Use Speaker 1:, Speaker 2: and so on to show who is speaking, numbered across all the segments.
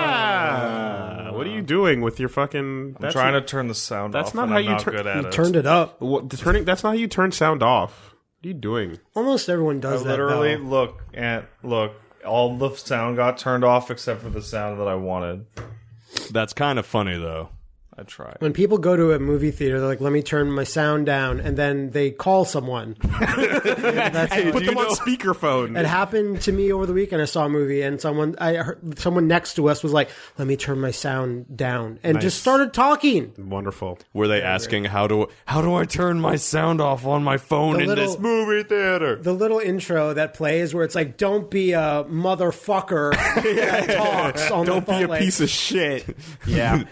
Speaker 1: Ah. What are you doing with your fucking?
Speaker 2: I'm trying to turn the sound
Speaker 1: that's
Speaker 2: off.
Speaker 1: not
Speaker 2: and
Speaker 1: how
Speaker 2: I'm
Speaker 1: you
Speaker 2: not
Speaker 1: turn-
Speaker 2: good at
Speaker 1: you
Speaker 2: it.
Speaker 3: Turned it up.
Speaker 1: What, turning. That's not how you turn sound off. What are you doing?
Speaker 3: Almost everyone
Speaker 2: I
Speaker 3: does that.
Speaker 2: literally
Speaker 3: though.
Speaker 2: look and look. All the sound got turned off except for the sound that I wanted.
Speaker 4: That's kind of funny though.
Speaker 2: I tried.
Speaker 3: When people go to a movie theater, they're like, "Let me turn my sound down," and then they call someone.
Speaker 1: Hey, put them on speakerphone.
Speaker 3: It happened to me over the weekend. I saw a movie, and someone, I heard, someone next to us was like, "Let me turn my sound down," and just started talking.
Speaker 1: Wonderful.
Speaker 4: Were they asking how do how do I turn my sound off on my phone
Speaker 3: The
Speaker 4: in
Speaker 3: little-
Speaker 4: this movie theater?
Speaker 3: The little intro that plays where it's like, "Don't be a motherfucker that talks on
Speaker 1: Don't be
Speaker 3: the phone,"
Speaker 1: a
Speaker 3: like,
Speaker 1: piece of shit.
Speaker 4: Yeah.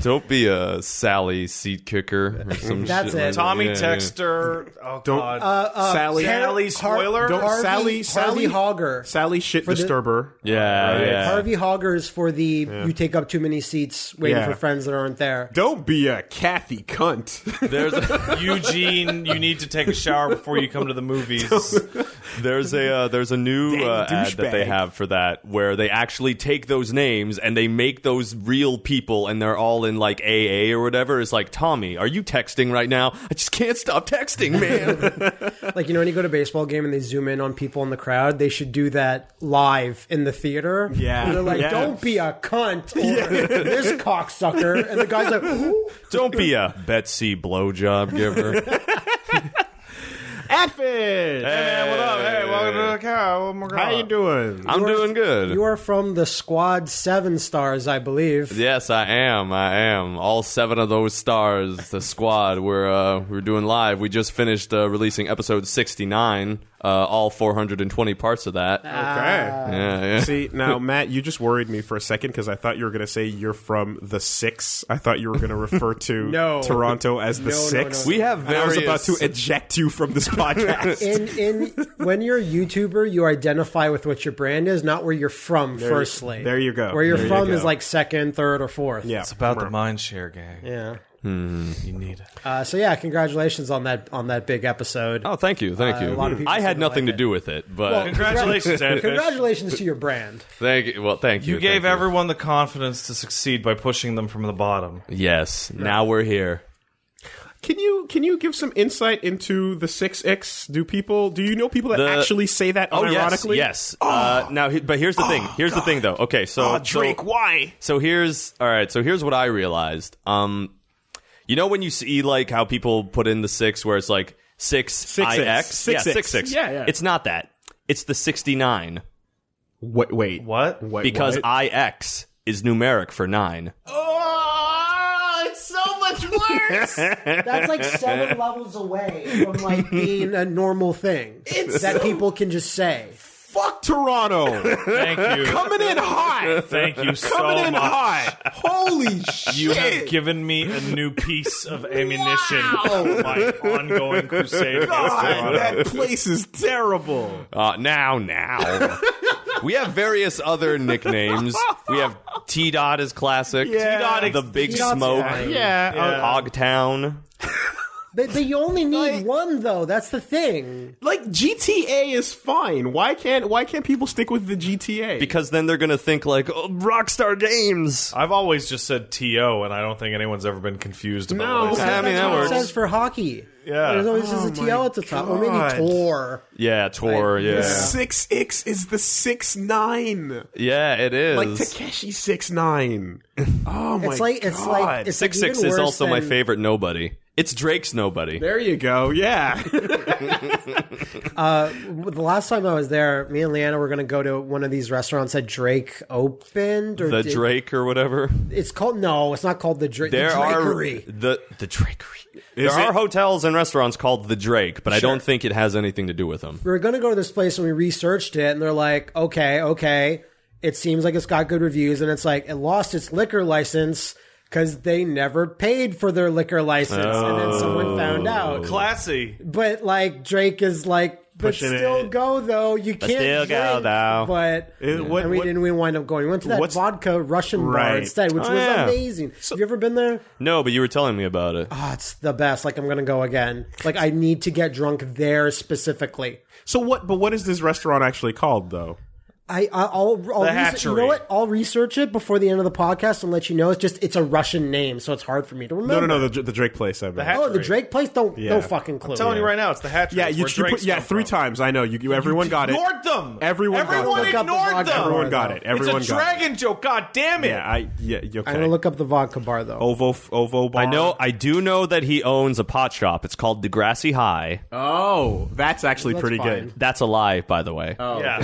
Speaker 4: Don't be a Sally seat kicker or some
Speaker 3: That's
Speaker 4: shit
Speaker 3: it.
Speaker 4: like-
Speaker 2: Tommy
Speaker 4: yeah, yeah.
Speaker 2: Texter. Oh
Speaker 1: Don't-
Speaker 2: God.
Speaker 1: Sally.
Speaker 2: Sally
Speaker 3: Har-
Speaker 2: Spoiler.
Speaker 1: Uh, Don't-
Speaker 3: Harvey,
Speaker 1: Sally-
Speaker 3: Harvey
Speaker 1: Sally-
Speaker 3: Hogger.
Speaker 1: Sally shit
Speaker 3: the-
Speaker 1: disturber.
Speaker 4: Yeah, yeah.
Speaker 3: Harvey Hogger is for the you take up too many seats waiting
Speaker 1: Yeah.
Speaker 3: for friends that aren't there.
Speaker 1: Don't be a Kathy cunt.
Speaker 4: There's
Speaker 1: uh,
Speaker 4: a,
Speaker 2: Eugene, you need to take a shower before you come to the movies.
Speaker 4: there's a uh, there's a new
Speaker 1: Dang
Speaker 4: uh, ad that they
Speaker 1: douchebag.
Speaker 4: have for that where they actually take those names and they make those real people and they're all in like AA or whatever. It's like Tommy, are you texting right now? I just can't stop texting, man.
Speaker 3: Like you know, when you go to a baseball game and they zoom in on people in the crowd, they should do that live in the theater.
Speaker 1: Yeah.
Speaker 3: And they're like,
Speaker 1: Yeah.
Speaker 3: "Don't be a cunt," or "This cocksucker," and the guy's like, "Ooh."
Speaker 4: Don't be a Betsy blowjob giver.
Speaker 1: Atfish.
Speaker 4: man, what up? Hey,
Speaker 2: welcome to the cow. Oh my God.
Speaker 1: How you doing?
Speaker 4: I'm doing good.
Speaker 3: "You are from the squad seven stars, I believe."
Speaker 4: Yes, I am. I am. All seven of those stars, the squad. We're uh, we're doing live. We just finished uh, releasing episode sixty nine. Uh, all four hundred and twenty parts of that.
Speaker 3: Ah.
Speaker 1: okay.
Speaker 4: yeah, yeah.
Speaker 1: See now, Matt, you just worried me for a second because I thought you were going to say you're from the six. I thought you were going to refer to
Speaker 3: No.
Speaker 1: Toronto as the
Speaker 3: No, no,
Speaker 1: six.
Speaker 3: no, no.
Speaker 4: we have
Speaker 1: And I was
Speaker 4: various.
Speaker 1: about to eject you from this podcast.
Speaker 3: In in when you're a YouTuber, you identify with what your brand is, not where you're from. firstly,
Speaker 1: there you go.
Speaker 3: Where you're
Speaker 1: There you
Speaker 3: from
Speaker 1: go.
Speaker 3: is like second, third, or fourth.
Speaker 1: yeah,
Speaker 2: It's about the mind share gang.
Speaker 3: Yeah.
Speaker 2: You need it.
Speaker 3: Uh, so yeah, congratulations on that on that big episode.
Speaker 4: oh, thank you, thank
Speaker 3: Uh, a
Speaker 4: you.
Speaker 3: lot of people
Speaker 4: I
Speaker 3: said
Speaker 4: had
Speaker 3: they
Speaker 4: nothing
Speaker 3: liked
Speaker 4: to
Speaker 3: it.
Speaker 4: do with it, but
Speaker 3: Well,
Speaker 2: Congratulations, Edfish.
Speaker 3: Congratulations to your brand.
Speaker 4: thank you. Well, thank you.
Speaker 2: You gave
Speaker 4: thank
Speaker 2: everyone the confidence to succeed by pushing them from the bottom.
Speaker 4: Yes. Now we're here.
Speaker 1: Can you can you give some insight into the six X? Do people do you know people that
Speaker 4: The-
Speaker 1: actually say that
Speaker 4: Oh, yes.
Speaker 1: unironically?
Speaker 4: Yes. Uh, now, he- but here's the thing.
Speaker 3: Oh,
Speaker 4: Here's the thing, though. Okay, so
Speaker 1: Oh,
Speaker 4: so-
Speaker 1: Drake, why?
Speaker 4: So here's all right. So here's what I realized. Um, you know when you see like how people put in the six, where it's like six
Speaker 1: Six
Speaker 4: ix,
Speaker 1: six. Six
Speaker 4: yeah,
Speaker 1: six.
Speaker 4: six six.
Speaker 1: Yeah, yeah.
Speaker 4: It's not that. It's the sixty nine
Speaker 1: Wait, wait,
Speaker 2: What?
Speaker 1: Wait,
Speaker 4: because
Speaker 1: what?
Speaker 4: ix is numeric for nine.
Speaker 1: Oh, it's so much worse.
Speaker 3: That's like seven levels away from like being a normal thing that people can just say.
Speaker 1: Fuck Toronto,
Speaker 2: Thank you.
Speaker 1: coming in hot,
Speaker 2: Thank you
Speaker 1: coming
Speaker 2: so
Speaker 1: in
Speaker 2: much.
Speaker 1: hot. Holy shit!
Speaker 2: You have given me a new piece of ammunition for my ongoing crusade. against
Speaker 1: God,
Speaker 2: Toronto.
Speaker 1: that place is terrible.
Speaker 4: Uh, now, now. we have various other nicknames. We have T Dot is classic.
Speaker 1: Yeah. T-Dot is-
Speaker 4: the Big
Speaker 3: T-Dot's
Speaker 4: Smoke.
Speaker 3: fine.
Speaker 1: Yeah,
Speaker 4: Uh, Ogtown.
Speaker 3: But, but you only need one though. That's the thing.
Speaker 1: like GTA is fine. Why can't why can't people stick with the GTA?
Speaker 4: Because then they're gonna think like oh, Rockstar Games.
Speaker 2: I've always just said TO, and I don't think anyone's ever been confused about
Speaker 1: No.
Speaker 2: what I said.
Speaker 4: I mean,
Speaker 3: That's
Speaker 4: that
Speaker 3: what
Speaker 4: works. Oh
Speaker 3: it says for hockey.
Speaker 2: Yeah.
Speaker 3: There's always just a
Speaker 1: my
Speaker 3: TL at the top, or maybe
Speaker 1: God.
Speaker 3: Tor.
Speaker 4: Yeah, Tor.
Speaker 3: Like,
Speaker 4: yeah,
Speaker 1: six X is the six nine.
Speaker 4: yeah, it is.
Speaker 1: Like Takeshi six nine. Oh my
Speaker 3: It's like it's like
Speaker 1: God.
Speaker 3: it's
Speaker 4: Six
Speaker 3: like
Speaker 4: Six
Speaker 3: even
Speaker 4: is
Speaker 3: worse
Speaker 4: also my
Speaker 3: than-
Speaker 4: favorite nobody. It's Drake's nobody.
Speaker 1: there you go. Yeah.
Speaker 3: The last time I was there, me and Leanna were going to go to one of these restaurants that Drake opened, or
Speaker 4: The
Speaker 3: did-
Speaker 4: Drake or whatever.
Speaker 3: It's called no, it's not called the Drake.
Speaker 4: There
Speaker 3: the
Speaker 4: are
Speaker 3: Drakery.
Speaker 4: the the Drakery.
Speaker 1: Is
Speaker 4: there are
Speaker 1: it-
Speaker 4: hotels and restaurants called the Drake, but I don't think it has anything to do with them.
Speaker 3: we were going to go to this place and we researched it and they're like okay okay it seems like it's got good reviews and it's like it lost its liquor license because they never paid for
Speaker 4: Oh.
Speaker 3: their liquor license and then someone found out
Speaker 2: Classy.
Speaker 3: but like drake is like but
Speaker 2: pushing
Speaker 3: still
Speaker 2: it.
Speaker 3: go though. You can't
Speaker 5: still go,
Speaker 3: drink,
Speaker 5: though.
Speaker 3: But
Speaker 1: It- what-
Speaker 3: and we
Speaker 1: what-
Speaker 3: didn't. We wind up going. We went to that
Speaker 1: What's-
Speaker 3: vodka Russian bar
Speaker 1: Right.
Speaker 3: instead, which
Speaker 4: Oh,
Speaker 3: was
Speaker 4: yeah.
Speaker 3: amazing. Have you ever been there?
Speaker 4: No, but you were telling me about it.
Speaker 3: Oh, it's the best. Like I'm gonna go again. Like I need to get drunk there specifically.
Speaker 1: So what? But what is this restaurant actually called, though?
Speaker 3: I, I I'll, I'll
Speaker 2: The
Speaker 3: research, you
Speaker 2: hatchery.
Speaker 3: know what? I'll research it before the end of the podcast and let you know. It's just it's a Russian name, so it's hard for me to
Speaker 1: No,
Speaker 3: remember.
Speaker 1: no, no. The, the Drake place. I mean.
Speaker 2: hat-
Speaker 3: Oh, the Drake place. Don't
Speaker 1: Yeah.
Speaker 3: no fucking clue.
Speaker 2: telling you right now, it's the hatchery.
Speaker 1: yeah,
Speaker 2: It's
Speaker 1: you,
Speaker 2: where
Speaker 1: you put,
Speaker 2: drinks
Speaker 1: yeah
Speaker 2: come
Speaker 1: three
Speaker 2: from.
Speaker 1: times. I know you. you everyone got it.
Speaker 2: Ignored them.
Speaker 1: Everyone got
Speaker 2: Everyone
Speaker 1: them. Look
Speaker 3: up the
Speaker 2: ignored
Speaker 3: vodka
Speaker 2: them.
Speaker 1: Everyone got
Speaker 3: though.
Speaker 1: it. Everyone
Speaker 2: it's a
Speaker 1: got it.
Speaker 2: dragon joke. God damn it!
Speaker 1: Yeah, I. Yeah, you okay.
Speaker 3: I'm gonna look up the vodka bar though.
Speaker 2: Oh,
Speaker 1: Ovo Ovo Bar.
Speaker 4: I know. I do know that he owns a pot shop. It's called Degrassi High.
Speaker 1: Oh, that's actually
Speaker 3: That's
Speaker 1: pretty
Speaker 3: fine.
Speaker 1: good.
Speaker 4: That's a lie, by the way. Oh.
Speaker 2: yeah.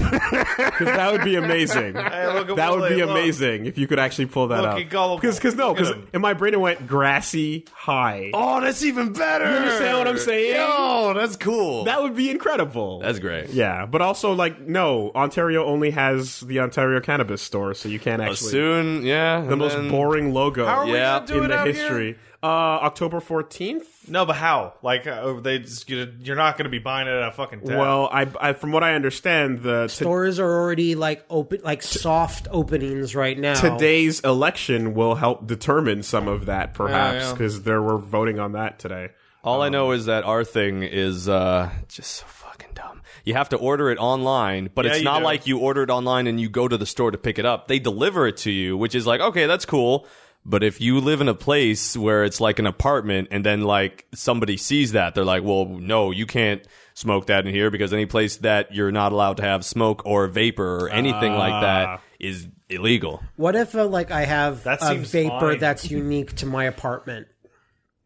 Speaker 1: Because that would be amazing.
Speaker 2: look at
Speaker 1: that would
Speaker 2: Willie,
Speaker 1: be
Speaker 2: look.
Speaker 1: amazing if you could actually pull that
Speaker 2: Look,
Speaker 1: up.
Speaker 2: he gullible.
Speaker 1: Because no,
Speaker 2: Look at
Speaker 1: because
Speaker 2: him. Oh.
Speaker 1: in my brain it went grassy high.
Speaker 4: Oh, that's even better.
Speaker 1: You understand what I'm saying?
Speaker 4: Oh, that's cool.
Speaker 1: That would be incredible.
Speaker 4: that's great.
Speaker 1: Yeah, but also like no, Ontario only has the Ontario Cannabis Store, so you can't actually
Speaker 4: Soon, yeah.
Speaker 1: the most boring logo
Speaker 2: How are we
Speaker 4: Yeah,
Speaker 2: gonna do
Speaker 1: in
Speaker 2: it
Speaker 1: the
Speaker 2: out
Speaker 1: history.
Speaker 2: Here?
Speaker 1: Uh, October fourteenth.
Speaker 2: No, but how? Like, uh, they just, you're you're not gonna be buying it at a fucking tab.
Speaker 1: Well, I, I from what I understand, the to-
Speaker 3: Stores are already like open, like soft openings right now.
Speaker 1: today's election will help determine some of that, perhaps, because there were voting on that today.
Speaker 4: All
Speaker 2: Oh.
Speaker 4: I know is that our thing is uh, just so fucking dumb. You have to order it online, but it's
Speaker 2: you
Speaker 4: not
Speaker 2: do.
Speaker 4: like you order it online and you go to the store to pick it up. They deliver it to you, which is like, okay, that's cool. But if you live in a place where it's like an apartment and then like somebody sees that, they're like, well, no, you can't smoke that in here because any place that you're not allowed to have smoke or vapor or anything like
Speaker 2: Ah.
Speaker 4: that is illegal.
Speaker 3: What if uh, like I have
Speaker 2: That
Speaker 3: a
Speaker 2: seems
Speaker 3: vapor
Speaker 2: fine.
Speaker 3: that's unique to my apartment,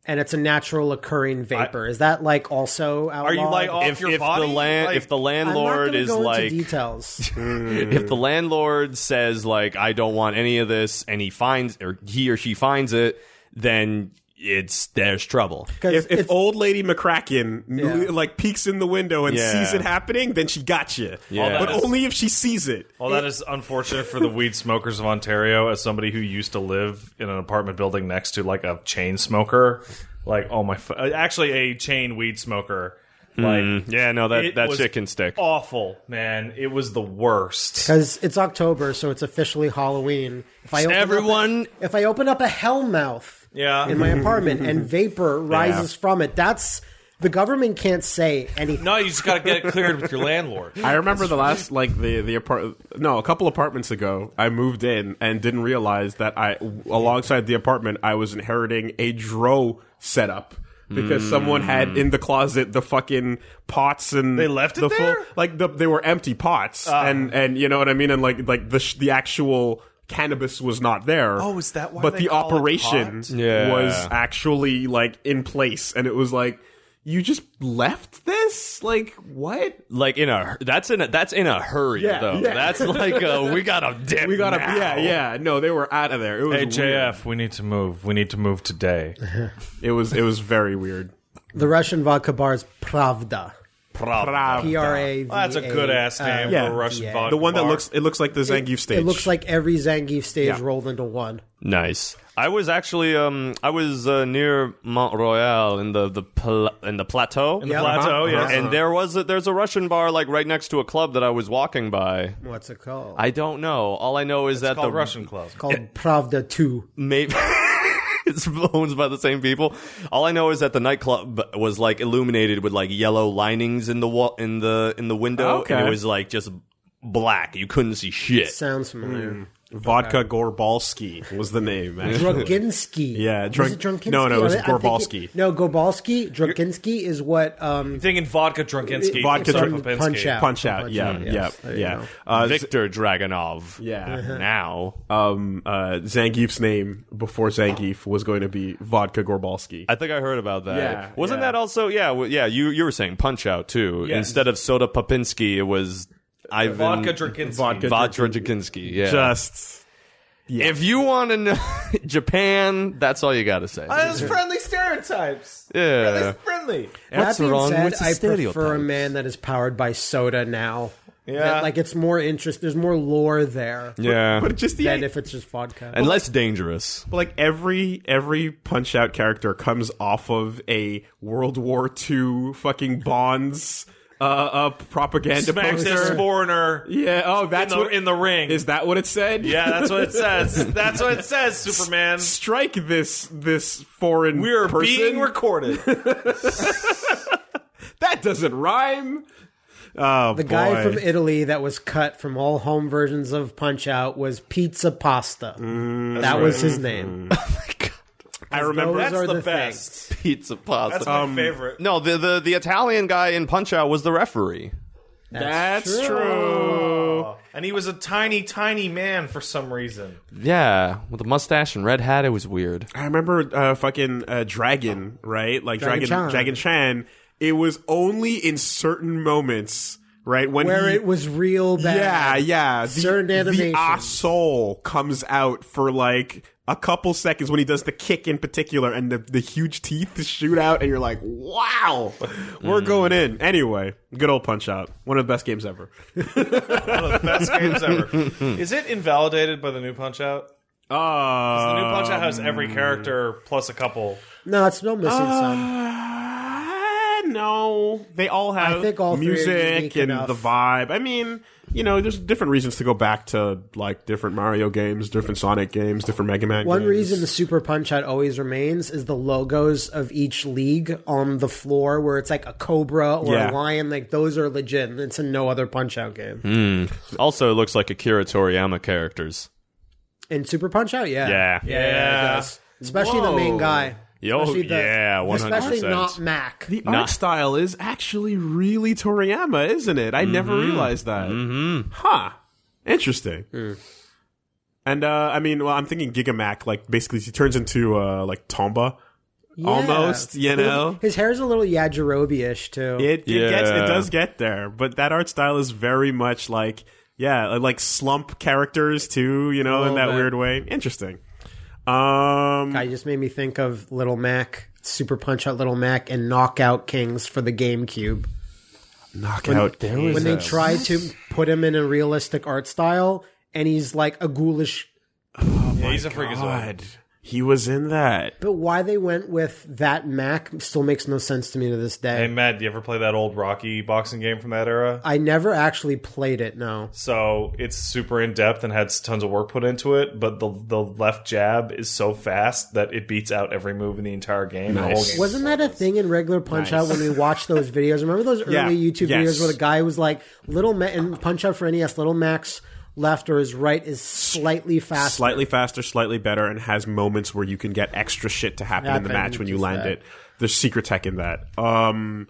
Speaker 3: and it's a natural occurring vapor? is that like also outlawed?
Speaker 2: are you like off
Speaker 4: If,
Speaker 2: your
Speaker 4: if
Speaker 2: body?
Speaker 4: the land,
Speaker 2: Like,
Speaker 4: if the
Speaker 3: I'm not
Speaker 4: landlord
Speaker 3: gonna
Speaker 4: is
Speaker 3: go
Speaker 4: like,
Speaker 3: into details.
Speaker 4: if the landlord says like I don't want any of this and he finds or he or she finds it, then it's there's trouble.
Speaker 3: 'Cause
Speaker 1: If, if
Speaker 3: it's-
Speaker 1: old lady McCracken
Speaker 3: Yeah.
Speaker 1: like peeks in the window and
Speaker 4: Yeah.
Speaker 1: sees it happening, then she got you.
Speaker 4: Yeah.
Speaker 1: But
Speaker 4: All that-
Speaker 1: only if she sees it.
Speaker 2: Well, that is unfortunate for the weed smokers of Ontario. As somebody who used to live in an apartment building next to like a chain smoker, like oh my, fu- uh, actually a chain weed smoker, like
Speaker 4: Yeah, no, that
Speaker 2: it
Speaker 4: that
Speaker 2: was
Speaker 4: shit can stick.
Speaker 2: Awful man, it was the worst.
Speaker 3: Because it's October, so it's officially Halloween. If I open
Speaker 4: Everyone-
Speaker 3: up a, if I open up a hell mouth,
Speaker 2: Yeah.
Speaker 3: in my apartment and vapor rises from it, that's the government can't say anything.
Speaker 2: No, you just got to get it cleared with your landlord.
Speaker 1: I remember the last like the the apart no a couple apartments ago I moved in and didn't realize that I alongside the apartment I was inheriting a dro setup because someone had in the closet the fucking pots and
Speaker 2: Hmm. They left it
Speaker 1: the
Speaker 2: there? Ah.
Speaker 1: like the, they were empty pots and and you know what I mean and like like the sh- the actual cannabis was not there
Speaker 2: Oh, is that why
Speaker 1: but
Speaker 2: they
Speaker 1: the
Speaker 2: call it
Speaker 1: operation
Speaker 2: pot?
Speaker 4: Yeah.
Speaker 1: was actually like in place and it was like you just left this like what
Speaker 4: Like in a that's in a that's in a hurry
Speaker 1: Yeah,
Speaker 4: though.
Speaker 1: yeah.
Speaker 4: That's like a, we got a dip.
Speaker 1: We got a
Speaker 4: now.
Speaker 1: yeah yeah no they were out of there it was
Speaker 2: Hey
Speaker 1: weird.
Speaker 2: JF, we need to move. We need to move today.
Speaker 1: it was it was very weird
Speaker 3: The Russian vodka bar is Pravda.
Speaker 4: Problem.
Speaker 3: P R A V.
Speaker 2: Well, that's a good ass name
Speaker 1: yeah.
Speaker 2: for a Russian
Speaker 3: yeah.
Speaker 2: vodka.
Speaker 1: the one that
Speaker 2: bar.
Speaker 1: looks it looks like the Zangief stage
Speaker 3: It looks like every Zangief stage
Speaker 1: Yeah.
Speaker 3: rolled into one.
Speaker 4: Nice. I was actually um I was uh, near Mont Royal in the the pla- in the plateau.
Speaker 3: Yeah.
Speaker 2: plateau.
Speaker 1: Uh-huh,
Speaker 2: yes.
Speaker 1: uh-huh.
Speaker 4: And there was a, there's a Russian bar like right next to a club that I was walking by.
Speaker 3: What's it called?
Speaker 4: I don't know. All I know is that
Speaker 2: called
Speaker 4: the
Speaker 2: Russian Club.
Speaker 3: called Pravda Two.
Speaker 4: maybe it's owned by the same people. All I know is that the nightclub was like illuminated with like yellow linings in the wall in the in the window, and
Speaker 1: Okay.
Speaker 4: it was like just black. You couldn't see shit.
Speaker 3: Sounds familiar.
Speaker 1: vodka Gorbalski was the name actually.
Speaker 3: Draginsky.
Speaker 1: Yeah,
Speaker 3: Was
Speaker 1: Drag-
Speaker 3: it Draginsky?
Speaker 1: no, no, it was
Speaker 3: I'm thinking-
Speaker 1: Gorbalski.
Speaker 3: No, Gorbalski. Draginsky is what. Um,
Speaker 2: Thinking vodka Drunkinsky.
Speaker 1: Vodka
Speaker 2: Sorry,
Speaker 1: Drunk-
Speaker 2: Popinski.
Speaker 3: Punch Out.
Speaker 1: punch out
Speaker 3: Punch
Speaker 1: yeah
Speaker 3: Out,
Speaker 1: yeah
Speaker 3: yes. There you
Speaker 1: yeah
Speaker 3: go.
Speaker 1: uh, Z-
Speaker 4: Victor Dragonov.
Speaker 1: yeah
Speaker 4: Now
Speaker 1: um uh Zangief's name before Zangief was going to be vodka Gorbalski
Speaker 4: I think I heard about that.
Speaker 1: Yeah,
Speaker 4: Wasn't
Speaker 1: yeah.
Speaker 4: that also? Yeah, w- yeah. You you were saying Punch Out too.
Speaker 1: Yes.
Speaker 4: Instead of Soda Popinski, it was Ivan
Speaker 2: Vodka Drunkinsky.
Speaker 1: Vodka
Speaker 4: Vodka Draginsky. Yeah.
Speaker 1: just
Speaker 4: if you want to know Japan, that's all you got to say.
Speaker 2: Those friendly stereotypes.
Speaker 4: yeah.
Speaker 2: Friendly- Friendly.
Speaker 4: What's
Speaker 3: that being
Speaker 4: wrong
Speaker 3: said,
Speaker 4: with the
Speaker 3: I prefer a
Speaker 4: stereotypes?
Speaker 3: man that is powered by soda now. Yeah,
Speaker 2: Yeah.
Speaker 3: like it's more interest. There's more lore there
Speaker 4: Yeah.
Speaker 1: but just the
Speaker 3: than if it's just vodka.
Speaker 4: and less dangerous.
Speaker 1: But like every every punch out character comes off of a World War II fucking Bonds uh, uh, propaganda
Speaker 2: Smacks this
Speaker 1: poster.
Speaker 2: foreigner
Speaker 1: yeah. Oh, that's
Speaker 2: in the,
Speaker 1: what
Speaker 2: in the ring.
Speaker 1: is that what it said?
Speaker 2: yeah, that's what it says. That's what it says, Superman.
Speaker 1: Strike this this foreign.
Speaker 2: We are
Speaker 1: person.
Speaker 2: being recorded.
Speaker 1: that doesn't rhyme.
Speaker 2: Oh,
Speaker 3: The guy from Italy that was cut from all home versions of Punch Out was Pizza Pasta.
Speaker 1: Mm,
Speaker 3: that was his name.
Speaker 1: I remember. Um,
Speaker 3: Those
Speaker 2: That's
Speaker 3: are
Speaker 2: the,
Speaker 3: the
Speaker 2: best.
Speaker 4: pizza pasta.
Speaker 2: That's my favorite.
Speaker 4: no, the, the the Italian guy in Punch Out was the referee.
Speaker 1: That's, true.
Speaker 2: And he was a tiny, tiny man for some reason.
Speaker 4: Yeah, with a mustache and red hat, it was weird.
Speaker 1: I remember uh, fucking uh, Dragon, right? Like Dragon
Speaker 3: Dragon
Speaker 1: Dragon Chan.
Speaker 3: Chan.
Speaker 1: It was only in certain moments, right? When
Speaker 3: Where
Speaker 1: he,
Speaker 3: it was real bad.
Speaker 1: Yeah, yeah. The,
Speaker 3: Certain
Speaker 1: the
Speaker 3: animations.
Speaker 1: ah soul comes out for like a couple seconds when he does the kick in particular, and the, the huge teeth shoot out, and you're like, "Wow, we're going in." Anyway, good old Punch Out, one of the best games ever.
Speaker 2: One of the best games ever. Is it invalidated by the new Punch Out? The
Speaker 1: Uh,
Speaker 2: new Punch Out has every character plus a couple.
Speaker 3: No, it's still missing
Speaker 1: Ah.
Speaker 3: some.
Speaker 1: Uh, no, they all have
Speaker 3: think all three are
Speaker 1: music
Speaker 3: unique
Speaker 1: and
Speaker 3: enough.
Speaker 1: the vibe. I mean, you know, there's different reasons to go back to like different Mario games, different Sonic games, different Mega Man.
Speaker 3: One
Speaker 1: games.
Speaker 3: reason the Super Punch Out always remains is the logos of each league on the floor, where it's like a cobra or
Speaker 1: Yeah.
Speaker 3: a lion. Like those are legit. and It's in no other Punch Out game.
Speaker 1: Hmm.
Speaker 4: Also, it looks like Akira Toriyama characters.
Speaker 3: In Super Punch Out, yeah,
Speaker 4: Yeah.
Speaker 3: it
Speaker 2: Yeah.
Speaker 3: does. especially the
Speaker 1: Whoa.
Speaker 3: main guy.
Speaker 4: Yo,
Speaker 3: Especially the-
Speaker 4: yeah, 100%.
Speaker 3: Especially not Mac.
Speaker 1: the art style is actually really Toriyama, isn't it? I never realized that. Mm-hmm. Huh. Interesting.
Speaker 3: Mm.
Speaker 1: And uh, I mean, well, I'm thinking Gigamac. Like, basically, he turns into uh, like Tomba, almost. You know,
Speaker 3: His hair's a little Yajirobe-ish too.
Speaker 1: It, it
Speaker 4: Yeah.
Speaker 1: gets it does get there, but that art style is very much like yeah, uh, like slump characters too, you know, in
Speaker 3: little
Speaker 1: that
Speaker 3: bit.
Speaker 1: weird way. Interesting. Um
Speaker 3: I just made me think of Little Mac, Super Punch Out Little Mac, and Knockout Kings for the GameCube.
Speaker 1: knockout games.
Speaker 3: When they tried to put him in a realistic art style, and he's like a ghoulish.
Speaker 2: Yeah, he's a freakazoid.
Speaker 1: God. He was in that.
Speaker 3: But why they went with that Mac still makes no sense to me to this day.
Speaker 2: Hey, Matt, do you ever play that old Rocky boxing game from that era?
Speaker 3: I never actually played it. No,
Speaker 2: So it's super in depth and had tons of work put into it, but the the left jab is so fast that it beats out every move in the entire game. The whole
Speaker 1: Nice.
Speaker 2: game.
Speaker 3: wasn't that a thing in regular Punch Out when we watched those videos? Remember those early
Speaker 1: Yeah.
Speaker 3: YouTube
Speaker 1: Yes.
Speaker 3: videos where the guy was like, "Little Mac," and Punch Out for NES, Little Mac's left or his right is slightly faster.
Speaker 1: Slightly faster, slightly better, and has moments where you can get extra shit to happen in the
Speaker 3: Happen,
Speaker 1: match when you
Speaker 3: just
Speaker 1: land
Speaker 3: that.
Speaker 1: it. There's secret tech in that. Um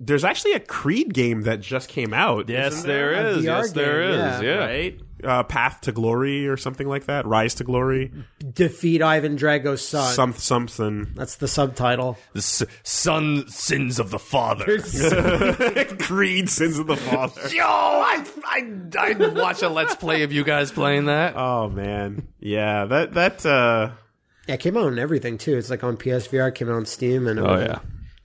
Speaker 1: there's actually a Creed game that just came out.
Speaker 4: Yes,
Speaker 1: isn't
Speaker 4: there
Speaker 3: A
Speaker 4: is.
Speaker 3: VR
Speaker 4: Yes, there
Speaker 3: game, yeah.
Speaker 4: is. Yeah.
Speaker 1: Right? Uh, Path to Glory or something like that. Rise to Glory.
Speaker 3: defeat Ivan Drago's son.
Speaker 1: Some something.
Speaker 3: That's the subtitle.
Speaker 4: The s- son sins of the father.
Speaker 1: Creed, Sins of the Father.
Speaker 4: Yo, I, I, I watch a Let's Play of you guys playing that.
Speaker 1: Oh man, yeah, that that uh,
Speaker 3: Yeah, it came out on everything too. It's like on PSVR, it came out on Steam, and
Speaker 4: oh, yeah.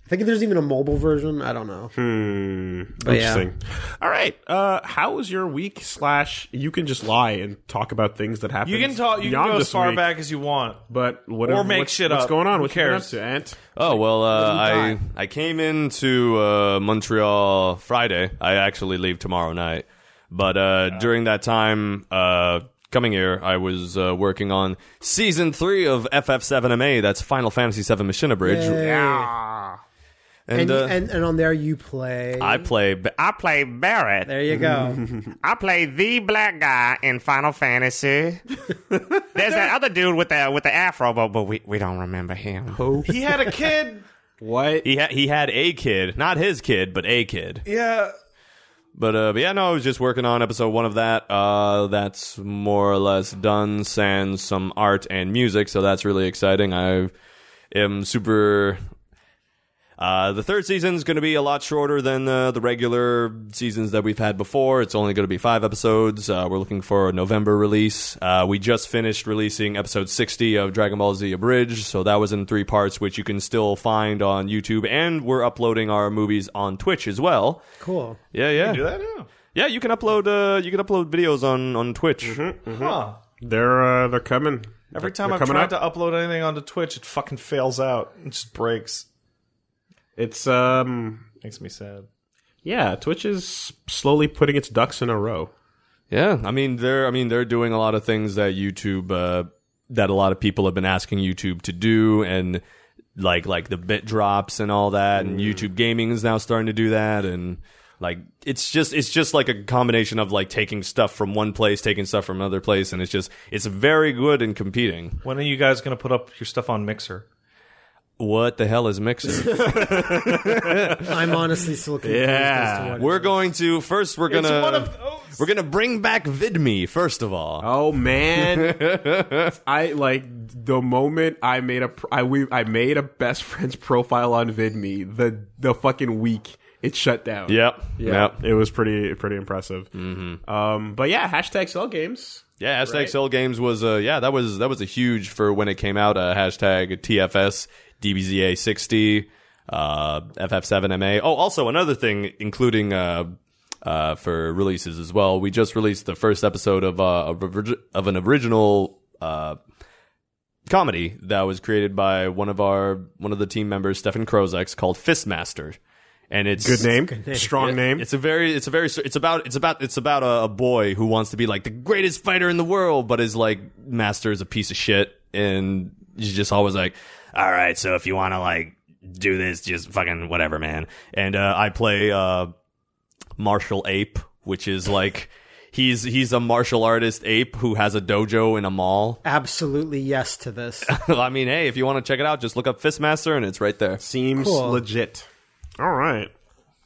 Speaker 3: I think there's even a mobile version. I don't know. But Oh, yeah.
Speaker 1: interesting. All right, uh, how was your week? Slash, you can just lie and talk about things that happened.
Speaker 2: You can talk. You can
Speaker 1: beyond
Speaker 2: go as
Speaker 1: this
Speaker 2: far
Speaker 1: week,
Speaker 2: back as you want.
Speaker 1: but what
Speaker 2: or make
Speaker 1: what's,
Speaker 2: shit
Speaker 1: what's
Speaker 2: up.
Speaker 1: going on?
Speaker 2: Who
Speaker 1: What you been
Speaker 2: cares?
Speaker 1: up to, Ant?
Speaker 4: Oh well, uh, I
Speaker 3: die.
Speaker 4: I came into uh, Montreal Friday. I actually leave tomorrow night, but uh, during that time uh, coming here, I was uh, working on season three of FF7MA. That's Final Fantasy VII Machina Bridge, and,
Speaker 3: And,
Speaker 4: uh,
Speaker 3: and and on there you play.
Speaker 4: I play. ba-
Speaker 5: I play Barrett.
Speaker 3: there you go.
Speaker 5: I play the black guy in Final Fantasy. There's that other dude with the with the afro, but, but we, we don't remember him.
Speaker 2: He had a kid.
Speaker 1: What?
Speaker 4: He ha- he had a kid, not his kid, but a kid.
Speaker 2: yeah.
Speaker 4: But uh, but yeah, no, I was just working on episode one of that. Uh, that's more or less done, sans some art and music, so that's really exciting. I am super. Uh, the third season's going to be a lot shorter than uh, the regular seasons that we've had before. It's only going to be five episodes. Uh, we're looking for a November release. Uh, we just finished releasing episode 60 of Dragon Ball Z Abridged, so that was in three parts, which you can still find on YouTube, and we're uploading our movies on Twitch as well.
Speaker 3: Cool.
Speaker 4: Yeah, yeah.
Speaker 2: Do that now.
Speaker 4: Yeah, you can upload uh, you can upload videos on on Twitch.
Speaker 2: Mm-hmm. Huh.
Speaker 1: They're uh, they're coming.
Speaker 2: Every time
Speaker 1: they're
Speaker 2: I've
Speaker 1: coming
Speaker 2: tried
Speaker 1: up.
Speaker 2: to upload anything onto Twitch, it fucking fails out. It just breaks.
Speaker 1: It's um
Speaker 2: Makes me sad.
Speaker 1: yeah, Twitch is slowly putting its ducks in a row.
Speaker 4: Yeah, I mean they're I mean they're doing a lot of things that YouTube uh, that a lot of people have been asking YouTube to do, and like like the bit drops and all that, and YouTube Gaming is now starting to do that, and like it's just it's just like a combination of like taking stuff from one place, taking stuff from another place, and it's just it's very good in competing.
Speaker 2: When are you guys going to put up your stuff on Mixer?
Speaker 4: What the hell is Mixer?
Speaker 3: I'm honestly still confused.
Speaker 1: Yeah.
Speaker 3: as to what it
Speaker 4: we're going to first we're gonna
Speaker 2: one of those.
Speaker 4: we're gonna bring back VidMe first of all.
Speaker 1: Oh man, I like the moment I made a pr- I we I made a best friend's profile on VidMe the the fucking week it shut down.
Speaker 4: Yep.
Speaker 1: yeah,
Speaker 4: Yep.
Speaker 1: it was pretty pretty impressive. Mm-hmm. Um, but yeah, hashtag sell games.
Speaker 4: Yeah, hashtag Cell Games was uh yeah that was that was a huge for when it came out. Uh, hashtag TFS DBZA sixty uh FF7MA. Oh, also another thing, including uh uh for releases as well. We just released the first episode of uh of, orig- of an original uh comedy that was created by one of our one of the team members, Stefan Krozex, called Fistmaster, and it's
Speaker 1: Good name, strong name.
Speaker 4: it's a very, it's a very, it's about, it's about, it's about a, a boy who wants to be like the greatest fighter in the world, but his like master is a piece of shit, and he's just always like, all right, so if you want to like do this, just fucking whatever, man. And uh, I play uh, martial ape, which is like. He's he's a martial artist ape who has a dojo in a mall.
Speaker 3: Absolutely yes to this.
Speaker 4: I mean, hey, if you want to check it out, just look up Fistmaster and it's right there.
Speaker 1: Seems
Speaker 3: Cool.
Speaker 1: legit. All right.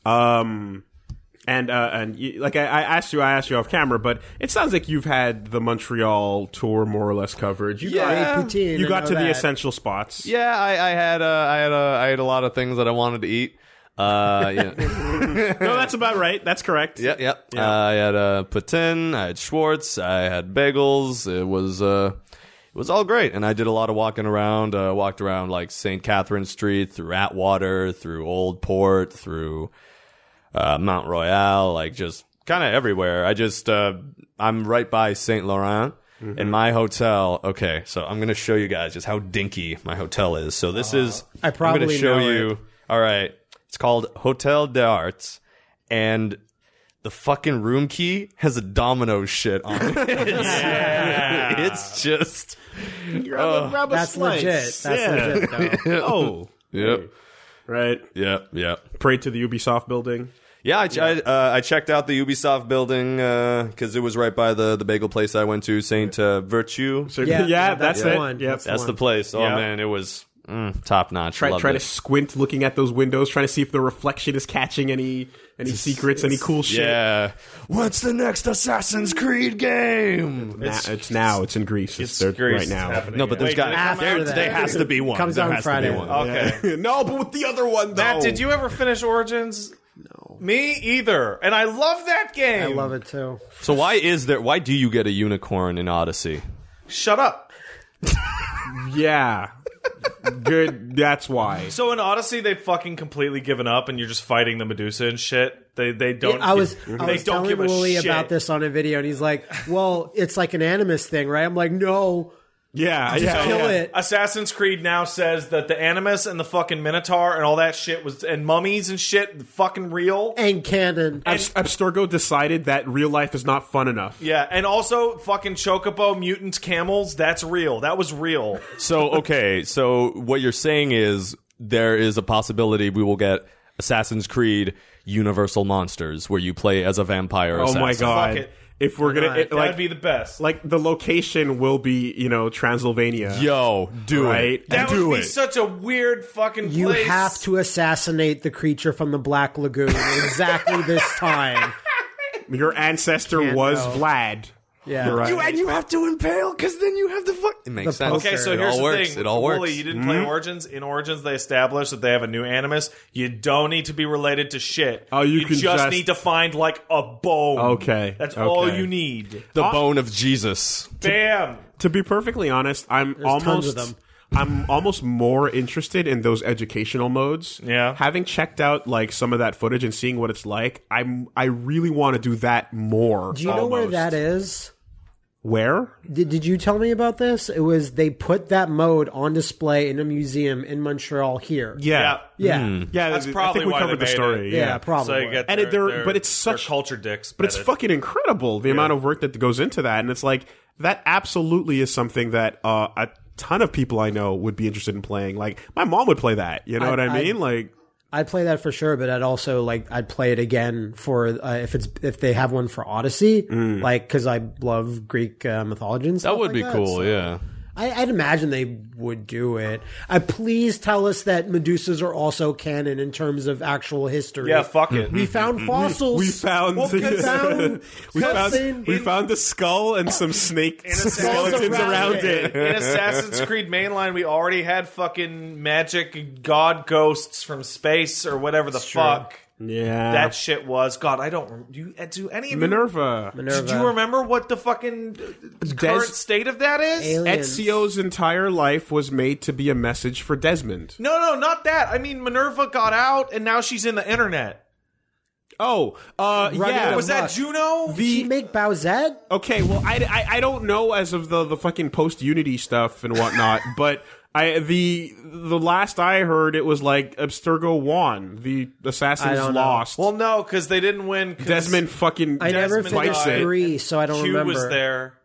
Speaker 1: Um, and uh, and you, like I, I asked you, I asked you off camera, but it sounds like you've had the Montreal tour more or less covered. You got-
Speaker 4: Yeah.
Speaker 3: Poutine,
Speaker 1: you
Speaker 3: I
Speaker 1: got
Speaker 3: know
Speaker 1: to the
Speaker 3: that.
Speaker 1: essential spots.
Speaker 4: Yeah, I, I had uh, I had uh, I had a lot of things that I wanted to eat. Uh, yeah.
Speaker 1: No, that's about right. That's correct.
Speaker 4: Yep, yep. I had uh, Patin, I had Schwartz, I had bagels. It was uh, it was all great, and I did a lot of walking around. Uh, walked around like St. Catherine Street, through Atwater, through Old Port, through uh, Mount Royal, like just kind of everywhere. I just uh, I'm right by St. Laurent.
Speaker 3: Mm-hmm.
Speaker 4: And my hotel, okay, so I'm gonna show you guys just how dinky my hotel is. So this is
Speaker 3: Uh, I probably
Speaker 4: am gonna show
Speaker 3: know
Speaker 4: you. All right, it's called Hotel des Arts, and the fucking room key has a domino shit on it. it's just
Speaker 3: That's legit. That's legit though.
Speaker 1: oh,
Speaker 4: yep,
Speaker 1: right.
Speaker 4: yep, yep.
Speaker 1: Pray to the Ubisoft building.
Speaker 4: Yeah, I, ch- I, uh, I checked out the Ubisoft building because it was right by the the bagel place I went to, Saint uh, Virtue.
Speaker 1: So-
Speaker 3: Yeah,
Speaker 1: yeah,
Speaker 3: yeah,
Speaker 1: that's,
Speaker 3: that's the
Speaker 1: it.
Speaker 3: one.
Speaker 1: Yep.
Speaker 3: That's the
Speaker 4: That's the place. Oh
Speaker 1: Yeah.
Speaker 4: man, it was mm, top notch.
Speaker 1: Try,
Speaker 4: Loved
Speaker 1: try
Speaker 4: it.
Speaker 1: to squint, looking at those windows, trying to see if the reflection is catching any any secrets, any cool shit.
Speaker 4: yeah. What's the next Assassin's Creed game?
Speaker 1: Na- it's, now. It's in Greece. It's, there
Speaker 2: Greece
Speaker 1: right
Speaker 2: is
Speaker 1: now.
Speaker 2: happening.
Speaker 4: No, but there's
Speaker 2: Wait, did it come
Speaker 4: got there,
Speaker 3: after that?
Speaker 4: there has to be one.
Speaker 3: Comes
Speaker 4: there
Speaker 3: out on
Speaker 4: has To
Speaker 3: Friday.
Speaker 4: be one.
Speaker 2: Okay.
Speaker 1: no, but with the other one though.
Speaker 2: Matt, did you ever finish Origins? No. Me either. And I love that game.
Speaker 3: I love it too.
Speaker 4: So why is there? Why do you get a unicorn in Odyssey?
Speaker 2: Shut up.
Speaker 1: Yeah. Good. That's why.
Speaker 2: So in Odyssey, they've fucking completely given up, and you're just fighting the Medusa and shit. They they don't.
Speaker 3: I was
Speaker 2: They
Speaker 3: I was
Speaker 2: don't
Speaker 3: telling
Speaker 2: give a
Speaker 3: Wooly
Speaker 2: shit.
Speaker 3: about this on a video, and he's like, "Well, it's like an animus thing, right?" I'm like, "No,
Speaker 1: Yeah. Yeah.
Speaker 3: kill
Speaker 1: yeah.
Speaker 3: it."
Speaker 2: Assassin's Creed now says that the Animus and the fucking Minotaur and all that shit was and mummies and shit fucking real.
Speaker 3: And canon.
Speaker 1: Abs- Abstergo decided that real life is not fun enough.
Speaker 2: yeah, and also fucking Chocobo mutants camels. That's real. That was real.
Speaker 4: So okay, so what you're saying is there is a possibility we will get Assassin's Creed Universal Monsters, where you play as a vampire.
Speaker 1: Oh my
Speaker 4: assassin.
Speaker 1: god.
Speaker 2: Fuck it.
Speaker 1: If we're gonna it,
Speaker 2: That'd
Speaker 1: like
Speaker 2: be the best.
Speaker 1: like the location will be you know Transylvania.
Speaker 4: Yo, do
Speaker 1: Right?
Speaker 4: it.
Speaker 2: that
Speaker 4: do
Speaker 2: would
Speaker 4: it.
Speaker 2: be such a weird fucking.
Speaker 3: You
Speaker 2: place.
Speaker 3: have to assassinate the creature from the Black Lagoon exactly this time.
Speaker 1: Your ancestor
Speaker 3: Can't
Speaker 1: was
Speaker 3: know.
Speaker 1: Vlad.
Speaker 3: Yeah.
Speaker 1: You're right.
Speaker 4: You- and you have to impale because then you have the fuck. It makes
Speaker 3: The
Speaker 4: sense.
Speaker 3: poster.
Speaker 2: Okay, so
Speaker 4: it
Speaker 2: here's
Speaker 4: all
Speaker 2: the
Speaker 4: works.
Speaker 2: thing.
Speaker 4: It all works.
Speaker 2: Wooly, you didn't
Speaker 1: Mm-hmm.
Speaker 2: play Origins. In Origins, they established that they have a new animus. You don't need to be related to shit.
Speaker 1: Oh, you can
Speaker 2: just,
Speaker 1: just-
Speaker 2: need to find like a bone.
Speaker 1: Okay,
Speaker 2: that's
Speaker 1: okay.
Speaker 2: all you need.
Speaker 4: the bone of Jesus.
Speaker 2: Bam.
Speaker 1: to be perfectly honest, I'm almost
Speaker 3: tons of them.
Speaker 1: I'm almost more interested in those educational modes.
Speaker 2: Yeah.
Speaker 1: Having checked out like some of that footage and seeing what it's like, I'm I really want to do that more.
Speaker 3: Do you know where that is?
Speaker 1: Where?
Speaker 3: Did, did you tell me about this? It was they put that mode on display in a museum in Montreal here.
Speaker 1: Yeah.
Speaker 3: Yeah.
Speaker 4: Hmm.
Speaker 1: Yeah,
Speaker 2: That's
Speaker 1: I think
Speaker 2: probably
Speaker 1: we
Speaker 2: why
Speaker 1: covered
Speaker 2: they
Speaker 1: the
Speaker 2: made
Speaker 1: story.
Speaker 2: it.
Speaker 1: Yeah.
Speaker 3: Yeah, probably.
Speaker 2: So you get
Speaker 1: And it-
Speaker 2: their-
Speaker 1: they're-
Speaker 2: their-
Speaker 1: but it's
Speaker 2: their
Speaker 1: such-
Speaker 2: culture dicks.
Speaker 1: But it's
Speaker 2: that it-
Speaker 1: fucking incredible the amount of work that goes into that. And it's like, that absolutely is something that uh, a ton of people I know would be interested in playing. Like, my mom would play that. You know
Speaker 3: I-
Speaker 1: what I
Speaker 3: I-
Speaker 1: mean? like,
Speaker 3: I'd play that for sure, but I'd also like I'd play it again for uh, if it's if they have one for Odyssey, like because I love Greek uh, mythology and stuff.
Speaker 4: Hmm. That would
Speaker 3: like
Speaker 4: be cool,
Speaker 3: so
Speaker 4: yeah.
Speaker 3: I, I'd imagine they would do it. I please tell us that Medusas are also canon in terms of actual history.
Speaker 2: Yeah, fuck it. Mm-hmm.
Speaker 3: we found fossils.
Speaker 1: we found,
Speaker 3: Well, 'cause found
Speaker 1: we
Speaker 3: cussing.
Speaker 1: found, we found the skull and some snake skeletons
Speaker 3: around
Speaker 1: around
Speaker 3: it.
Speaker 1: it.
Speaker 2: In Assassin's Creed Mainline, we already had fucking magic god ghosts from space or whatever the fuck
Speaker 1: Yeah.
Speaker 2: that shit was. God, I don't. Do, you, do any of you?
Speaker 1: Minerva.
Speaker 2: Did you remember what the fucking current state of that is?
Speaker 3: Aliens.
Speaker 1: Ezio's entire life was made to be a message for Desmond.
Speaker 2: No, no, not that. I mean, Minerva got out, and now she's in the internet.
Speaker 1: Oh, uh,
Speaker 3: Running
Speaker 1: yeah.
Speaker 3: out of
Speaker 2: Was that
Speaker 3: luck.
Speaker 2: Juno?
Speaker 1: The-
Speaker 3: Did she make Bowsette?
Speaker 2: Oh,
Speaker 1: Okay, well, I, I, I don't know as of the, the fucking post Unity stuff and whatnot, but I the the last I heard, it was like Abstergo won the
Speaker 3: I
Speaker 1: assassins
Speaker 3: don't know.
Speaker 1: lost.
Speaker 2: well, no, because they didn't win. 'cause
Speaker 1: Desmond fucking
Speaker 3: I never
Speaker 2: Desmond
Speaker 1: fights
Speaker 3: finished
Speaker 2: died.
Speaker 1: it.
Speaker 3: three, so I don't
Speaker 2: Q
Speaker 3: remember.
Speaker 2: was there.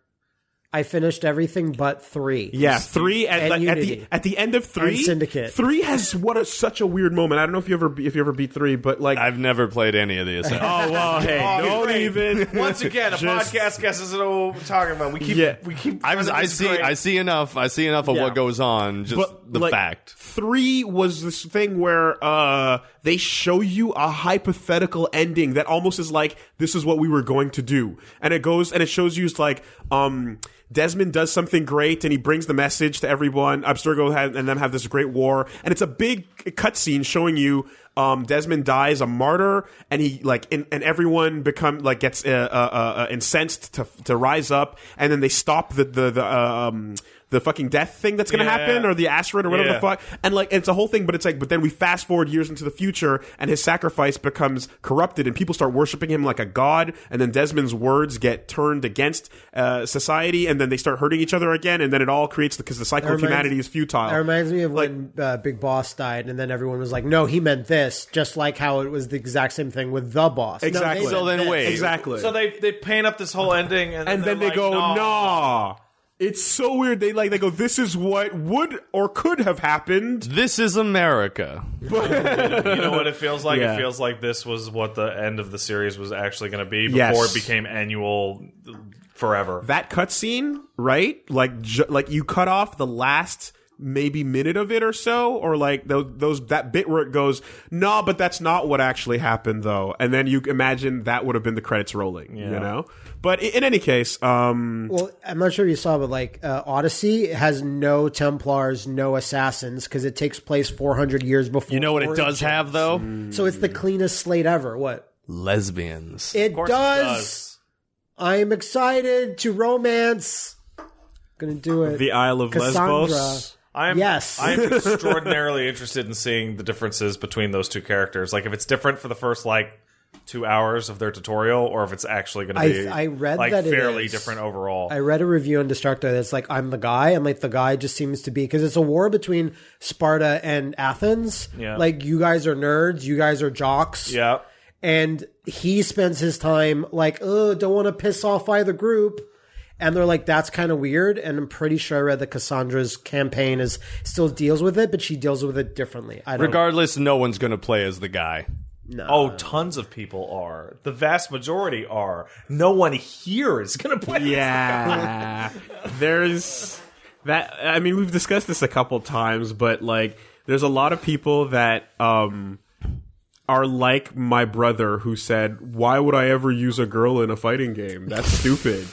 Speaker 3: I finished everything but three.
Speaker 1: Yeah, three at,
Speaker 3: And
Speaker 1: like, at the
Speaker 3: Unity.
Speaker 1: at the end of three.
Speaker 3: And Syndicate.
Speaker 1: Three has what a such a weird moment. I don't know if you ever be- if you ever beat three, but like
Speaker 4: I've never played any of these.
Speaker 1: oh well, hey,
Speaker 2: Oh,
Speaker 1: don't
Speaker 2: great.
Speaker 1: even
Speaker 2: Once again, a
Speaker 1: Just-
Speaker 2: podcast guest doesn't know what we're talking about. We keep,
Speaker 1: Yeah.
Speaker 2: we keep.
Speaker 4: I, I see. I see enough. I see enough of
Speaker 1: Yeah.
Speaker 4: what goes on. Just the
Speaker 1: like,
Speaker 4: fact.
Speaker 1: Three was this thing where uh, they show you a hypothetical ending that almost is like this is what we were going to do, and it goes and it shows you it's like um, Desmond does something great and he brings the message to everyone. Abstergo had, and them have this great war, and it's a big cutscene showing you. Um, Desmond dies a martyr, and he like and, and everyone become like gets uh, uh, uh, incensed to to rise up, and then they stop the the the uh, um, the fucking death thing that's gonna
Speaker 2: Yeah.
Speaker 1: happen, or the asteroid, or whatever the
Speaker 2: Yeah.
Speaker 1: fuck. And like, it's a whole thing, but it's like, but then we fast forward years into the future, and his sacrifice becomes corrupted, and people start worshiping him like a god. And then Desmond's words get turned against uh, society, and then they start hurting each other again, and then it all creates because the cycle
Speaker 3: That
Speaker 1: of
Speaker 3: reminds-
Speaker 1: humanity is futile.
Speaker 3: That reminds me of when uh, Big Boss died, and then everyone was like, "No, he meant this," just like how it was the exact same thing with the boss. No, they
Speaker 1: exactly.
Speaker 4: So
Speaker 3: meant
Speaker 4: then
Speaker 3: this.
Speaker 4: wait.
Speaker 1: exactly.
Speaker 2: So they they paint up this whole ending, and,
Speaker 1: and then they
Speaker 2: they're
Speaker 1: go,
Speaker 2: like,
Speaker 1: nah.
Speaker 2: "No."
Speaker 1: It's so weird. They like they go. This is what would or could have happened.
Speaker 4: This is America.
Speaker 2: You know what it feels like?
Speaker 1: Yeah.
Speaker 2: It feels like this was what the end of the series was actually going to be before
Speaker 1: Yes.
Speaker 2: it became annual forever.
Speaker 1: that cutscene, right? Like, ju- like you cut off the last maybe minute of it or so, or like those, those that bit where it goes, nah, but that's not what actually happened though. And then you imagine that would have been the credits rolling, you know. But i- in any case, um,
Speaker 3: Well, I'm not sure if you saw, but like uh, Odyssey has no Templars, no assassins, because it takes place 400 years before.
Speaker 4: You know what it
Speaker 3: Origins.
Speaker 4: does have though?
Speaker 3: So it's the cleanest slate ever. What
Speaker 4: Lesbians.
Speaker 3: it does.
Speaker 2: Of course it does.
Speaker 3: I'm excited to romance. Gonna do it.
Speaker 1: Isle of
Speaker 3: Cassandra.
Speaker 2: I'm
Speaker 3: Yes.
Speaker 2: I'm extraordinarily interested in seeing the differences between those two characters. Like if it's different for the first like two hours of their tutorial, or if it's actually going to
Speaker 3: I-
Speaker 2: be
Speaker 3: I read
Speaker 2: like
Speaker 3: that it
Speaker 2: fairly
Speaker 3: is.
Speaker 2: different overall.
Speaker 3: I read a review on Destructo that's like, I'm the guy, and like the guy just seems to be because it's a war between Sparta and Athens.
Speaker 2: Yeah.
Speaker 3: Like you guys are nerds, you guys are jocks.
Speaker 2: yeah,
Speaker 3: And he spends his time like, oh, don't want to piss off either group. And they're like, that's kind of weird. And I'm pretty sure I read that Cassandra's campaign is still deals with it, but she deals with it differently. I don't
Speaker 4: Regardless, no one's gonna play as the guy.
Speaker 2: Oh, tons of people are. The vast majority are. No one here is going to play.
Speaker 1: Yeah, there's that. I mean, we've discussed this a couple times, but like, there's a lot of people that um are like my brother who said, "Why would I ever use a girl in a fighting game? That's stupid."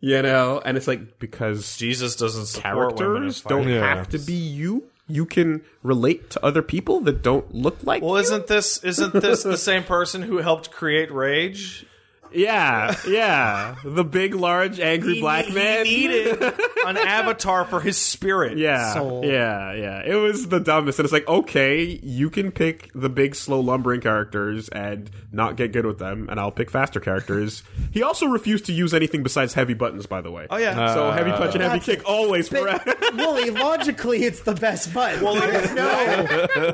Speaker 1: You know, and it's like because
Speaker 2: Jesus doesn't support women in
Speaker 1: characters
Speaker 2: fighting.
Speaker 1: don't have to be you. You can relate to other people that don't look like.
Speaker 2: Well,
Speaker 1: you.
Speaker 2: isn't this isn't this the same person who helped create Rage?
Speaker 1: Yeah, yeah. The big, large, angry black man.
Speaker 2: needed an avatar for his spirit.
Speaker 1: Yeah,
Speaker 3: Soul.
Speaker 1: yeah, yeah. It was the dumbest, and it's like, okay, you can pick the big, slow, lumbering characters and not get good with them, and I'll pick faster characters. he also refused to use anything besides heavy buttons, by the way. Oh
Speaker 2: yeah. Uh,
Speaker 1: so heavy punch and heavy
Speaker 3: That's-
Speaker 1: kick always forever.
Speaker 3: Wooly, logically, it's the best button.
Speaker 2: Well, and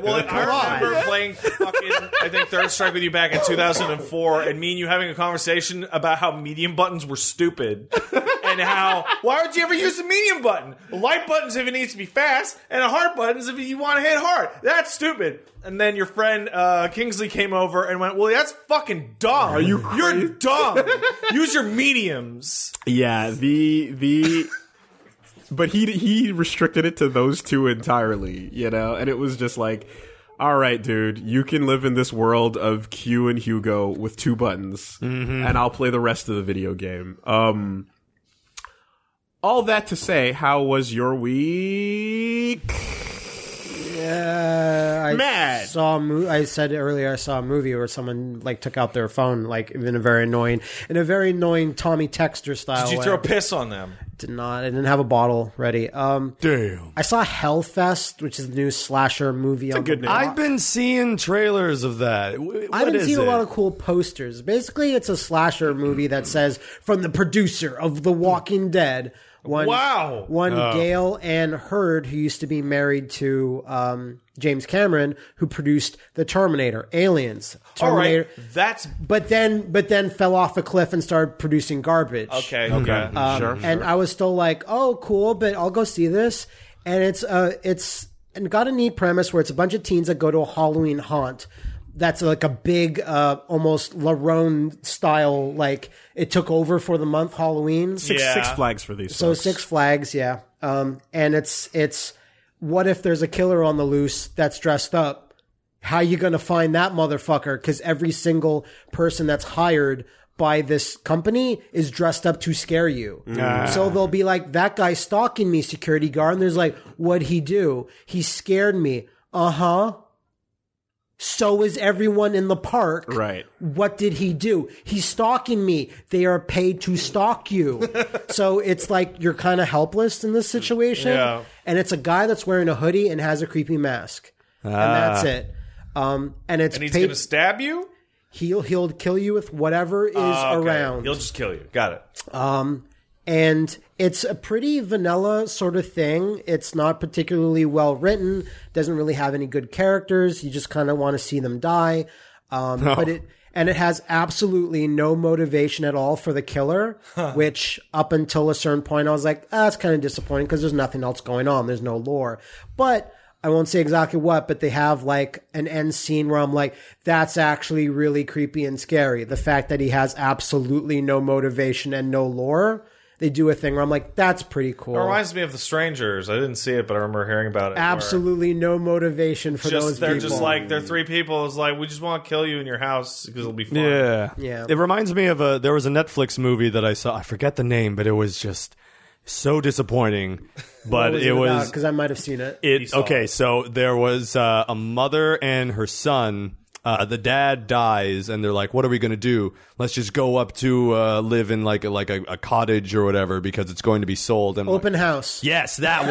Speaker 2: I
Speaker 3: on.
Speaker 2: remember playing fucking, I think Third Strike with you back in 2004, and me and you having a conversation about how medium buttons were stupid, and how why would you ever use the medium button? A light button's if it needs to be fast, and a hard button's if you want to hit hard. That's stupid. And then your friend uh, Kingsley came over and went, "Well, that's fucking dumb. Are
Speaker 1: you
Speaker 2: You're
Speaker 1: crazy?"
Speaker 2: dumb. Use your mediums."
Speaker 1: yeah, the the. But he he restricted it to those two entirely, you know, and it was just like, all right, dude, you can live in this world of Q and Hugo with two buttons, and I'll play the rest of the video game. Um. All that to say, how was your week?
Speaker 3: Uh, I
Speaker 1: Mad.
Speaker 3: saw. A mo- I said earlier, I saw a movie where someone like took out their phone, like in a very annoying, in a very annoying Tommy Texter style.
Speaker 2: Did you
Speaker 1: Oh,
Speaker 3: way.
Speaker 2: throw a piss on them?
Speaker 3: Did not. I didn't have a bottle ready. Um, Damn. I saw Hellfest, which is the new slasher movie. on
Speaker 1: good
Speaker 3: the
Speaker 1: name.
Speaker 3: block.
Speaker 4: I've been seeing trailers of that. W-
Speaker 3: I've
Speaker 4: what
Speaker 3: been
Speaker 4: is
Speaker 3: seeing
Speaker 4: it?
Speaker 3: a lot of cool posters. Basically, it's a slasher movie that says from the producer of The Walking Dead. One,
Speaker 2: Wow. Oh.
Speaker 3: One Gail Ann Hurd, who used to be married to um, James Cameron, who produced The Terminator, Aliens,
Speaker 2: All
Speaker 3: Terminator,
Speaker 2: right, that's
Speaker 3: but then but then fell off a cliff and started producing garbage.
Speaker 2: okay. Okay.
Speaker 3: Um,
Speaker 2: Mm-hmm.
Speaker 3: and I was still like, oh, cool, but I'll go see this. And it's uh, it's and got a neat premise where it's a bunch of teens that go to a Halloween haunt. That's like a big, uh, almost Larone style. Like it took over for the month Halloween.
Speaker 1: Six,
Speaker 2: Yeah.
Speaker 1: six flags for these.
Speaker 3: So
Speaker 1: folks.
Speaker 3: Six Flags, yeah. Um, and it's it's what if there's a killer on the loose that's dressed up? How you gonna find that motherfucker? Because every single person that's hired by this company is dressed up to scare you. So they'll be like, "That guy's stalking me, security guard." And there's like, "What'd he do? He scared me." Uh huh. So is everyone in the park.
Speaker 1: Right.
Speaker 3: What did he do? He's stalking me. They are paid to stalk you. so it's like you're kind of helpless in this situation.
Speaker 2: Yeah.
Speaker 3: And it's a guy that's wearing a hoodie and has a creepy mask. And that's it. Um, and it's
Speaker 2: Ah. and he's
Speaker 3: paid-
Speaker 2: gonna stab you.
Speaker 3: he'll he'll kill you with whatever is
Speaker 2: Ah, Okay,
Speaker 3: around.
Speaker 2: He'll just kill you. Got it.
Speaker 3: and it's a pretty vanilla sort of thing. It's not particularly well written. Doesn't really have any good characters. You just kind of want to see them die. Um, But it and it has absolutely no motivation at all for the killer. Which up until a certain point, I was like, ah, that's kind of disappointing because there's nothing else going on. There's no lore. But I won't say exactly what, but they have like an end scene where I'm like, that's actually really creepy and scary. The fact that he has absolutely no motivation and no lore, they do a thing where I'm like, that's pretty cool.
Speaker 2: It reminds me of The Strangers. I didn't see it, but I remember hearing about it.
Speaker 3: absolutely no motivation for
Speaker 2: where Just
Speaker 3: those
Speaker 2: they're
Speaker 3: people.
Speaker 2: just like they're three people. It's like we just want to kill you in your house because it'll be fun.
Speaker 4: Yeah.
Speaker 3: Yeah.
Speaker 4: It reminds me of a there was a Netflix movie that I saw. I forget the name, but it was just so disappointing. But it was
Speaker 3: because I might have seen it.
Speaker 4: it okay, so there was uh, a mother and her son uh, the dad dies, and they're like, "What are we gonna do? Let's just go up to uh, live in like a, like a, a cottage or whatever because it's going to be sold." And I'm
Speaker 3: Open
Speaker 4: like,
Speaker 3: house.
Speaker 4: yes, that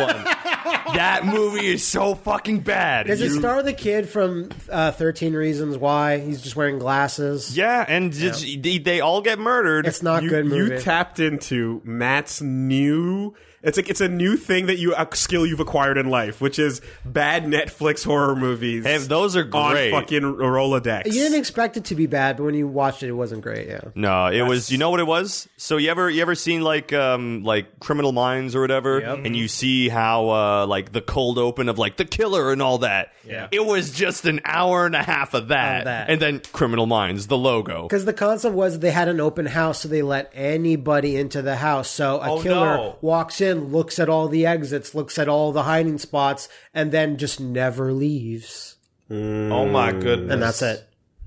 Speaker 4: one. that movie is so fucking bad.
Speaker 3: Does it
Speaker 4: You-
Speaker 3: star the kid from uh, Thirteen Reasons Why? He's just wearing glasses.
Speaker 4: Yeah, and just- they, they all get murdered.
Speaker 3: It's not
Speaker 1: you,
Speaker 3: good movie.
Speaker 1: you tapped into Matt's new. It's like it's a new thing that you a skill you've acquired in life, which is bad Netflix horror movies.
Speaker 4: Hey, those are great.
Speaker 1: on fucking Rolodex.
Speaker 3: you didn't expect it to be bad, but when you watched it, it wasn't great. Yeah.
Speaker 4: No, it was. You know what it was? So you ever you ever seen like um like Criminal Minds or whatever, and you see how uh like the cold open of like the killer and all that. Yeah. It was just an hour and a half of that,
Speaker 3: Of that.
Speaker 4: and then Criminal Minds, the logo.
Speaker 3: Because the concept was they had an open house, so they let anybody into the house. So a
Speaker 2: Oh,
Speaker 3: killer
Speaker 2: no.
Speaker 3: walks in, looks at all the exits, looks at all the hiding spots, and then just never leaves.
Speaker 2: Oh my goodness.
Speaker 3: And that's it.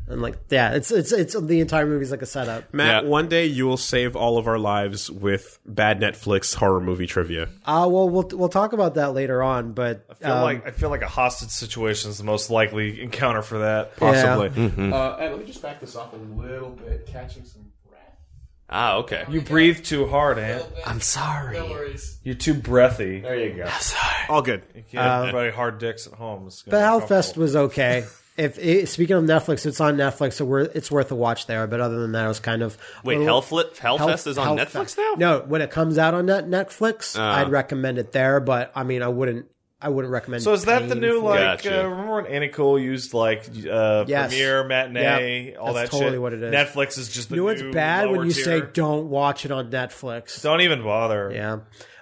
Speaker 3: And like, yeah, it's it's it's the entire movie's like a setup.
Speaker 1: Matt,
Speaker 4: Yeah.
Speaker 1: one day you will save all of our lives with bad Netflix horror movie trivia.
Speaker 3: Ah, well, we'll we'll talk about that later on, but
Speaker 2: I feel
Speaker 3: um,
Speaker 2: like I feel like a hostage situation is the most likely encounter for that.
Speaker 3: yeah.
Speaker 1: Possibly. Uh, Ed, let me just back this up a little bit, catching some breath.
Speaker 4: Ah, okay.
Speaker 2: You breathe too hard, Ant.
Speaker 4: I'm sorry.
Speaker 2: You're too breathy.
Speaker 1: There you go. All good.
Speaker 3: Uh,
Speaker 2: Yeah, everybody hard dicks at home. It's gonna
Speaker 3: But
Speaker 2: be
Speaker 3: Hellfest
Speaker 2: uncomfortable.
Speaker 3: was okay. If it, speaking of Netflix, it's on Netflix, so we're, it's worth a watch there. But other than that, it was kind of
Speaker 4: Wait,
Speaker 3: Well,
Speaker 4: Hellfli- Hellfest is on Netflix
Speaker 3: Hellfest. No,
Speaker 4: now.
Speaker 3: when it comes out on net
Speaker 2: Uh.
Speaker 3: Netflix, I'd recommend it there. But I mean, I wouldn't. I wouldn't recommend.
Speaker 2: So is that the new
Speaker 3: painfully.
Speaker 2: like?
Speaker 4: Gotcha.
Speaker 2: Uh, remember when Annie Cole used like uh,
Speaker 3: Yes.
Speaker 2: premiere matinee,
Speaker 3: Yep.
Speaker 2: all
Speaker 3: That's
Speaker 2: that shit?
Speaker 3: totally what it is.
Speaker 2: Netflix is just the
Speaker 3: You know what's
Speaker 2: new
Speaker 3: bad when
Speaker 2: lower
Speaker 3: you say
Speaker 2: tier.
Speaker 3: don't watch it on Netflix?
Speaker 2: Don't even bother.
Speaker 3: Yeah.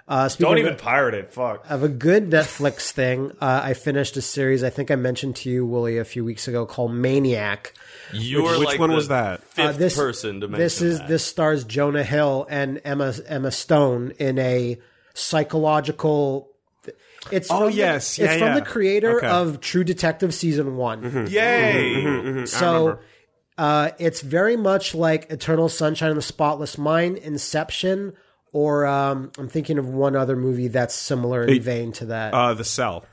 Speaker 3: Uh, speaking
Speaker 2: Don't
Speaker 3: of-
Speaker 2: even pirate it. Fuck.
Speaker 3: of a good Netflix thing. Uh, I finished a series. I think I mentioned to you, Wooly, a few weeks ago called Maniac.
Speaker 4: You were
Speaker 1: which
Speaker 4: like
Speaker 1: one
Speaker 4: the
Speaker 1: was that?
Speaker 3: Uh,
Speaker 4: Fifth person to mention
Speaker 3: this is
Speaker 4: that.
Speaker 3: this stars Jonah Hill and Emma Emma Stone in a psychological. It's
Speaker 1: Oh,
Speaker 3: from the-
Speaker 1: yes.
Speaker 3: it's
Speaker 1: Yeah,
Speaker 3: from
Speaker 1: yeah.
Speaker 3: the creator
Speaker 1: Okay. Mm-hmm.
Speaker 3: of True Detective season one.
Speaker 2: Yay!
Speaker 4: Mm-hmm,
Speaker 3: So uh, it's very much like Eternal Sunshine of the Spotless Mind, Inception, or um, I'm thinking of one other movie that's similar in vein to that.
Speaker 1: Uh, the cell.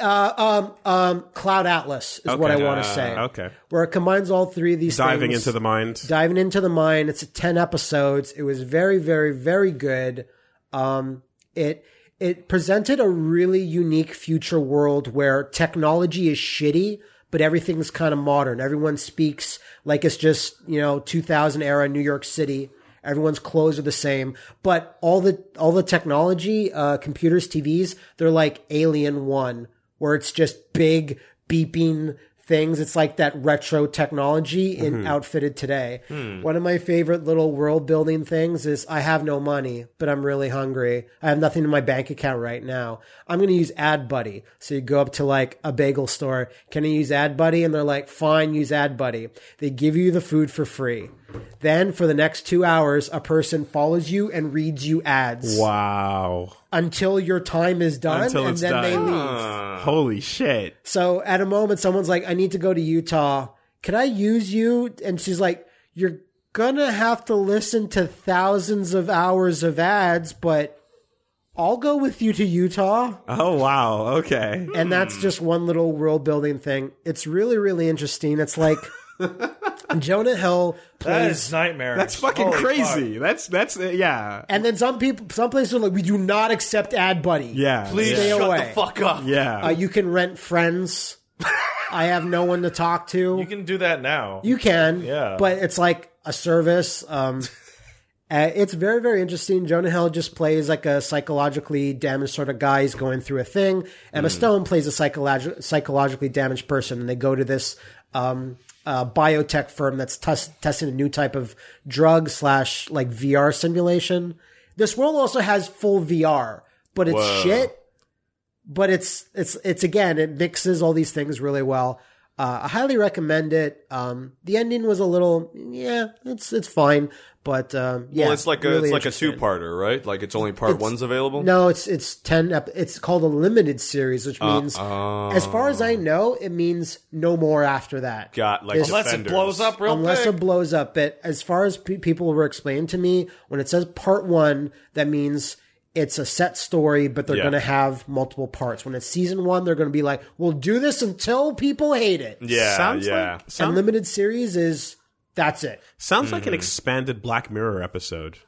Speaker 3: Uh, um, um, Cloud Atlas is what I
Speaker 1: Okay.
Speaker 3: want
Speaker 1: Uh,
Speaker 3: to say.
Speaker 1: okay.
Speaker 3: Where it combines all three of these
Speaker 1: Diving
Speaker 3: things.
Speaker 1: into the mind.
Speaker 3: diving into the mine. It's 10 episodes. It was very, very, very good. Um, it, it presented a really unique future world where technology is shitty, but everything's kind of modern. Everyone speaks like it's just, you know, 2000 era New York City. Everyone's clothes are the same, but all the, all the technology, uh, computers, TVs, they're like Alien One, where it's just big beeping things. It's like that retro technology in
Speaker 1: Mm-hmm.
Speaker 3: outfitted today.
Speaker 1: Hmm.
Speaker 3: One of my favorite little world building things is I have no money, but I'm really hungry. I have nothing in my bank account right now. I'm going to use AdBuddy. So you go up to like a bagel store. Can I use AdBuddy? And they're like, fine, use AdBuddy. They give you the food for free. Then for the next two hours, a person follows you and reads you ads
Speaker 1: Wow.
Speaker 3: until your time is done
Speaker 1: Until
Speaker 3: and
Speaker 1: it's
Speaker 3: then they
Speaker 1: done.
Speaker 3: leave.
Speaker 4: Ah.
Speaker 1: Holy shit.
Speaker 3: So at a moment, someone's like, I need to go to Utah. Can I use you? And she's like, You're gonna have to listen to thousands of hours of ads, but I'll go with you to Utah.
Speaker 1: Oh wow. Okay.
Speaker 3: And that's
Speaker 2: Mm.
Speaker 3: just one little world building thing. It's really, really interesting. It's like Jonah Hill
Speaker 2: That
Speaker 3: plays
Speaker 2: is nightmare.
Speaker 1: That's fucking
Speaker 2: Holy
Speaker 1: crazy. That's that's uh, yeah.
Speaker 3: and then some people some places are like, We do not accept ad buddy.
Speaker 1: Yeah.
Speaker 4: Please
Speaker 1: Yeah.
Speaker 3: stay
Speaker 4: shut
Speaker 3: away.
Speaker 4: the fuck up.
Speaker 1: Yeah.
Speaker 3: Uh, you can rent friends. I have no one to talk to.
Speaker 2: You can do that now.
Speaker 3: You can,
Speaker 2: Yeah.
Speaker 3: but it's like a service. Um, uh, it's very, very interesting. Jonah Hill just plays like a psychologically damaged sort of guy. He's going through a thing. Emma Stone plays a psycholog- psychologically damaged person, and they go to this um, uh, biotech firm that's tes- testing a new type of drug slash like VR simulation. This world also has full VR, but it's shit but it's it's it's again it mixes all these things really well. Uh, I highly recommend it. Um, the ending was a little yeah, it's it's fine, but um, yeah,
Speaker 4: Well, it's like a
Speaker 3: really
Speaker 4: it's like a
Speaker 3: interesting.
Speaker 4: two parter, right? Like it's only part one's available.
Speaker 3: No, it's it's ten. Ep- it's called a limited series, which
Speaker 4: Uh,
Speaker 3: means, as far as I know, it means no more after that.
Speaker 4: oh. Got like
Speaker 3: This-
Speaker 2: Unless
Speaker 4: Defenders.
Speaker 2: it blows up real
Speaker 3: Unless
Speaker 2: big.
Speaker 3: it blows up. But as far as pe- people were explaining to me, when it says part one, that means it's a set story, but they're
Speaker 4: Yeah.
Speaker 3: going to have multiple parts. When it's season one, they're going to be like, we'll do this until people hate it.
Speaker 4: Yeah,
Speaker 1: sounds
Speaker 4: yeah.
Speaker 1: like sound-
Speaker 3: Unlimited series is that's it.
Speaker 1: sounds like an expanded Black Mirror episode.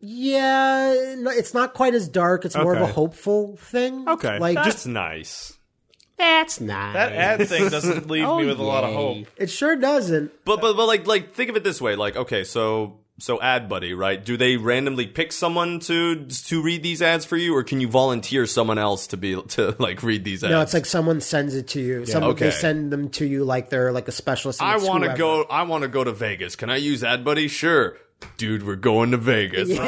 Speaker 3: Yeah, no, it's not quite as dark. It's more of a
Speaker 1: Okay.
Speaker 3: hopeful thing.
Speaker 1: Okay.
Speaker 3: Like,
Speaker 4: That's
Speaker 3: just,
Speaker 4: just nice.
Speaker 1: That's not.
Speaker 2: that ad thing doesn't leave
Speaker 3: Oh,
Speaker 2: me with a lot of hope.
Speaker 3: it sure doesn't.
Speaker 4: But but but like like think of it this way. Like okay, so so ad buddy, right? Do they randomly pick someone to to read these ads for you, or can you volunteer someone else to be to like read these ads?
Speaker 3: No, it's like someone sends it to you. Someone
Speaker 4: Okay.
Speaker 3: they send them to you like they're like a specialist. and
Speaker 4: I
Speaker 3: it's
Speaker 4: want to
Speaker 3: whoever.
Speaker 4: go. I want to go to Vegas. Can I use ad buddy? Sure, dude. We're going to Vegas.
Speaker 1: Right,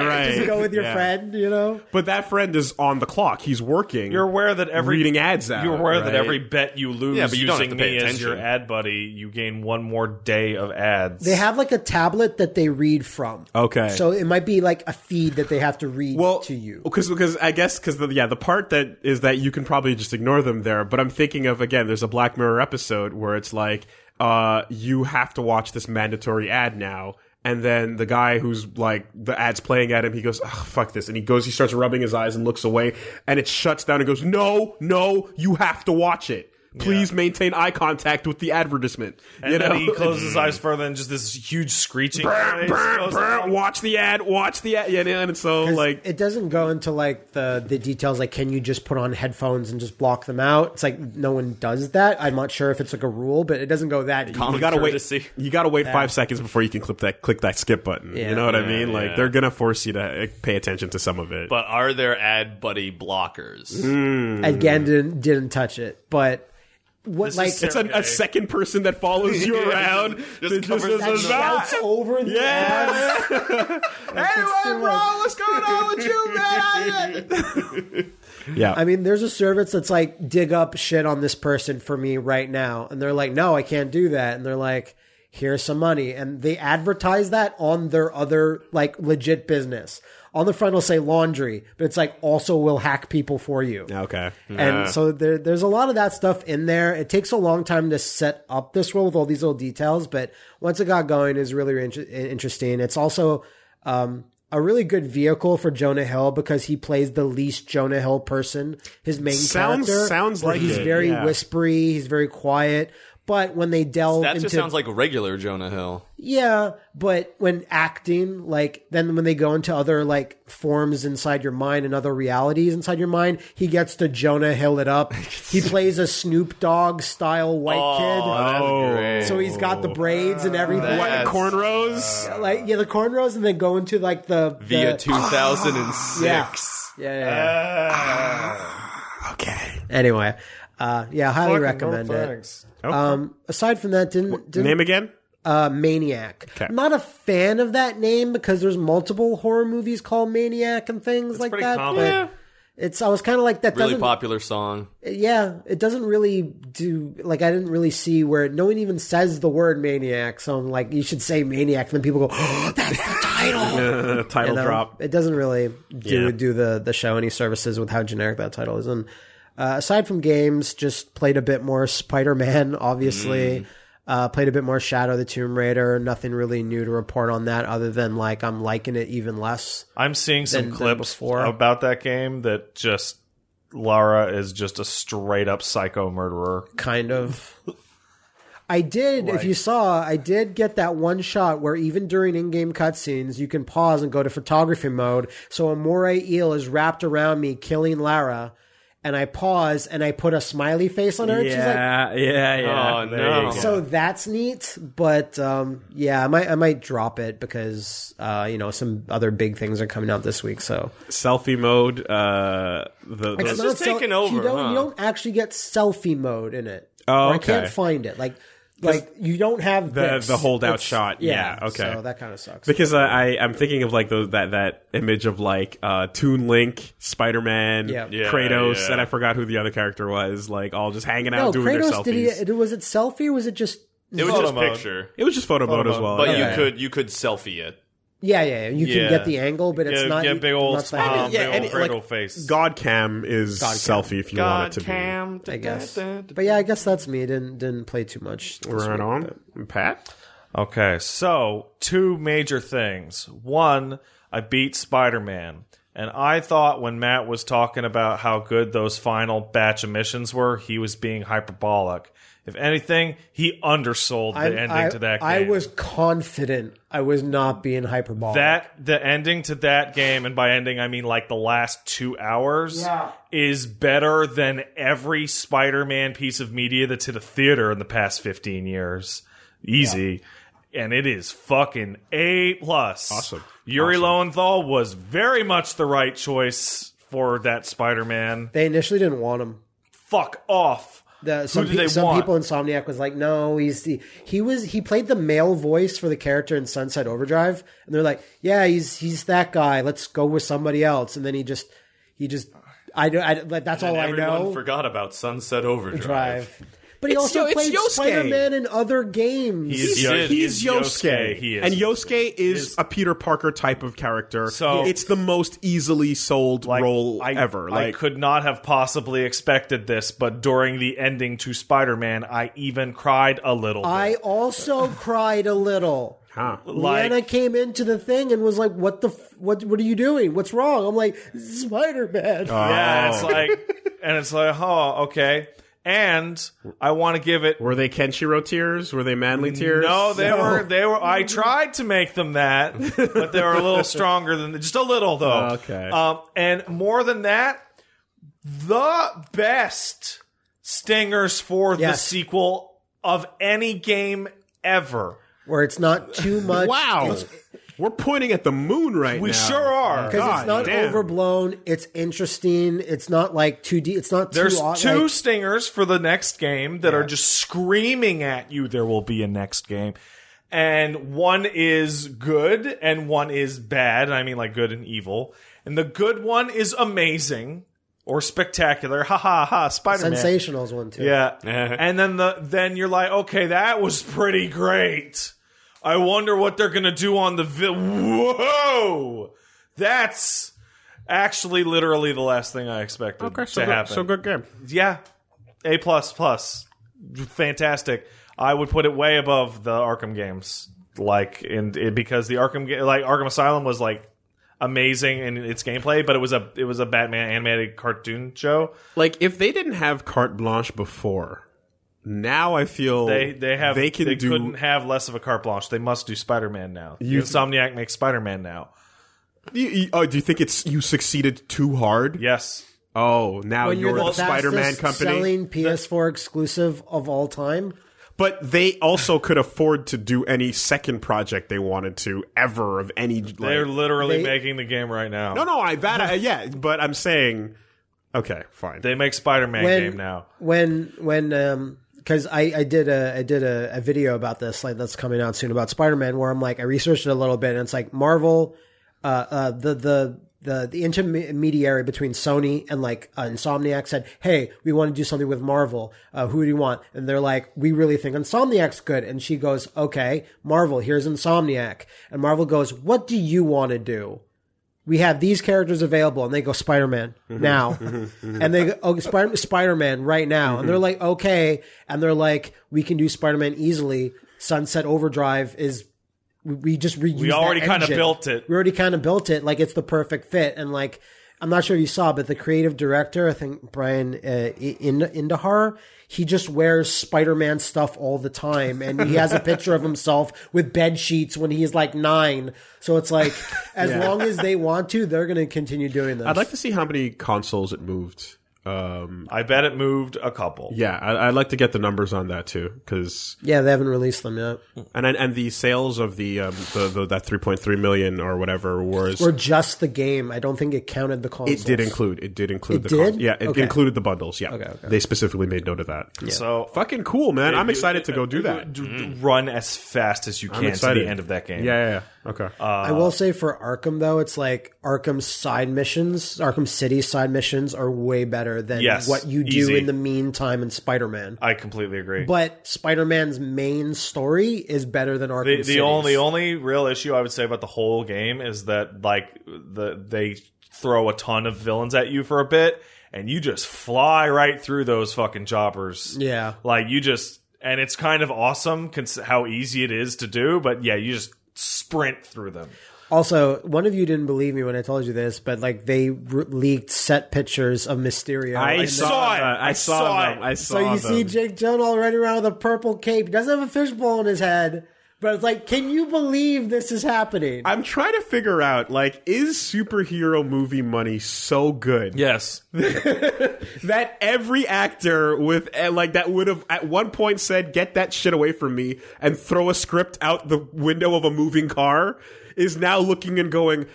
Speaker 1: right.
Speaker 3: Just go with your
Speaker 1: Yeah.
Speaker 3: friend, you know.
Speaker 1: But that friend is on the clock. He's working.
Speaker 2: You're aware that every
Speaker 1: reading ads out.
Speaker 2: You're aware
Speaker 1: right?
Speaker 2: that every bet you lose
Speaker 4: Yeah, but you don't
Speaker 2: using
Speaker 4: have to pay
Speaker 2: me as
Speaker 4: attention.
Speaker 2: your ad buddy, you gain one more day of ads.
Speaker 3: They have like a tablet that they read from.
Speaker 1: Okay.
Speaker 3: So it might be like a feed that they have to read
Speaker 1: well
Speaker 3: to you.
Speaker 1: because because I guess because the, yeah the part that is that you can probably just ignore them there. But I'm thinking of again. There's a Black Mirror episode where it's like uh you have to watch this mandatory ad now. And then the guy who's like the ad's playing at him, he goes, "Ugh, "Fuck this!" And he goes, he starts rubbing his eyes and looks away, and it shuts down and goes, "No, no, you have to watch it." Please maintain eye contact with the advertisement.
Speaker 2: And
Speaker 1: you
Speaker 2: then
Speaker 1: know,
Speaker 2: he closes
Speaker 3: Mm.
Speaker 2: his eyes further and just this huge screeching
Speaker 1: Brr,
Speaker 2: noise
Speaker 1: brr,
Speaker 2: goes
Speaker 1: brr,
Speaker 2: on.
Speaker 1: watch the ad. Watch the ad. Yeah, and it's so like
Speaker 3: it doesn't go into like the the details like can you just put on headphones and just block them out it's like no one does that i'm not sure if it's like a rule but it doesn't go that deep.
Speaker 1: you gotta
Speaker 4: courtesy.
Speaker 1: wait. You gotta wait five seconds before you can clip that click that skip button.
Speaker 3: Yeah.
Speaker 1: you know what I
Speaker 4: Yeah,
Speaker 1: mean? Like
Speaker 4: yeah.
Speaker 1: they're gonna force you to uh, pay attention to some of it.
Speaker 4: But are there ad buddy blockers?
Speaker 3: Mm. again didn't didn't touch it but what
Speaker 2: is
Speaker 3: like
Speaker 1: it's a, a second person that follows you around.
Speaker 4: Just
Speaker 1: that
Speaker 4: covers
Speaker 1: does
Speaker 4: that
Speaker 3: that
Speaker 1: this-
Speaker 3: shouts over the
Speaker 1: Yeah.
Speaker 3: Hey, bro,
Speaker 1: what's going on with you, man? yeah.
Speaker 3: I mean, there's a service that's like, dig up shit on this person for me right now. And they're like, no, I can't do that. And they're like, here's some money. And they advertise that on their other, like, legit business. On the front, it'll say laundry, but it's like, also will hack people for you.
Speaker 1: okay.
Speaker 3: And so there, there's a lot of that stuff in there. It takes a long time to set up this world with all these little details, but once it got going, is really inter- interesting. It's also um, a really good vehicle for Jonah Hill because he plays the least Jonah Hill person. His main
Speaker 1: Sounds-
Speaker 3: character
Speaker 1: sounds
Speaker 3: where
Speaker 1: like
Speaker 3: he's
Speaker 1: it,
Speaker 3: very
Speaker 1: yeah.
Speaker 3: whispery, he's very quiet. But when they delve
Speaker 4: That
Speaker 3: into
Speaker 4: just sounds like a regular Jonah Hill.
Speaker 3: yeah, but when acting, like then when they go into other like forms inside your mind and other realities inside your mind, he gets to Jonah Hill it up. he plays a Snoop Dogg style white
Speaker 1: Oh.
Speaker 3: kid, so he's got the braids and everything.
Speaker 1: What
Speaker 4: That's-
Speaker 1: cornrows?
Speaker 3: Like yeah, the cornrows, and then go into like the
Speaker 4: via
Speaker 3: the-
Speaker 4: 2006.
Speaker 3: Yeah, yeah. yeah,
Speaker 1: okay.
Speaker 4: Ah.
Speaker 3: yeah. anyway, uh, yeah, highly recommend it. Um, aside from that, didn't, didn't
Speaker 1: Name again?
Speaker 3: uh, Maniac. I'm not a fan of that name because there's multiple horror movies called Maniac and things like
Speaker 2: pretty
Speaker 3: that.
Speaker 2: common.
Speaker 3: but
Speaker 2: Yeah.
Speaker 3: It's I was kind of like that
Speaker 4: Really
Speaker 3: doesn't
Speaker 4: popular song.
Speaker 3: yeah it doesn't really do like I didn't really see where no one even says the word maniac so I'm like you should say maniac and then people go oh, that's the title
Speaker 1: title
Speaker 3: you know?
Speaker 1: drop.
Speaker 3: it doesn't really do
Speaker 1: Yeah.
Speaker 3: do the the show any services with how generic that title is and uh, aside from games just played a bit more Spider-Man obviously
Speaker 1: Mm.
Speaker 3: uh, played a bit more Shadow the Tomb Raider nothing really new to report on that other than like I'm liking it even less
Speaker 2: I'm seeing some
Speaker 3: Than- than
Speaker 2: clips
Speaker 3: before.
Speaker 2: about that game that just Lara is just a straight up psycho murderer.
Speaker 3: kind of. I did, if you saw, I did get that one shot where even during in game cutscenes, you can pause and go to photography mode. So a moray eel is wrapped around me, killing Lara. And I pause and I put a smiley face on her. And she's like,
Speaker 1: yeah, yeah.
Speaker 4: Oh,
Speaker 1: There
Speaker 4: no.
Speaker 1: you go.
Speaker 3: so that's neat. But um, yeah, I might, I might drop it because, uh, you know, some other big things are coming out this week. So
Speaker 1: Selfie mode. Uh, the, the-
Speaker 3: It's
Speaker 4: just
Speaker 3: not
Speaker 4: taken
Speaker 3: You
Speaker 4: over,
Speaker 3: don't,
Speaker 4: huh?
Speaker 3: you don't actually get selfie mode in it.
Speaker 1: Oh,
Speaker 3: Or I
Speaker 1: okay.
Speaker 3: can't find it. Like, like you don't have
Speaker 1: The-
Speaker 3: this.
Speaker 1: the holdout shot. Yeah, okay.
Speaker 3: So that kind of sucks.
Speaker 1: because I, I I'm thinking of like those that that image of like uh Toon Link, Spider Man,
Speaker 3: Yeah. Yeah,
Speaker 1: Kratos,
Speaker 4: yeah.
Speaker 1: and I forgot who the other character was. Like all just hanging out
Speaker 3: no,
Speaker 1: doing their
Speaker 3: Kratos
Speaker 1: selfies.
Speaker 3: did he? Was it selfie or was it just?
Speaker 4: It was
Speaker 2: Photo
Speaker 4: just
Speaker 2: mode.
Speaker 4: picture,
Speaker 1: It was just photo, mode as
Speaker 2: mode.
Speaker 1: well.
Speaker 4: but
Speaker 3: Okay.
Speaker 4: you could you could selfie it.
Speaker 3: Yeah, yeah. yeah. You
Speaker 4: Yeah.
Speaker 3: can get the angle, but it's
Speaker 2: Yeah,
Speaker 3: not. e-,
Speaker 2: yeah, big old
Speaker 3: not that-
Speaker 2: smile,
Speaker 1: yeah, and
Speaker 2: big old
Speaker 1: it,
Speaker 2: cradle
Speaker 1: like,
Speaker 2: face.
Speaker 1: God Cam is selfie if you want it to
Speaker 3: I guess. But yeah, I guess that's me. Didn't didn't play too much.
Speaker 1: be. Right on, Pat.
Speaker 2: Okay, so two major things. One, I beat Spider Man. And I thought when Matt was talking about how good those final batch of missions were, he was being hyperbolic. If anything, he undersold the
Speaker 3: I'm-
Speaker 2: ending
Speaker 3: I,
Speaker 2: to that game.
Speaker 3: I was confident I was not being hyperbolic.
Speaker 2: that the ending to that game, and by ending I mean like the last two hours, is better than every Spider-Man piece of media that's hit a theater in the past fifteen years. Easy, and it is fucking a plus.
Speaker 1: Awesome.
Speaker 2: Yuri Lowenthal was very much the right choice for that Spider-Man.
Speaker 3: they initially didn't want him.
Speaker 2: Fuck off.
Speaker 3: The, some
Speaker 2: do
Speaker 3: pe-
Speaker 2: they
Speaker 3: some
Speaker 2: want?
Speaker 3: people Insomniac was like, no, he's the, he was he played the male voice for the character in Sunset Overdrive, and they're like, yeah, he's he's that guy. Let's go with somebody else, and then he just he just I don't I, like, that's all Oh, I
Speaker 4: Everyone
Speaker 3: know.
Speaker 4: forgot about Sunset Overdrive.
Speaker 3: Drive. But he
Speaker 1: yo-
Speaker 3: also
Speaker 1: it's
Speaker 3: played
Speaker 1: Yosuke.
Speaker 3: Spider Man in other games.
Speaker 2: He's-
Speaker 1: He's,
Speaker 4: Yo-
Speaker 1: he's
Speaker 2: he's
Speaker 1: Yosuke,
Speaker 2: Yosuke, he is.
Speaker 1: and Yosuke is, a Peter Parker type of character.
Speaker 2: So-
Speaker 1: it's the most easily sold
Speaker 2: like,
Speaker 1: role
Speaker 2: I,
Speaker 1: ever.
Speaker 2: I
Speaker 1: like
Speaker 2: could not have possibly expected this, but during the ending to Spider-Man, I even cried a little. bit.
Speaker 3: I also cried a little.
Speaker 1: huh.
Speaker 2: Like-
Speaker 3: Lana came into the thing and was like, "What the? F- what? What are you doing? What's wrong?" I'm like, "Spider Man."
Speaker 2: Yeah, it's like, and it's like, oh, okay. and I want to give it.
Speaker 1: Were they Kenshiro tears? Were they manly tears?
Speaker 2: No, they were they were. I tried to make them that, but they were a little stronger than just a little though.
Speaker 1: Okay.
Speaker 2: Um, and more than that, the best stingers for the
Speaker 3: Yes.
Speaker 2: sequel of any game ever.
Speaker 3: where it's not too much.
Speaker 1: Wow. We're pointing at the moon right
Speaker 2: We
Speaker 1: now.
Speaker 2: sure are.
Speaker 3: Because it's
Speaker 1: God
Speaker 3: not
Speaker 1: damn.
Speaker 3: overblown. It's interesting. It's not like too deep. It's not too.
Speaker 2: There's
Speaker 3: odd,
Speaker 2: two
Speaker 3: like-
Speaker 2: stingers for the next game that are just screaming at you. There will be a next game, and one is good and one is bad. I mean, like good and evil. And the good one is amazing or spectacular. Ha ha ha! Spider Man.
Speaker 3: sensationals one too.
Speaker 2: Yeah. and then the then you're like, okay, that was pretty great. I wonder what they're gonna do on the vi- whoa. That's actually literally the last thing I expected
Speaker 1: Okay,
Speaker 2: to
Speaker 1: so, good,
Speaker 2: happen
Speaker 1: so good game.
Speaker 2: yeah, A plus plus, fantastic. I would put it way above the Arkham games, like in it, because the Arkham ga- like Arkham Asylum was like amazing in its gameplay, but it was a it was a Batman animated cartoon show.
Speaker 1: Like if they didn't have carte blanche before, now I feel
Speaker 2: They they have
Speaker 1: they can do
Speaker 2: couldn't have less of a carte blanche. They must do Spider Man now. Insomniac makes Spider Man now.
Speaker 1: You- you- oh, do you think it's you succeeded too hard?
Speaker 2: Yes,
Speaker 1: Oh, now
Speaker 3: When
Speaker 1: you're,
Speaker 3: you're the
Speaker 1: the Spider-Man
Speaker 3: fastest
Speaker 1: company.
Speaker 3: selling PS4 exclusive of all time.
Speaker 1: But they also could afford to do any second project they wanted to ever of any. Like,
Speaker 2: they're literally
Speaker 3: They-
Speaker 2: making the game right now.
Speaker 1: no, no, I that I, yeah. But I'm saying, okay, fine.
Speaker 2: They make Spider Man
Speaker 3: When-
Speaker 2: game now.
Speaker 3: when when um because I, I did a I did a, a video about this like that's coming out soon about Spider Man where I'm like I researched it a little bit and it's like Marvel, uh, uh the the the the intermediary between Sony and like uh, Insomniac said hey we want to do something with Marvel uh, who do you want and they're like we really think Insomniac's good and she goes okay Marvel here's Insomniac and Marvel goes what do you want to do we have these characters available and they go spider-man now and they go oh, Spider- spider-man right now and they're like okay and they're like we can do spider-man easily sunset overdrive is we, we just reused
Speaker 2: We already
Speaker 3: that
Speaker 2: kind of
Speaker 3: engine.
Speaker 2: built it.
Speaker 3: we already kind of built it like it's the perfect fit and like i'm not sure if you saw but the creative director i think brian uh, I- in indahar he just wears spider-man stuff all the time and he has a picture of himself with bed sheets when he's like nine so it's like as long as they want to they're going to continue doing this
Speaker 1: I'd like to see how many consoles it moved. Um,
Speaker 2: I bet it moved a couple.
Speaker 1: yeah, I, I'd like to get the numbers on that too, because
Speaker 3: yeah they haven't released them yet
Speaker 1: and and- and the sales of the um the, the that 3.3 million or whatever was
Speaker 3: or just the game i don't think it counted the consoles
Speaker 1: it did include it did include
Speaker 3: It
Speaker 1: the cons-
Speaker 3: did?
Speaker 1: yeah it
Speaker 3: Okay.
Speaker 1: included the bundles yeah
Speaker 3: okay.
Speaker 1: they specifically made note of that
Speaker 2: So
Speaker 1: fucking cool man I'm excited to go do that
Speaker 2: D- d- Run as fast as you can to
Speaker 1: Mm. excited.
Speaker 2: the end of that game.
Speaker 1: yeah yeah, yeah. okay
Speaker 3: I
Speaker 2: Uh,
Speaker 3: will say for Arkham though, it's like Arkham's side missions, Arkham City side missions are way better than
Speaker 2: Yes,
Speaker 3: what you do
Speaker 2: easy.
Speaker 3: in the meantime in Spider Man.
Speaker 2: I completely agree.
Speaker 3: But Spider Man's main story is better than Arkham
Speaker 2: the,
Speaker 3: City's.
Speaker 2: the only only real issue I would say about the whole game is that like the they throw a ton of villains at you for a bit and you just fly right through those fucking choppers.
Speaker 3: Yeah.
Speaker 2: Like you just and it's kind of awesome cons- how easy it is to do, but yeah, you just sprint through them.
Speaker 3: Also, one of you didn't believe me when I told you this, but like they re- leaked set pictures of Mysterio.
Speaker 1: I,
Speaker 3: in the-
Speaker 1: saw
Speaker 2: saw it.
Speaker 1: that. I
Speaker 2: I
Speaker 1: saw,
Speaker 2: saw
Speaker 1: them.
Speaker 2: it.
Speaker 1: I
Speaker 3: so
Speaker 1: saw
Speaker 3: you
Speaker 1: them.
Speaker 3: see Jake Gyllenhaal running around with a purple cape. He doesn't have a fishbowl in his head, but it's like, can you believe this is happening?
Speaker 1: I'm trying to figure out like is superhero movie money so good
Speaker 2: Yes.
Speaker 1: that every actor with eh, like that would have at one point said get that shit away from me and throw a script out the window of a moving car is now looking and going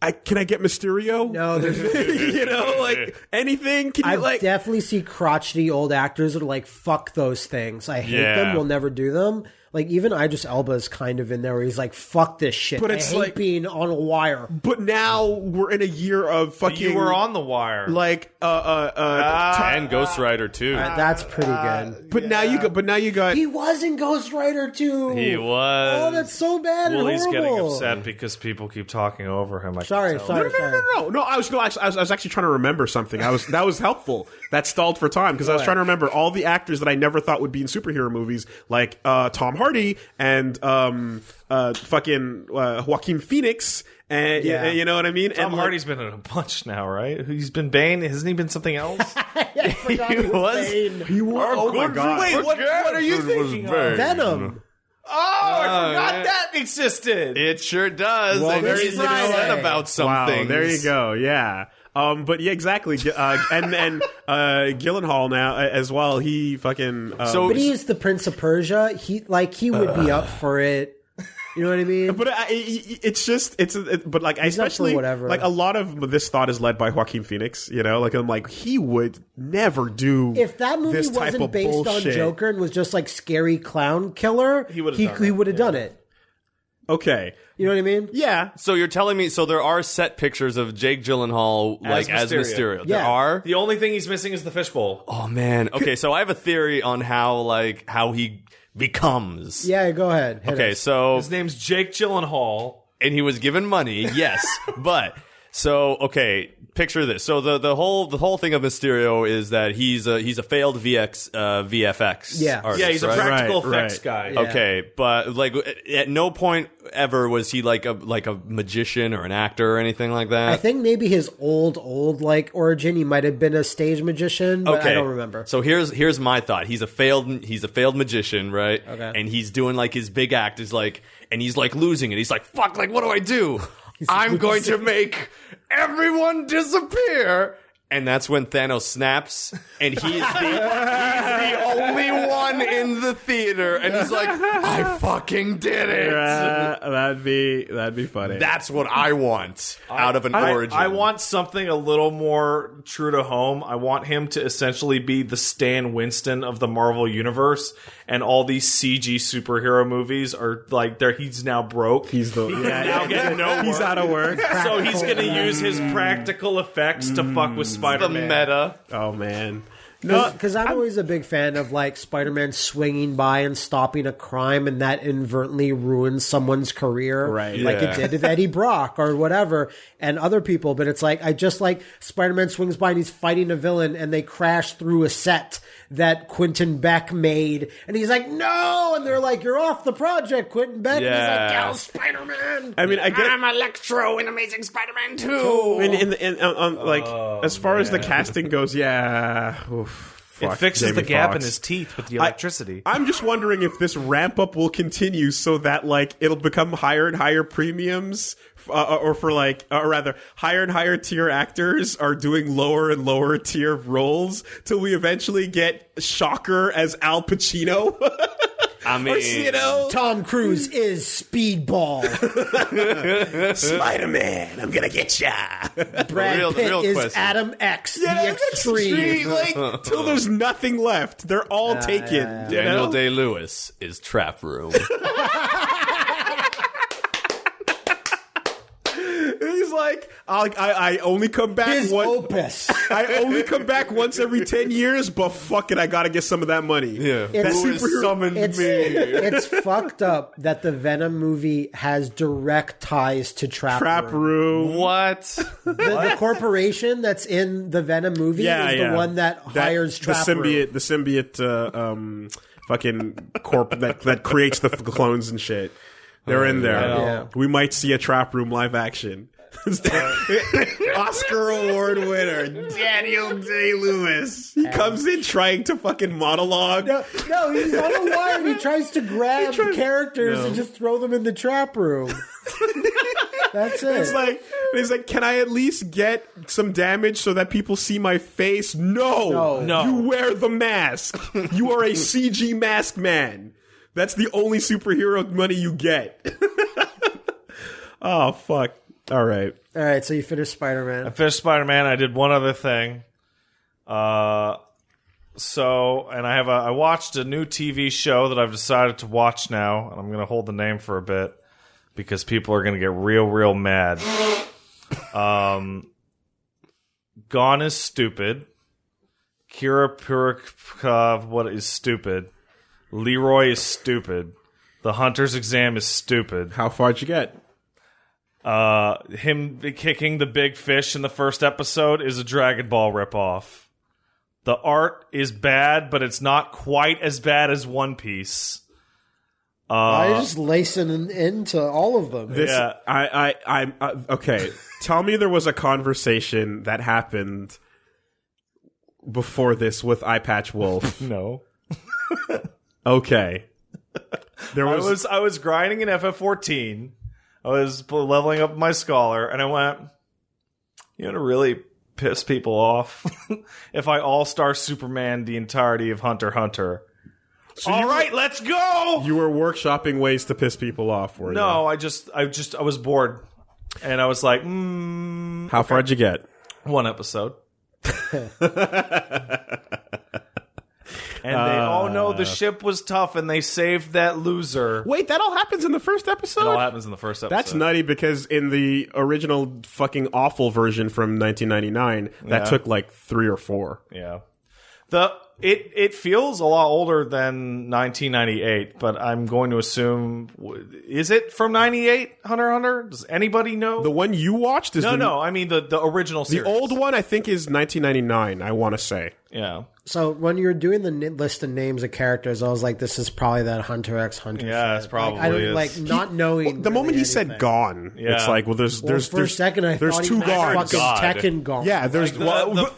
Speaker 1: I can I get Mysterio?
Speaker 3: no, there's
Speaker 1: you know, like anything. Can
Speaker 3: I
Speaker 1: you like?
Speaker 3: definitely see crotchety old actors that are like, fuck those things. I hate
Speaker 4: Yeah.
Speaker 3: them. We'll never do them. Like even Idris Elba is kind of in there where he's like, fuck this shit.
Speaker 1: But
Speaker 3: I
Speaker 1: it's
Speaker 3: hate
Speaker 1: like-
Speaker 3: being on a wire.
Speaker 1: but now we're in a year of fucking.
Speaker 2: You were on Ah, the wire.
Speaker 1: like uh uh. uh
Speaker 4: and Ghost Rider too.
Speaker 3: That's pretty good.
Speaker 1: but now you got. But now you got.
Speaker 3: He was in Ghost Rider too.
Speaker 4: he
Speaker 3: Oh,
Speaker 4: was.
Speaker 3: that's so bad. and
Speaker 2: Willie's
Speaker 3: horrible.
Speaker 2: getting upset because people keep talking over him. I can
Speaker 3: Sorry,
Speaker 2: tell.
Speaker 3: sorry,
Speaker 1: No, no,
Speaker 3: sorry.
Speaker 1: no, no, no. I was no. I was, I was- I was actually trying to remember something. I was that was helpful. That stalled for time because I was trying to remember all the actors that I never thought would be in superhero movies, like uh, Tom Hardy and um, uh, fucking uh, Joaquin Phoenix, and yeah.
Speaker 3: Yeah.
Speaker 1: you know what I mean.
Speaker 2: Tom
Speaker 1: and like-
Speaker 2: Hardy's been in a bunch now, right? He's been Bane. Hasn't he been something else?
Speaker 4: he was.
Speaker 3: Bane.
Speaker 1: oh my god!
Speaker 2: Wait, what, what are you thinking of?
Speaker 3: Venom.
Speaker 2: Oh, I forgot
Speaker 4: yeah.
Speaker 2: that existed.
Speaker 4: It sure does.
Speaker 3: Well,
Speaker 4: and
Speaker 3: this
Speaker 4: he's
Speaker 3: Friday.
Speaker 4: upset
Speaker 1: Wow,
Speaker 4: about something.
Speaker 1: there you go. Yeah. Um, but yeah, exactly. G- Uh, and and uh, Gyllenhaal now uh, as well. He fucking uh,
Speaker 4: So
Speaker 3: But he is the Prince of Persia. He like he would be up for it. You know what I mean?
Speaker 1: But I, I- I- it's just it's it, but like I
Speaker 3: up for
Speaker 1: especially
Speaker 3: whatever.
Speaker 1: like a lot of this thought is led by Joaquin Phoenix. You know, like I'm like he would never do
Speaker 3: If that movie
Speaker 1: this type
Speaker 3: wasn't
Speaker 1: of
Speaker 3: based
Speaker 1: bullshit.
Speaker 3: on Joker and was just like scary clown killer, he
Speaker 2: would've
Speaker 3: he,
Speaker 2: done
Speaker 3: he
Speaker 2: it,
Speaker 3: would have done it.
Speaker 1: Okay,
Speaker 3: You know what I mean?
Speaker 1: yeah,
Speaker 4: So you're telling me so there are set pictures of Jake Gyllenhaal
Speaker 2: As
Speaker 4: like as
Speaker 2: Mysterio.
Speaker 4: Mysterio. There
Speaker 3: Yeah.
Speaker 4: are.
Speaker 2: The only thing he's missing is the fishbowl.
Speaker 4: Oh man. Okay, so I have a theory on how like how he becomes.
Speaker 3: Yeah, go ahead. Hit
Speaker 4: Okay,
Speaker 3: us.
Speaker 4: so
Speaker 2: His name's Jake Gyllenhaal.
Speaker 4: and he was given money, yes. but so okay, picture this. So the, the whole the whole thing of Mysterio is that he's a he's a failed VX uh, VFX.
Speaker 3: Yeah.
Speaker 4: artist,
Speaker 2: Yeah, he's a
Speaker 4: right?
Speaker 2: practical
Speaker 1: Right, right.
Speaker 2: effects guy.
Speaker 3: Yeah.
Speaker 4: Okay, but like at- at no point ever was he like a like a magician or an actor or anything like that.
Speaker 3: I think maybe his old old like origin, he might have been a stage magician, but
Speaker 4: Okay.
Speaker 3: I don't remember.
Speaker 4: So here's here's my thought. He's a failed he's a failed magician, right?
Speaker 3: Okay.
Speaker 4: And he's doing like his big act is like and he's like losing it. He's like, fuck, like what do I do? I'm going to make everyone disappear. And that's when Thanos snaps, and he's the, he's the only one in the theater, and he's like, "I fucking did it."
Speaker 1: Uh, that'd be that'd be funny.
Speaker 4: That's what I want out of an
Speaker 2: I,
Speaker 4: origin.
Speaker 2: I want something a little more true to home. I want him to essentially be the Stan Winston of the Marvel universe, and all these CG superhero movies are like there. He's now broke.
Speaker 1: he's the yeah,
Speaker 2: now getting no
Speaker 1: he's
Speaker 2: work.
Speaker 1: out of work.
Speaker 2: so he's gonna use his practical effects to fuck with
Speaker 4: Mm. the
Speaker 2: Spider-Man.
Speaker 4: meta.
Speaker 1: oh man, no,
Speaker 3: Because I'm, always a big fan of like Spider-Man swinging by and stopping a crime, and that inadvertently ruins someone's career,
Speaker 1: Right.
Speaker 3: Like
Speaker 4: Yeah.
Speaker 3: it did with Eddie Brock or whatever, and other people. But it's like I just like Spider-Man swings by and he's fighting a villain, and they crash through a set that Quentin Beck made, and he's like, "No!" and they're like, "You're off the project, Quentin Beck."
Speaker 4: Yeah.
Speaker 3: And he's like, "Yo, Spider-Man."
Speaker 1: I mean I get
Speaker 5: I'm Electro in Amazing Spider-Man Oh, 2.
Speaker 1: in, in, in, on, on, like
Speaker 2: Oh,
Speaker 1: as far as the casting goes, yeah, oof,
Speaker 2: It
Speaker 1: fuck,
Speaker 2: fixes the
Speaker 1: Jamie
Speaker 2: gap in
Speaker 1: Foxx.
Speaker 2: his teeth with the electricity.
Speaker 1: I'm just wondering if this ramp up will continue so that like it'll become higher and higher premiums uh, or for like or rather higher and higher tier actors are doing lower and lower tier roles till we eventually get Shocker as Al Pacino.
Speaker 4: I mean,
Speaker 1: or, you know,
Speaker 3: Tom Cruise is Speedball.
Speaker 1: Spider-Man, I'm going to get ya.
Speaker 3: Brad
Speaker 4: real- the
Speaker 3: Pitt
Speaker 4: real
Speaker 3: is
Speaker 4: question.
Speaker 3: Adam X, the
Speaker 1: Yeah, that's
Speaker 3: extreme.
Speaker 1: true. like till there's nothing left. They're all taken. you
Speaker 4: Daniel
Speaker 1: know?
Speaker 4: Day Lewis is Trap Room.
Speaker 1: He's like, I'll, I I only come back
Speaker 3: His
Speaker 1: one-
Speaker 3: opus.
Speaker 1: I only come back once every ten years, but fuck it, I gotta get some of that money. Yeah, that
Speaker 3: It's-
Speaker 1: superhero summoned
Speaker 3: It's, it's fucked up that the Venom movie has direct ties to Trap,
Speaker 1: trap
Speaker 3: Room.
Speaker 1: room.
Speaker 4: what?
Speaker 3: The, the corporation that's in the Venom movie
Speaker 1: Yeah,
Speaker 3: is
Speaker 1: yeah.
Speaker 3: the one that, hires Trap
Speaker 1: the
Speaker 3: Room.
Speaker 1: symbiote. The symbiote. Uh, um, fucking corp that that creates the f- clones and shit. They're in there.
Speaker 3: Yeah.
Speaker 1: We might see a trap room live action. Oscar award winner Daniel Day Lewis. He comes in trying to fucking monologue.
Speaker 3: No, he's on a wire and he tries to grab characters
Speaker 1: No.
Speaker 3: and just throw them in the Trap Room. that's it.
Speaker 1: It's like he's like, can I at least get some damage so that people see my face? No,
Speaker 3: No.
Speaker 2: No.
Speaker 1: You wear the mask. you are a CG mask man. That's the only superhero money you get. oh fuck! All right.
Speaker 3: All right, so you finished Spider-Man.
Speaker 2: finished Spider Man. I did one other thing. Uh, so and I have a I watched a new TV show that I've decided to watch now, and I'm gonna hold the name for a bit because people are gonna get real, real mad. um, Gone is stupid. Kira Purikov, what is stupid? Leroy is stupid. The Hunter's Exam is stupid
Speaker 1: How far'd you get?
Speaker 2: uh, him kicking the big fish in the first episode is a Dragon Ball ripoff. The art is bad, but it's not quite as bad as One Piece.
Speaker 3: I just lacing in- into all of them.
Speaker 1: Uh, This,
Speaker 2: Yeah.
Speaker 1: I, I, I'm uh, okay. Tell me there was a conversation that happened before this with Eye Patch Wolf.
Speaker 2: No.
Speaker 1: Okay, there
Speaker 2: I
Speaker 1: was.
Speaker 2: was I was grinding in FF14. I was pl- leveling up my scholar, and I went. You know, to really piss people off, if I all star Superman the entirety of Hunter x Hunter. all right, let's go.
Speaker 1: you were workshopping ways to piss people off, were
Speaker 2: no, I just I just I was bored, and I was like, mm,
Speaker 1: you? How far'd you get?
Speaker 2: one episode. and they all know the ship was tough, and they saved that loser.
Speaker 1: Wait, that all happens in the first episode.
Speaker 2: It all happens in the first episode.
Speaker 1: That's nutty because in the original fucking awful version from 1999, that
Speaker 2: Yeah.
Speaker 1: took like three or four.
Speaker 2: Yeah. The it it feels a lot older than 1998, but I'm going to assume w- is it from 98 Hunter x Hunter? Does anybody know?
Speaker 1: The one you watched is
Speaker 2: no,
Speaker 1: the,
Speaker 2: no, I mean the the original
Speaker 1: the
Speaker 2: series.
Speaker 1: old one. I think is 1999. I want to say.
Speaker 2: Yeah.
Speaker 3: So when you were doing the n- list of names of characters, I was like, "This is probably that Hunter X Hunter."
Speaker 2: Yeah, it's
Speaker 3: shit. Like, I
Speaker 2: probably
Speaker 3: don't,
Speaker 2: is.
Speaker 3: like not knowing.
Speaker 1: The moment he said "gone,"
Speaker 2: Yeah.
Speaker 1: it's like, well, there's there's
Speaker 3: for
Speaker 1: there's,
Speaker 3: a second, I
Speaker 1: there's
Speaker 3: thought he
Speaker 1: two
Speaker 3: meant
Speaker 1: gone.
Speaker 3: Fucking
Speaker 2: God.
Speaker 3: Tekken gone.
Speaker 1: Yeah, there's
Speaker 2: The-
Speaker 1: well,
Speaker 2: the-
Speaker 1: but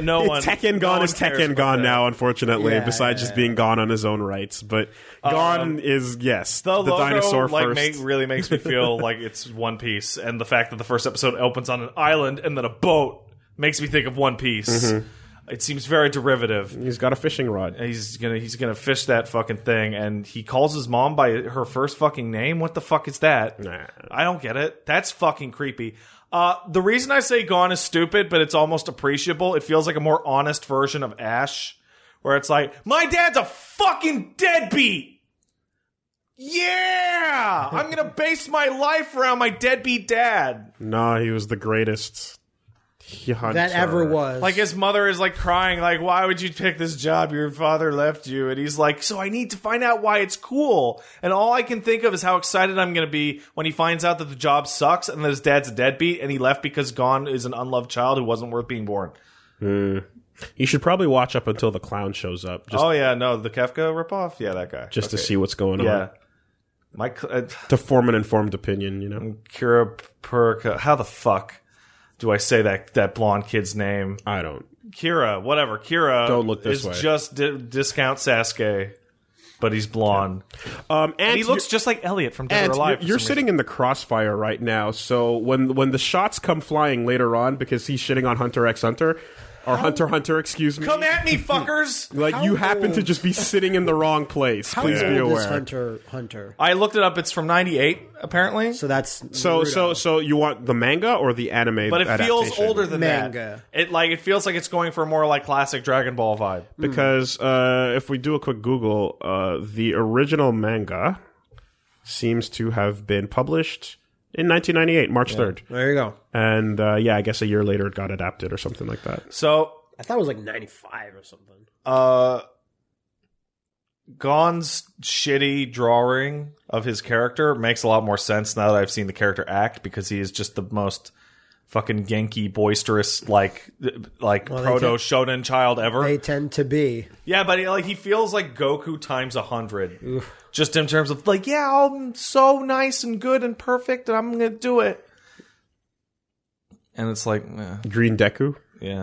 Speaker 2: no one.
Speaker 1: Tekken
Speaker 2: no
Speaker 1: gone
Speaker 2: one
Speaker 1: is
Speaker 2: cares
Speaker 1: Tekken
Speaker 2: about
Speaker 1: gone
Speaker 2: that.
Speaker 1: now, unfortunately.
Speaker 3: Yeah,
Speaker 1: besides
Speaker 3: yeah,
Speaker 1: just being gone on his own rights, but gone is yes,
Speaker 2: Um, The,
Speaker 1: the,
Speaker 2: logo,
Speaker 1: dinosaur
Speaker 2: like,
Speaker 1: first.
Speaker 2: Make, really makes me feel like it's One Piece, and the fact that the first episode opens on an island and then a boat makes me think of One Piece.
Speaker 1: Mm-hmm.
Speaker 2: It seems very derivative.
Speaker 1: He's got a fishing rod.
Speaker 2: he's gonna he's gonna fish that fucking thing and he calls his mom by her first fucking name what the fuck is that
Speaker 1: Nah.
Speaker 2: i don't get it that's fucking creepy uh, the reason i say gone is stupid but it's almost appreciable it feels like a more honest version of ash where it's like my dad's a fucking deadbeat yeah i'm gonna base my life around my deadbeat dad
Speaker 1: Nah, he was the greatest. Hunter.
Speaker 3: that ever was.
Speaker 2: Like his mother is like crying, like, why would you pick this job? Your father left you. And he's like, so I need to find out why it's cool. And all I can think of is how excited I'm going to be when he finds out that the job sucks and that his dad's a deadbeat and he left because Gone is an unloved child who wasn't worth being born.
Speaker 1: You should probably watch up until the clown shows up, just
Speaker 2: oh, yeah, no, the Kefka ripoff? Yeah, that guy.
Speaker 1: just to see what's going on,
Speaker 2: Yeah. My, cl- uh,
Speaker 1: to form an informed opinion. You know,
Speaker 2: Kira Perka. How the fuck do I say that, that blonde kid's name?
Speaker 1: I don't.
Speaker 2: Kira, whatever. Kira
Speaker 1: Don't look this
Speaker 2: is
Speaker 1: way.
Speaker 2: just di- discount Sasuke, but he's blonde.
Speaker 1: Um, and,
Speaker 2: And he looks just like Elliot from Dead
Speaker 1: And
Speaker 2: or Alive.
Speaker 1: you're, you're sitting in the crossfire right now, so when when the shots come flying later on, because he's shitting on Hunter X Hunter, or Hunter Hunter, excuse me,
Speaker 2: Come at me, fuckers!
Speaker 1: like
Speaker 3: How
Speaker 1: you happen to
Speaker 3: old-
Speaker 1: just be sitting in the wrong place.
Speaker 3: how
Speaker 1: Please
Speaker 3: old
Speaker 1: be
Speaker 3: is
Speaker 1: aware.
Speaker 3: Hunter Hunter?
Speaker 2: I looked it up. It's from '98, apparently.
Speaker 3: So that's
Speaker 1: So so so you want the manga or the anime?
Speaker 2: but it feels
Speaker 1: adaptation?
Speaker 2: older than
Speaker 3: Manga.
Speaker 2: that. It like it feels like it's going for more like classic Dragon Ball vibe.
Speaker 1: because uh, if we do a quick Google, uh, the original manga seems to have been published in 1998, March 3rd,
Speaker 3: there you go.
Speaker 1: and uh, yeah, I guess a year later it got adapted or something like that.
Speaker 2: So,
Speaker 3: I thought it was like ninety five or something.
Speaker 2: uh, Gon's shitty drawing of his character makes a lot more sense now that I've seen the character act because he is just the most fucking Genki boisterous like like
Speaker 3: they
Speaker 2: proto
Speaker 3: took-
Speaker 2: shonen child ever.
Speaker 3: They tend to be.
Speaker 2: Yeah, but he, like he feels like Goku times a hundred, just in terms of like, yeah, I'm so nice and good and perfect, and I'm gonna do it. And it's like, eh,
Speaker 1: Green Deku.
Speaker 2: yeah,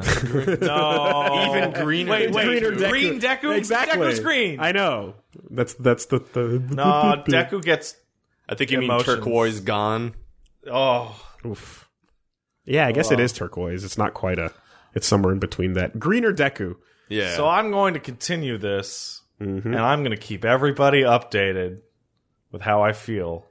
Speaker 2: no, even green. Oh. Wait, wait,
Speaker 1: Greener
Speaker 2: Deku. green Deku,
Speaker 1: Exactly.
Speaker 2: Deku's green.
Speaker 1: I know. That's that's the, the
Speaker 2: no, Deku gets
Speaker 4: I think you
Speaker 2: Emotions.
Speaker 4: mean turquoise gone.
Speaker 2: oh,
Speaker 1: Oof. Yeah, I guess it is turquoise. It's not quite a. It's somewhere in between that. Greener Deku.
Speaker 4: Yeah.
Speaker 2: So I'm going to continue this, and I'm going to keep everybody updated with how I feel.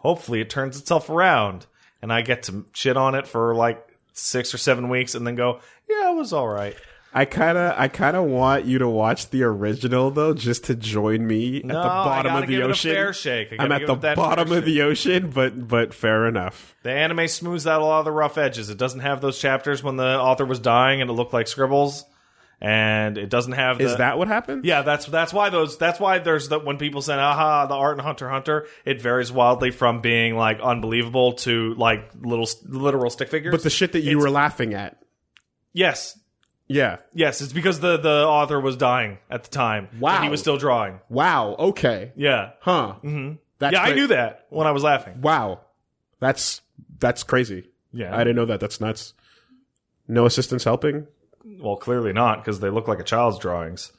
Speaker 2: Hopefully, it turns itself around, and I get to shit on it for like six or seven weeks, and then go, "Yeah, it was all right."
Speaker 1: I kind of, I kind of want you to watch the original though, just to join me at
Speaker 2: No,
Speaker 1: the
Speaker 2: I
Speaker 1: bottom
Speaker 2: gotta
Speaker 1: of the
Speaker 2: give it a
Speaker 1: ocean.
Speaker 2: fair shake. I gotta
Speaker 1: I'm at
Speaker 2: give
Speaker 1: the
Speaker 2: it that
Speaker 1: bottom
Speaker 2: fair
Speaker 1: of the ocean, but but fair enough.
Speaker 2: The anime smooths out a lot of the rough edges. It doesn't have those chapters when the author was dying and it looked like scribbles, and it doesn't have.
Speaker 1: Is
Speaker 2: the,
Speaker 1: that what happened?
Speaker 2: Yeah, that's that's why those that's why there's that when people say aha the art in Hunter x Hunter it varies wildly from being like unbelievable to like little s- literal stick figures.
Speaker 1: But the shit that you were laughing at
Speaker 2: yes,
Speaker 1: Yeah.
Speaker 2: Yes, it's because the the author was dying at the time.
Speaker 1: Wow.
Speaker 2: and he was still drawing.
Speaker 1: Wow. Okay.
Speaker 2: Yeah,
Speaker 1: Huh. Mm-hmm. That's
Speaker 2: yeah, I
Speaker 1: cra-
Speaker 2: knew that when I was laughing.
Speaker 1: Wow. That's that's crazy.
Speaker 2: Yeah.
Speaker 1: I didn't know that. That's nuts. No assistance helping.
Speaker 2: Well, clearly not because they look like a child's drawings.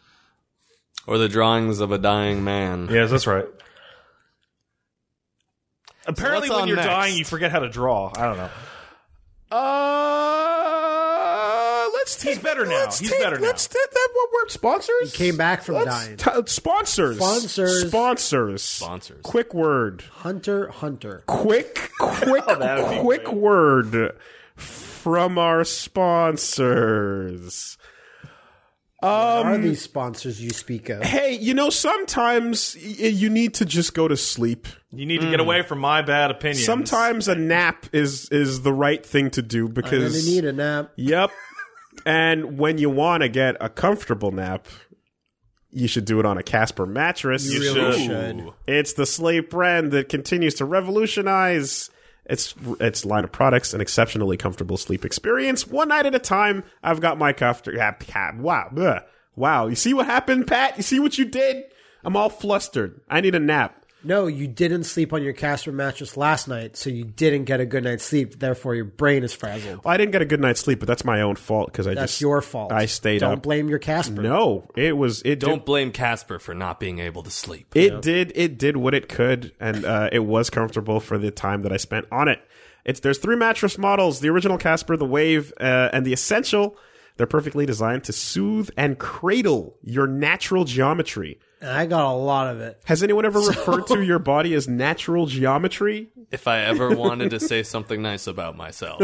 Speaker 4: Or the drawings of a dying man.
Speaker 2: Yes, that's right. Apparently,
Speaker 4: what's
Speaker 2: when
Speaker 4: on
Speaker 2: you're
Speaker 4: next?
Speaker 2: dying, you forget how to draw. I don't know.
Speaker 1: Uh, let's take,
Speaker 2: He's better now.
Speaker 1: let's
Speaker 2: He's
Speaker 1: take-
Speaker 2: better now.
Speaker 1: Let's take that what we're sponsors.
Speaker 3: Came back from
Speaker 1: Let's
Speaker 3: dying.
Speaker 1: t- sponsors.
Speaker 3: Sponsors.
Speaker 1: Sponsors.
Speaker 4: Sponsors.
Speaker 1: Quick word.
Speaker 3: Hunter, Hunter.
Speaker 1: Quick,
Speaker 2: Oh,
Speaker 1: quick, quick word from our sponsors.
Speaker 3: Are
Speaker 1: Um,
Speaker 3: these sponsors you speak of?
Speaker 1: Hey, you know sometimes y- you need to just go to sleep.
Speaker 2: You need to get away from my bad opinion.
Speaker 1: Sometimes a nap is is the right thing to do
Speaker 3: I'm gonna
Speaker 1: because
Speaker 3: need a nap.
Speaker 1: Yep. and when you want to get a comfortable nap, you should do it on a Casper mattress.
Speaker 3: You really should.
Speaker 1: It's the sleep brand that continues to revolutionize its its line of products an exceptionally comfortable sleep experience one night at a time. I've got my comfort. ah, ah, Wow, Ugh. wow! You see what happened, Pat? You see what you did? I'm all flustered. I need a nap.
Speaker 3: No, you didn't sleep on your Casper mattress last night, so you didn't get a good night's sleep. Therefore, your brain is frazzled.
Speaker 1: Well, I didn't get a good night's sleep, but that's my own fault because I
Speaker 3: That's
Speaker 1: just
Speaker 3: your fault.
Speaker 1: I stayed
Speaker 3: Don't
Speaker 1: up.
Speaker 3: blame your Casper.
Speaker 1: no, it was it. did-
Speaker 4: Don't blame Casper for not being able to sleep.
Speaker 1: It did. It did what it could, and uh, it was comfortable for the time that I spent on it. It's there's three mattress models: the original Casper, the Wave, uh, and the Essential. They're perfectly designed to soothe and cradle your natural geometry.
Speaker 3: And I got a lot of it.
Speaker 1: Has anyone ever referred to your body as natural geometry?
Speaker 4: If I ever wanted to say something nice about myself,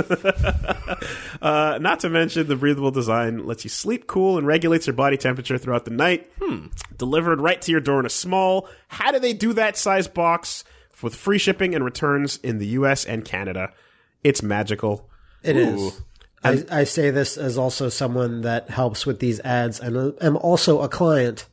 Speaker 1: Uh, not to mention the breathable design lets you sleep cool and regulates your body temperature throughout the night. Hmm. Delivered right to your door in a small. How do they do that size box with free shipping and returns in the U.S. and Canada? It's magical.
Speaker 3: It is. I, I say this as also someone that helps with these ads, and uh, am also a client.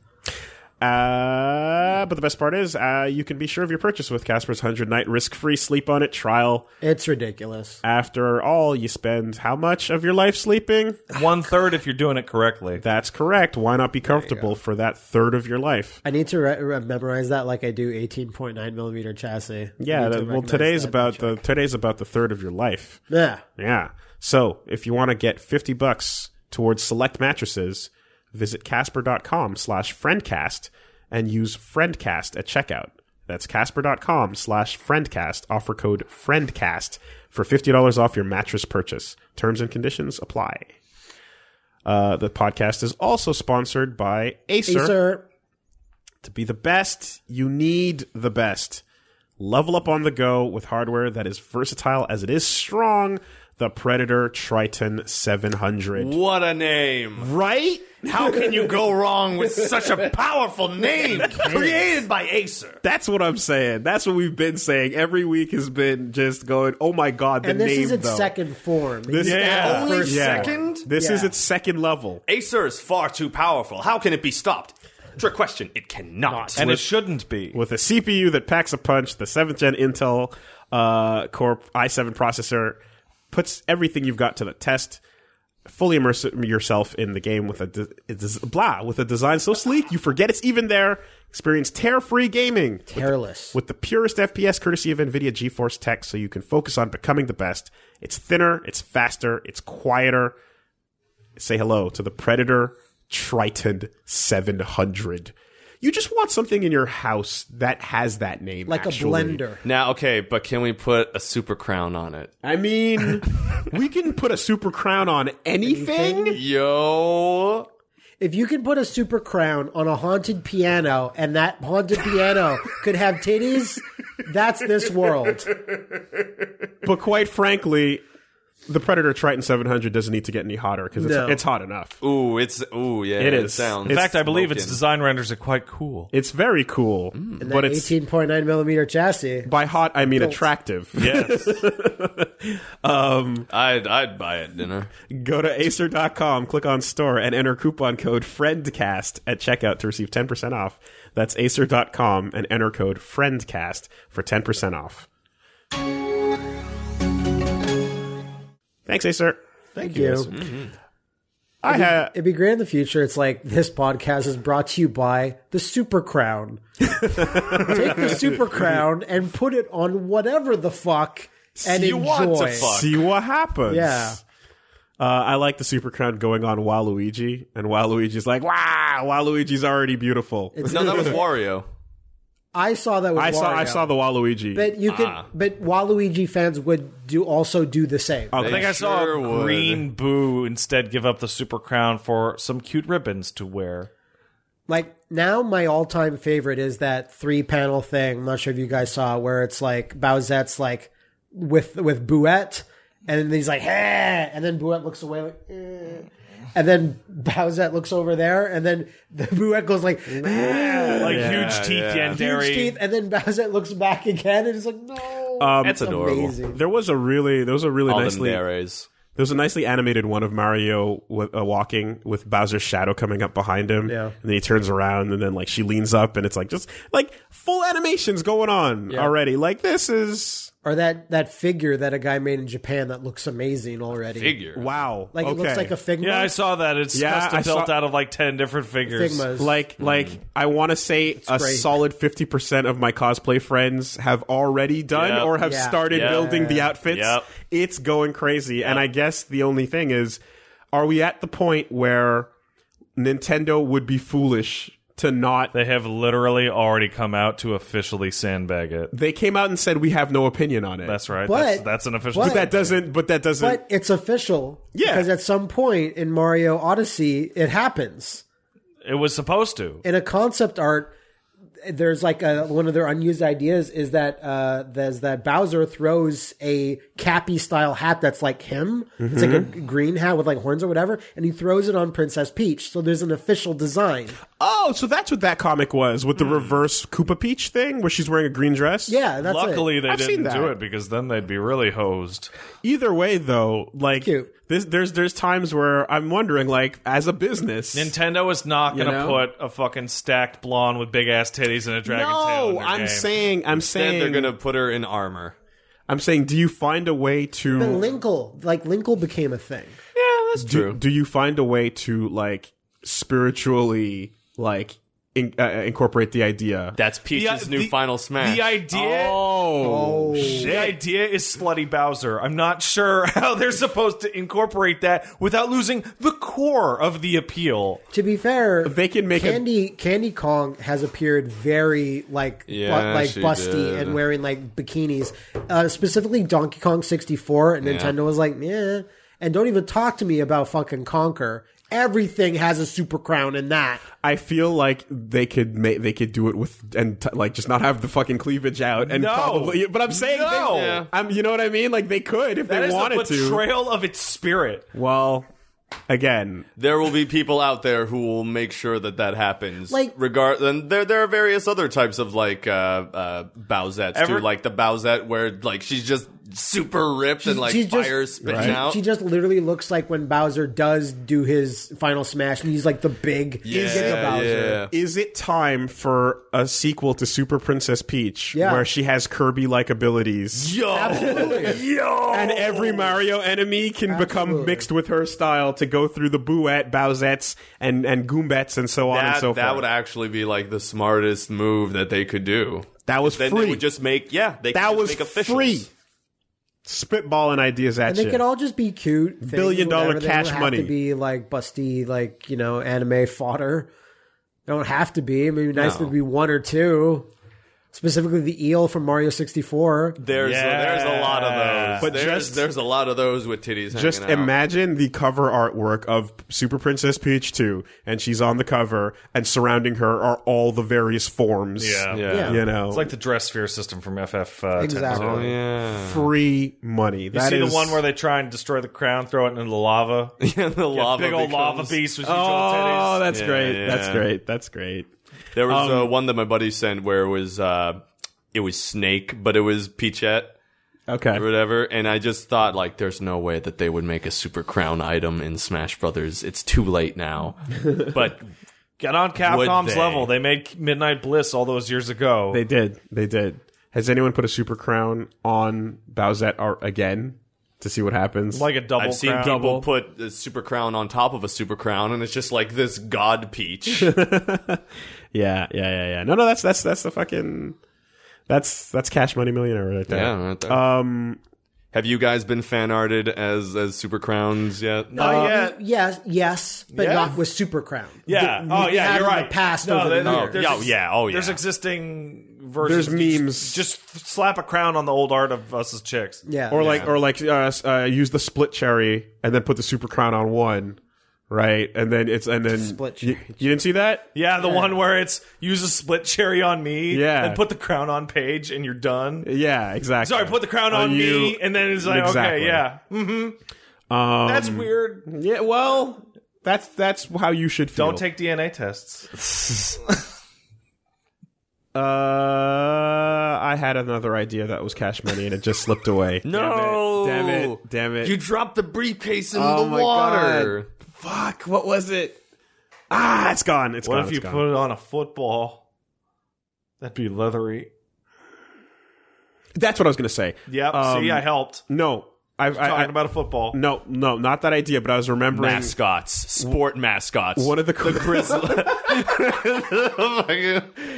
Speaker 1: Uh, but the best part is, uh, you can be sure of your purchase with Casper's 100 Night Risk Free Sleep On It trial.
Speaker 3: It's ridiculous.
Speaker 1: After all, you spend how much of your life sleeping?
Speaker 2: one third if you're doing it correctly.
Speaker 1: That's correct. Why not be comfortable for that third of your life?
Speaker 3: I need to re- re- memorize that, like I do 18.9 millimeter chassis.
Speaker 1: Yeah,
Speaker 3: Need to
Speaker 1: that, well,
Speaker 3: recognize
Speaker 1: today's
Speaker 3: that.
Speaker 1: about the today's about the third of your life.
Speaker 3: yeah.
Speaker 1: Yeah. So if you want to get 50 bucks towards select mattresses, visit casper.com slash friendcast and use friendcast at checkout. That's casper.com slash friendcast. Offer code friendcast for $50 off your mattress purchase. Terms and conditions apply. Uh, the podcast is also sponsored by
Speaker 3: Hey,
Speaker 1: Acer.
Speaker 3: sir.
Speaker 1: To be the best, you need the best. Level up on the go with hardware that is versatile as it is strong. The Predator Triton 700.
Speaker 4: what a name!
Speaker 1: Right?
Speaker 4: How can you go wrong with such a powerful name created by Acer?
Speaker 1: That's what I'm saying. That's what we've been saying. Every week has been just going, oh my God, the
Speaker 3: And this
Speaker 1: name,
Speaker 3: is its
Speaker 1: though.
Speaker 3: second form.
Speaker 1: This
Speaker 3: He's got
Speaker 1: yeah.
Speaker 3: a first
Speaker 1: Yeah.
Speaker 3: form.
Speaker 4: second?
Speaker 1: This is
Speaker 3: Yeah.
Speaker 1: its second level.
Speaker 4: Acer is far too powerful. How can it be stopped? Trick question. It cannot.
Speaker 2: and it shouldn't be.
Speaker 1: With a CPU that packs a punch, the 7th gen Intel uh, Core i7 processor puts everything you've got to the test. Fully immerse yourself in the game with a de- it is- blah with a design so sleek you forget it's even there. Experience tear-free gaming
Speaker 3: Hairless.
Speaker 1: with the purest FPS courtesy of NVIDIA GeForce Tech, so you can focus on becoming the best. It's thinner, it's faster, it's quieter. Say hello to the Predator Triton 700. You just want something in your house that has that name,
Speaker 3: like
Speaker 1: actually.
Speaker 3: a blender.
Speaker 4: now, okay, but can we put a super crown on it?
Speaker 1: I mean, we can put a super crown on anything.
Speaker 4: Yo.
Speaker 3: If you can put a super crown on a haunted piano and that haunted piano could have titties, that's this world.
Speaker 1: But quite frankly, the Predator Triton 700 doesn't need to get any hotter because it's,
Speaker 3: No.
Speaker 1: it's hot enough.
Speaker 4: Ooh, it's ooh, yeah.
Speaker 1: It
Speaker 4: It,
Speaker 1: is.
Speaker 4: sounds.
Speaker 2: In fact, I believe its
Speaker 4: smoking.
Speaker 2: design renders are quite cool.
Speaker 1: It's very cool,
Speaker 3: Mm.
Speaker 1: but it's
Speaker 3: 18.9 millimeter chassis.
Speaker 1: by hot I mean attractive.
Speaker 2: Yes. Um,
Speaker 4: I'd I'd buy it dinner.
Speaker 1: Go to acer.com, click on store, and enter coupon code FRIENDCAST at checkout to receive 10% off. That's acer.com and enter code FRIENDCAST for 10% off. Thanks, Acer.
Speaker 3: Thank you.
Speaker 5: I had
Speaker 3: It'd be great in the future. It's like this podcast is brought to you by the Super Crown. Take the Super Crown and put it on whatever the fuck and
Speaker 4: You
Speaker 3: enjoy.
Speaker 4: want to fuck.
Speaker 1: See what happens.
Speaker 3: Yeah.
Speaker 1: Uh, I like the super crown going on Waluigi, and Waluigi's like, "Wow, Waluigi's already beautiful."
Speaker 3: It's-
Speaker 4: No, that was Wario.
Speaker 3: I saw that. With
Speaker 1: I saw, I
Speaker 3: Wario.
Speaker 1: saw the Ah. Waluigi.
Speaker 3: But you could. But Waluigi fans would do also do the same.
Speaker 1: Oh,
Speaker 2: I think
Speaker 4: They
Speaker 2: I saw
Speaker 4: sure would.
Speaker 2: Green Boo instead give up the super crown for some cute ribbons to wear.
Speaker 3: Like now, my all-time favorite is that three-panel thing. I'm not sure if you guys saw where it's like Bowsette's like with with Bouette, and then he's like, "Hey," and then Bouette looks away like. "Eh." And then Bowsette looks over there, and then the Bouette goes like, "Eh,"
Speaker 2: Like huge teeth, Yandere.
Speaker 3: huge teeth, and then Bowsette looks back again, and it's like, no,
Speaker 2: Um,
Speaker 4: That's adorable.
Speaker 3: amazing.
Speaker 1: there was a really, there was a really
Speaker 4: All
Speaker 1: nicely,
Speaker 4: them
Speaker 1: there
Speaker 4: nares.
Speaker 1: was a nicely animated one of Mario w- uh, walking with Bowser's shadow coming up behind him,
Speaker 3: Yeah.
Speaker 1: and then he turns around, and then like she leans up, and it's like just like full animations going on already. Like this is
Speaker 3: Or that that figure that a guy made in Japan that looks amazing already.
Speaker 4: Figure.
Speaker 1: wow.
Speaker 3: like it
Speaker 1: Okay.
Speaker 3: looks like a Figma.
Speaker 2: Yeah, I saw that. It's
Speaker 1: Yeah,
Speaker 2: custom
Speaker 1: I
Speaker 2: built
Speaker 1: saw-
Speaker 2: out of like ten different figures.
Speaker 3: Figmas.
Speaker 1: like like I want to say a
Speaker 3: Hmm. great.
Speaker 1: solid 50% of my cosplay friends have already done
Speaker 4: Yep.
Speaker 1: or have
Speaker 3: Yeah.
Speaker 1: started
Speaker 4: Yeah.
Speaker 1: building the outfits.
Speaker 4: Yep.
Speaker 1: It's going crazy and I guess the only thing is are we at the point where Nintendo would be foolish to not
Speaker 2: They have literally already come out to officially sandbag it.
Speaker 1: they came out and said we have no opinion on it.
Speaker 2: That's right.
Speaker 3: But-
Speaker 2: that's, that's an official.
Speaker 3: but-
Speaker 1: that doesn't but that doesn't
Speaker 3: But it's official.
Speaker 1: Yeah.
Speaker 3: Because at some point in Mario Odyssey, it happens.
Speaker 2: it was supposed to.
Speaker 3: In a concept art, there's like a, one of their unused ideas is that uh, there's that Bowser throws a Cappy style hat that's like him. It's like a green hat with like horns or whatever, and he throws it on Princess Peach. So there's an official design.
Speaker 1: oh, so that's what that comic was
Speaker 2: Hmm.
Speaker 1: with the reverse Koopa Peach thing where she's wearing a green dress.
Speaker 3: Yeah, that's it.
Speaker 2: Luckily, they
Speaker 1: I've seen
Speaker 2: didn't
Speaker 1: that.
Speaker 2: do it because then they'd be really hosed.
Speaker 1: Either way, though, like
Speaker 3: Cute.
Speaker 1: this, there's there's times where I'm wondering, like, as a business,
Speaker 2: Nintendo is not going to
Speaker 1: know?
Speaker 2: put a fucking stacked blonde with big ass titties and a dragon tail. in
Speaker 1: no,
Speaker 2: their
Speaker 1: I'm
Speaker 2: game.
Speaker 1: saying, I'm
Speaker 4: Then
Speaker 1: saying,
Speaker 4: they're gonna put her in armor.
Speaker 1: I'm saying, do you find a way to?
Speaker 3: But Linkle, like Linkle became a thing.
Speaker 4: That's
Speaker 1: do, do you find a way to like spiritually like in, uh, incorporate the idea?
Speaker 4: That's Peach's
Speaker 2: The-
Speaker 4: new
Speaker 2: the-
Speaker 4: final smash.
Speaker 2: The idea.
Speaker 1: oh,
Speaker 2: The idea is slutty Bowser. I'm not sure how they're supposed to incorporate that without losing the core of the appeal.
Speaker 3: To be fair,
Speaker 1: They can make a-
Speaker 3: Candy Candy Kong has appeared very like bu-
Speaker 4: Yeah,
Speaker 3: like
Speaker 4: she
Speaker 3: busty
Speaker 4: did.
Speaker 3: and wearing like bikinis. Uh, specifically Donkey Kong 64 and Nintendo was like, "Yeah." And don't even talk to me about fucking Conquer. Everything has a super crown in that.
Speaker 1: I feel like they could make they could do it with and t- like just not have the fucking cleavage out and
Speaker 2: No.
Speaker 1: probably. But I'm saying, they-
Speaker 2: No. Yeah.
Speaker 1: I'm, you know what I mean? Like they could if
Speaker 2: That
Speaker 1: they
Speaker 2: is
Speaker 1: wanted
Speaker 2: a betrayal of its spirit.
Speaker 1: to. Well, again,
Speaker 4: there will be people out there who will make sure that that happens.
Speaker 3: Like-
Speaker 4: regard, and there there are various other types of like uh, uh Bowsettes
Speaker 2: Ever-
Speaker 4: too, like the Bowsette where like she's just super ripped and like
Speaker 3: She's just-
Speaker 4: fire spitting
Speaker 3: she,
Speaker 4: out.
Speaker 3: she just literally looks like when Bowser does do his final smash and he's like the big he's big
Speaker 4: yeah,
Speaker 3: Bowser.
Speaker 4: yeah.
Speaker 1: Is it time for a sequel to Super Princess Peach
Speaker 3: Yeah.
Speaker 1: where she has Kirby like abilities?
Speaker 3: Absolutely.
Speaker 1: And every Mario enemy can become
Speaker 3: Absolutely.
Speaker 1: mixed with her style to go through the Bouette, Bowsettes, and, and Goombets and so on and
Speaker 4: That,
Speaker 1: so
Speaker 4: that
Speaker 1: forth.
Speaker 4: would actually be like the smartest move that they could do.
Speaker 1: that was
Speaker 4: Then
Speaker 1: free.
Speaker 4: they would just make yeah, they could
Speaker 1: that
Speaker 4: just
Speaker 1: was
Speaker 4: make officials.
Speaker 1: free. Spitballing ideas at
Speaker 3: And
Speaker 1: you.
Speaker 3: they could all just be cute, things,
Speaker 1: Billion dollar
Speaker 3: whatever. They don't
Speaker 1: cash
Speaker 3: have
Speaker 1: money.
Speaker 3: To be like busty, like you know, anime fodder. They don't have to be. Maybe nice to be one or two. Specifically, the eel from Mario sixty four.
Speaker 4: There's uh,
Speaker 2: Yeah.
Speaker 4: there's a lot of those.
Speaker 1: But
Speaker 4: there's,
Speaker 1: just-
Speaker 4: there's a lot of those with titties.
Speaker 1: Just
Speaker 4: hanging out.
Speaker 1: imagine the cover artwork of Super Princess Peach 2, and she's on the cover, and surrounding her are all the various forms.
Speaker 4: Yeah.
Speaker 3: Yeah.
Speaker 1: You know,
Speaker 2: It's like the dress sphere system from FF. Uh, 10.
Speaker 3: Exactly. Oh,
Speaker 4: yeah.
Speaker 1: free money.
Speaker 2: You
Speaker 1: That
Speaker 2: see
Speaker 1: is-
Speaker 2: the one where they try and destroy the crown, throw it into the lava.
Speaker 4: Yeah, the lava
Speaker 2: Big old lava
Speaker 4: becomes-
Speaker 2: beast with huge old
Speaker 1: Oh,
Speaker 2: titties.
Speaker 1: that's
Speaker 4: Yeah,
Speaker 1: great.
Speaker 4: yeah.
Speaker 1: That's great. That's great. Um,
Speaker 4: There was uh, one that my buddy sent where it was uh, it was Snake, but it was Peachette
Speaker 1: Okay.
Speaker 4: or whatever, and I just thought like, there's no way that they would make a Super Crown item in Smash Brothers. It's too late now. but
Speaker 2: Get on Capcom's
Speaker 4: they?
Speaker 2: level. They made Midnight Bliss all those years ago.
Speaker 1: They did. They did. Has anyone put a super crown on Bowsette ar- again? to see what happens.
Speaker 2: Like a double
Speaker 4: I've seen
Speaker 2: crown.
Speaker 4: people put a super crown on top of a super crown, and it's just like this god peach.
Speaker 1: yeah, yeah, yeah, yeah. No, no, that's that's that's the fucking that's that's cash money millionaire right there.
Speaker 4: right there.
Speaker 1: Um,
Speaker 4: Have you guys been fan arted as as super crowns yet?
Speaker 2: Not
Speaker 3: Uh,
Speaker 2: yet.
Speaker 3: Yes, yes, but
Speaker 2: Yeah.
Speaker 3: not with Super Crown.
Speaker 2: Yeah.
Speaker 3: Th-
Speaker 2: oh,
Speaker 3: we
Speaker 2: yeah.
Speaker 3: have
Speaker 2: You're
Speaker 3: in
Speaker 2: right.
Speaker 3: The past
Speaker 2: no,
Speaker 3: over
Speaker 2: there-
Speaker 3: the
Speaker 2: no,
Speaker 3: years.
Speaker 2: there's
Speaker 4: Yeah,
Speaker 2: ex-
Speaker 4: yeah, oh,
Speaker 2: There's
Speaker 4: yeah.
Speaker 2: existing versions.
Speaker 1: There's memes.
Speaker 2: Just, just slap a crown on the old art of us as chicks.
Speaker 3: Yeah.
Speaker 1: or like or like uh, s- uh, use the split cherry and then put the super crown on one, right? And then it's and then
Speaker 3: Split
Speaker 1: You,
Speaker 3: cherry.
Speaker 1: you didn't see that?
Speaker 2: Yeah, the one where it's use a split cherry on me.
Speaker 1: Yeah.
Speaker 2: And put the crown on page and you're done.
Speaker 1: Yeah, exactly.
Speaker 2: Sorry, put the crown
Speaker 1: On
Speaker 2: on,
Speaker 1: you.
Speaker 2: me. And then it's like,
Speaker 1: Exactly.
Speaker 2: okay, yeah. Mm,
Speaker 1: Um,
Speaker 2: that's weird.
Speaker 1: yeah. Well, that's that's how you should feel.
Speaker 2: Don't take DNA tests.
Speaker 1: Uh, I had another idea that was cash money and it just slipped away.
Speaker 4: No.
Speaker 1: damn it, damn it.
Speaker 4: You dropped the briefcase in
Speaker 1: Oh
Speaker 4: the
Speaker 1: my
Speaker 4: water.
Speaker 1: Fuck! What was it? Ah, it's gone. It's
Speaker 2: What
Speaker 1: gone.
Speaker 2: if
Speaker 1: it's
Speaker 2: you
Speaker 1: gone.
Speaker 2: put it on a football? That'd be leathery.
Speaker 1: That's what I was gonna say.
Speaker 2: Yep. see, I helped.
Speaker 1: No, I, I, I
Speaker 2: Talking about a football.
Speaker 1: no, no, not that idea. But I was remembering
Speaker 4: Mascots, sport mascots. Oh
Speaker 1: one of the,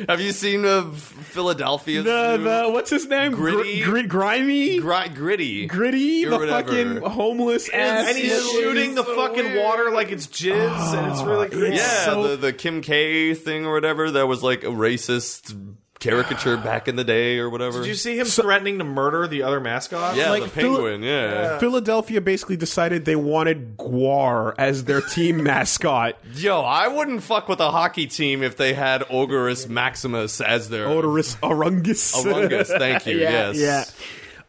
Speaker 4: Have you seen uh, Philadelphia?
Speaker 1: the, the what's his name?
Speaker 4: Gritty?
Speaker 1: Gr- gr- grimy,
Speaker 4: Gri- gritty.
Speaker 1: gritty,
Speaker 4: or
Speaker 1: the
Speaker 4: whatever.
Speaker 1: fucking homeless ass.
Speaker 2: and he's
Speaker 4: It's
Speaker 2: shooting the
Speaker 4: so
Speaker 2: fucking
Speaker 4: weird.
Speaker 2: water like it's jizz, and it's really creepy.
Speaker 1: Oh,
Speaker 4: Yeah,
Speaker 1: so-
Speaker 4: the, the Kim K thing or whatever that was like a racist caricature back in the day or whatever.
Speaker 2: Did you see him threatening to murder the other mascot?
Speaker 4: yeah,
Speaker 1: like
Speaker 4: the
Speaker 1: Phil-
Speaker 4: penguin. yeah.
Speaker 1: Philadelphia basically decided they wanted Guar as their team mascot.
Speaker 4: Yo, I wouldn't fuck with a hockey team if they had Ogurus Maximus as their
Speaker 1: Odorous Arungus.
Speaker 4: Arungus, thank you,
Speaker 1: yeah,
Speaker 4: yes.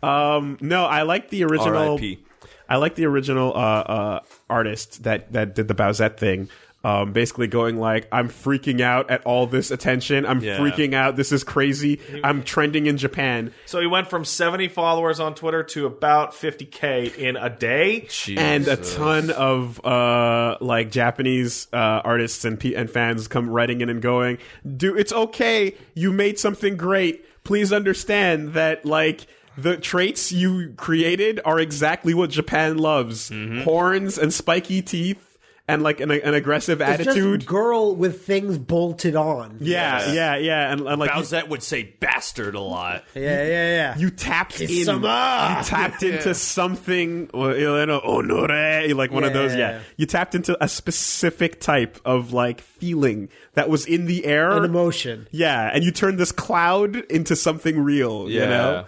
Speaker 1: Yeah. Um, no, I like the original.
Speaker 4: R.I.P..
Speaker 1: I like the original uh, uh, artist that that did the Bowsette thing. Um, basically going like I'm freaking out at all this attention. I'm
Speaker 4: Yeah.
Speaker 1: freaking out. This is crazy. I'm trending in Japan.
Speaker 2: So he went from 70 followers on Twitter to about 50k in a day.
Speaker 1: and a
Speaker 4: Jesus.
Speaker 1: ton of uh, like Japanese uh, artists and pe- and fans come writing in and going, "Dude, it's okay. You made something great. Please understand that like." The traits you created are exactly what Japan loves: horns and spiky teeth, and like an, an aggressive
Speaker 3: It's just
Speaker 1: attitude.
Speaker 3: girl with things bolted on.
Speaker 1: yeah, yeah, yeah, and, and like you-
Speaker 4: Bowsette would say bastard a lot.
Speaker 3: yeah, yeah. yeah.
Speaker 1: you tapped in, you
Speaker 3: Kisama!
Speaker 1: tapped into something, well, you know, honore, like one of those.
Speaker 3: Yeah.
Speaker 1: Yeah, you tapped into a specific type of like feeling that was in the air,
Speaker 3: An emotion.
Speaker 1: Yeah, and you turned this cloud into something real. You know,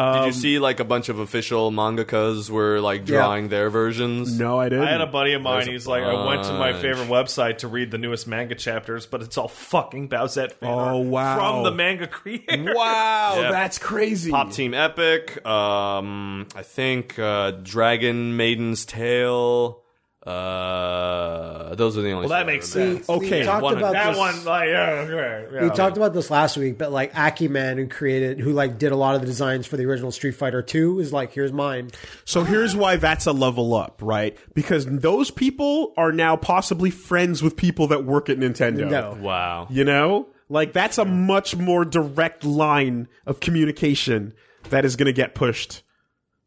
Speaker 1: Um,
Speaker 4: Did you see like a bunch of official mangakas were like drawing their versions?
Speaker 1: no, I didn't.
Speaker 2: I had a buddy of mine. He's like, I went to my
Speaker 4: bunch.
Speaker 2: favorite website to read the newest manga chapters, but it's all fucking Bowsette fan
Speaker 1: Oh,
Speaker 2: art
Speaker 1: wow.
Speaker 2: from the manga creator.
Speaker 1: Wow,
Speaker 3: Oh,
Speaker 4: Yeah.
Speaker 1: that's crazy.
Speaker 4: Pop Team Epic, um, I think uh, Dragon Maiden's Tale. Uh, those are the only.
Speaker 2: Well, that makes sense.
Speaker 1: Okay,
Speaker 3: we talked
Speaker 4: one-
Speaker 3: about
Speaker 2: That
Speaker 3: this,
Speaker 2: one, like, yeah, okay, yeah.
Speaker 1: Um,
Speaker 3: We talked about this last week, but like Aki Man, who created, who like did a lot of the designs for the original Street Fighter Two, is like, here's mine.
Speaker 1: So here's why that's a level up, right? Because those people are now possibly friends with people that work at Nintendo.
Speaker 3: No.
Speaker 4: Wow.
Speaker 1: You know? Like that's a much more direct line of communication that is going to get pushed.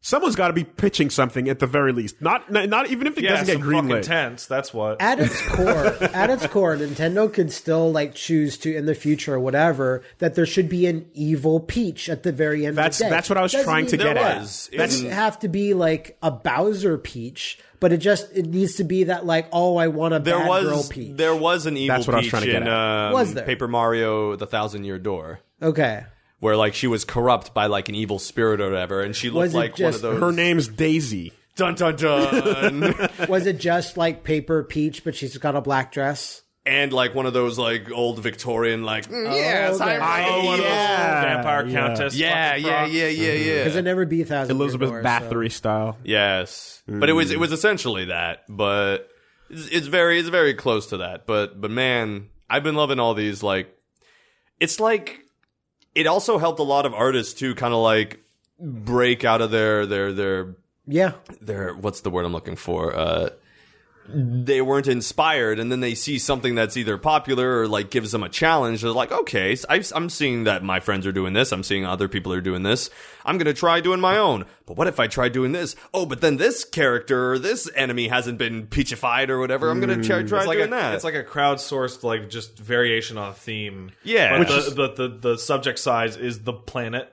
Speaker 1: Someone's got to be pitching something at the very least. Not not, not even if it
Speaker 2: yeah,
Speaker 1: doesn't get
Speaker 2: some fucking
Speaker 1: greenlit.
Speaker 2: tense. That's what.
Speaker 3: at its core, at its core, Nintendo could still like choose to in the future, or whatever, that there should be an evil Peach at the very end.
Speaker 1: That's-
Speaker 3: of the day.
Speaker 1: that's what I was
Speaker 3: Doesn't
Speaker 1: trying to
Speaker 3: even-
Speaker 1: get
Speaker 4: at. Is-
Speaker 3: It doesn't
Speaker 4: is-
Speaker 3: have to be like a Bowser Peach, but it just it needs to be that like, oh, I want a
Speaker 4: There
Speaker 3: bad
Speaker 4: was
Speaker 3: girl Peach.
Speaker 4: there was an evil
Speaker 1: That's what I was
Speaker 4: peach
Speaker 1: trying to get
Speaker 4: in um,
Speaker 3: Was there?
Speaker 4: Paper Mario: The Thousand Year Door,
Speaker 3: okay,
Speaker 4: where like she was corrupt by like an evil spirit or whatever, and she
Speaker 3: Was
Speaker 4: looked
Speaker 3: it
Speaker 4: like one of
Speaker 3: just
Speaker 4: those.
Speaker 1: Her name's Daisy.
Speaker 4: dun dun dun,
Speaker 3: was it just like Paper Peach, but she's got a black dress?
Speaker 4: and like one of those like old Victorian like mm, yes,
Speaker 3: okay.
Speaker 4: I,
Speaker 2: Oh,
Speaker 1: Yeah,
Speaker 2: one of those vampire
Speaker 1: yeah.
Speaker 2: countess.
Speaker 4: yeah,
Speaker 2: fucking
Speaker 4: yeah,
Speaker 2: frog.
Speaker 4: yeah, yeah, yeah.
Speaker 3: Because it never be a thousand
Speaker 1: Elizabeth
Speaker 3: Year Door,
Speaker 1: Bathory style.
Speaker 4: Yes, but it was it was essentially that, but it's, it's very it's very close to that. But but man, I've been loving all these. Like, it's like it also helped a lot of artists to kind of like break out of their their their
Speaker 3: So. Yeah,
Speaker 4: their what's the word I'm looking for uh they weren't inspired and then they see something that's either popular or like gives them a challenge they're like okay s- I've, i'm seeing that my friends are doing this i'm seeing other people are doing this i'm gonna try doing my own but what if i try doing this oh but then this character or this enemy hasn't been peachified or whatever i'm gonna try, try
Speaker 2: It's like,
Speaker 4: doing
Speaker 2: a,
Speaker 4: that
Speaker 2: it's like a crowdsourced, like just variation on a theme.
Speaker 4: Yeah.
Speaker 2: but
Speaker 4: Which
Speaker 2: the,
Speaker 4: is-
Speaker 2: the, the the subject size is the planet.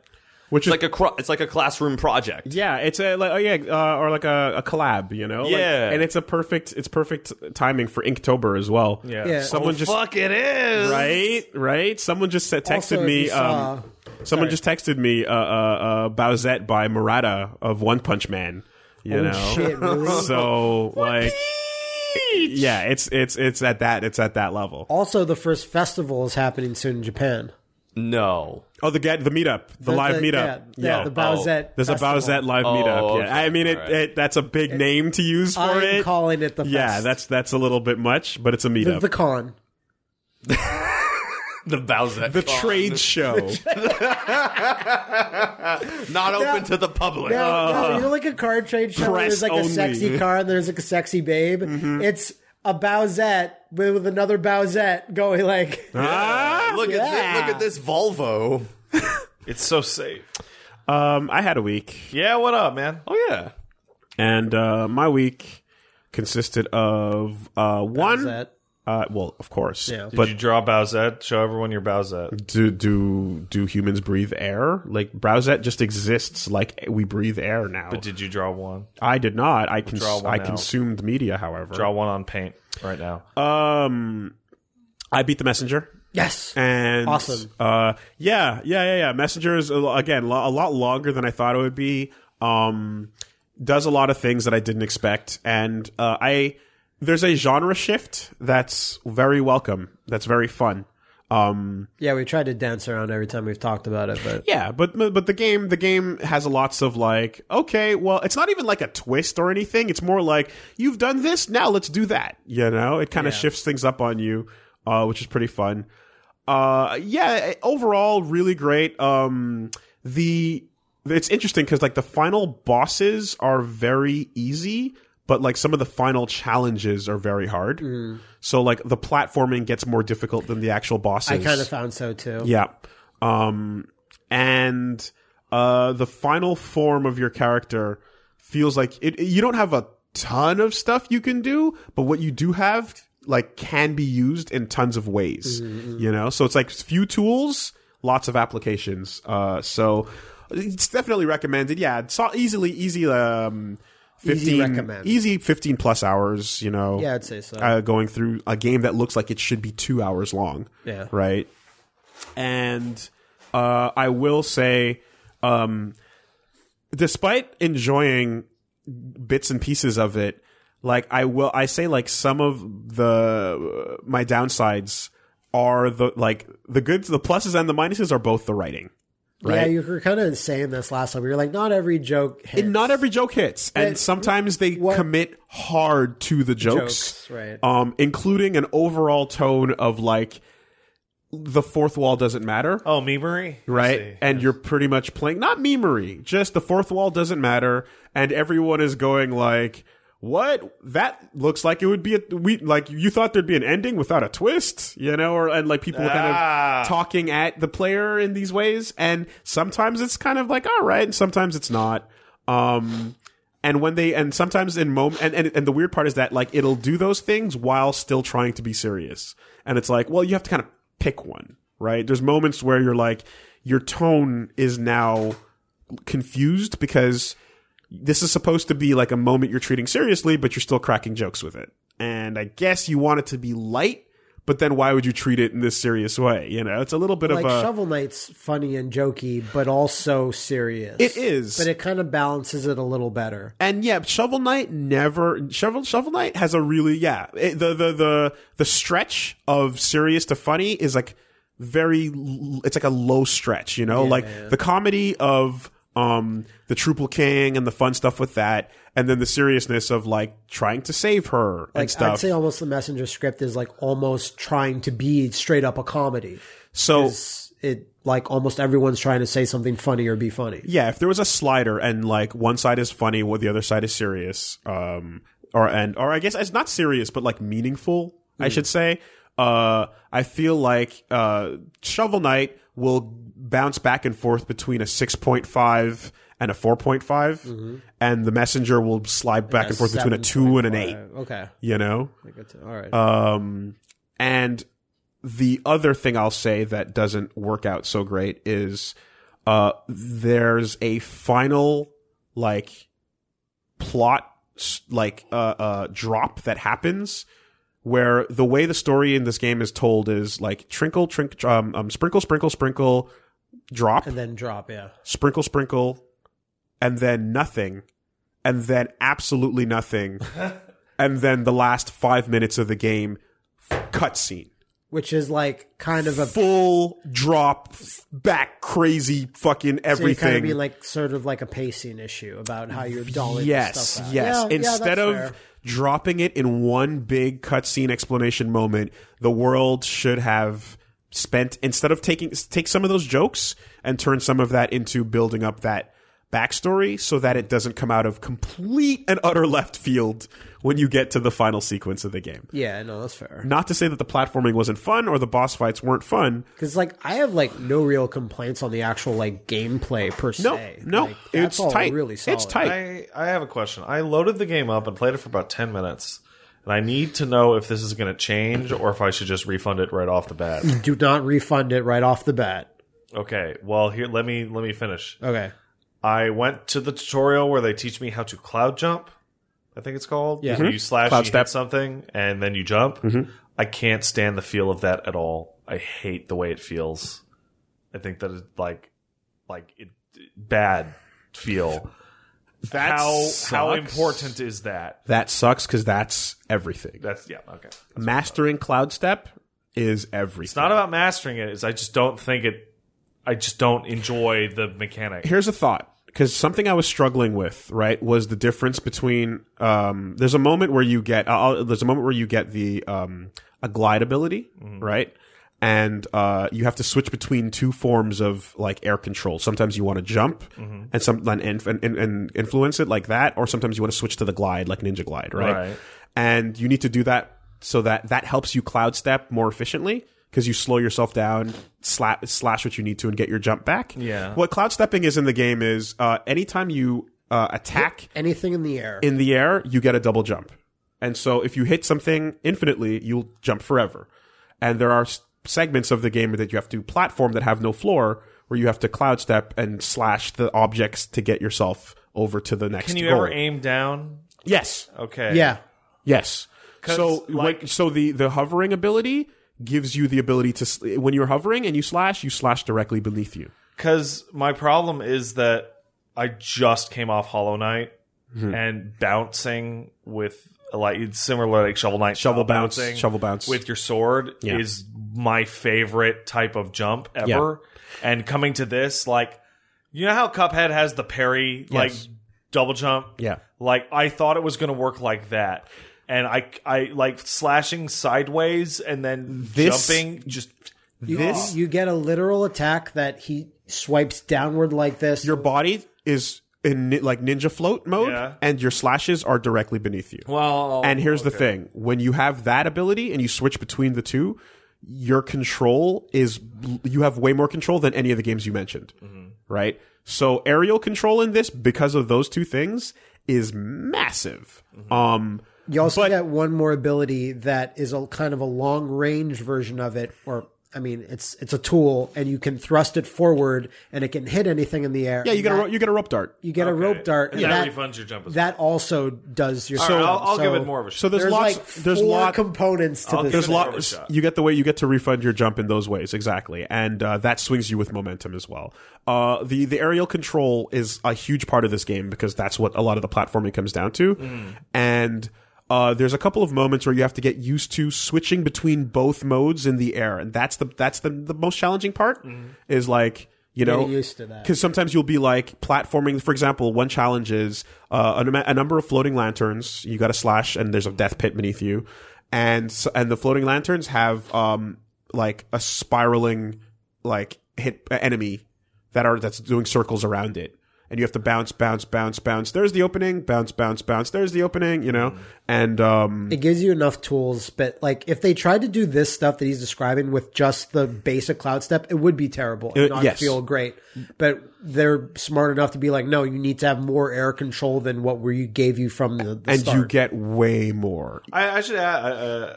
Speaker 1: Which
Speaker 4: it's
Speaker 1: is
Speaker 4: like a cro- it's like a classroom project
Speaker 1: Yeah, it's a like oh yeah, uh, or like a, a collab, you know. Like-
Speaker 4: Yeah.
Speaker 1: and it's a perfect it's perfect timing for Inktober as well.
Speaker 2: Yeah. Oh,
Speaker 3: Yeah.
Speaker 1: someone just
Speaker 4: fuck it is
Speaker 1: right, right. Someone just said- texted
Speaker 3: Also, if
Speaker 1: me.
Speaker 3: you saw-
Speaker 1: um, someone just texted me uh, uh, uh, Bowsette by Murata of One Punch Man. You
Speaker 3: Oh,
Speaker 1: know,
Speaker 3: shit, really?
Speaker 1: so like, yeah, it's it's it's at that it's at that level.
Speaker 3: Also, the first festival is happening soon in Japan.
Speaker 4: no
Speaker 1: Oh, the get the meetup, the, live meetup. Oh,
Speaker 3: Yeah, yeah, the Bowsette.
Speaker 1: There's
Speaker 3: festival.
Speaker 1: a Bowsette live meetup.
Speaker 4: okay,
Speaker 1: Yeah, I mean, it,
Speaker 4: alright.
Speaker 1: it that's a big name to use for
Speaker 3: I'm
Speaker 1: it.
Speaker 3: calling it the fest.
Speaker 1: Yeah, that's that's a little bit much, but it's a
Speaker 3: the,
Speaker 1: meetup. The,
Speaker 3: the con.
Speaker 4: the Bowsette
Speaker 1: trade show.
Speaker 4: not open to the public
Speaker 3: Now, now, you know, like a card trade show. where There's
Speaker 1: Uh, press
Speaker 3: like
Speaker 1: only. Mm-hmm.
Speaker 3: a sexy car and there's like a sexy babe. It's a Bowsette with, with another Bowsette going like.
Speaker 1: Ah?
Speaker 4: look at
Speaker 3: Yeah.
Speaker 4: thi- look at this Volvo
Speaker 2: It's so safe.
Speaker 1: Um, I had a week,
Speaker 2: Yeah, what up, man?
Speaker 4: oh yeah
Speaker 1: and uh, my week consisted of uh, one.
Speaker 3: Bowsette.
Speaker 1: Uh, well, of course,
Speaker 3: Yeah.
Speaker 1: but
Speaker 2: Did you draw Bowsette? Show everyone your Bowsette.
Speaker 1: do do do humans breathe air? Like Browsette just exists like we breathe air now.
Speaker 2: But did you draw one?
Speaker 1: I did not. I cons-
Speaker 2: Draw one
Speaker 1: I
Speaker 2: out.
Speaker 1: consumed media, however.
Speaker 2: Draw one on paint right now.
Speaker 1: Um, I beat the messenger.
Speaker 3: Yes.
Speaker 1: and
Speaker 3: Awesome.
Speaker 1: Uh, yeah, yeah, yeah, yeah. Messenger is a lo- again lo- a lot longer than I thought it would be. Um, does a lot of things that I didn't expect, and uh, I there's a genre shift that's very welcome. That's very fun. Um,
Speaker 3: Yeah, we tried to dance around every time we've talked about it, but
Speaker 1: yeah, but but the game the game has lots of like okay, well, it's not even like a twist or anything. It's more like you've done this, now let's do that. You know, it kind of shifts things up on you, uh, which is pretty fun. Uh, yeah, overall, really great. Um, the it's interesting because like the final bosses are very easy, but like some of the final challenges are very hard. So like the platforming gets more difficult than the actual bosses.
Speaker 3: Mm. I kind of found so too.
Speaker 1: Yeah. Um, and uh, the final form of your character feels like it, it- you don't have a ton of stuff you can do, but what you do have like can be used in tons of ways.
Speaker 3: Mm-hmm,
Speaker 1: You know, so it's like few tools, lots of applications. Uh, so it's definitely recommended. Yeah, it's all easily easy. Um,
Speaker 3: Easy
Speaker 1: 15
Speaker 3: recommend.
Speaker 1: easy 15 plus hours you know
Speaker 3: Yeah, I'd say so.
Speaker 1: uh, going through a game that looks like it should be two hours long.
Speaker 3: Yeah.
Speaker 1: Right. And uh, I will say, um, despite enjoying bits and pieces of it, like I will, I say like some of the uh, my downsides are the like the goods, the pluses and the minuses are both the writing.
Speaker 3: Yeah,
Speaker 1: Right.
Speaker 3: you were kind of saying this last time. You were like, not every joke hits.
Speaker 1: And not every joke hits, and sometimes they commit hard to the jokes,
Speaker 3: Jokes, right.
Speaker 1: Um, including an overall tone of like the fourth wall doesn't matter,
Speaker 2: Oh, me, Marie.
Speaker 1: right? And you're pretty much playing not memery, just the fourth wall doesn't matter, and everyone is going like, "What? That looks like it would be a we like you thought there'd be an ending without a twist, you know?" Or and like people kind
Speaker 2: Ah.
Speaker 1: of talking at the player in these ways, and sometimes it's kind of like all right, and sometimes it's not. Um, and when they and sometimes in moment and, and and the weird part is that like it'll do those things while still trying to be serious and it's like well you have to kind of pick one right there's moments where you're like your tone is now confused because this is supposed to be like a moment you're treating seriously but you're still cracking jokes with it and i guess you want it to be light but then why would you treat it in this serious way you know it's a little bit
Speaker 3: like
Speaker 1: of a
Speaker 3: Shovel Knight's funny and jokey, but also serious.
Speaker 1: it is
Speaker 3: but it kind of balances it a little better.
Speaker 1: And yeah, Shovel Knight never Shovel Shovel Knight has a really yeah it- the the the the stretch of serious to funny is like very l- it's like a low stretch you know like the comedy of um the Triple King and the fun stuff with that and then the seriousness of like trying to save her and
Speaker 3: Like
Speaker 1: stuff
Speaker 3: I'd say, almost the messenger script is like almost trying to be straight up a comedy.
Speaker 1: so
Speaker 3: It's- It like almost everyone's trying to say something funny or be funny.
Speaker 1: yeah if there was a slider and like one side is funny while the other side is serious um or and or I guess it's not serious, but like meaningful, I should say. Uh, I feel like uh, Shovel Knight will bounce back and forth between a six point five and a 4.5 and the messenger will slide back Mm-hmm. and forth between a 2 and an 8
Speaker 3: Okay.
Speaker 1: you know
Speaker 3: All right.
Speaker 1: um, and the other thing I'll say that doesn't work out so great is uh, there's a final like plot s- like uh, uh, drop that happens where the way the story in this game is told is like trinkle trink um, um sprinkle sprinkle sprinkle drop
Speaker 3: and then drop. Yeah.
Speaker 1: sprinkle sprinkle and then nothing and then absolutely nothing and then the last five minutes of the game f- cutscene
Speaker 3: Which is like kind of a
Speaker 1: full drop f- back crazy fucking
Speaker 3: so you're
Speaker 1: everything
Speaker 3: kind of being like sort of like a pacing issue about how you're dolling
Speaker 1: yes
Speaker 3: stuff out.
Speaker 1: yes
Speaker 3: Yeah, yeah,
Speaker 1: instead
Speaker 3: that's
Speaker 1: of
Speaker 3: fair.
Speaker 1: dropping it in one big cutscene explanation moment the world should have spent instead of taking take some of those jokes and turn some of that into building up that backstory so that it doesn't come out of complete and utter left field when you get to the final sequence of the game
Speaker 3: Yeah, no, that's fair.
Speaker 1: not to say that the platforming wasn't fun or the boss fights weren't fun
Speaker 3: Because like I have like no real complaints on the actual like gameplay per
Speaker 1: no
Speaker 3: se.
Speaker 1: no
Speaker 3: Like, that's
Speaker 1: it's
Speaker 3: all
Speaker 1: tight
Speaker 3: Really solid.
Speaker 1: it's tight
Speaker 2: I, I have a question. I loaded the game up and played it for about 10 minutes. And I need to know if this is going to change or if I should just refund it right off the bat.
Speaker 3: Do not refund it right off the bat.
Speaker 2: okay. Well, here let me let me finish.
Speaker 3: Okay.
Speaker 2: I went to the tutorial where they teach me how to cloud jump. I think it's called.
Speaker 3: Yeah.
Speaker 2: Where you slash
Speaker 1: Mm-hmm. Cloud
Speaker 2: and you
Speaker 1: step. Mm-hmm.
Speaker 2: hit something and then you jump. I can't stand the feel of that at all. I hate the way it feels. I think that it's like like it bad feel.
Speaker 1: That
Speaker 2: how how
Speaker 1: sucks.
Speaker 2: important is that?
Speaker 1: that sucks because that's everything
Speaker 2: That's yeah, okay.
Speaker 1: mastering cloud step is everything
Speaker 2: It's not about mastering it. It's I just don't think it. I just don't enjoy the mechanic.
Speaker 1: here's a thought because something I was struggling with, right, was the difference between. Um, there's a moment where you get. I'll, there's a moment where you get the um, a glide ability,
Speaker 2: Mm-hmm.
Speaker 1: right, and uh, you have to switch between two forms of like air control. Sometimes you want to jump
Speaker 2: Mm-hmm.
Speaker 1: and some and, inf- and and influence it like that, or sometimes you want to switch to the glide, like ninja glide,
Speaker 2: Right.
Speaker 1: and you need to do that so that that helps you cloud step more efficiently because you slow yourself down, slap, slash what you need to, and get your jump back.
Speaker 2: Yeah.
Speaker 1: What cloud stepping is in the game is uh, anytime you uh, attack
Speaker 3: Anything in the air.
Speaker 1: in the air, you get a double jump. And so if you hit something infinitely, you'll jump forever. And there are s- segments of the game that you have to platform that have no floor where you have to cloud step and slash the objects to get yourself over to the next
Speaker 2: Can you
Speaker 1: goal.
Speaker 2: ever aim down?
Speaker 1: Yes.
Speaker 2: Okay.
Speaker 3: yeah.
Speaker 1: Yes.
Speaker 2: 'Cause,
Speaker 1: So
Speaker 2: like-
Speaker 1: like, so the the hovering ability gives you the ability to sl- when you're hovering and you slash, you slash directly beneath you.
Speaker 2: Because my problem is that I just came off Hollow Knight
Speaker 1: Mm-hmm.
Speaker 2: and bouncing with like it's similar like Shovel Knight
Speaker 1: Shovel
Speaker 2: style
Speaker 1: bounce,
Speaker 2: bouncing
Speaker 1: shovel bounce.
Speaker 2: with your sword
Speaker 1: Yeah.
Speaker 2: is my favorite type of jump ever. And coming to this, like you know how Cuphead has the parry like double jump.
Speaker 1: Yeah.
Speaker 2: Like I thought it was going to work like that. And I, I like slashing sideways and then
Speaker 1: This-
Speaker 2: jumping. Just
Speaker 3: You,
Speaker 1: This-
Speaker 3: you get a literal attack that he swipes downward like this.
Speaker 1: Your body is in ni- like ninja float mode,
Speaker 2: Yeah.
Speaker 1: and your slashes are directly beneath you.
Speaker 2: well,
Speaker 1: and here's the thing: when you have that ability and you switch between the two, your control is you have way more control than any of the games you mentioned,
Speaker 2: Mm-hmm.
Speaker 1: right? So aerial control in this, because of those two things, is massive.
Speaker 2: Mm-hmm.
Speaker 1: Um,
Speaker 3: you also get one more ability that is a kind of a long range version of it, or I mean, it's it's a tool, and you can thrust it forward, and it can hit anything in the air.
Speaker 1: yeah, you get a ro- you get a rope dart.
Speaker 3: you get a rope dart, and
Speaker 2: that
Speaker 3: that,
Speaker 2: refunds your jump as
Speaker 3: that also does your.
Speaker 2: All right,
Speaker 3: setup.
Speaker 2: I'll, I'll
Speaker 3: So
Speaker 2: give it more of a shot.
Speaker 1: So there's,
Speaker 3: There's,
Speaker 1: lots.
Speaker 3: like four
Speaker 1: there's lot.
Speaker 3: components to
Speaker 2: I'll give
Speaker 3: this.
Speaker 1: there's
Speaker 2: it a
Speaker 1: lot.
Speaker 2: cover shot.
Speaker 1: You get the way you get to refund your jump in those ways exactly, and uh, that swings you with momentum as well. Uh, the the aerial control is a huge part of this game because that's what a lot of the platforming comes down to,
Speaker 2: Mm.
Speaker 1: and. Uh, there's a couple of moments where you have to get used to switching between both modes in the air, and that's the that's the, the most challenging part.
Speaker 2: Mm.
Speaker 1: Is like you know
Speaker 3: Getting used to that.
Speaker 1: because sometimes you'll be like platforming. For example, one challenge is uh, a, num- a number of floating lanterns. You got to slash, and there's a death pit beneath you, and s- and the floating lanterns have um like a uh, spiraling like hit enemy that are that's doing circles around it, and you have to bounce, bounce, bounce, bounce. There's the opening, bounce, bounce, bounce. There's the opening, you
Speaker 3: Mm.
Speaker 1: know, and um,
Speaker 3: It gives you enough tools, but like if they tried to do this stuff that he's describing with just the basic cloud step, it would be terrible and
Speaker 1: Uh,
Speaker 3: not
Speaker 1: yes.
Speaker 3: feel great. But they're smart enough to be like, no, you need to have more air control than what we gave you from the, the
Speaker 1: and
Speaker 3: start.
Speaker 1: you get way more.
Speaker 2: I, I should add. Uh, uh,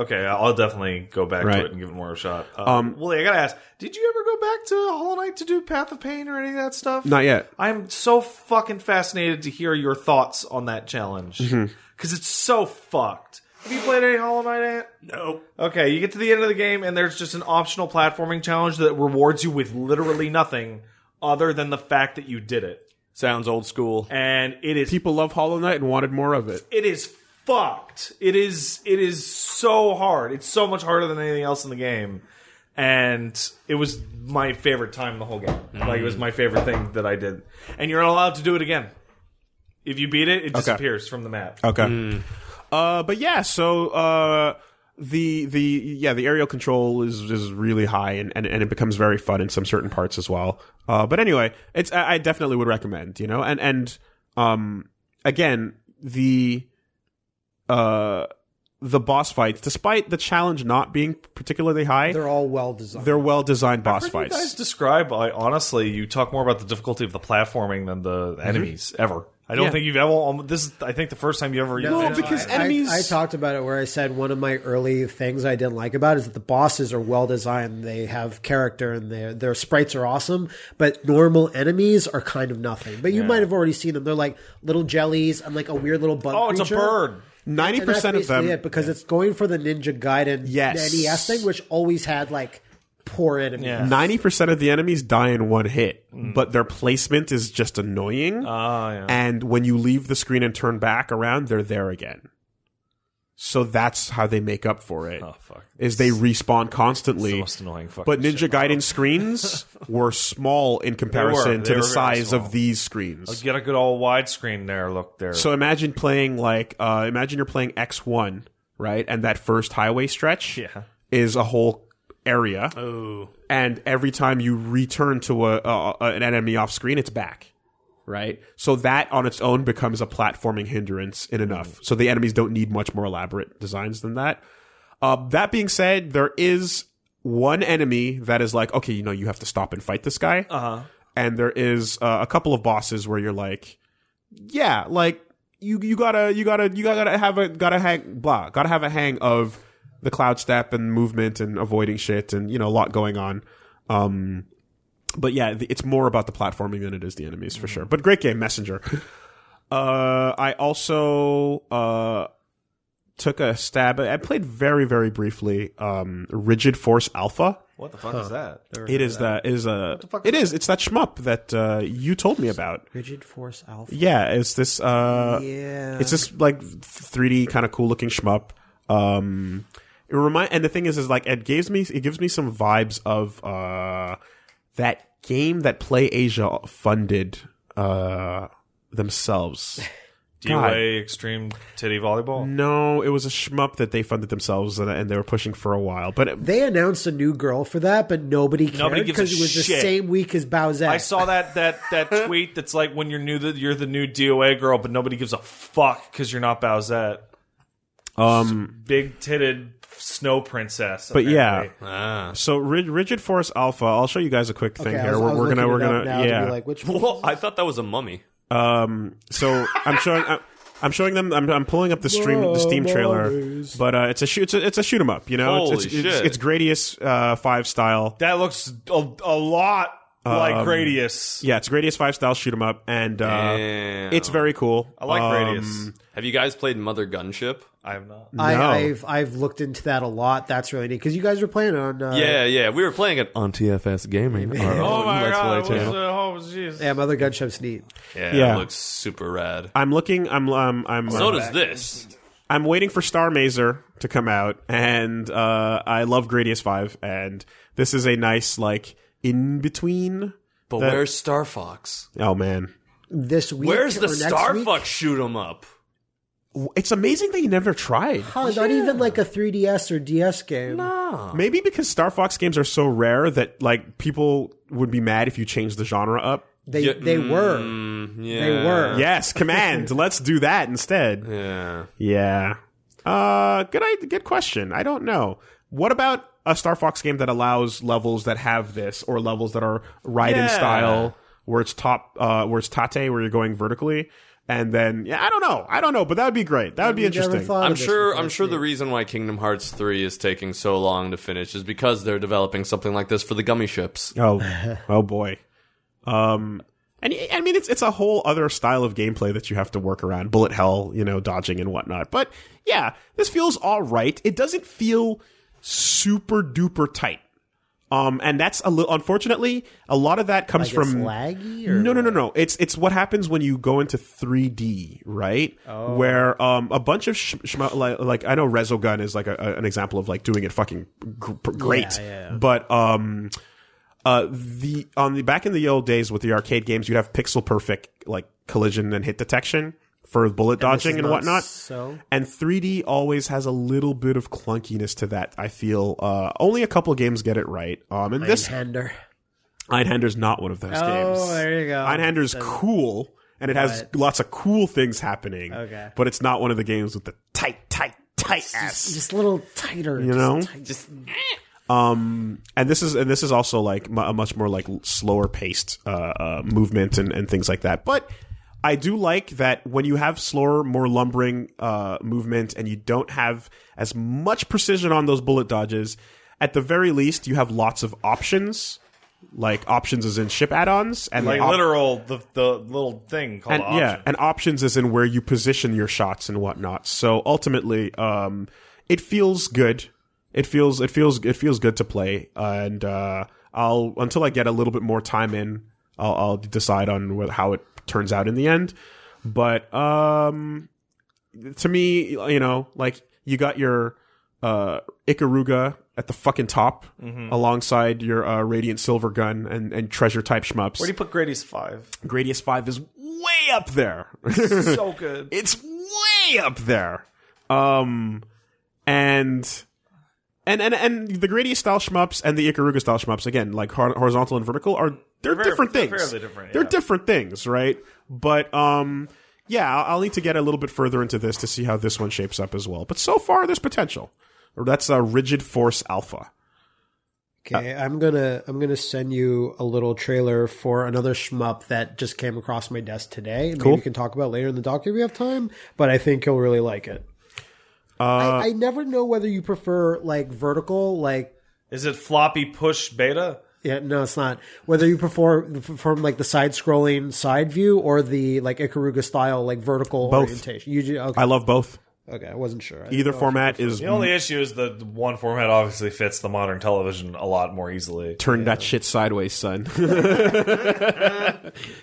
Speaker 2: okay, I'll definitely go back
Speaker 1: Right. Um,
Speaker 2: to it and give it more of a shot. Uh, Willie, I gotta ask: Did you ever go back to Hollow Knight to do Path of Pain or any of that stuff?
Speaker 1: Not yet.
Speaker 2: I'm so fucking fascinated to hear your thoughts on that challenge because
Speaker 1: Mm-hmm.
Speaker 2: it's so fucked. Have you played any Hollow Knight? Ant? No. Okay, you get to the end of the game and there's just an optional platforming challenge that rewards you with literally nothing other than the fact that you did it,
Speaker 4: Sounds old school.
Speaker 2: and it is
Speaker 1: People love Hollow Knight and wanted more of it.
Speaker 2: it is fucked. It is it is so hard. It's so much harder than anything else in the game. And it was my favorite time the whole game.
Speaker 1: Mm.
Speaker 2: Like it was my favorite thing that I did. And you're not allowed to do it again. If you beat it, it disappears from the map.
Speaker 1: Okay. Uh, but yeah, so uh, the the yeah the aerial control is is really high and, and, and it becomes very fun in some certain parts as well. Uh, but anyway, it's I, I definitely would recommend you know and and um again the uh the boss fights despite the challenge not being particularly high they're,
Speaker 3: they're all well designed.
Speaker 1: well designed boss
Speaker 2: How do you
Speaker 1: fights.
Speaker 2: guys describe like, honestly, you talk more about the difficulty of the platforming than the enemies ever. I
Speaker 1: Mm-hmm.
Speaker 2: don't
Speaker 1: Yeah.
Speaker 2: think you've ever almo- this is I think the first time you ever
Speaker 1: No, because
Speaker 3: I-
Speaker 1: enemies-
Speaker 3: I, talked about it where I said one of my early things I didn't like about it is that the bosses are well designed. They have character and their their sprites are awesome, but normal enemies are kind of nothing. But you might have already seen them. They're like little jellies and like a weird little bug.
Speaker 2: Oh, it's a
Speaker 3: creature.
Speaker 2: bird.
Speaker 1: Ninety
Speaker 3: And that's
Speaker 1: percent of them
Speaker 3: basically it, because it's going for the Ninja Gaiden
Speaker 1: Yes.
Speaker 3: NES thing, which always had like poor enemies.
Speaker 2: Yeah.
Speaker 1: Ninety percent of the enemies die in one hit, but their placement is just annoying.
Speaker 2: Oh, yeah.
Speaker 1: And when you leave the screen and turn back around, they're there again. So that's how they make up for it. Is
Speaker 2: Oh fuck.
Speaker 1: they respawn constantly.
Speaker 2: the most annoying fucking
Speaker 1: But
Speaker 2: shit.
Speaker 1: Ninja Gaiden screens were small in comparison
Speaker 2: They
Speaker 1: to
Speaker 2: were
Speaker 1: the
Speaker 2: very
Speaker 1: size
Speaker 2: small.
Speaker 1: of these screens.
Speaker 2: Get a good old widescreen there. Look there.
Speaker 1: So imagine playing like uh, imagine you're playing X one, right? And that first highway stretch
Speaker 2: Yeah.
Speaker 1: is a whole area. And every time you return to a, a, a- an enemy off screen, it's back. Right? So that on its own becomes a platforming hindrance in enough. So the enemies don't need much more elaborate designs than that. Uh, that being said, there is one enemy that is like, okay, you know, you have to stop and fight this guy. Uh-huh. And there is uh, a couple of bosses where you're like, yeah, like you you gotta you gotta you gotta have a gotta hang blah gotta have a hang of the cloud step and movement and avoiding shit and you know a lot going on. Um, but yeah, the- it's more about the platforming than it is the enemies for sure. But great game, Messenger. Uh, I also uh took a stab. at I played very very briefly. Um, Rigid Force Alpha.
Speaker 2: what the fuck is that?
Speaker 1: It is that is a
Speaker 2: fuck
Speaker 1: it is it's that shmup that uh you told me about.
Speaker 3: Rigid Force Alpha.
Speaker 1: Yeah, it's this uh
Speaker 3: Yeah.
Speaker 1: it's this like 3D kind of cool looking shmup. Um, it remind and the thing is, is like it gives me it gives me some vibes of uh that game that Play Asia funded uh themselves.
Speaker 2: DOA extreme titty volleyball.
Speaker 1: No, it was a shmup that they funded themselves and, and they were pushing for a while. But it,
Speaker 3: They announced a new girl for that, but nobody
Speaker 2: Nobody
Speaker 3: cared
Speaker 2: gives a
Speaker 3: because it was the
Speaker 2: shit.
Speaker 3: same week as Bowsette.
Speaker 2: I saw that that that tweet that's like when you're new that you're the new DOA girl, but nobody gives a fuck because you're not Bowsette.
Speaker 1: um,
Speaker 2: Big titted snow princess.
Speaker 1: but yeah.
Speaker 2: apparently.
Speaker 4: Ah.
Speaker 1: So Rid- Rigid Force Alpha, I'll show you guys a quick thing
Speaker 3: Okay, I
Speaker 1: here.
Speaker 3: was- I
Speaker 1: we're
Speaker 3: was
Speaker 1: we're gonna
Speaker 3: looking
Speaker 1: we're
Speaker 3: it
Speaker 1: gonna
Speaker 3: up now to be
Speaker 1: yeah.
Speaker 3: like, which one
Speaker 4: Well, I thought that was a mummy.
Speaker 1: Um, so I'm showing, I'm, I'm showing them. I'm, I'm pulling up the stream, the Steam trailer. But uh, it's a shoot, it's a, it's a shoot 'em up. You know, it's, it's,
Speaker 4: Holy
Speaker 1: it's,
Speaker 4: shit.
Speaker 1: it's Gradius uh, five style.
Speaker 2: that looks a, a lot like Gradius.
Speaker 1: Um, Yeah, it's Gradius five style shoot 'em up, and uh,
Speaker 4: Damn.
Speaker 1: it's very cool.
Speaker 2: I like
Speaker 1: Um,
Speaker 2: Gradius.
Speaker 4: Have you guys played Mother Gunship?
Speaker 2: I have not.
Speaker 3: I,
Speaker 1: No.
Speaker 3: I've I've looked into that a lot. That's really neat because you guys were playing on uh,
Speaker 4: Yeah, yeah. We were playing it on TFS Gaming. Our
Speaker 2: Oh
Speaker 4: own
Speaker 2: my
Speaker 4: Let's
Speaker 2: god!
Speaker 4: Play
Speaker 2: it
Speaker 4: channel.
Speaker 2: was, uh, oh jeez.
Speaker 3: yeah, Mother Gunship's neat.
Speaker 4: Yeah,
Speaker 1: Yeah.
Speaker 4: it looks super rad.
Speaker 1: I'm looking. I'm um, I'm
Speaker 4: So
Speaker 1: uh,
Speaker 4: does this.
Speaker 1: I'm waiting for Star Mazer to come out, and uh, I love Gradius five, and this is a nice like in between.
Speaker 4: But where's Star Fox?
Speaker 1: Oh man,
Speaker 3: This week,
Speaker 4: Where's
Speaker 3: or
Speaker 4: the
Speaker 3: next
Speaker 4: Star
Speaker 3: week?
Speaker 4: Fox shoot 'em up?
Speaker 1: it's amazing that you never tried.
Speaker 3: Huh, Not even like a 3DS or DS game.
Speaker 1: Ah. Maybe because Star Fox games are so rare that like people would be mad if you changed the genre up.
Speaker 3: They
Speaker 4: Yeah,
Speaker 3: they were. They
Speaker 1: mm,
Speaker 4: Mm, Yeah.
Speaker 3: were.
Speaker 1: Yes, command. Let's do that instead.
Speaker 4: Yeah.
Speaker 1: Yeah. Uh, good. i- Good question. I don't know. What about a Star Fox game that allows levels that have this, or levels that are right
Speaker 4: Yeah.
Speaker 1: in style, where it's top, uh, where it's tate, where you're going vertically, and then yeah, I don't know. I don't know, but that would be great. That would be
Speaker 3: We never
Speaker 1: interesting.
Speaker 3: thought
Speaker 4: I'm
Speaker 3: of this
Speaker 4: sure.
Speaker 3: before.
Speaker 4: I'm sure the reason why Kingdom Hearts three is taking so long to finish is because they're developing something like this for the gummy ships.
Speaker 1: Oh, oh boy. Um, and I mean, it's it's a whole other style of gameplay that you have to work around, bullet hell, you know, dodging and whatnot. But yeah, this feels all right. It doesn't feel super duper tight. Um, and that's a little unfortunately a lot of that comes
Speaker 3: Like it's
Speaker 1: from
Speaker 3: laggy or
Speaker 1: no, no, no, no. It's it's what happens when you go into 3D, right?
Speaker 3: Oh.
Speaker 1: Where um a bunch of sh- shmo- like, like I know Resogun is like a, a- an example of like doing it fucking gr- pr- great, but um uh the on the back in the old days with the arcade games, you'd have pixel perfect like collision and hit detection for bullet
Speaker 3: This is
Speaker 1: dodging and,
Speaker 3: not
Speaker 1: whatnot.
Speaker 3: So
Speaker 1: And 3D always has a little bit of clunkiness to that. I feel uh, only a couple games get it right. Um, and this
Speaker 3: Hender.
Speaker 1: Einhander's not one of those games.
Speaker 3: Oh, there you go.
Speaker 1: Einhander's cool, and it has
Speaker 3: But-
Speaker 1: lots of cool things happening.
Speaker 3: Okay.
Speaker 1: But it's not one of the games with the tight, tight, tight ass.
Speaker 3: Just a little tighter.
Speaker 1: you know,
Speaker 4: Just
Speaker 1: um, and this is and this is also like mu- a much more like l- slower paced uh, uh, movement and, and things like that. But I do like that when you have slower, more lumbering uh, movement, and you don't have as much precision on those bullet dodges. At the very least, you have lots of options. Like options is in ship add-ons, and
Speaker 2: Like
Speaker 1: op-
Speaker 2: literal the the little thing called
Speaker 1: and
Speaker 2: option.
Speaker 1: yeah, and options is in where you position your shots and whatnot. So ultimately, um, it feels good. It feels it feels it feels good to play, and uh, I'll until I get a little bit more time in, I'll, I'll decide on wh- how it turns out in the end. But um, to me, you know, like you got your uh, Ikaruga at the fucking top, alongside your uh, Radiant Silver Gun and, and treasure type shmups.
Speaker 2: Where do you put Grady's five?
Speaker 1: Gradius Five is way up there.
Speaker 2: so good.
Speaker 1: it's way up there. Um, and and and and the Gradius style shmups and the Ikaruga style shmups again, like hor- horizontal and vertical, are they're,
Speaker 2: They're very-
Speaker 1: different
Speaker 2: they're
Speaker 1: things.
Speaker 2: fairly different,
Speaker 1: They're
Speaker 2: yeah.
Speaker 1: different things, right? But um, yeah, I'll, I'll need to get a little bit further into this to see how this one shapes up as well. But so far, there's potential. Or That's a rigid force alpha.
Speaker 3: Okay, I'm gonna I'm gonna send you a little trailer for another shmup that just came across my desk today. Maybe
Speaker 1: Cool.
Speaker 3: we can talk about later in the doc if we have time. But I think you'll really like it.
Speaker 1: Uh,
Speaker 3: I, I never know whether you prefer like vertical, like
Speaker 2: Is it floppy push beta?
Speaker 3: yeah, no, it's not. Whether you prefer from like the side-scrolling side view or the like Ikaruga style, like vertical orientation. You ju- okay?
Speaker 1: I love both.
Speaker 3: okay, I wasn't sure. I-
Speaker 1: Either format is
Speaker 2: Oh, The only issue is the one format obviously fits the modern television a lot more easily.
Speaker 1: Turn that shit sideways, son.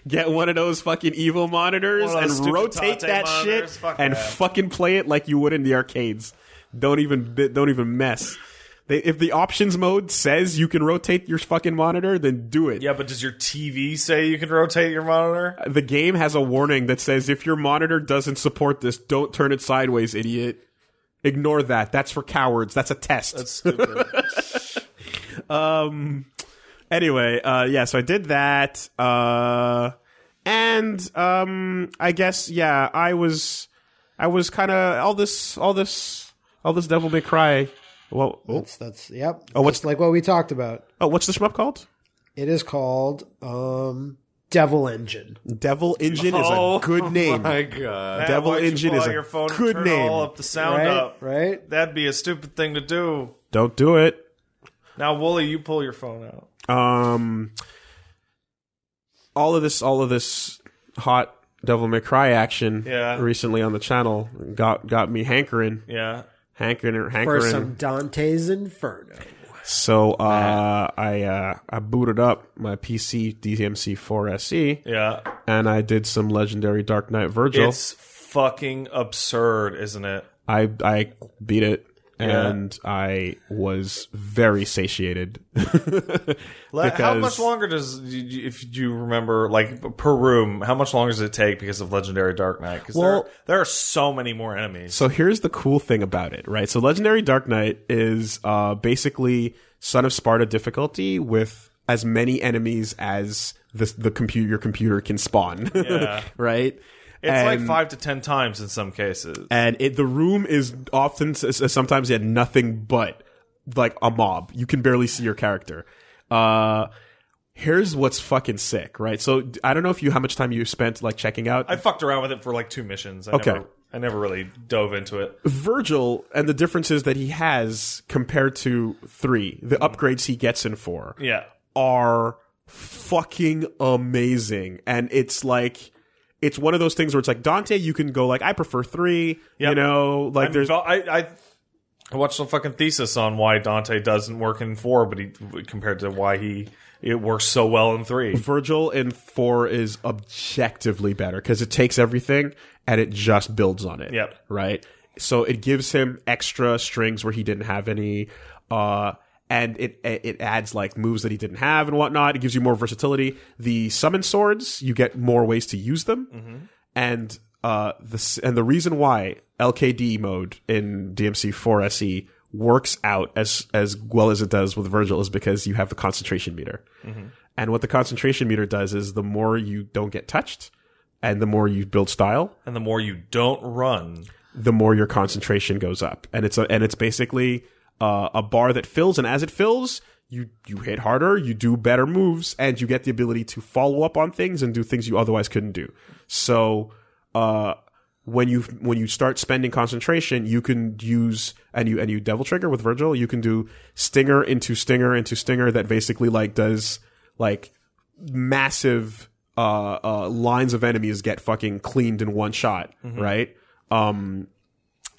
Speaker 1: Get one of those fucking evil monitors
Speaker 2: One of
Speaker 1: and
Speaker 2: those stupid
Speaker 1: rotate
Speaker 2: Tate
Speaker 1: that shit
Speaker 2: monitors, fuck
Speaker 1: and
Speaker 2: that.
Speaker 1: fucking play it like you would in the arcades. Don't even bi- don't even mess. They, if the options mode says you can rotate your fucking monitor, then do it.
Speaker 2: Yeah, but does your TV say you can rotate your monitor?
Speaker 1: The game has a warning that says if your monitor doesn't support this, don't turn it sideways, idiot. Ignore that. That's for cowards. That's a test.
Speaker 2: That's stupid.
Speaker 1: um anyway uh yeah so i did that uh and um i guess yeah i was i was kind of all this all this all this devil may cry well oh,
Speaker 3: That's that's yep.
Speaker 1: Oh, what's-
Speaker 3: just like what we talked about?
Speaker 1: oh, what's the shmup called
Speaker 3: It is called um, Devil Engine.
Speaker 1: devil engine is a good name
Speaker 4: My God.
Speaker 1: Uh, Devil
Speaker 2: Why'd you
Speaker 1: Engine
Speaker 2: pull
Speaker 1: is
Speaker 2: out
Speaker 1: a
Speaker 2: your phone and
Speaker 1: good
Speaker 2: turn
Speaker 1: name.
Speaker 2: All up the sound
Speaker 3: Right,
Speaker 2: up.
Speaker 3: right.
Speaker 2: That'd be a stupid thing to do.
Speaker 1: don't do it
Speaker 2: Now, Wooly, you pull your phone out.
Speaker 1: um all of this all of this hot devil may cry action
Speaker 2: Yeah.
Speaker 1: recently on the channel got got me hankering
Speaker 2: Yeah.
Speaker 1: hankering
Speaker 3: for
Speaker 1: hankering
Speaker 3: some Dante's Inferno.
Speaker 1: So uh, I uh, I booted up my PC DMC 4SE
Speaker 2: Yeah.
Speaker 1: E, and I did some Legendary Dark Knight Virgil.
Speaker 2: It's fucking absurd, isn't it?
Speaker 1: I I beat it
Speaker 2: Yeah.
Speaker 1: and I was very satiated.
Speaker 2: Le- how
Speaker 1: Because-
Speaker 2: much longer does, do you- if you remember, like per room, how much longer does it take because of Legendary Dark Knight? Because
Speaker 1: Well-
Speaker 2: there, there are so many more enemies.
Speaker 1: So here's the cool thing about it, right? So Legendary Dark Knight is uh, basically Son of Sparta difficulty with as many enemies as the the computer your computer can spawn.
Speaker 2: Yeah.
Speaker 1: right.
Speaker 2: It's like
Speaker 1: And-
Speaker 2: five to ten times in some cases.
Speaker 1: and it, the room is often s- s- sometimes had nothing but like a mob. You can barely see your character. Uh, here's what's fucking sick, right? So d- I don't know if you how much time you spent like checking out.
Speaker 2: I fucked around with it for like two missions. I
Speaker 1: Okay.
Speaker 2: Never, I never really dove into it.
Speaker 1: Virgil and the differences that he has compared to three, the upgrades he gets in four
Speaker 2: Yeah.
Speaker 1: are fucking amazing, and it's like. It's one of those things where it's like Dante. You can go like I prefer three. You
Speaker 2: Yep.
Speaker 1: know, like
Speaker 2: I'm
Speaker 1: there's
Speaker 2: vel- I, I I watched some fucking thesis on why Dante doesn't work in four, but he compared to why he it works so well in three.
Speaker 1: Virgil in four is objectively better because it takes everything and it just builds on it.
Speaker 2: Yep.
Speaker 1: Right. So it gives him extra strings where he didn't have any, uh, and it it it adds like moves that he didn't have and whatnot. It gives you more versatility. The summon swords, you get more ways to use them, and uh, the s- and the reason why LKD mode in DMC four SE works out as as well as it does with Virgil is because you have the concentration meter. And what the concentration meter does is the more you don't get touched and the more you build style,
Speaker 2: And the more you don't run,
Speaker 1: the more your concentration goes up. And it's a, and it's basically uh, a bar that fills and as it fills, you you hit harder, you do better moves and you get the ability to follow up on things and do things you otherwise couldn't do. So uh when you when you start spending concentration, you can use and you and you devil trigger with Virgil, you can do stinger into stinger into stinger that basically like does like massive uh, uh, lines of enemies get fucking cleaned in one shot, right? Um,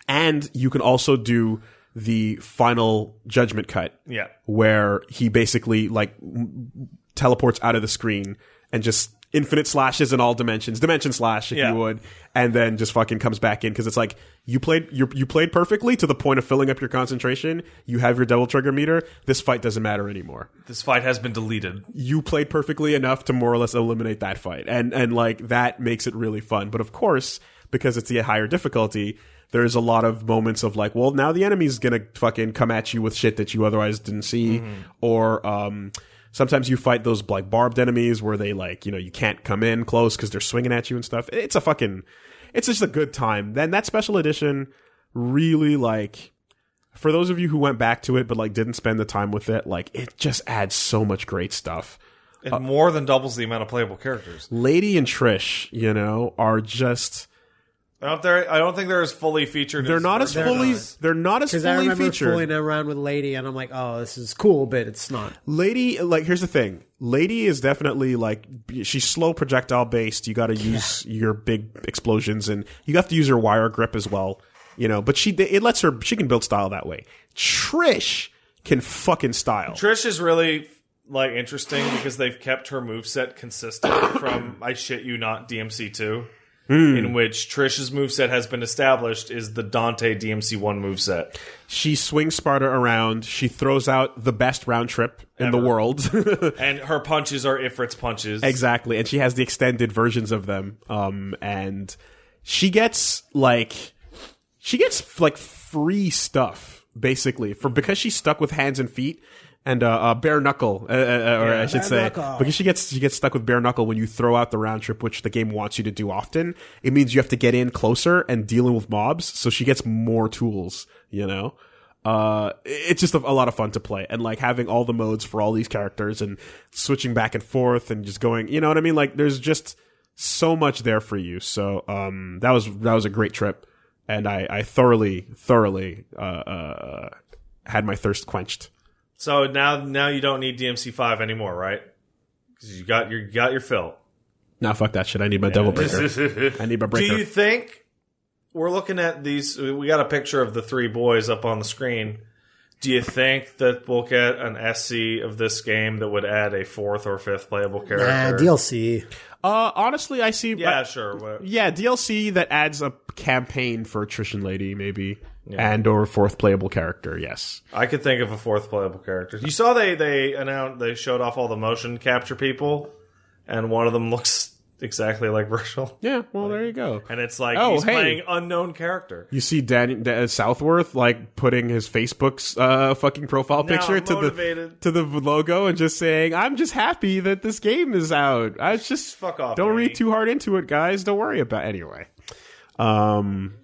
Speaker 1: and you can also do the final judgment cut,
Speaker 2: yeah,
Speaker 1: where he basically like m- teleports out of the screen and just infinite slashes in all dimensions, dimension slash if
Speaker 2: Yeah.
Speaker 1: you would, and then just fucking comes back in because it's like you played you you played perfectly to the point of filling up your concentration. You have your double trigger meter. This fight doesn't matter anymore
Speaker 2: this fight has been deleted.
Speaker 1: you played perfectly enough to more or less eliminate that fight. And and like that makes it really fun. But of course, because it's the higher difficulty, there's a lot of moments of like, well, now the enemy's gonna fucking come at you with shit that you otherwise didn't see. Or um sometimes you fight those like barbed enemies where they like, you know, you can't come in close because they're swinging at you and stuff. It's a fucking it's just a good time. Then that special edition really like for those of you who went back to it but like didn't spend the time with it, like it just adds so much great stuff.
Speaker 2: It more than doubles the amount of playable characters.
Speaker 1: Lady and Trish, you know, are just
Speaker 2: I don't, there, I don't think they're as fully featured.
Speaker 1: they're not as fully
Speaker 3: not.
Speaker 1: they're not as
Speaker 3: Because I
Speaker 1: fully
Speaker 3: remember
Speaker 1: featured.
Speaker 3: fooling around with Lady, and I'm like, oh, this is cool, but it's not.
Speaker 1: Lady like here's the thing. Lady is definitely like she's slow projectile based. You got to use your big explosions and you have to use her wire grip as well, you know, but she it lets her she can build style that way. Trish can fucking style.
Speaker 2: Trish is really like interesting because they've kept her moveset consistent from I shit you not DMC two, in which Trish's moveset has been established is the Dante DMC one moveset.
Speaker 1: She swings Sparta around. She throws out the best round trip in the world.
Speaker 2: And her punches are Ifrit's punches.
Speaker 1: Exactly, and she has the extended versions of them. Um, and she gets like she gets like free stuff basically for because she's stuck with hands and feet and uh, uh bare knuckle, uh, uh, uh, or I should say,
Speaker 3: knuckle.
Speaker 1: because she gets she gets stuck with bare knuckle when you throw out the round trip, which the game wants you to do often. It means you have to get in closer and dealing with mobs, so she gets more tools. You know uh it's just a, a lot of fun to play and like having all the modes for all these characters and switching back and forth and just going you know what i mean like there's just so much there for you so um that was that was a great trip and i i thoroughly thoroughly uh uh had my thirst quenched
Speaker 2: So now now you don't need DMC five anymore, right? 'Cause you got your you got your fill.
Speaker 1: now fuck that shit i need my devil breaker i need my breaker
Speaker 2: Do you think we're looking at these? We got a picture of the three boys up on the screen. Do you think that we'll get an SC of this game that would add a fourth or fifth playable character?
Speaker 3: Nah, DLC.
Speaker 1: uh honestly i see
Speaker 2: Yeah, sure. What-
Speaker 1: yeah dlc that adds a campaign for attrition lady maybe and or fourth playable character yes
Speaker 2: I could think of a fourth playable character. You saw they they announced they showed off all the motion capture people, and one of them looks exactly like Virgil.
Speaker 1: Yeah, well, there you go.
Speaker 2: And it's like
Speaker 1: Oh,
Speaker 2: he's
Speaker 1: hey.
Speaker 2: playing unknown character.
Speaker 1: You see Dan, Dan- Southworth like putting his Facebook's uh, fucking profile
Speaker 2: Now
Speaker 1: picture
Speaker 2: I'm
Speaker 1: to the
Speaker 2: motivated.
Speaker 1: to the logo and just saying, "I'm just happy that this game is out." I was just
Speaker 2: Fuck off,
Speaker 1: Don't
Speaker 2: Manny.
Speaker 1: read too hard into it, guys. Don't worry about anyway. Um.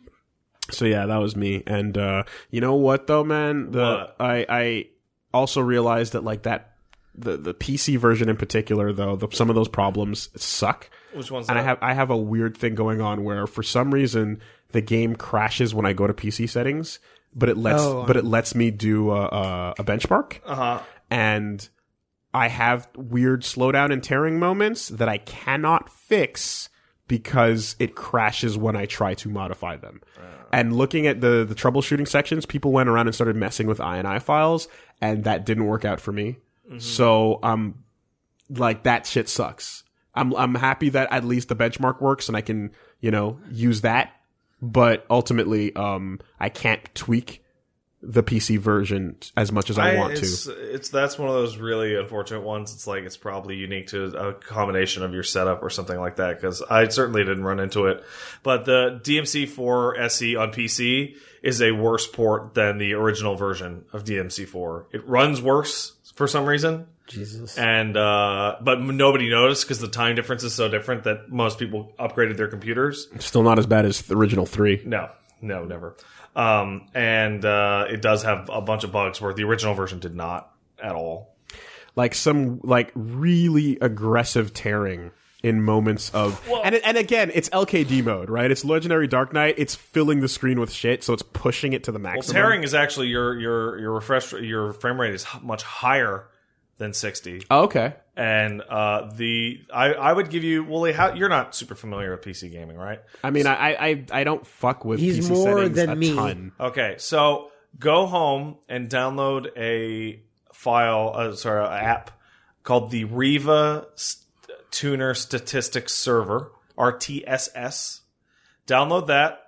Speaker 1: So yeah, that was me. And uh, you know what though, man? The
Speaker 2: What?
Speaker 1: I I also realized that like that the the PC version in particular though, the, some of those problems suck.
Speaker 2: Which one's
Speaker 1: And I
Speaker 2: that?
Speaker 1: have I have a weird thing going on where for some reason the game crashes when I go to PC settings, but it lets
Speaker 3: Oh,
Speaker 1: but it lets me do a, a, a benchmark,
Speaker 2: Uh huh.
Speaker 1: and I have weird slowdown and tearing moments that I cannot fix because it crashes when I try to modify them. And looking at the the troubleshooting sections, people went around and started messing with INI files, and that didn't work out for me. So I'm like that shit sucks. I'm I'm happy that at least the benchmark works and I can, you know, use that. But ultimately, um I can't tweak the PC version as much as I, want
Speaker 2: it's,
Speaker 1: to.
Speaker 2: It's that's one of those really unfortunate ones. It's like it's probably unique to a combination of your setup or something like that. Because I certainly didn't run into it, but the DMC4 SE E on PC is a worse port than the original version of DMC4. It runs worse for some reason.
Speaker 3: Jesus.
Speaker 2: and uh, but nobody noticed because the time difference is so different that most people upgraded their computers.
Speaker 1: Still not as bad as the original 3.
Speaker 2: No, no, never. Um, and uh, it does have a bunch of bugs where the original version did not at all.
Speaker 1: Like some like really aggressive tearing in moments of and it- and again, it's LKD mode, right? It's legendary Dark Knight. It's filling the screen with shit, so it's pushing it to the maximum.
Speaker 2: Tearing is actually your your your refresh your frame rate is h- much higher than sixty.
Speaker 1: Oh, okay.
Speaker 2: And uh, the I I would give you Wooly. How you're not super familiar with PC gaming, right?
Speaker 1: I mean, I I I don't fuck with
Speaker 3: He's
Speaker 1: PC
Speaker 3: more
Speaker 1: settings
Speaker 3: than
Speaker 1: a
Speaker 3: me.
Speaker 1: ton.
Speaker 2: Okay, so go home and download a file, uh, sorry, an app called the Riva St- Tuner Statistics Server, RTSS. Download that,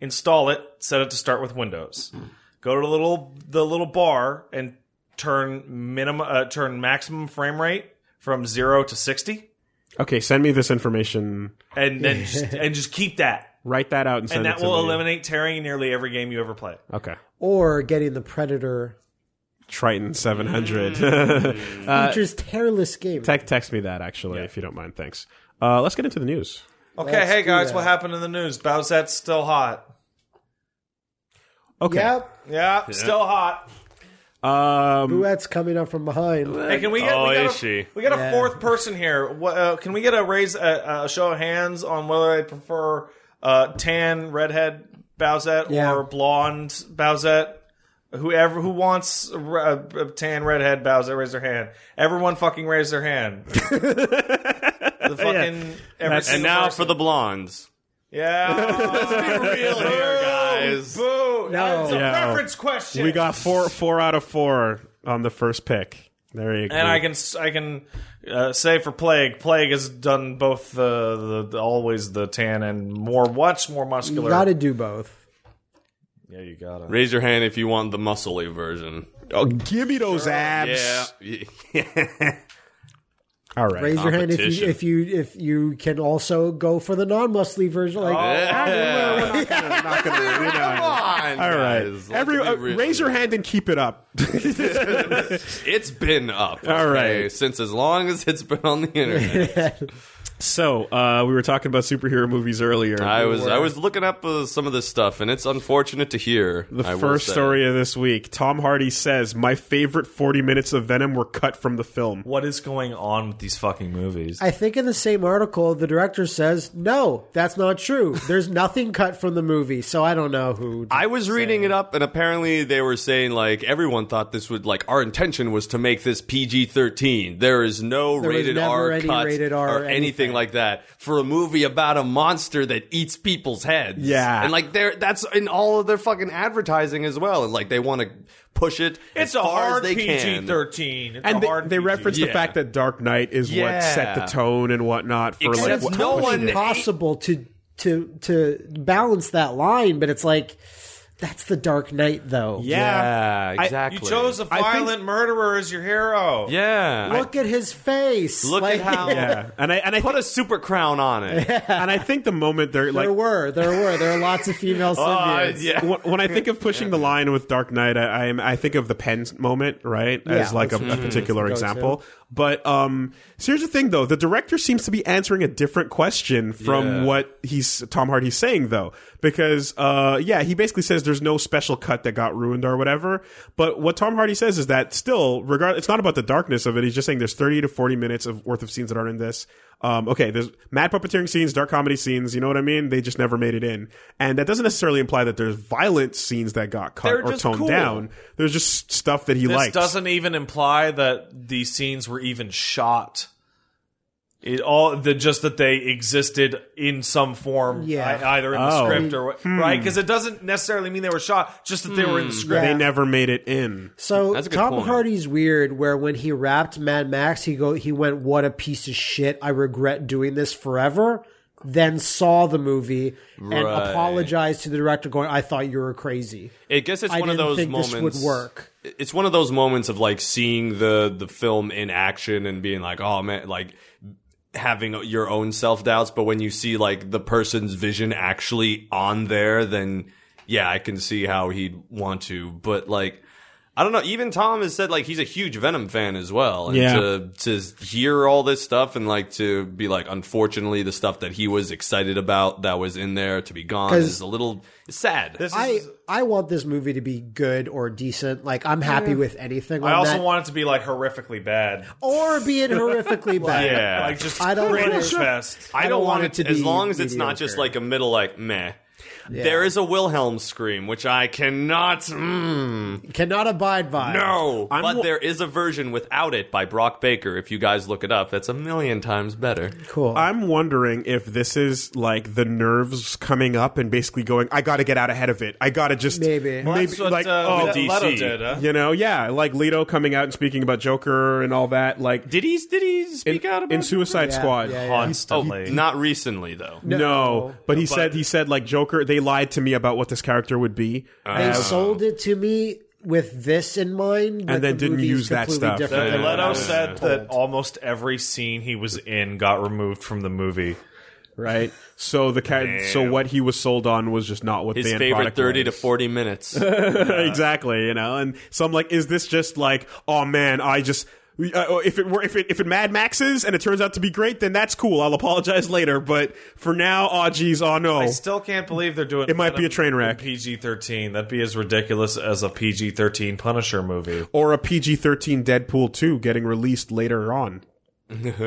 Speaker 2: install it, set it to start with Windows. Go to the little the little bar and turn minimum uh, turn maximum frame rate from 0 to 60
Speaker 1: Okay, send me this information.
Speaker 2: and then just, and just keep that.
Speaker 1: Write that out and send
Speaker 2: And that
Speaker 1: it to
Speaker 2: will
Speaker 1: me.
Speaker 2: eliminate tearing in nearly every game you ever play.
Speaker 1: Okay,
Speaker 3: Or getting the Predator
Speaker 1: Triton seven
Speaker 2: Mm.
Speaker 1: hundred.
Speaker 3: features tearless game.
Speaker 1: Tech text me that actually if you don't mind. Thanks. Uh, let's get into the news.
Speaker 2: Okay,
Speaker 3: Let's
Speaker 2: hey
Speaker 3: do
Speaker 2: guys,
Speaker 3: that.
Speaker 2: what happened in the news? Bowsette's still hot.
Speaker 1: Okay.
Speaker 3: Yep,
Speaker 2: Yeah, still hot.
Speaker 1: Um,
Speaker 3: Buet's coming up from behind.
Speaker 2: Hey, can we get?
Speaker 4: Oh,
Speaker 2: we got
Speaker 4: is
Speaker 2: a,
Speaker 4: she?
Speaker 2: We got a
Speaker 3: Yeah.
Speaker 2: fourth person here. What, uh, can we get a raise a, a show of hands on whether I prefer uh, tan redhead Bowsette
Speaker 3: Yeah.
Speaker 2: or blonde Bowsette? Whoever who wants a, re- a- a tan redhead Bowsette, raise their hand. Everyone fucking raise their hand. the fucking every
Speaker 4: And
Speaker 2: single
Speaker 4: now
Speaker 2: person.
Speaker 4: for the blondes.
Speaker 2: yeah. Let's be real
Speaker 4: here, guys.
Speaker 2: Boo! No, it's a
Speaker 1: Yeah.
Speaker 2: preference question.
Speaker 1: we got four four out of four on the first pick. There you go.
Speaker 2: And I can I can uh, say for plague, plague has done both the, the, the- always the tan and more what's more muscular.
Speaker 3: You got to do both.
Speaker 2: Yeah, you got it.
Speaker 4: Raise your hand if you want the muscly version.
Speaker 1: oh, give me those abs. All right.
Speaker 3: Raise your hand if you
Speaker 4: Competition.
Speaker 3: if you if you can also go for the non-muscly version.
Speaker 2: Oh,
Speaker 3: Like,
Speaker 1: All right. Every, uh, raise your hand and keep it up.
Speaker 4: It's been up.
Speaker 1: All
Speaker 4: okay,
Speaker 1: right.
Speaker 4: Since as long as it's been on the internet.
Speaker 1: so uh, we were talking about superhero movies earlier.
Speaker 4: I was I was looking up uh, some of this stuff, and it's unfortunate to hear.
Speaker 1: The first story of this week, Tom Hardy says, "My favorite 40 minutes of Venom were cut from the film."
Speaker 2: What is going on with these fucking movies?
Speaker 3: I think in the same article, the director says, "No, that's not true. There's nothing cut from the movie." So I don't know who.
Speaker 4: I was reading it up, and apparently they were saying like everyone thought this would like our intention was to make this PG thirteen. There is no
Speaker 3: There was
Speaker 4: rated
Speaker 3: never
Speaker 4: R
Speaker 3: any
Speaker 4: cut
Speaker 3: rated R
Speaker 4: or anything,
Speaker 3: anything.
Speaker 4: like that for a movie about a monster that eats people's heads.
Speaker 1: Yeah.
Speaker 4: and like they're that's in all of their fucking advertising as well, and like they want to push it.
Speaker 2: it's
Speaker 4: as
Speaker 2: a
Speaker 4: far
Speaker 2: hard
Speaker 4: as they
Speaker 2: PG
Speaker 4: can.
Speaker 2: thirteen. It's a
Speaker 1: And they,
Speaker 2: hard
Speaker 1: they
Speaker 2: PG.
Speaker 1: reference the
Speaker 4: Yeah.
Speaker 1: fact that Dark Knight is what
Speaker 4: Yeah.
Speaker 1: set the tone and whatnot for
Speaker 4: Except
Speaker 1: like what,
Speaker 4: no
Speaker 1: what-
Speaker 4: one-
Speaker 3: possible to to to balance that line, but it's like That's the Dark Knight, though.
Speaker 4: Yeah,
Speaker 1: I-
Speaker 4: exactly.
Speaker 2: You chose a
Speaker 1: I think-
Speaker 2: violent murderer as your hero.
Speaker 4: Yeah.
Speaker 3: Look at his face.
Speaker 4: Look at how-
Speaker 1: Yeah, and I and I
Speaker 4: Put
Speaker 1: think,
Speaker 4: a super crown on it.
Speaker 1: and I think the moment they're like
Speaker 3: There were, there were, there are lots of female symbiotes.
Speaker 4: Oh, yeah.
Speaker 1: when, when I think of pushing the line with Dark Knight, I, I'm- I think of the pen moment, right, as
Speaker 3: Yeah,
Speaker 1: like a, a particular example. But um, so here's the thing, though: the director seems to be answering a different question from
Speaker 4: Yeah.
Speaker 1: what he's Tom Hardy's saying, though, because uh, yeah, he basically says there's no special cut that got ruined or whatever. But what Tom Hardy says is that still, regard, it's not about the darkness of it. He's just saying there's 30 to 40 minutes of worth of scenes that aren't in this. Um, okay, there's mad puppeteering scenes, dark comedy scenes. You know what I mean? They just never made it in, and that doesn't necessarily imply that there's violent scenes that got cut
Speaker 2: They're
Speaker 1: or
Speaker 2: just
Speaker 1: toned
Speaker 2: cool.
Speaker 1: down. There's just stuff that he
Speaker 2: This
Speaker 1: likes.
Speaker 2: doesn't even imply that these scenes were even shot. It all the just that they existed in some form,
Speaker 3: Yeah.
Speaker 2: I, either in the
Speaker 1: Oh.
Speaker 2: script or what,
Speaker 4: Hmm.
Speaker 2: right? Because it doesn't necessarily mean they were shot, just that they were in
Speaker 3: Hmm.
Speaker 2: the script.
Speaker 1: They never made it in.
Speaker 3: So
Speaker 4: Hmm, That's a good
Speaker 3: Tom
Speaker 4: point.
Speaker 3: Hardy's weird. Where when he rapped Mad Max, he go he went, "What a piece of shit! I regret doing this forever." Then saw the movie and
Speaker 4: Right.
Speaker 3: apologized to the director, going, "I thought you were crazy.
Speaker 4: I guess it's
Speaker 3: I
Speaker 4: one
Speaker 3: didn't
Speaker 4: of those
Speaker 3: think
Speaker 4: moments.
Speaker 3: this would work."
Speaker 4: It's one of those moments of like seeing the the film in action and being like, oh man, like having your own self doubts. But when you see like the person's vision actually on there, then yeah, I can see how he'd want to. But like. I don't know. Even Tom has said like he's a huge Venom fan as well, and
Speaker 1: Yeah.
Speaker 4: to to hear all this stuff and like to be like, unfortunately, the stuff that he was excited about that was in there to be gone
Speaker 3: 'Cause-
Speaker 4: is a little it's sad.
Speaker 2: This
Speaker 3: I
Speaker 2: is,
Speaker 3: I want this movie to be good or decent. Like I'm happy with anything.
Speaker 2: I
Speaker 3: on
Speaker 2: also
Speaker 3: that.
Speaker 2: want it to be like horrifically bad.
Speaker 3: or be it horrifically bad.
Speaker 4: Oh, Yeah.
Speaker 2: like just
Speaker 3: I don't
Speaker 2: cringe
Speaker 3: wanna-
Speaker 2: fest.
Speaker 4: I don't want it to as
Speaker 3: be
Speaker 4: long as it's not just
Speaker 3: mediocre.
Speaker 4: like a middle like meh. There is a Wilhelm scream which I cannot mm,
Speaker 3: Cannot abide by.
Speaker 4: no,
Speaker 1: I'm
Speaker 4: but
Speaker 1: wa-
Speaker 4: there is a version without it by Brock Baker. If you guys look it up, that's a million times better.
Speaker 3: Cool.
Speaker 1: I'm wondering if this is like the nerves coming up and basically going, I got to get out ahead of it. I got to just
Speaker 3: Maybe. Well,
Speaker 1: maybe
Speaker 2: That's what
Speaker 1: like
Speaker 2: uh,
Speaker 1: oh,
Speaker 4: D-
Speaker 2: Leto
Speaker 4: DC.
Speaker 2: did. Huh?
Speaker 1: you know, yeah, like Leto coming out and speaking about Joker and all that, like
Speaker 4: Did he did he speak out about oh,
Speaker 1: in Suicide
Speaker 3: Yeah,
Speaker 1: Squad.
Speaker 3: yeah, yeah.
Speaker 2: Constantly.
Speaker 4: Not recently though.
Speaker 1: No, but he said he said like Joker. They lied to me about what this character would be. uh,
Speaker 3: They sold it to me with this in mind, but
Speaker 1: And then
Speaker 3: the
Speaker 1: didn't
Speaker 3: movie's
Speaker 1: use that
Speaker 3: completely
Speaker 1: stuff.
Speaker 3: different
Speaker 4: Yeah,
Speaker 3: than what I
Speaker 2: Leto
Speaker 3: was
Speaker 2: said
Speaker 3: told.
Speaker 2: that almost every scene he was in got removed from the movie.
Speaker 1: right? So the ca- so what he was sold on was just not what
Speaker 4: His
Speaker 1: the end
Speaker 4: favorite
Speaker 1: product
Speaker 4: thirty
Speaker 1: was.
Speaker 4: to forty minutes.
Speaker 1: exactly, you know. And so I'm like, is this just like, oh man, I just. Uh, if it were if it if it Mad Maxes and it turns out to be great, then that's cool. I'll apologize later. But for now, oh geez, oh no.
Speaker 2: I still can't believe they're doing.
Speaker 1: It might be a train wreck.
Speaker 2: PG thirteen. That'd be as ridiculous as a PG thirteen Punisher movie.
Speaker 1: or a PG-13 Deadpool 2 getting released later on.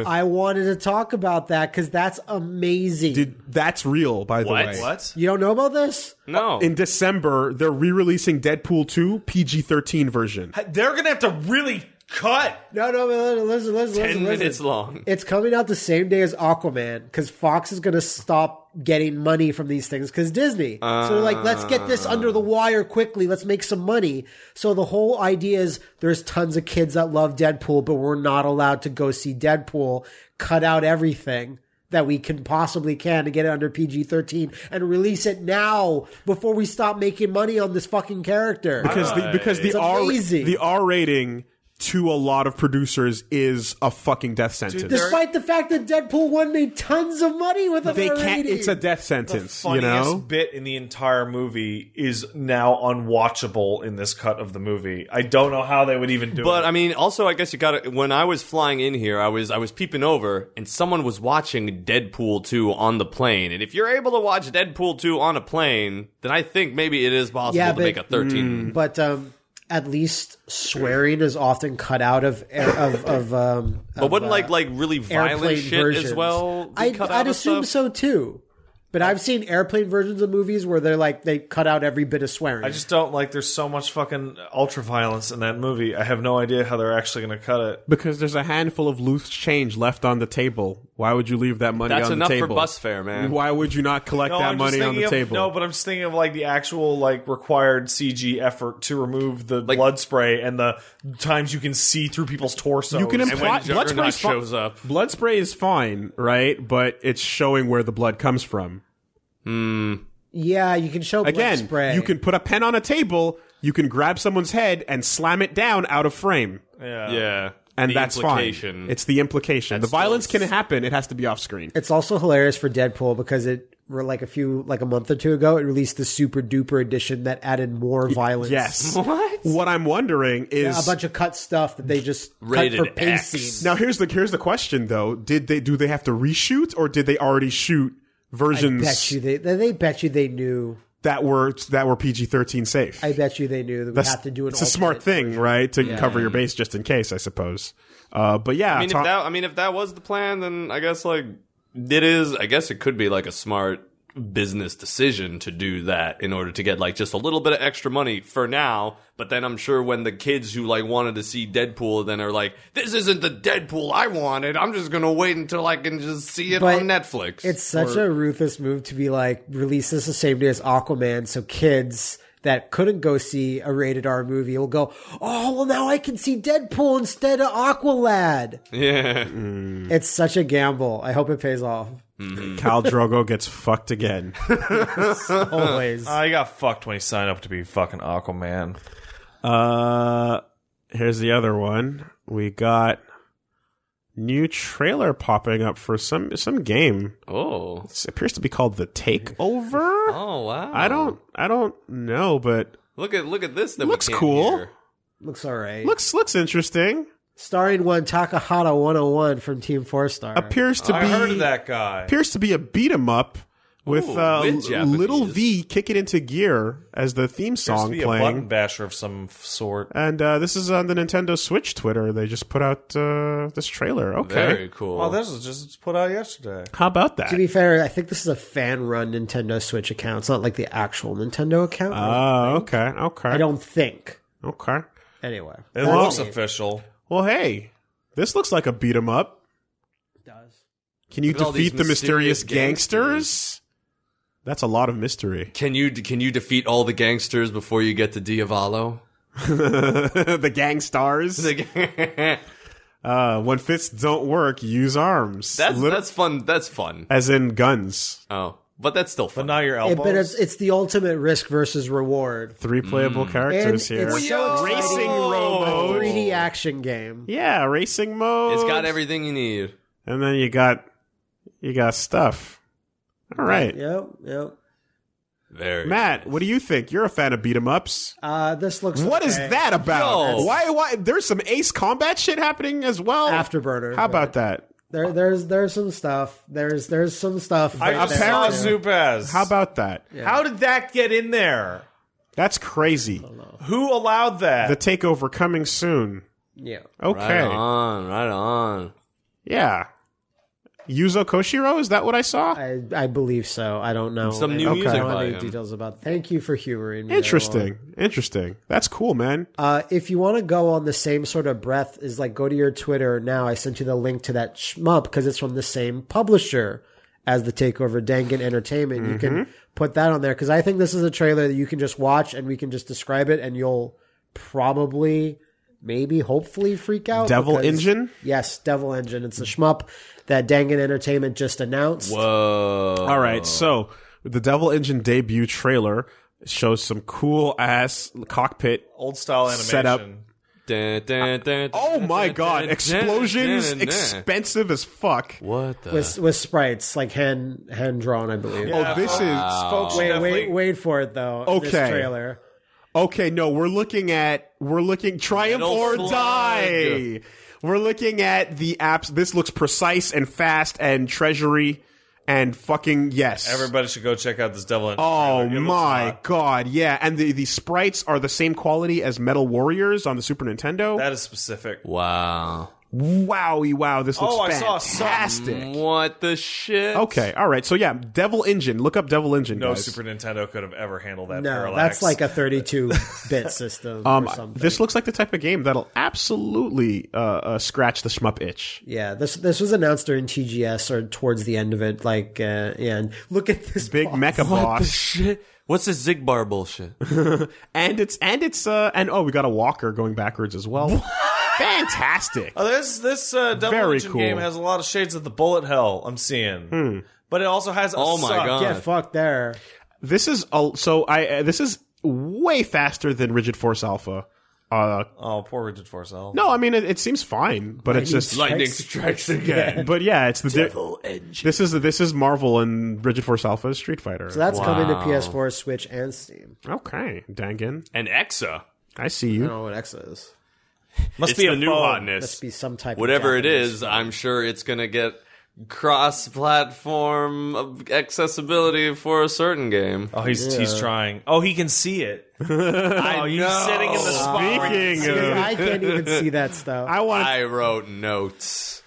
Speaker 3: I wanted to talk about that because that's amazing.
Speaker 1: Did that's real by the
Speaker 4: What?
Speaker 1: way.
Speaker 2: What?
Speaker 3: you don't know about this?
Speaker 4: no.
Speaker 1: In December, they're re-releasing Deadpool 2 PG-13 version.
Speaker 2: They're gonna have to really cut.
Speaker 3: No, no, listen, listen, listen.
Speaker 4: Ten
Speaker 3: listen, listen.
Speaker 4: minutes long.
Speaker 3: It's coming out the same day as Aquaman because Fox is going to stop getting money from these things because Disney. so they're like, let's get this under the wire quickly. Let's make some money. So the whole idea is there's tons of kids that love Deadpool, but we're not allowed to go see Deadpool. Cut out everything that we can possibly can to get it under PG 13 and release it now before we stop making money on this fucking character.
Speaker 1: Because the because the
Speaker 3: It's
Speaker 1: R
Speaker 3: amazing.
Speaker 1: the R rating to a lot of producers is a fucking death sentence.
Speaker 3: Despite the fact that Deadpool 1 made tons of money with a
Speaker 1: they
Speaker 3: R
Speaker 1: can't
Speaker 3: rating.
Speaker 1: it's a death
Speaker 2: The
Speaker 1: sentence, you
Speaker 2: funniest
Speaker 1: know?
Speaker 2: bit in the entire movie is now unwatchable in this cut of the movie. I don't know how they would even do
Speaker 4: But
Speaker 2: it.
Speaker 4: I mean, also, I guess you got to When I was flying in here, I was I was peeping over, and someone was watching Deadpool two on the plane. And if you're able to watch Deadpool two on a plane, then I think maybe it is possible
Speaker 3: Yeah,
Speaker 4: to
Speaker 3: but-
Speaker 4: make a thirteen.
Speaker 3: but um, at least swearing is often cut out of of of. Um,
Speaker 4: but wouldn't like like really
Speaker 3: airplane
Speaker 4: violent shit
Speaker 3: versions
Speaker 4: as well? be
Speaker 3: I'd,
Speaker 4: cut out
Speaker 3: I'd
Speaker 4: of
Speaker 3: assume
Speaker 4: stuff?
Speaker 3: so too. But I've seen airplane versions of movies where they're like they cut out every bit of swearing.
Speaker 2: I just don't like. There's so much fucking ultra violence in that movie. I have no idea how they're actually gonna cut it.
Speaker 1: Because there's a handful of loose change left on the table. Why would you leave that money
Speaker 4: That's
Speaker 1: on the
Speaker 4: enough
Speaker 1: table?
Speaker 4: for bus fare, man.
Speaker 1: Why would you not collect that
Speaker 2: I'm just
Speaker 1: money on the
Speaker 2: thinking of-
Speaker 1: table?
Speaker 2: No, but I'm just thinking of like the actual like required CG effort to remove the
Speaker 4: Like-
Speaker 2: blood spray and the times you can see through people's torsos.
Speaker 1: You can
Speaker 2: And
Speaker 1: imply
Speaker 4: when
Speaker 1: blood spray
Speaker 4: Juggernaut shows up.
Speaker 1: Blood spray is fine, right? But it's showing where the blood comes from.
Speaker 3: Yeah, you can show blood
Speaker 1: Again,
Speaker 3: spray.
Speaker 1: you can put a pen on a table, you can grab someone's head and slam it down out of frame.
Speaker 2: Yeah.
Speaker 4: yeah,
Speaker 1: And
Speaker 4: The
Speaker 1: that's
Speaker 4: implication.
Speaker 1: fine. It's the implication. the
Speaker 4: still
Speaker 1: violence can
Speaker 4: s-
Speaker 1: happen. It has to be off screen.
Speaker 3: It's also hilarious for Deadpool because it were like a few like a month or two ago it released the super duper edition that added more violence.
Speaker 1: Yes.
Speaker 4: What?
Speaker 1: What I'm wondering is
Speaker 3: a bunch of cut stuff that they just
Speaker 4: Rated
Speaker 3: cut for
Speaker 4: X.
Speaker 3: pacing.
Speaker 1: now here's the here's the question though. Did they do they have to reshoot or did they already shoot versions
Speaker 3: Bet you they they bet you they knew.
Speaker 1: that were that were PG-13 safe?
Speaker 3: I bet you they knew that we
Speaker 1: That's-
Speaker 3: have to do an.
Speaker 1: it's a smart
Speaker 3: alternate.
Speaker 1: thing, right? To cover your base just in case, I suppose. Uh, but yeah,
Speaker 4: I mean, if that I mean, if that was the plan, then I guess like it is. I guess it could be like a smart business decision to do that in order to get like just a little bit of extra money for now. But then I'm sure when the kids who like wanted to see Deadpool then are like, this isn't the Deadpool I wanted. I'm just gonna wait until I can just see it
Speaker 3: But
Speaker 4: on Netflix.
Speaker 3: It's such a ruthless move to be like release this the same day as Aquaman, so kids that couldn't go see a rated R movie will go, oh well, now I can see Deadpool instead of Aqualad.
Speaker 4: yeah.
Speaker 1: Mm.
Speaker 3: It's such a gamble. I hope it pays off.
Speaker 1: Cal Drogo gets fucked again.
Speaker 3: Always.
Speaker 2: I got fucked when he signed up to be fucking Aquaman.
Speaker 1: Uh, here's the other one. We got new trailer popping up for some some game.
Speaker 4: Oh.
Speaker 1: It appears to be called The Takeover.
Speaker 4: Oh wow.
Speaker 1: I don't I don't know, but
Speaker 4: look at look at this. That
Speaker 1: Looks
Speaker 4: we can't
Speaker 1: cool.
Speaker 4: hear.
Speaker 3: Looks alright.
Speaker 1: looks looks interesting.
Speaker 3: Starring one Takahata 101 from Team Four Star.
Speaker 1: Appears to
Speaker 2: I
Speaker 1: be
Speaker 2: heard of that guy.
Speaker 1: appears to be a beat 'em up with
Speaker 4: Ooh,
Speaker 1: uh,
Speaker 4: with
Speaker 1: L- little
Speaker 4: Japanese.
Speaker 1: V kick it into gear as the theme
Speaker 2: Used to
Speaker 1: song
Speaker 2: be a button
Speaker 1: playing.
Speaker 2: basher of some f- sort.
Speaker 1: And uh, this is on the Nintendo Switch Twitter. They just put out uh, this trailer. Okay,
Speaker 4: Very cool.
Speaker 2: Oh, this was just put out yesterday.
Speaker 1: how about that?
Speaker 3: to be fair, I think this is a fan run Nintendo Switch account. It's not like the actual Nintendo account.
Speaker 1: Oh, okay, okay,
Speaker 3: I don't think.
Speaker 1: okay.
Speaker 3: Anyway.
Speaker 2: It
Speaker 3: That's
Speaker 2: looks
Speaker 3: neat.
Speaker 2: official.
Speaker 1: Well, hey, this looks like a beat 'em up. Can you
Speaker 4: Look at all
Speaker 1: defeat
Speaker 4: these
Speaker 1: the mysterious
Speaker 4: mysterious
Speaker 1: gangsters? That's a lot of mystery.
Speaker 4: Can you can you defeat all the gangsters before you get to Diavolo?
Speaker 1: the gang stars. uh, when fists don't work, use arms.
Speaker 4: That's
Speaker 1: Lit-
Speaker 4: that's fun. That's fun.
Speaker 1: as in guns.
Speaker 4: Oh, but that's still fun.
Speaker 2: But now your
Speaker 3: It-
Speaker 2: elbows.
Speaker 3: but it's, it's the ultimate risk versus reward.
Speaker 1: Three playable
Speaker 4: Mm.
Speaker 3: And
Speaker 1: characters
Speaker 3: it's
Speaker 1: here.
Speaker 3: so
Speaker 1: Racing
Speaker 3: exciting.
Speaker 1: robo.
Speaker 3: 3D action game.
Speaker 1: Yeah, racing mode.
Speaker 4: it's got everything you need.
Speaker 1: and then you got you got stuff. All right,
Speaker 3: Yep, yep.
Speaker 4: Very
Speaker 1: Matt, what do you think? You're a fan of beat 'em ups.
Speaker 3: Uh, this looks
Speaker 1: What is that about?
Speaker 4: Yo.
Speaker 1: Why? Why? There's some Ace Combat shit happening as well.
Speaker 3: Afterburner.
Speaker 1: How about that?
Speaker 3: There, there's there's some stuff. There's there's some stuff.
Speaker 2: I
Speaker 3: right
Speaker 2: just
Speaker 3: there,
Speaker 2: saw
Speaker 3: too.
Speaker 2: Zubaz.
Speaker 1: How about that?
Speaker 2: How did that get in there?
Speaker 1: That's crazy.
Speaker 2: Who allowed that?
Speaker 1: The takeover coming soon.
Speaker 3: Yeah.
Speaker 1: Okay.
Speaker 4: Right on, right on.
Speaker 1: Yeah. Yuzo Koshiro, is that what I saw?
Speaker 3: I, I believe so. I don't know.
Speaker 4: Some
Speaker 3: I
Speaker 4: new
Speaker 3: don't
Speaker 1: music
Speaker 3: know
Speaker 4: by
Speaker 3: any
Speaker 4: him.
Speaker 3: details about. Thank you for humoring me.
Speaker 1: Interesting. Interesting. That's cool, man.
Speaker 3: Uh, if you want to go on the same sort of breath, is like go to your Twitter now. I sent you the link to that shmup because it's from the same publisher as the Takeover Dangan Entertainment. You can
Speaker 1: Mm-hmm.
Speaker 3: put that on there because I think this is a trailer that you can just watch and we can just describe it, and you'll probably, maybe, hopefully, freak out.
Speaker 1: Devil
Speaker 3: because-
Speaker 1: Engine?
Speaker 3: Yes, Devil Engine. It's a shmup that Dangan Entertainment just announced.
Speaker 4: Whoa.
Speaker 1: All right, so the Devil Engine debut trailer shows some cool ass cockpit.
Speaker 2: Old style animation.
Speaker 1: Setup.
Speaker 4: Dun, dun, dun,
Speaker 1: Oh
Speaker 4: dun,
Speaker 1: my
Speaker 4: dun,
Speaker 1: god,
Speaker 4: dun,
Speaker 1: explosions,
Speaker 4: dun, dun, dun.
Speaker 1: expensive as fuck.
Speaker 4: What the?
Speaker 3: With, with sprites like hand hand drawn, I believe.
Speaker 1: Oh, this is
Speaker 2: Folks
Speaker 3: Wait,
Speaker 2: definitely-
Speaker 3: wait, wait for it though. This
Speaker 1: Okay.
Speaker 3: trailer.
Speaker 1: Okay, no, we're looking at we're looking triumph
Speaker 4: Metal
Speaker 1: or
Speaker 4: slug.
Speaker 1: die. We're looking at the apps. This looks precise and fast and treasury and fucking yes.
Speaker 2: Everybody should go check out this Devil Engine
Speaker 1: Oh
Speaker 2: trailer. It looks
Speaker 1: my
Speaker 2: hot.
Speaker 1: god, yeah. And the, the sprites are the same quality as Metal Warriors on the Super Nintendo.
Speaker 2: That is specific.
Speaker 4: wow.
Speaker 1: Wowie wow, this looks
Speaker 2: Oh, I saw some-
Speaker 1: fantastic.
Speaker 4: What the shit?
Speaker 1: Okay, all right. So yeah, Devil Engine. Look up Devil Engine.
Speaker 2: No
Speaker 1: guys.
Speaker 2: Super Nintendo could have ever handled that
Speaker 3: No,
Speaker 2: parallax.
Speaker 3: that's like a 32 bit system
Speaker 1: Um,
Speaker 3: or something.
Speaker 1: this looks like the type of game that'll absolutely uh, uh, scratch the shmup itch.
Speaker 3: yeah, this this was announced during TGS or towards the end of it. Like, uh, yeah, and look at this
Speaker 1: Big
Speaker 3: box.
Speaker 1: mecha
Speaker 4: What the
Speaker 1: boss,
Speaker 4: shit? What's this Zigbar bullshit?
Speaker 1: and it's and it's uh and oh, we got a walker going backwards as well. Fantastic.
Speaker 2: Oh, this this uh, Devil
Speaker 1: Very
Speaker 2: Engine
Speaker 1: cool.
Speaker 2: game has a lot
Speaker 4: Hmm.
Speaker 2: of shades of the bullet hell I'm seeing, but it also has a
Speaker 4: Oh my
Speaker 2: suck.
Speaker 4: God.
Speaker 3: Yeah, fuck there.
Speaker 1: This is a, so I uh, this is way faster than Rigid Force Alpha. Uh,
Speaker 2: Oh, poor Richard Forcell.
Speaker 1: no, I mean it, it seems fine, but it's just
Speaker 4: Lightning strikes again.
Speaker 1: But yeah, it's the Devil Engine. This is this is Marvel and Rigid Force Alpha is Street Fighter.
Speaker 3: So that's coming to PS4, Switch, and Steam.
Speaker 1: okay, Dangan,
Speaker 4: And Exa.
Speaker 1: I see
Speaker 3: I
Speaker 1: you.
Speaker 3: don't know what X is.
Speaker 2: Must
Speaker 4: It's
Speaker 2: be a
Speaker 4: the new
Speaker 2: phone.
Speaker 4: hotness.
Speaker 3: Must be some type.
Speaker 4: Whatever
Speaker 3: of
Speaker 4: it is, I'm sure it's going to get cross platform accessibility for a certain game.
Speaker 2: Oh, he's he's trying. Oh, he can see it. oh, you
Speaker 4: know.
Speaker 2: sitting in
Speaker 1: Uh,
Speaker 2: the spot. where you can
Speaker 1: Speaking
Speaker 2: see
Speaker 1: of,
Speaker 2: it.
Speaker 3: I can't even see that stuff.
Speaker 1: I want
Speaker 4: I wrote notes.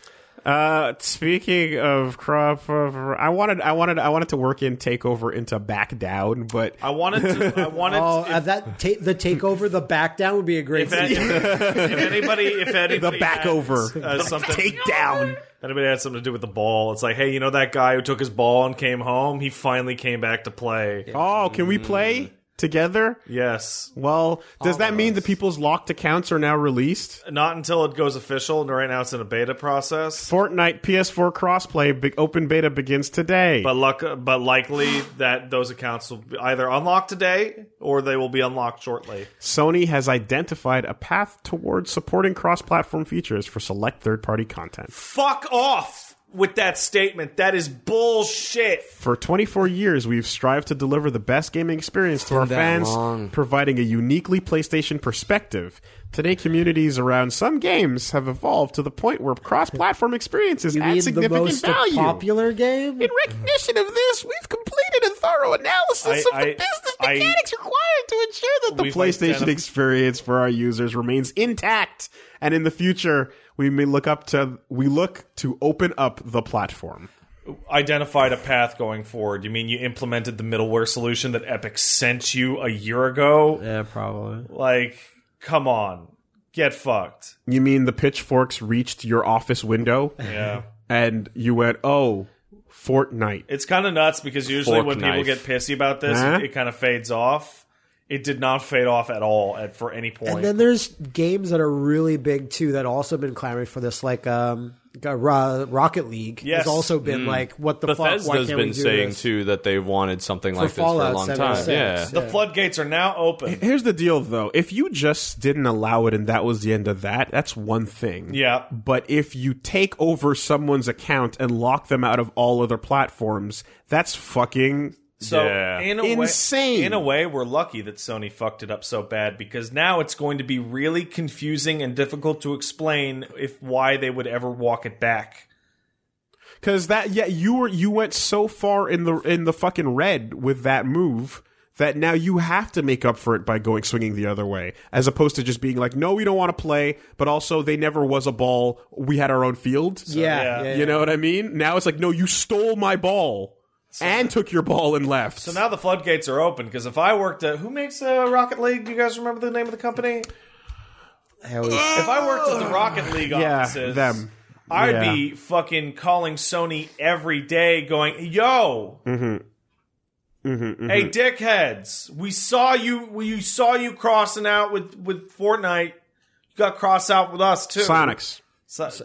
Speaker 1: Uh, speaking of crop, I wanted, I wanted, I wanted to work in takeover into back down, but
Speaker 4: Oh.
Speaker 2: I wanted to. I wanted.
Speaker 3: oh,
Speaker 2: to,
Speaker 3: uh, that ta- the takeover, the back down would be a great.
Speaker 2: if, any-
Speaker 3: sequel.
Speaker 2: if anybody, if
Speaker 1: the
Speaker 2: anybody,
Speaker 1: back
Speaker 2: had,
Speaker 1: over,
Speaker 2: uh, something,
Speaker 1: take down.
Speaker 2: if anybody had something to do with the ball. It's like, hey, you know that guy who took his ball and came home? He finally came back to play.
Speaker 1: Oh, can we play
Speaker 4: Hmm.
Speaker 1: together?
Speaker 2: Yes,
Speaker 1: Well, does that mean the people's locked accounts are now released?
Speaker 2: not until it goes official. And right now, it's in a beta process.
Speaker 1: Fortnite PS4 crossplay big open beta begins today.
Speaker 2: But luck, but likely that those accounts will be either unlocked today or they will be unlocked shortly.
Speaker 1: Sony has identified a path towards supporting cross-platform features for select third-party content.
Speaker 2: Fuck off with that statement. That is bullshit.
Speaker 1: For 24 years, we've strived to deliver the best gaming experience to our
Speaker 4: that
Speaker 1: fans,
Speaker 4: long.
Speaker 1: providing a uniquely PlayStation perspective. Today, communities around some games have evolved to the point where cross-platform experiences
Speaker 3: You
Speaker 1: add
Speaker 3: mean the
Speaker 1: significant
Speaker 3: most
Speaker 1: value.
Speaker 3: popular game?
Speaker 1: In recognition of this, we've completed a thorough analysis
Speaker 2: I-
Speaker 1: of the
Speaker 2: I-
Speaker 1: business
Speaker 2: I-
Speaker 1: mechanics required to ensure that the
Speaker 2: We've
Speaker 1: PlayStation
Speaker 2: identif-
Speaker 1: experience for our users remains intact, and in the future, we may look up to we look to open up the platform.
Speaker 2: identified a path going forward. You mean you implemented the middleware solution that Epic sent you a year ago?
Speaker 3: Yeah, probably.
Speaker 2: Like, come on. Get fucked.
Speaker 1: You mean the pitchforks reached your office window
Speaker 2: Yeah.
Speaker 1: and you went, "Oh, Fortnite."
Speaker 2: it's kind of nuts because usually
Speaker 4: Fork
Speaker 2: when people
Speaker 4: knife.
Speaker 2: get pissy about this,
Speaker 1: Huh?
Speaker 2: it, kind of fades off. It did not fade off at all at for any point.
Speaker 3: And then there's games that are really big too that also been clamoring for this, like um, uh, Ro- Rocket League
Speaker 2: Yes.
Speaker 3: has also been like, what the fuck? Why
Speaker 4: Bethesda's
Speaker 3: can't
Speaker 4: been
Speaker 3: we do
Speaker 4: saying
Speaker 3: this?
Speaker 4: too that they wanted something like this for a
Speaker 3: Fallout
Speaker 4: long time.
Speaker 3: 76,
Speaker 4: Yeah.
Speaker 2: the floodgates are now open.
Speaker 1: Here's the deal though. If you just didn't allow it and that was the end of that, that's one thing.
Speaker 2: Yeah.
Speaker 1: But if you take over someone's account and lock them out of all other platforms, that's fucking
Speaker 2: So
Speaker 4: Yeah.
Speaker 2: in a
Speaker 1: Insane.
Speaker 2: way, in a way, we're lucky that Sony fucked it up so bad because now it's going to be really confusing and difficult to explain if why they would ever walk it back.
Speaker 1: cuz that yeah, you were you went so far in the in the fucking red with that move that now you have to make up for it by going swinging the other way as opposed to just being like no, we don't want to play, but also they never was a ball. We had our own field.
Speaker 3: yeah,
Speaker 2: yeah.
Speaker 3: yeah, yeah.
Speaker 1: You know what I mean? Now it's like, no, you stole my ball and took your ball and left.
Speaker 2: So now the floodgates are open because if I worked at who makes uh, Rocket League? Do you guys remember the name of the company?
Speaker 3: I always-
Speaker 2: If I worked
Speaker 3: Oh.
Speaker 2: at the Rocket League
Speaker 1: yeah,
Speaker 2: offices,
Speaker 1: them.
Speaker 2: I'd
Speaker 1: Yeah.
Speaker 2: be fucking calling Sony every day, going, "Yo,
Speaker 1: Mm-hmm.
Speaker 2: hey, dickheads, we saw you. We saw you crossing out with with Fortnite. You got cross out with us too,
Speaker 1: Sonics.
Speaker 2: So-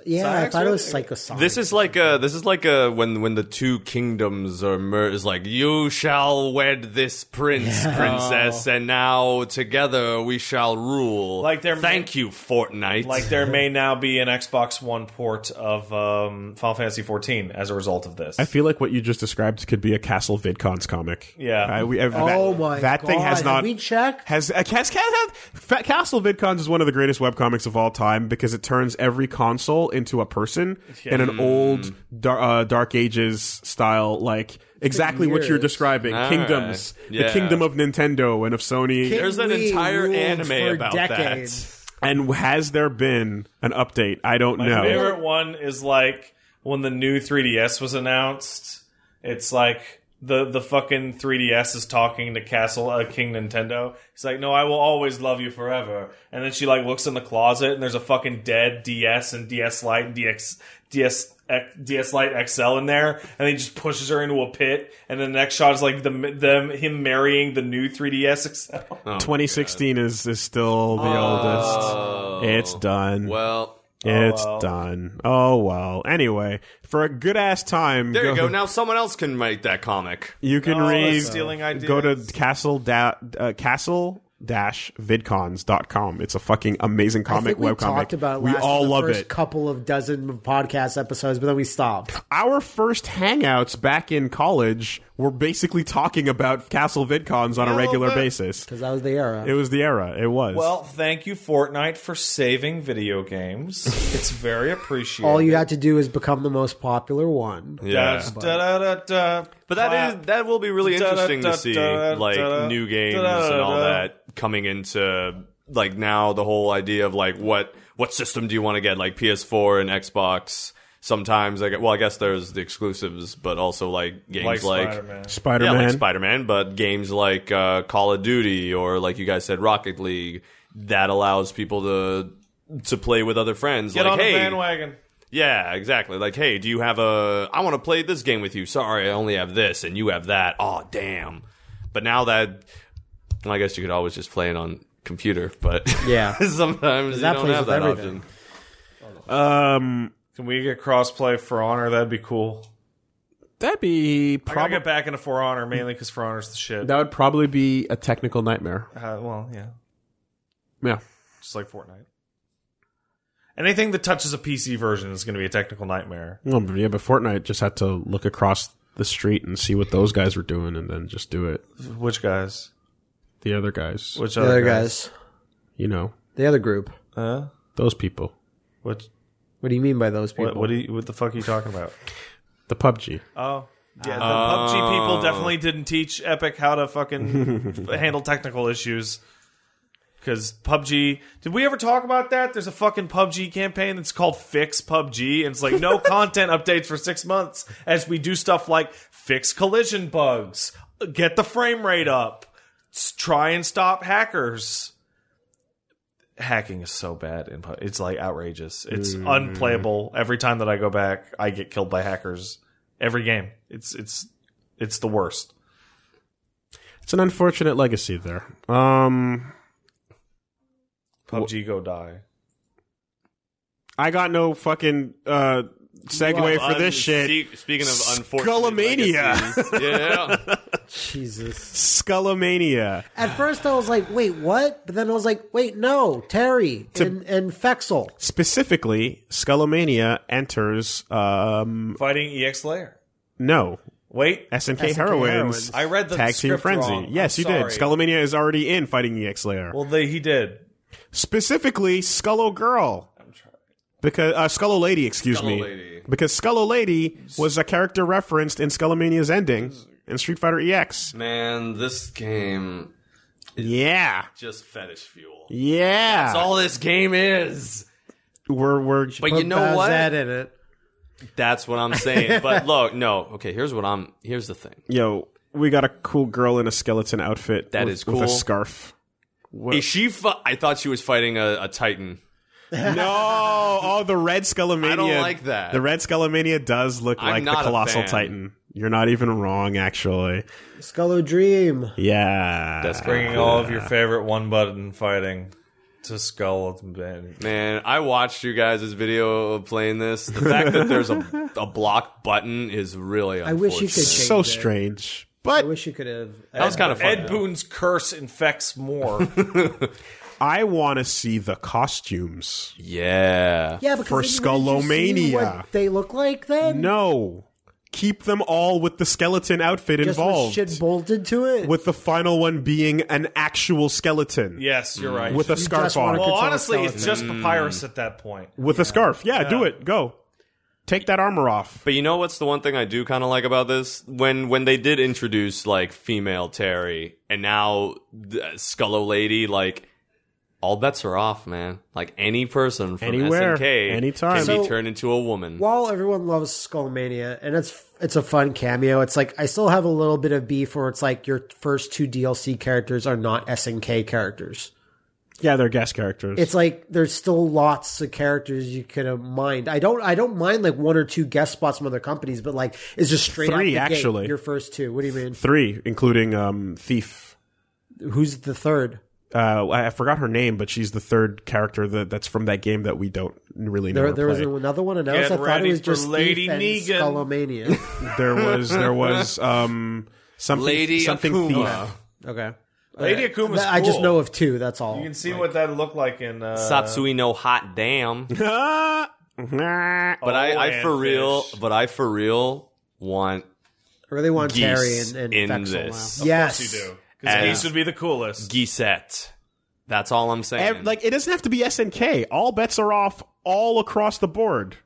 Speaker 3: yeah, I
Speaker 2: Sonics,
Speaker 3: thought it was
Speaker 2: really?
Speaker 3: Psychosonic.
Speaker 4: This is like a this is like a when when the two kingdoms are mer- is like you shall wed this prince princess
Speaker 3: Oh.
Speaker 4: and now together we shall rule.
Speaker 2: Like they're-
Speaker 4: thank you Fortnite.
Speaker 2: Like there may now be an Xbox One port of um, Final Fantasy 14 as a result of this.
Speaker 1: I feel like what you just described could be a Castle VidCons comic.
Speaker 2: Yeah.
Speaker 1: I- we- I've-
Speaker 3: oh
Speaker 1: that,
Speaker 3: my
Speaker 1: that
Speaker 3: god!
Speaker 1: thing has
Speaker 3: Did
Speaker 1: not
Speaker 3: we check?
Speaker 1: has, uh, has, has- Fa- Castle VidCons is one of the greatest webcomics of all time because it turns every console into a person in
Speaker 2: Hmm.
Speaker 1: an old dar- uh, Dark Ages style, like exactly what you're
Speaker 3: years.
Speaker 1: describing.
Speaker 4: All
Speaker 1: Kingdoms,
Speaker 4: right.
Speaker 1: the
Speaker 4: Yeah.
Speaker 1: kingdom of Nintendo and of Sony.
Speaker 4: There's an
Speaker 3: We
Speaker 4: entire
Speaker 3: ruled
Speaker 4: anime
Speaker 3: for
Speaker 4: about that.
Speaker 3: decades.
Speaker 1: And has there been an update? I don't know.
Speaker 2: My favorite one is like when the new 3DS was announced. It's like the the fucking 3DS is talking to Castle uh, King Nintendo. He's like, "No, I will always love you forever." And then she like looks in the closet and there's a fucking dead DS and DS Lite and DX DS. X- DS Lite XL in there, and he just pushes her into a pit. And the next shot is like the, them him marrying the new 3DS XL. Oh.
Speaker 1: 2016 is, is still the oldest. It's done.
Speaker 4: Uh, well,
Speaker 1: it's done. Oh well. Anyway, for a good ass time,
Speaker 4: There you go. Now someone else can make that comic.
Speaker 1: You can
Speaker 2: No, that's
Speaker 1: read
Speaker 2: stealing
Speaker 1: Go to
Speaker 2: ideas.
Speaker 1: castle da- uh, castle dash vidcons.com. It's a fucking amazing
Speaker 3: I
Speaker 1: comic
Speaker 3: think we
Speaker 1: webcomic.
Speaker 3: talked about it
Speaker 1: we
Speaker 3: last
Speaker 1: all
Speaker 3: in the
Speaker 1: love
Speaker 3: first
Speaker 1: it.
Speaker 3: couple of dozen of podcast episodes, but then we stopped.
Speaker 1: Our first hangouts back in college were basically talking about castle vidcons on a regular
Speaker 2: little bit.
Speaker 1: basis.
Speaker 3: Because that was the era.
Speaker 1: It was the era. It was.
Speaker 2: Well, thank you, Fortnite, for saving video games. it's very appreciated.
Speaker 3: All you had to do is become the most popular one.
Speaker 4: Yeah. But that is that will be really
Speaker 2: Da-da,
Speaker 4: interesting to see,
Speaker 2: da-da, da-da,
Speaker 4: like new games
Speaker 2: da-da,
Speaker 4: and all
Speaker 2: da-da.
Speaker 4: that coming into like now the whole idea of like what what system do you want to get like PS4 and Xbox. Sometimes I get, well, I guess there's the exclusives, but also like games
Speaker 2: like,
Speaker 4: like,
Speaker 2: Spider-Man.
Speaker 1: Spider
Speaker 4: yeah,
Speaker 1: Man.
Speaker 4: like Spider Man, but games like uh, Call of Duty or like you guys said Rocket League that allows people to to play with other friends.
Speaker 2: Get
Speaker 4: like,
Speaker 2: on
Speaker 4: hey,
Speaker 2: the bandwagon.
Speaker 4: yeah, exactly. Like, hey, do you have a? I want to play this game with you. Sorry, I only have this, and you have that. Oh, damn! But now that, well, I guess you could always just play it on computer. But
Speaker 3: Yeah.
Speaker 4: sometimes you
Speaker 3: that
Speaker 4: don't
Speaker 3: plays
Speaker 4: have
Speaker 3: with
Speaker 4: that
Speaker 3: everything.
Speaker 4: option.
Speaker 1: um,
Speaker 2: Can we get crossplay for Honor? That'd be cool.
Speaker 1: that'd be
Speaker 2: I gotta
Speaker 1: probably
Speaker 2: get back into For Honor mainly because For Honor's the shit.
Speaker 1: that would probably be a technical nightmare.
Speaker 2: Uh, well, yeah,
Speaker 1: Yeah.
Speaker 2: just like Fortnite. Anything that touches a PC version is going to be a technical nightmare.
Speaker 1: Well, Oh, but yeah, but Fortnite just had to look across the street and see what those guys were doing, and then just do it.
Speaker 2: Which guys?
Speaker 1: The other guys,
Speaker 2: Which
Speaker 3: The other guys,
Speaker 1: you know,
Speaker 3: the other group.
Speaker 2: Huh?
Speaker 1: those people,
Speaker 2: What?
Speaker 3: What do you mean by those people?
Speaker 2: What? What, do you, what the fuck are you talking about?
Speaker 1: the PUBG.
Speaker 2: Oh. Yeah, the PUBG people definitely didn't teach Epic how to fucking handle technical issues. Because PUBG, did we ever talk about that? There's a fucking PUBG campaign that's called Fix PUBG, and it's like no content updates for six months as we do stuff like fix collision bugs, get the frame rate up, s- try and stop hackers. Hacking is so bad, in PUBG. it's like outrageous. It's unplayable. Every time that I go back, I get killed by hackers every game. It's it's it's the worst.
Speaker 1: It's an unfortunate legacy there. Um,
Speaker 2: PUBG go die.
Speaker 1: I got no fucking uh segue for
Speaker 4: Un-
Speaker 1: this shit.
Speaker 4: speak- Speaking of unfortunate
Speaker 1: Scullamania.
Speaker 4: legacies. yeah,
Speaker 3: Jesus.
Speaker 1: Scullomania.
Speaker 3: At first, I was like, "Wait, what?" But then I was like, "Wait, no, Terry and and Fexel."
Speaker 1: Specifically, Scullomania enters. Um,
Speaker 2: Fighting EX Layer.
Speaker 1: no.
Speaker 2: Wait,
Speaker 1: SNK, Heroines.
Speaker 3: SNK Heroines.
Speaker 2: I read the
Speaker 1: Tag Team
Speaker 2: script
Speaker 1: Frenzy.
Speaker 2: wrong.
Speaker 1: Yes,
Speaker 2: I'm
Speaker 1: you did.
Speaker 2: sorry.
Speaker 1: Scullomania is already in Fighting EX Layer.
Speaker 2: well they, he did.
Speaker 1: Specifically, Scullo Girl. Because uh, Scullo Lady, excuse me,
Speaker 4: Lady.
Speaker 1: because Scullo Lady was a character referenced in Scullomania's ending in Street Fighter E EX.
Speaker 4: man, this game
Speaker 1: Yeah,
Speaker 4: just fetish fuel.
Speaker 1: yeah.
Speaker 4: That's all this game is.
Speaker 1: we're we're
Speaker 4: But you
Speaker 3: Put
Speaker 4: know what?
Speaker 3: Bowsette in it.
Speaker 4: That's what I'm saying. But look, no. Okay, here's what I'm. Here's the thing.
Speaker 1: yo, we got a cool girl in a skeleton outfit.
Speaker 4: That
Speaker 1: That is
Speaker 4: is
Speaker 1: with
Speaker 4: cool.
Speaker 1: a scarf.
Speaker 4: Is she? Fu- I thought she was fighting a, a titan.
Speaker 1: No, oh the red Scullomania.
Speaker 4: I don't like that.
Speaker 1: The red Scullomania does look
Speaker 4: I'm
Speaker 1: like the
Speaker 4: not a
Speaker 1: colossal
Speaker 4: fan.
Speaker 1: titan. You're not even wrong, actually.
Speaker 3: Scullo Dream.
Speaker 1: Yeah,
Speaker 4: That's great.
Speaker 2: Bringing all of your favorite one button fighting to Skull and
Speaker 4: Man, I watched you guys' video of playing this. The fact that there's a, a block button is really
Speaker 3: I wish you could
Speaker 4: unfortunate.
Speaker 3: change
Speaker 1: so
Speaker 3: it.
Speaker 1: strange.
Speaker 3: I
Speaker 1: But
Speaker 3: wish you could have.
Speaker 4: That was kind of fun.
Speaker 2: Ed Boon's curse infects more.
Speaker 1: I want to see the costumes.
Speaker 4: yeah.
Speaker 3: yeah, because
Speaker 1: for
Speaker 3: then you- did you see
Speaker 1: Skullomania.
Speaker 3: what they look like then.
Speaker 1: No. Keep them all with the skeleton outfit
Speaker 3: Just with
Speaker 1: involved.
Speaker 3: shit bolted to it.
Speaker 1: With the final one being an actual skeleton.
Speaker 2: yes, you're right.
Speaker 1: With a scarf
Speaker 3: just
Speaker 1: on.
Speaker 3: wanna
Speaker 2: well,
Speaker 3: Control
Speaker 2: honestly, it's
Speaker 3: skeleton.
Speaker 2: just papyrus at that point.
Speaker 1: with a scarf. Yeah, do it. Go. Take that armor off.
Speaker 4: But you know what's the one thing I do kind of like about this? When when they did introduce like female Terry and now the Scullo Lady, like all bets are off, man. Like any person from
Speaker 1: Anywhere,
Speaker 4: SNK
Speaker 1: anytime.
Speaker 4: can
Speaker 3: So-
Speaker 4: be turned into a woman.
Speaker 3: while everyone loves Skullmania and it's it's a fun cameo, it's like I still have a little bit of beef where it's like your first two DLC characters are not SNK characters.
Speaker 1: Yeah, they're guest characters.
Speaker 3: It's like there's still lots of characters you could have mined. I don't I don't mind like one or two guest spots from other companies, but like it's just straight
Speaker 1: Three,
Speaker 3: out the gate,
Speaker 1: actually.
Speaker 3: your first two. What do you mean?
Speaker 1: Three, including um, Thief.
Speaker 3: Who's the third?
Speaker 1: uh, I I forgot her name, but she's the third character that, that's from that game that we don't really know.
Speaker 3: There,
Speaker 1: or
Speaker 3: there was
Speaker 1: play.
Speaker 3: another one announced.
Speaker 2: Get
Speaker 3: I thought
Speaker 2: ready
Speaker 3: it was
Speaker 2: for
Speaker 3: just
Speaker 2: Lady
Speaker 3: Thief and
Speaker 2: Negan.
Speaker 3: Skullomania.
Speaker 1: there was there was um something
Speaker 4: Lady
Speaker 1: something
Speaker 4: Akuma.
Speaker 1: thief.
Speaker 3: okay.
Speaker 2: Lady Akuma's
Speaker 3: I just
Speaker 2: cool.
Speaker 3: know of two. That's all.
Speaker 2: You can see what that looked like in uh,
Speaker 4: Satsui no hot damn. But
Speaker 1: Ah! but
Speaker 4: I, I
Speaker 2: and
Speaker 4: for real,
Speaker 2: fish.
Speaker 4: but I for real want
Speaker 3: I really want
Speaker 4: Geese
Speaker 3: Terry and, and
Speaker 4: in
Speaker 3: Fexel
Speaker 4: this.
Speaker 3: now. Yes.
Speaker 2: You do.
Speaker 4: Uh,
Speaker 2: Because Geese would be the coolest.
Speaker 4: Gisette. That's all I'm saying.
Speaker 1: Ev- like it doesn't have to be SNK. All bets are off all across the board.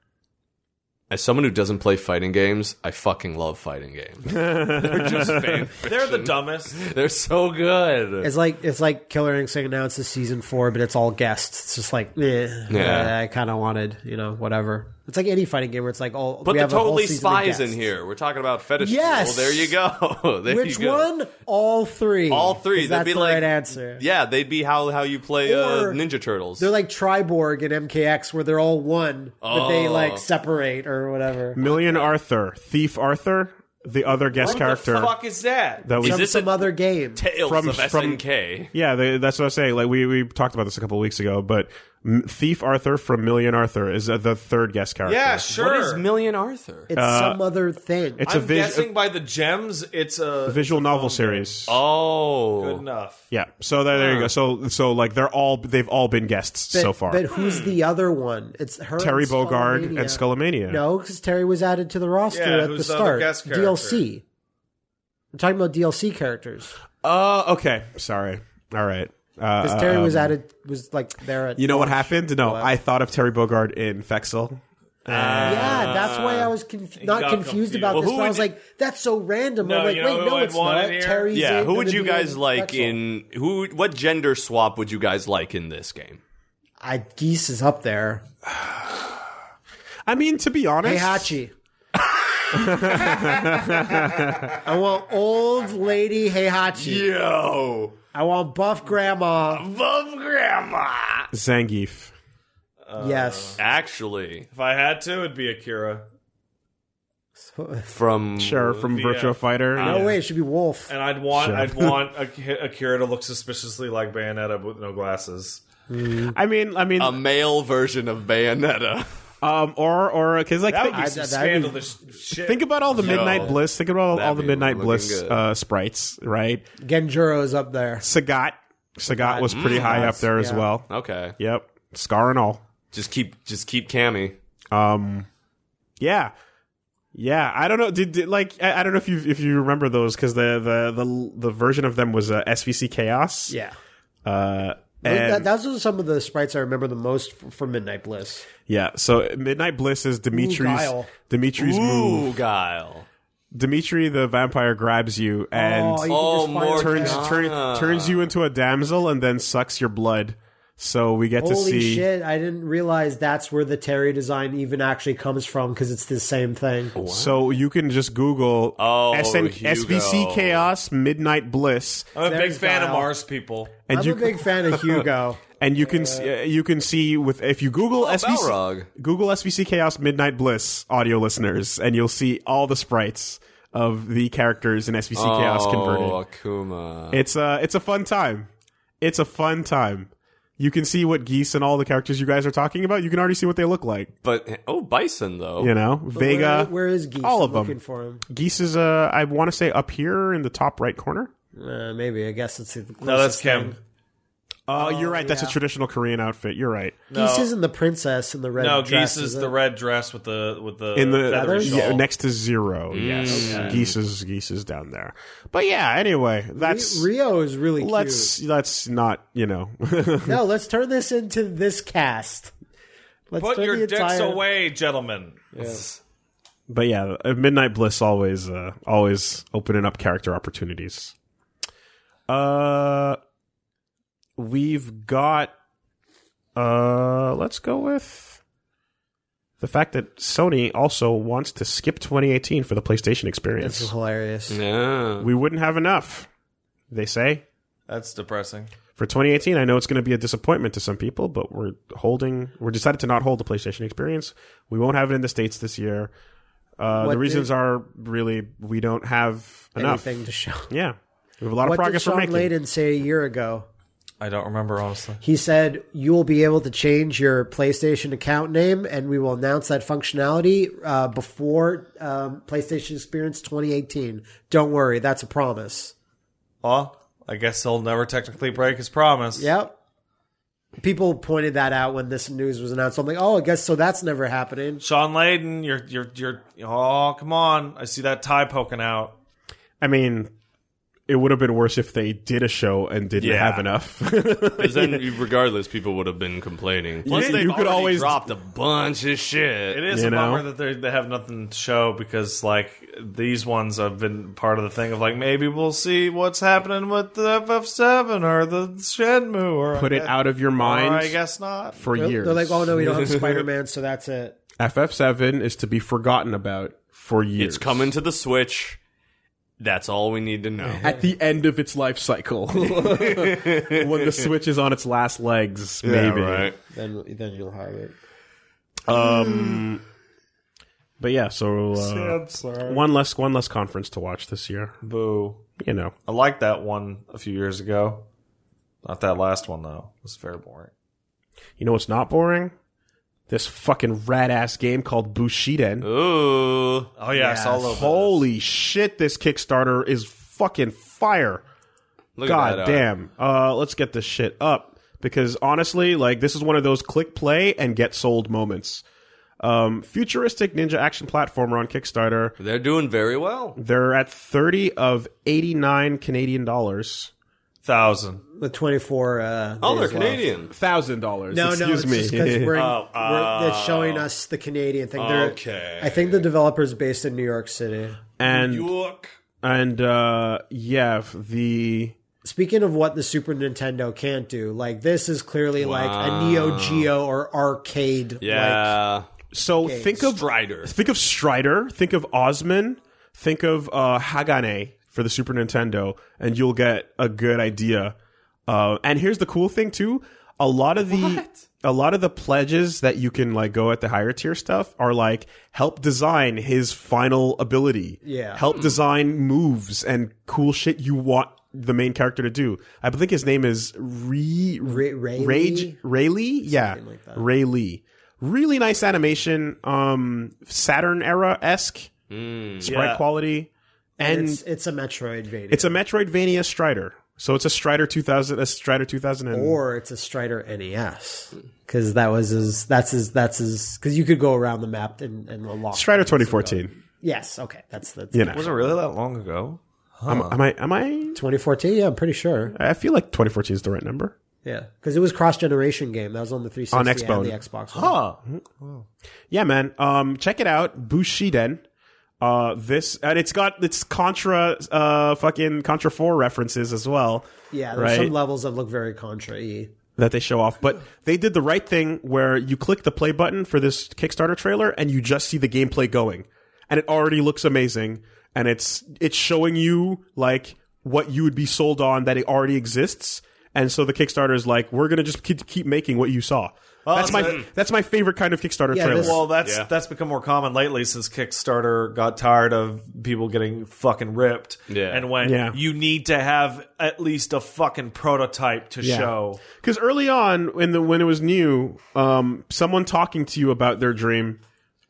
Speaker 4: As someone who doesn't play fighting games, I fucking love fighting games. They're just fan
Speaker 2: They're the dumbest.
Speaker 4: They're so good.
Speaker 3: It's like it's like Killer Instinct announced this season four, but it's all guests. It's just like, eh,
Speaker 4: Yeah.
Speaker 3: yeah, I kind of wanted, you know, whatever. It's like any fighting game where it's like, oh, we
Speaker 4: Put the
Speaker 3: have a whole
Speaker 4: totally
Speaker 3: season of
Speaker 4: spies in
Speaker 3: guests.
Speaker 4: here. We're talking about fetish.
Speaker 3: Yes!
Speaker 4: Well, there you go. there
Speaker 3: Which
Speaker 4: you go.
Speaker 3: one? All three.
Speaker 4: All three.
Speaker 3: 'Cause
Speaker 4: That'd
Speaker 3: That's
Speaker 4: be
Speaker 3: the
Speaker 4: like-
Speaker 3: right answer.
Speaker 4: Yeah, they'd be how how you play uh,
Speaker 3: Or-
Speaker 4: Ninja Turtles.
Speaker 3: They're like Triborg in MKX, where they're all one, but they
Speaker 4: Oh.
Speaker 3: like separate or whatever.
Speaker 1: Million Arthur, Thief Arthur, the other guest character
Speaker 2: What the fuck is that?
Speaker 1: that we
Speaker 3: From
Speaker 4: this
Speaker 3: some
Speaker 4: a-
Speaker 3: other game.
Speaker 4: Tales
Speaker 1: from-
Speaker 4: of
Speaker 1: from-
Speaker 4: SNK.
Speaker 1: Yeah, they, that's what I was saying. Like we, we talked about this a couple of weeks ago, but M- Thief Arthur from Million Arthur is uh, the third guest character.
Speaker 2: yeah, sure.
Speaker 4: What is Million Arthur?
Speaker 3: it's some other thing.
Speaker 1: Uh, it's
Speaker 2: I'm
Speaker 1: a, vis-
Speaker 2: guessing by the gems, it's a
Speaker 1: a visual novel series.
Speaker 4: oh,
Speaker 2: Good enough.
Speaker 1: Yeah, so there, there you go. So so like they're all they've all been guests
Speaker 3: but,
Speaker 1: so far.
Speaker 3: But who's the other one? It's her
Speaker 1: Terry
Speaker 3: and
Speaker 1: Bogard and Skullomania.
Speaker 3: Skullomania. No, because Terry was added to the roster
Speaker 2: Yeah,
Speaker 3: at the
Speaker 2: who's the other
Speaker 3: start.
Speaker 2: guest character?
Speaker 3: DLC. I'm talking about DLC characters
Speaker 1: Uh, okay. Sorry. All right. Uh,
Speaker 3: because Terry
Speaker 1: um,
Speaker 3: was added was like there at.
Speaker 1: You know what
Speaker 3: launch.
Speaker 1: happened? No, I thought of Terry Bogard in Fexel.
Speaker 3: Yeah, that's why I was conf- not
Speaker 2: got
Speaker 3: confused,
Speaker 2: confused.
Speaker 3: about
Speaker 4: Well,
Speaker 3: this.
Speaker 4: who
Speaker 3: But I
Speaker 4: would
Speaker 3: was
Speaker 4: you-
Speaker 3: like, that's so random.
Speaker 2: No,
Speaker 3: I'm like,
Speaker 2: you
Speaker 3: wait,
Speaker 2: know who
Speaker 3: no,
Speaker 2: I'd
Speaker 3: it's
Speaker 2: want
Speaker 3: not.
Speaker 2: in here?
Speaker 3: Terry's
Speaker 4: yeah.
Speaker 3: in
Speaker 4: Who would
Speaker 3: gonna
Speaker 4: you
Speaker 3: be
Speaker 4: guys like
Speaker 3: Pretzel.
Speaker 4: in who? What gender swap would you guys like in this game?
Speaker 3: I geese is up there.
Speaker 1: I mean, to be
Speaker 3: Hey
Speaker 1: honest,
Speaker 3: Hachi. I want old lady Heihachi.
Speaker 4: Yo,
Speaker 3: I want buff grandma.
Speaker 4: love grandma.
Speaker 1: Zangief.
Speaker 3: yes.
Speaker 4: Actually,
Speaker 2: If I had to, it'd be Akira. Uh,
Speaker 4: from
Speaker 1: Sure, from
Speaker 2: The, uh,
Speaker 1: Virtua Fighter.
Speaker 3: No way, it should be Wolf.
Speaker 2: And I'd want I'd want Ak- Akira to look suspiciously like Bayonetta with no glasses.
Speaker 1: I mean, I mean,
Speaker 4: a
Speaker 1: um,
Speaker 4: male version of Bayonetta.
Speaker 1: or or because like
Speaker 2: That
Speaker 1: think,
Speaker 2: would be
Speaker 3: I-
Speaker 2: some
Speaker 3: that'd be-
Speaker 2: scandalous shit.
Speaker 1: think about all the Midnight
Speaker 4: Yo.
Speaker 1: Bliss. Think about all, all
Speaker 4: That'd
Speaker 1: the
Speaker 4: be
Speaker 1: Midnight
Speaker 4: looking
Speaker 1: Bliss
Speaker 4: good.
Speaker 1: uh, sprites, right?
Speaker 3: Genjuro is up there.
Speaker 1: Sagat. Sagat was pretty
Speaker 4: mm,
Speaker 1: high up there as
Speaker 3: yeah.
Speaker 1: well.
Speaker 4: Okay,
Speaker 1: Yep, Scar and all.
Speaker 4: just keep just keep Cammy.
Speaker 1: Um, yeah, yeah. I don't know. Did, did like I, I don't know if you if you remember those because the, the the the version of them was uh, SVC Chaos.
Speaker 3: Yeah.
Speaker 1: Uh, and-
Speaker 3: That, those are some of the sprites I remember the most f- from Midnight Bliss.
Speaker 1: yeah. So Midnight Bliss is Dimitri's
Speaker 3: Guile.
Speaker 1: Dimitri's move.
Speaker 4: Ooh, Guile.
Speaker 1: Dimitri the vampire grabs you and
Speaker 3: oh, you
Speaker 4: Oh,
Speaker 3: can just fire
Speaker 4: more
Speaker 1: turns
Speaker 3: Kyle.
Speaker 1: turn, turns you into a damsel and then sucks your blood. So we get to
Speaker 3: Holy
Speaker 1: see.
Speaker 3: shit! I didn't realize that's where the Terry design even actually comes from because it's the same thing.
Speaker 1: So you can just Google
Speaker 4: Oh,
Speaker 1: SN-
Speaker 4: Hugo.
Speaker 1: SVC Chaos Midnight Bliss,
Speaker 2: I'm a big
Speaker 3: There's
Speaker 2: fan of
Speaker 3: Guile.
Speaker 2: Mars people.
Speaker 1: and
Speaker 3: I'm
Speaker 1: you
Speaker 3: a big fan of Hugo.
Speaker 1: and you can s- uh, you can see with if you Google SVC
Speaker 4: Balrog.
Speaker 1: Google SVC Chaos Midnight Bliss audio listeners, and you'll see all the sprites of the characters in SVC Chaos converted.
Speaker 4: Oh, Akuma.
Speaker 1: It's a it's a fun time. It's a fun time. You can see what geese and all the characters you guys are talking about. You can already see what they look like.
Speaker 4: But oh, Bison though.
Speaker 1: You know, Vega.
Speaker 3: Where- where is Geese?
Speaker 1: all
Speaker 3: I'm
Speaker 1: of them.
Speaker 3: Looking for him.
Speaker 1: Geese is uh, I want to say up here in the top right corner.
Speaker 3: Uh, maybe I guess it's the closest
Speaker 2: No, that's
Speaker 3: thing.
Speaker 2: Kim.
Speaker 1: Oh, you're right. That's a traditional Korean outfit. You're right.
Speaker 3: Geese isn't the princess in the red.
Speaker 2: No,
Speaker 3: dress,
Speaker 2: Geese is
Speaker 3: it?
Speaker 2: the red dress with the with the Oh.
Speaker 1: in the
Speaker 2: feathery
Speaker 3: Feathers?
Speaker 2: shawl.
Speaker 1: yeah, next to zero. Yes, geese is geese is down there. But yeah, anyway, that's
Speaker 3: Rio is really
Speaker 1: let's let's not you know.
Speaker 3: cute. No, let's turn this into this cast. Let's
Speaker 2: Put
Speaker 3: turn
Speaker 2: your
Speaker 3: the
Speaker 2: dicks
Speaker 3: entire-
Speaker 2: away, gentlemen.
Speaker 1: but yeah, uh, Midnight Bliss always uh, always opening up character opportunities. Uh, we've got. Uh, let's go with the fact that Sony also wants to skip 2018 for the PlayStation
Speaker 3: This is
Speaker 1: experience.
Speaker 3: hilarious.
Speaker 4: Yeah.
Speaker 1: We wouldn't have enough, they say.
Speaker 2: That's depressing.
Speaker 1: for 2018 i know it's going to be a disappointment to some people but we're holding we're decided to not hold the playstation experience we won't have it in the states this year uh, the
Speaker 3: What
Speaker 1: reasons are really we don't have enough
Speaker 3: Anything to show.
Speaker 1: yeah we have a lot of
Speaker 3: What did
Speaker 1: progress we're
Speaker 3: Sean
Speaker 1: making
Speaker 3: Layden say a year ago?
Speaker 2: I don't remember honestly.
Speaker 3: He said, You will be able to change your PlayStation account name, and we will announce that functionality uh, before um, PlayStation Experience 2018. Don't worry, that's a promise.
Speaker 2: Well, I guess he'll never technically break his promise.
Speaker 3: Yep. People pointed that out when this news was announced. I'm like, Oh, I guess so that's never happening.
Speaker 2: Sean Layden, you're you're you're oh come on. I see that tie poking out.
Speaker 1: I mean, it would have been worse if they did a show and didn't
Speaker 4: Yeah.
Speaker 1: have enough.
Speaker 4: Because then, regardless, people would have been complaining. Plus,
Speaker 1: You-
Speaker 4: they
Speaker 1: you could
Speaker 4: could
Speaker 1: always-
Speaker 4: always dropped a bunch of shit.
Speaker 2: It is
Speaker 1: You
Speaker 2: a
Speaker 1: know?
Speaker 2: bummer that they they have nothing to show because like these ones have been part of the thing of like maybe we'll see what's happening with the FF7 or the Shenmue or
Speaker 1: Put it out of your
Speaker 2: or
Speaker 1: mind
Speaker 2: I guess not.
Speaker 1: for
Speaker 3: Oh, They're
Speaker 1: years.
Speaker 3: they're like, Oh, no, we don't have Spider Man, so that's it.
Speaker 1: FF7 is to be forgotten about for years.
Speaker 4: It's coming to the Switch. That's all we need to know.
Speaker 1: at the end of its life cycle. when the Switch is on its last legs, maybe.
Speaker 3: Then, then you'll have it.
Speaker 1: But yeah, so uh,
Speaker 2: I'm sorry.
Speaker 1: one less one less conference to watch this year.
Speaker 2: Boo.
Speaker 1: You know,
Speaker 2: I liked that one a few years ago. Not that last one though. It was very boring.
Speaker 1: you know what's not boring? This fucking rad ass game called Bushiden.
Speaker 4: Ooh.
Speaker 2: Oh yeah, I saw a little bit.
Speaker 1: Holy shit! This Kickstarter is fucking fire.
Speaker 4: Look at
Speaker 1: God
Speaker 4: that, uh,
Speaker 1: damn. Uh, let's get this shit up because honestly, like this is one of those click play and get sold moments. Um, futuristic ninja action platformer on Kickstarter.
Speaker 4: They're doing very well.
Speaker 1: They're at 30 of 89 Canadian dollars.
Speaker 2: thousand.
Speaker 3: The 24. Uh,
Speaker 4: Oh, they're
Speaker 3: days left.
Speaker 4: Canadian.
Speaker 1: Thousand dollars.
Speaker 3: No, no,
Speaker 1: excuse
Speaker 3: it's just because
Speaker 1: me.
Speaker 3: we're, we're they're showing us the Canadian thing. They're,
Speaker 4: Oh, uh, Okay.
Speaker 3: I think the developer's based in New York City.
Speaker 1: and
Speaker 4: Look.
Speaker 1: and uh yeah, f- the
Speaker 3: Speaking of what the Super Nintendo can't do, like this is clearly like a Neo Geo or arcade. like,
Speaker 4: Yeah.
Speaker 1: so think of
Speaker 4: Strider.
Speaker 1: think of Strider, think of Osman, think of uh Hagane for the Super Nintendo and you'll get a good idea. Uh and here's the cool thing too, a lot of the a lot of the pledges that you can like go at the higher tier stuff are like help design his final ability.
Speaker 3: Yeah.
Speaker 1: Help design moves and cool shit you want the main character to do. I think his name is Re
Speaker 3: Ray- Ray
Speaker 1: Rage
Speaker 3: Lee?
Speaker 1: Rayleigh, yeah, Ray Lee. Really nice animation, um, Saturn era esque sprite
Speaker 2: Yeah.
Speaker 1: quality, and
Speaker 3: Hmm. it's
Speaker 1: it's,
Speaker 3: it's a Metroidvania,
Speaker 1: a Metroidvania Strider. So it's a Strider two thousand, a Strider two thousand and
Speaker 3: or it's a Strider NES because that was his. That's his. That's his. Because you could go around the map and and unlock
Speaker 1: Strider twenty fourteen.
Speaker 3: Yes. Okay. That's the
Speaker 1: You know,
Speaker 2: Was it really that long ago?
Speaker 1: am, am I? Am I?
Speaker 3: 2014. Yeah, I'm pretty sure.
Speaker 1: I feel like twenty fourteen is the right number.
Speaker 3: Yeah, because it was cross generation game. That was on the 360
Speaker 1: On
Speaker 3: and the Xbox.
Speaker 2: Huh.
Speaker 3: One.
Speaker 1: Yeah, man. Um, check it out, Bushiden. Uh, this and it's got it's Contra, uh, fucking Contra Four references as well.
Speaker 3: Yeah, there's
Speaker 1: Right.
Speaker 3: some levels that look very contrary.
Speaker 1: that they show off. But they did the right thing where you click the play button for this Kickstarter trailer and you just see the gameplay going. And it already looks amazing and it's it's showing you like what you would be sold on that it already exists. And so the Kickstarter is like, we're gonna just keep, keep making what you saw. that's my
Speaker 2: so-
Speaker 1: that's my favorite kind of Kickstarter
Speaker 3: Yeah,
Speaker 1: trailer.
Speaker 3: this-
Speaker 2: Well, that's
Speaker 4: Yeah.
Speaker 2: that's become more common lately since Kickstarter got tired of people getting fucking ripped.
Speaker 4: Yeah.
Speaker 2: And when
Speaker 1: Yeah.
Speaker 2: you need to have at least a fucking prototype to show.
Speaker 1: Because early on, when the when it was new, um, someone talking to you about their dream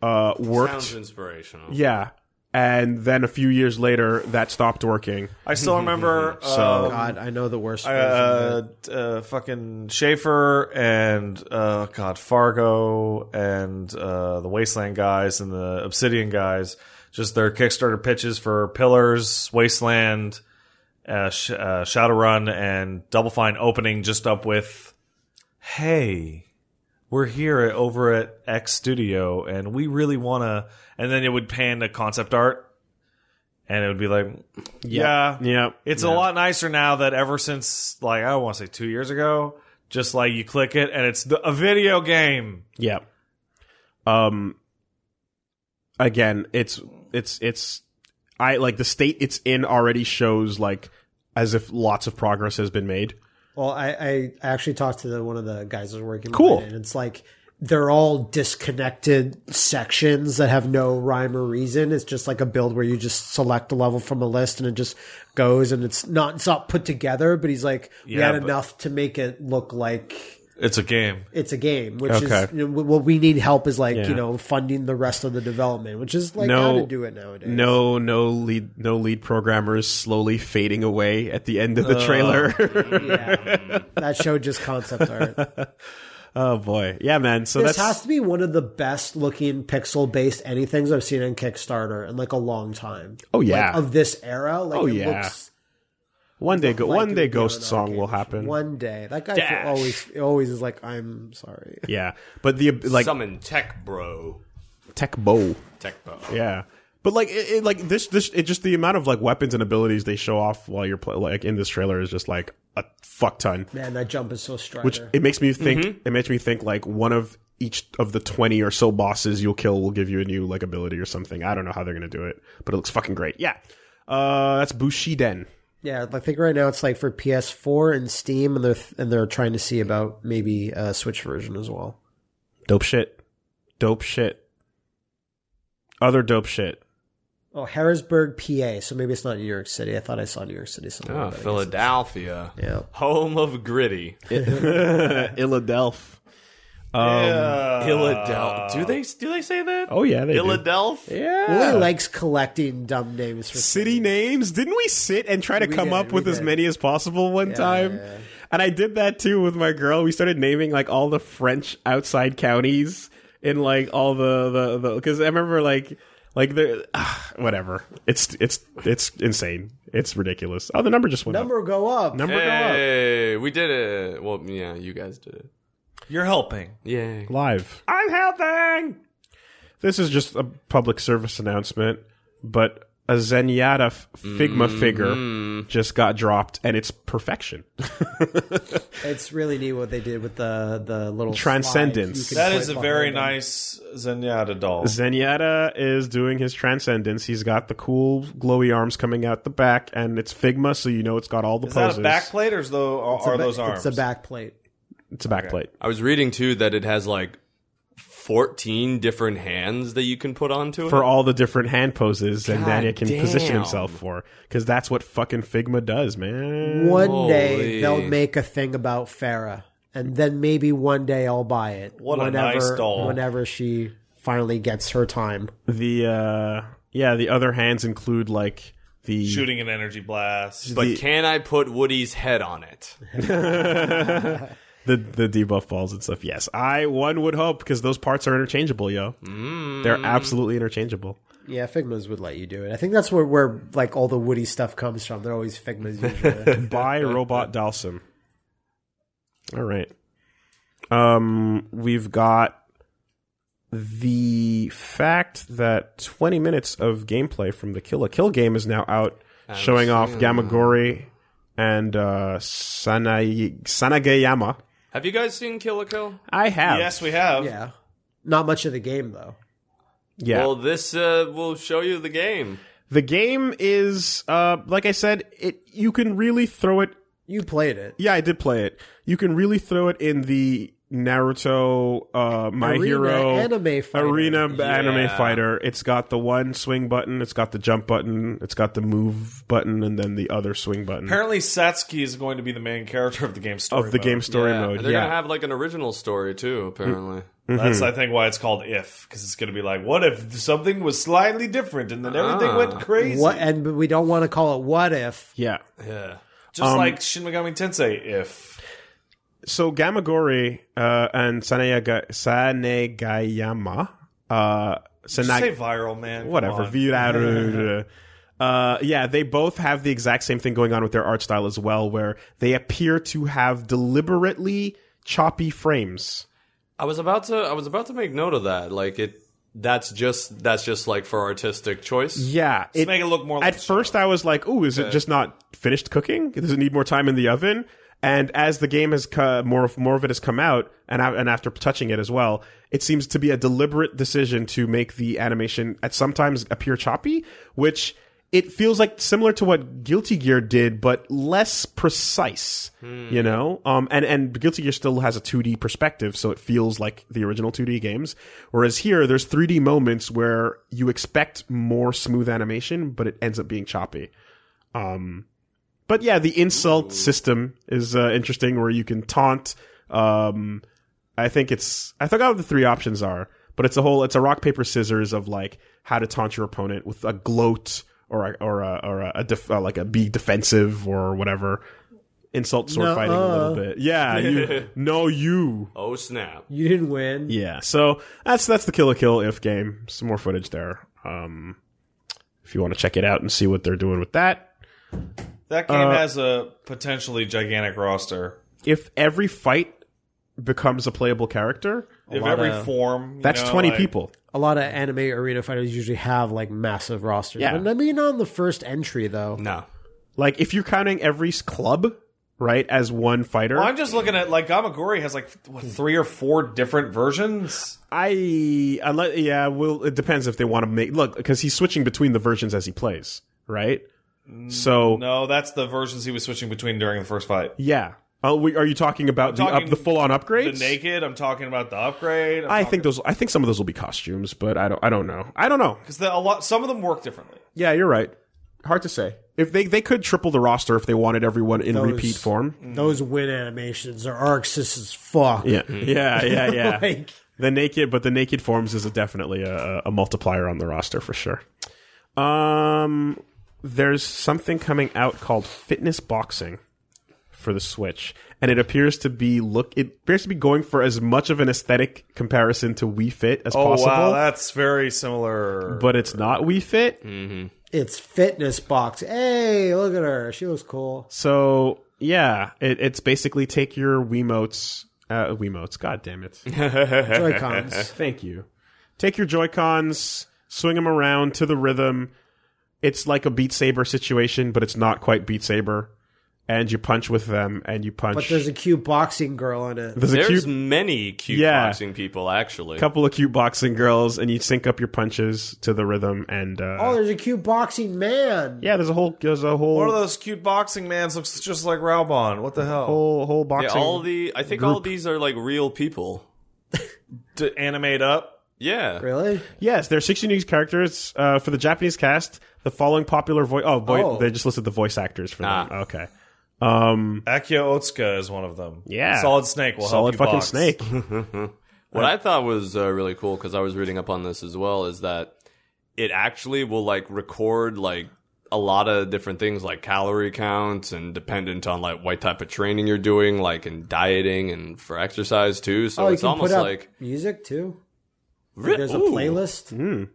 Speaker 1: uh, worked.
Speaker 4: Sounds inspirational.
Speaker 1: yeah, and then a few years later, that stopped working.
Speaker 2: I still remember
Speaker 1: So-
Speaker 2: um,
Speaker 3: God, I know the worst. version of
Speaker 2: uh,
Speaker 3: it.
Speaker 2: uh, fucking Schaefer and uh, God Fargo and uh, the Wasteland guys and the Obsidian guys. Just their Kickstarter pitches for Pillars, Wasteland, uh, Sh- uh, Shadowrun, and Double Fine opening just up with, "Hey, we're here at, over at X Studio, and we really wanna." And then it would pan to concept art, and it would be like, "Yeah,
Speaker 1: Yeah,
Speaker 2: it's a lot nicer now that ever since like I don't want to say two years ago, just like you click it and it's the, a video game.
Speaker 1: Yeah. Um again, it's it's it's I like the state it's in already shows like as if lots of progress has been made.
Speaker 3: well, I, I I actually talked to the, one of the guys who's working.
Speaker 1: Cool.
Speaker 3: on it, and it's like they're all disconnected sections that have no rhyme or reason. It's just like a build where you just select a level from a list and it just goes and it's not it's not put together, but he's like we
Speaker 2: Yeah,
Speaker 3: had
Speaker 2: but-
Speaker 3: enough to make it look like
Speaker 2: It's a game.
Speaker 3: it's a game, which
Speaker 1: Okay.
Speaker 3: is you know, what we need help is like,
Speaker 1: Yeah.
Speaker 3: you know, funding the rest of the development, which is like how to
Speaker 1: No,
Speaker 3: do it nowadays.
Speaker 1: no, no lead, no lead programmers slowly fading away at the end of
Speaker 3: Uh.
Speaker 1: the trailer.
Speaker 3: Yeah. that showed just concept art.
Speaker 1: oh boy, yeah, man. So
Speaker 3: this
Speaker 1: that's
Speaker 3: has to be one of the best looking pixel based anythings I've seen on Kickstarter in like a long time.
Speaker 1: Oh, yeah.
Speaker 3: Like, of this era. Like,
Speaker 1: Oh,
Speaker 3: it
Speaker 1: yeah.
Speaker 3: looks
Speaker 1: one day. Go,
Speaker 3: like it
Speaker 1: one day,
Speaker 3: would be on
Speaker 1: Ghost
Speaker 3: an
Speaker 1: Song
Speaker 3: arcade
Speaker 1: will
Speaker 3: machine.
Speaker 1: happen.
Speaker 3: One day, that guy
Speaker 4: Dash.
Speaker 3: always always is like, I'm sorry.
Speaker 1: Yeah, but the like
Speaker 4: Summon Tech Bro.
Speaker 1: tech bow.
Speaker 4: Tech Bro.
Speaker 1: Yeah. But like it, it- like this this it just the amount of like weapons and abilities they show off while you're play, like in this trailer is just like a fuck ton.
Speaker 3: Man, that jump is so strider.
Speaker 1: Which it makes me think it makes me think like one of each of the 20 or so bosses you'll kill will give you a new like ability or something. I don't know how they're going to do it, but it looks fucking great. Yeah. Uh that's Bushiden.
Speaker 3: yeah, I think right now it's like for PS4 and Steam, and they're and they're trying to see about maybe a Switch version as well.
Speaker 1: Dope shit. Dope shit. Other dope shit.
Speaker 3: Oh, Harrisburg, PA. So maybe it's not New York City. I thought I saw New York City
Speaker 1: Ah,
Speaker 3: somewhere.
Speaker 4: Oh,
Speaker 3: but I guess-
Speaker 4: Philadelphia.
Speaker 3: Yeah.
Speaker 4: Home of gritty.
Speaker 1: Illadelph.
Speaker 2: Um,
Speaker 4: Philadelphia. Do they do they say that?
Speaker 1: Uh, Oh yeah, they do.
Speaker 4: Philadelphia.
Speaker 1: Yeah.
Speaker 3: Willie likes collecting dumb names for
Speaker 1: Ah. city names. Didn't we sit and try to come
Speaker 3: did,
Speaker 1: up
Speaker 3: we
Speaker 1: with as
Speaker 3: did.
Speaker 1: many as possible one time? And I did that too with my girl. We started naming like all the French outside counties in like all the the the because I remember like like the ah, whatever. It's it's it's insane. It's ridiculous. Oh, the number just went up.
Speaker 3: number go up.
Speaker 1: Number go up
Speaker 4: Hey, we did it. Well, yeah, you guys did it.
Speaker 2: You're helping.
Speaker 4: Yay.
Speaker 1: live.
Speaker 4: I'm helping.
Speaker 1: This is just a public service announcement, but a Zenyatta f- Figma figure just got dropped, and it's perfection.
Speaker 3: It's really neat what they did with the the little
Speaker 1: Transcendence.
Speaker 3: slide. You can
Speaker 2: That is a
Speaker 3: put
Speaker 2: very
Speaker 3: behind them.
Speaker 2: nice Zenyatta doll.
Speaker 1: Zenyatta is doing his transcendence. He's got the cool glowy arms coming out the back, and it's Figma, so you know it's got all the
Speaker 2: Is that
Speaker 1: poses.
Speaker 2: a backplate or is tho- are, are those arms?
Speaker 3: It's a back plate.
Speaker 1: It's a backplate.
Speaker 4: I was reading too that it has like 14 different hands that you can put onto it.
Speaker 1: For all the different hand poses Zendaya can position
Speaker 4: damn.
Speaker 1: himself for, because that's what fucking Figma does, man.
Speaker 3: One
Speaker 4: Holy.
Speaker 3: day they'll make a thing about Farah, and then maybe one day I'll buy it.
Speaker 2: What a
Speaker 3: whenever,
Speaker 2: nice doll.
Speaker 3: Whenever she finally gets her time,
Speaker 1: The uh, yeah, the other hands include like the
Speaker 2: Shooting an energy blast.
Speaker 4: but can I put Woody's head on it?
Speaker 1: the the debuff balls and stuff. Yes, I one would hope because those parts are interchangeable, yo.
Speaker 2: Mm.
Speaker 1: They're absolutely interchangeable.
Speaker 3: yeah, Figmas would let you do it. I think that's where where like all the Woody stuff comes from. They're always Figmas usually.
Speaker 1: by Robot Dalsum. All right. Um, we've got the fact that 20 minutes of gameplay from the Kill a Kill game is now out, showing off Gamagori and uh, Sanai- Sanageyama.
Speaker 4: Have you guys seen Kill a Kill?
Speaker 1: I have.
Speaker 2: yes, we have.
Speaker 3: yeah, not much of the game though.
Speaker 1: Yeah.
Speaker 4: Well, this uh, will show you the game.
Speaker 1: the game is, uh, like I said, it you can really throw it
Speaker 3: You played it.
Speaker 1: Yeah, I did play it. You can really throw it in the Naruto, uh, My
Speaker 3: Arena
Speaker 1: Hero
Speaker 3: anime fighter.
Speaker 1: arena b- anime
Speaker 4: Yeah.
Speaker 1: fighter. It's got the one swing button, it's got the jump button, it's got the move button, and then the other swing button
Speaker 2: Apparently, Satsuki is going to be the main character of the game story.
Speaker 1: of the
Speaker 2: mode.
Speaker 1: game story
Speaker 4: Yeah,
Speaker 1: mode.
Speaker 4: They're
Speaker 1: Yeah,
Speaker 4: gonna have like an original story too, apparently.
Speaker 3: mm-hmm.
Speaker 2: That's I think why it's called If because it's going to be like, what if something was slightly different and then everything went crazy?
Speaker 3: Ah. What and but we don't want to call it what if.
Speaker 1: yeah.
Speaker 4: Yeah.
Speaker 2: Just
Speaker 3: um,
Speaker 2: like Shin Megami Tensei If.
Speaker 1: So Gamagori uh, and Saneaga- Sanegayama, uh,
Speaker 2: Just
Speaker 1: Sanag-
Speaker 2: say viral, man. Come
Speaker 1: whatever.
Speaker 2: on.
Speaker 1: Viraru. Uh, yeah, they both have the exact same thing going on with their art style as well, where they appear to have deliberately choppy frames.
Speaker 4: I was about to I was about to make note of that. Like it that's just that's just like for artistic choice.
Speaker 1: Yeah, it,
Speaker 2: make it look more like
Speaker 1: At first, I was like, "Ooh, is it just not finished cooking? Does it need more time in the oven?" And as the game has co- more of more of it has come out, and I, and after touching it as well, it seems to be a deliberate decision to make the animation at sometimes appear choppy, which it feels like similar to what Guilty Gear did, but less precise. You know, um, and and Guilty Gear still has a 2D perspective, so it feels like the original 2D games. Whereas here, there's 3D moments where you expect more smooth animation, but it ends up being choppy. Um, but yeah, the insult system is uh, interesting, where you can taunt. Um, I think it's I forgot what the three options are, but it's a whole it's a rock paper scissors of like how to taunt your opponent with a gloat or a, or a, or a, a def, uh, like a be defensive or whatever. Insult sword
Speaker 3: Nuh-uh.
Speaker 1: fighting a little bit, yeah. You, no, you,
Speaker 4: Oh snap!
Speaker 3: You didn't win.
Speaker 1: yeah. So that's that's the Kill a Kill if game. Some more footage there. Um, if you want to check it out and see what they're doing with that.
Speaker 2: That game
Speaker 1: uh,
Speaker 2: has a potentially gigantic roster.
Speaker 1: if every fight becomes a playable character,
Speaker 2: If every
Speaker 3: of-
Speaker 2: form, you
Speaker 1: that's
Speaker 2: know,
Speaker 1: 20
Speaker 2: like-
Speaker 1: people.
Speaker 3: A lot of anime arena fighters usually have like massive rosters.
Speaker 1: Yeah.
Speaker 3: But I mean, on the first entry though.
Speaker 4: No,
Speaker 1: Like if you're counting every s- club, right, as one fighter,
Speaker 2: Well, I'm just looking at like Gamagori has like what, three or four different versions.
Speaker 1: I unless yeah, well it depends if they want to make look because he's switching between the versions as he plays, right? So
Speaker 2: Mm, No, that's the versions he was switching between during the first fight.
Speaker 1: yeah, are, we, are you talking about the,
Speaker 2: talking
Speaker 1: up, the full on
Speaker 2: The
Speaker 1: upgrades?
Speaker 2: naked. I'm talking about the upgrade. I'm
Speaker 1: I think those. I think some of those will be costumes, but I don't. I don't know. I don't know.
Speaker 2: because a lot some of them work differently.
Speaker 1: Yeah, you're right. Hard to say. If they they could triple the roster if they wanted everyone in
Speaker 3: Those-
Speaker 1: repeat form.
Speaker 4: Mm.
Speaker 3: Those win animations are arxis as fuck.
Speaker 1: Yeah, yeah, yeah, yeah.
Speaker 3: Like-
Speaker 1: the naked, but the naked forms is a definitely a, a multiplier on the roster for sure. Um, there's something coming out called Fitness Boxing for the Switch, and it appears to be look. It appears to be going for as much of an aesthetic comparison to Wii Fit as
Speaker 2: Oh,
Speaker 1: possible,
Speaker 2: that's very similar.
Speaker 1: but it's not Wii Fit.
Speaker 3: It's fitness box. Hey, look at her. She looks cool.
Speaker 1: So yeah, it, it's basically take your Wiimotes, uh, Wiimotes. God damn it.
Speaker 3: Joy cons.
Speaker 1: Thank you. Take your Joy Cons, swing them around to the rhythm. It's like a Beat Saber situation, but it's not quite Beat Saber. And you punch with them, and you punch.
Speaker 3: but there's a cute boxing girl in it.
Speaker 1: there's a
Speaker 4: there's
Speaker 1: cute
Speaker 4: many cute
Speaker 1: Yeah.
Speaker 4: boxing people actually.
Speaker 1: couple of cute boxing girls, and you sync up your punches to the rhythm. And uh,
Speaker 3: Oh, there's a cute boxing man.
Speaker 1: yeah, there's a whole there's a whole
Speaker 2: one of those cute boxing mans looks just like Raubon. What the hell?
Speaker 1: whole whole
Speaker 4: Yeah,
Speaker 1: boxing.
Speaker 4: all the I think all these are like real people.
Speaker 2: To animate up.
Speaker 4: Yeah,
Speaker 3: Really?
Speaker 1: yes, there are 16 new characters uh, for the Japanese cast. The following popular voice. Oh, boy,
Speaker 3: Oh.
Speaker 1: they just listed the voice actors for
Speaker 4: Ah.
Speaker 1: them. Okay. Um,
Speaker 2: Akio Otsuka is one of them.
Speaker 1: Yeah.
Speaker 2: Solid Snake will help
Speaker 1: solid
Speaker 2: you
Speaker 1: fucking
Speaker 2: box.
Speaker 1: snake.
Speaker 4: What I thought was uh, really cool because I was reading up on this as well is that it actually will like record like a lot of different things like calorie counts and dependent on like what type of training you're doing like and dieting and for exercise too. So
Speaker 3: oh, you
Speaker 4: it's
Speaker 3: can
Speaker 4: almost
Speaker 3: put out
Speaker 4: like
Speaker 3: music too.
Speaker 4: Re-
Speaker 3: There's
Speaker 4: Ooh.
Speaker 3: a playlist.
Speaker 1: Mm.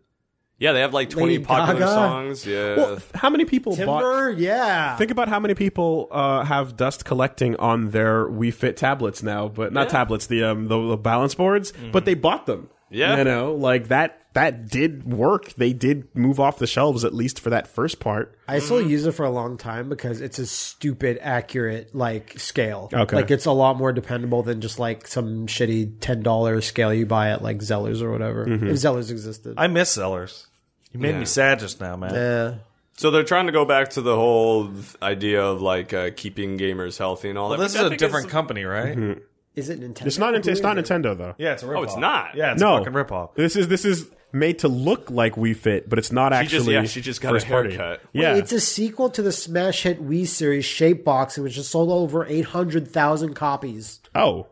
Speaker 4: Yeah, they have like 20
Speaker 3: Lady
Speaker 4: popular
Speaker 3: Gaga.
Speaker 4: songs. Yeah.
Speaker 1: Well, how many people bought?
Speaker 3: Timber, yeah.
Speaker 1: Think about how many people uh, have dust collecting on their Wii Fit tablets now, but not tablets, the um the, the balance boards, but they bought them.
Speaker 4: Mm-hmm. Yeah.
Speaker 1: you know, like that that did work. They did move off the shelves at least for that first part.
Speaker 3: I still use it for a long time because it's a stupid accurate like scale.
Speaker 1: Okay.
Speaker 3: Like it's a lot more dependable than just like some shitty ten dollar scale you buy at like Zellers or whatever.
Speaker 1: Mm-hmm.
Speaker 3: If Zellers existed.
Speaker 2: I miss Sellers. You made me sad just now, man.
Speaker 3: yeah.
Speaker 4: so they're trying to go back to the whole th- idea of like uh, keeping gamers healthy and all that.
Speaker 2: This
Speaker 4: which
Speaker 2: is
Speaker 4: I
Speaker 2: a
Speaker 4: think
Speaker 2: different company, right?
Speaker 3: Mm-hmm. Is it Nintendo?
Speaker 1: It's not Nint- it's not Nintendo though.
Speaker 2: Yeah, it's a ripoff.
Speaker 3: Oh,
Speaker 4: it's not.
Speaker 2: Yeah, it's
Speaker 1: No.
Speaker 2: a fucking ripoff.
Speaker 1: This is this is made to look like Wii Fit, but it's not
Speaker 4: She
Speaker 1: actually.
Speaker 4: just, yeah, she just got
Speaker 1: first
Speaker 4: a
Speaker 1: party.
Speaker 4: haircut.
Speaker 1: Yeah,
Speaker 3: It's a sequel to the smash hit Wii series Shape Boxing, which has sold over eight hundred thousand copies.
Speaker 1: oh.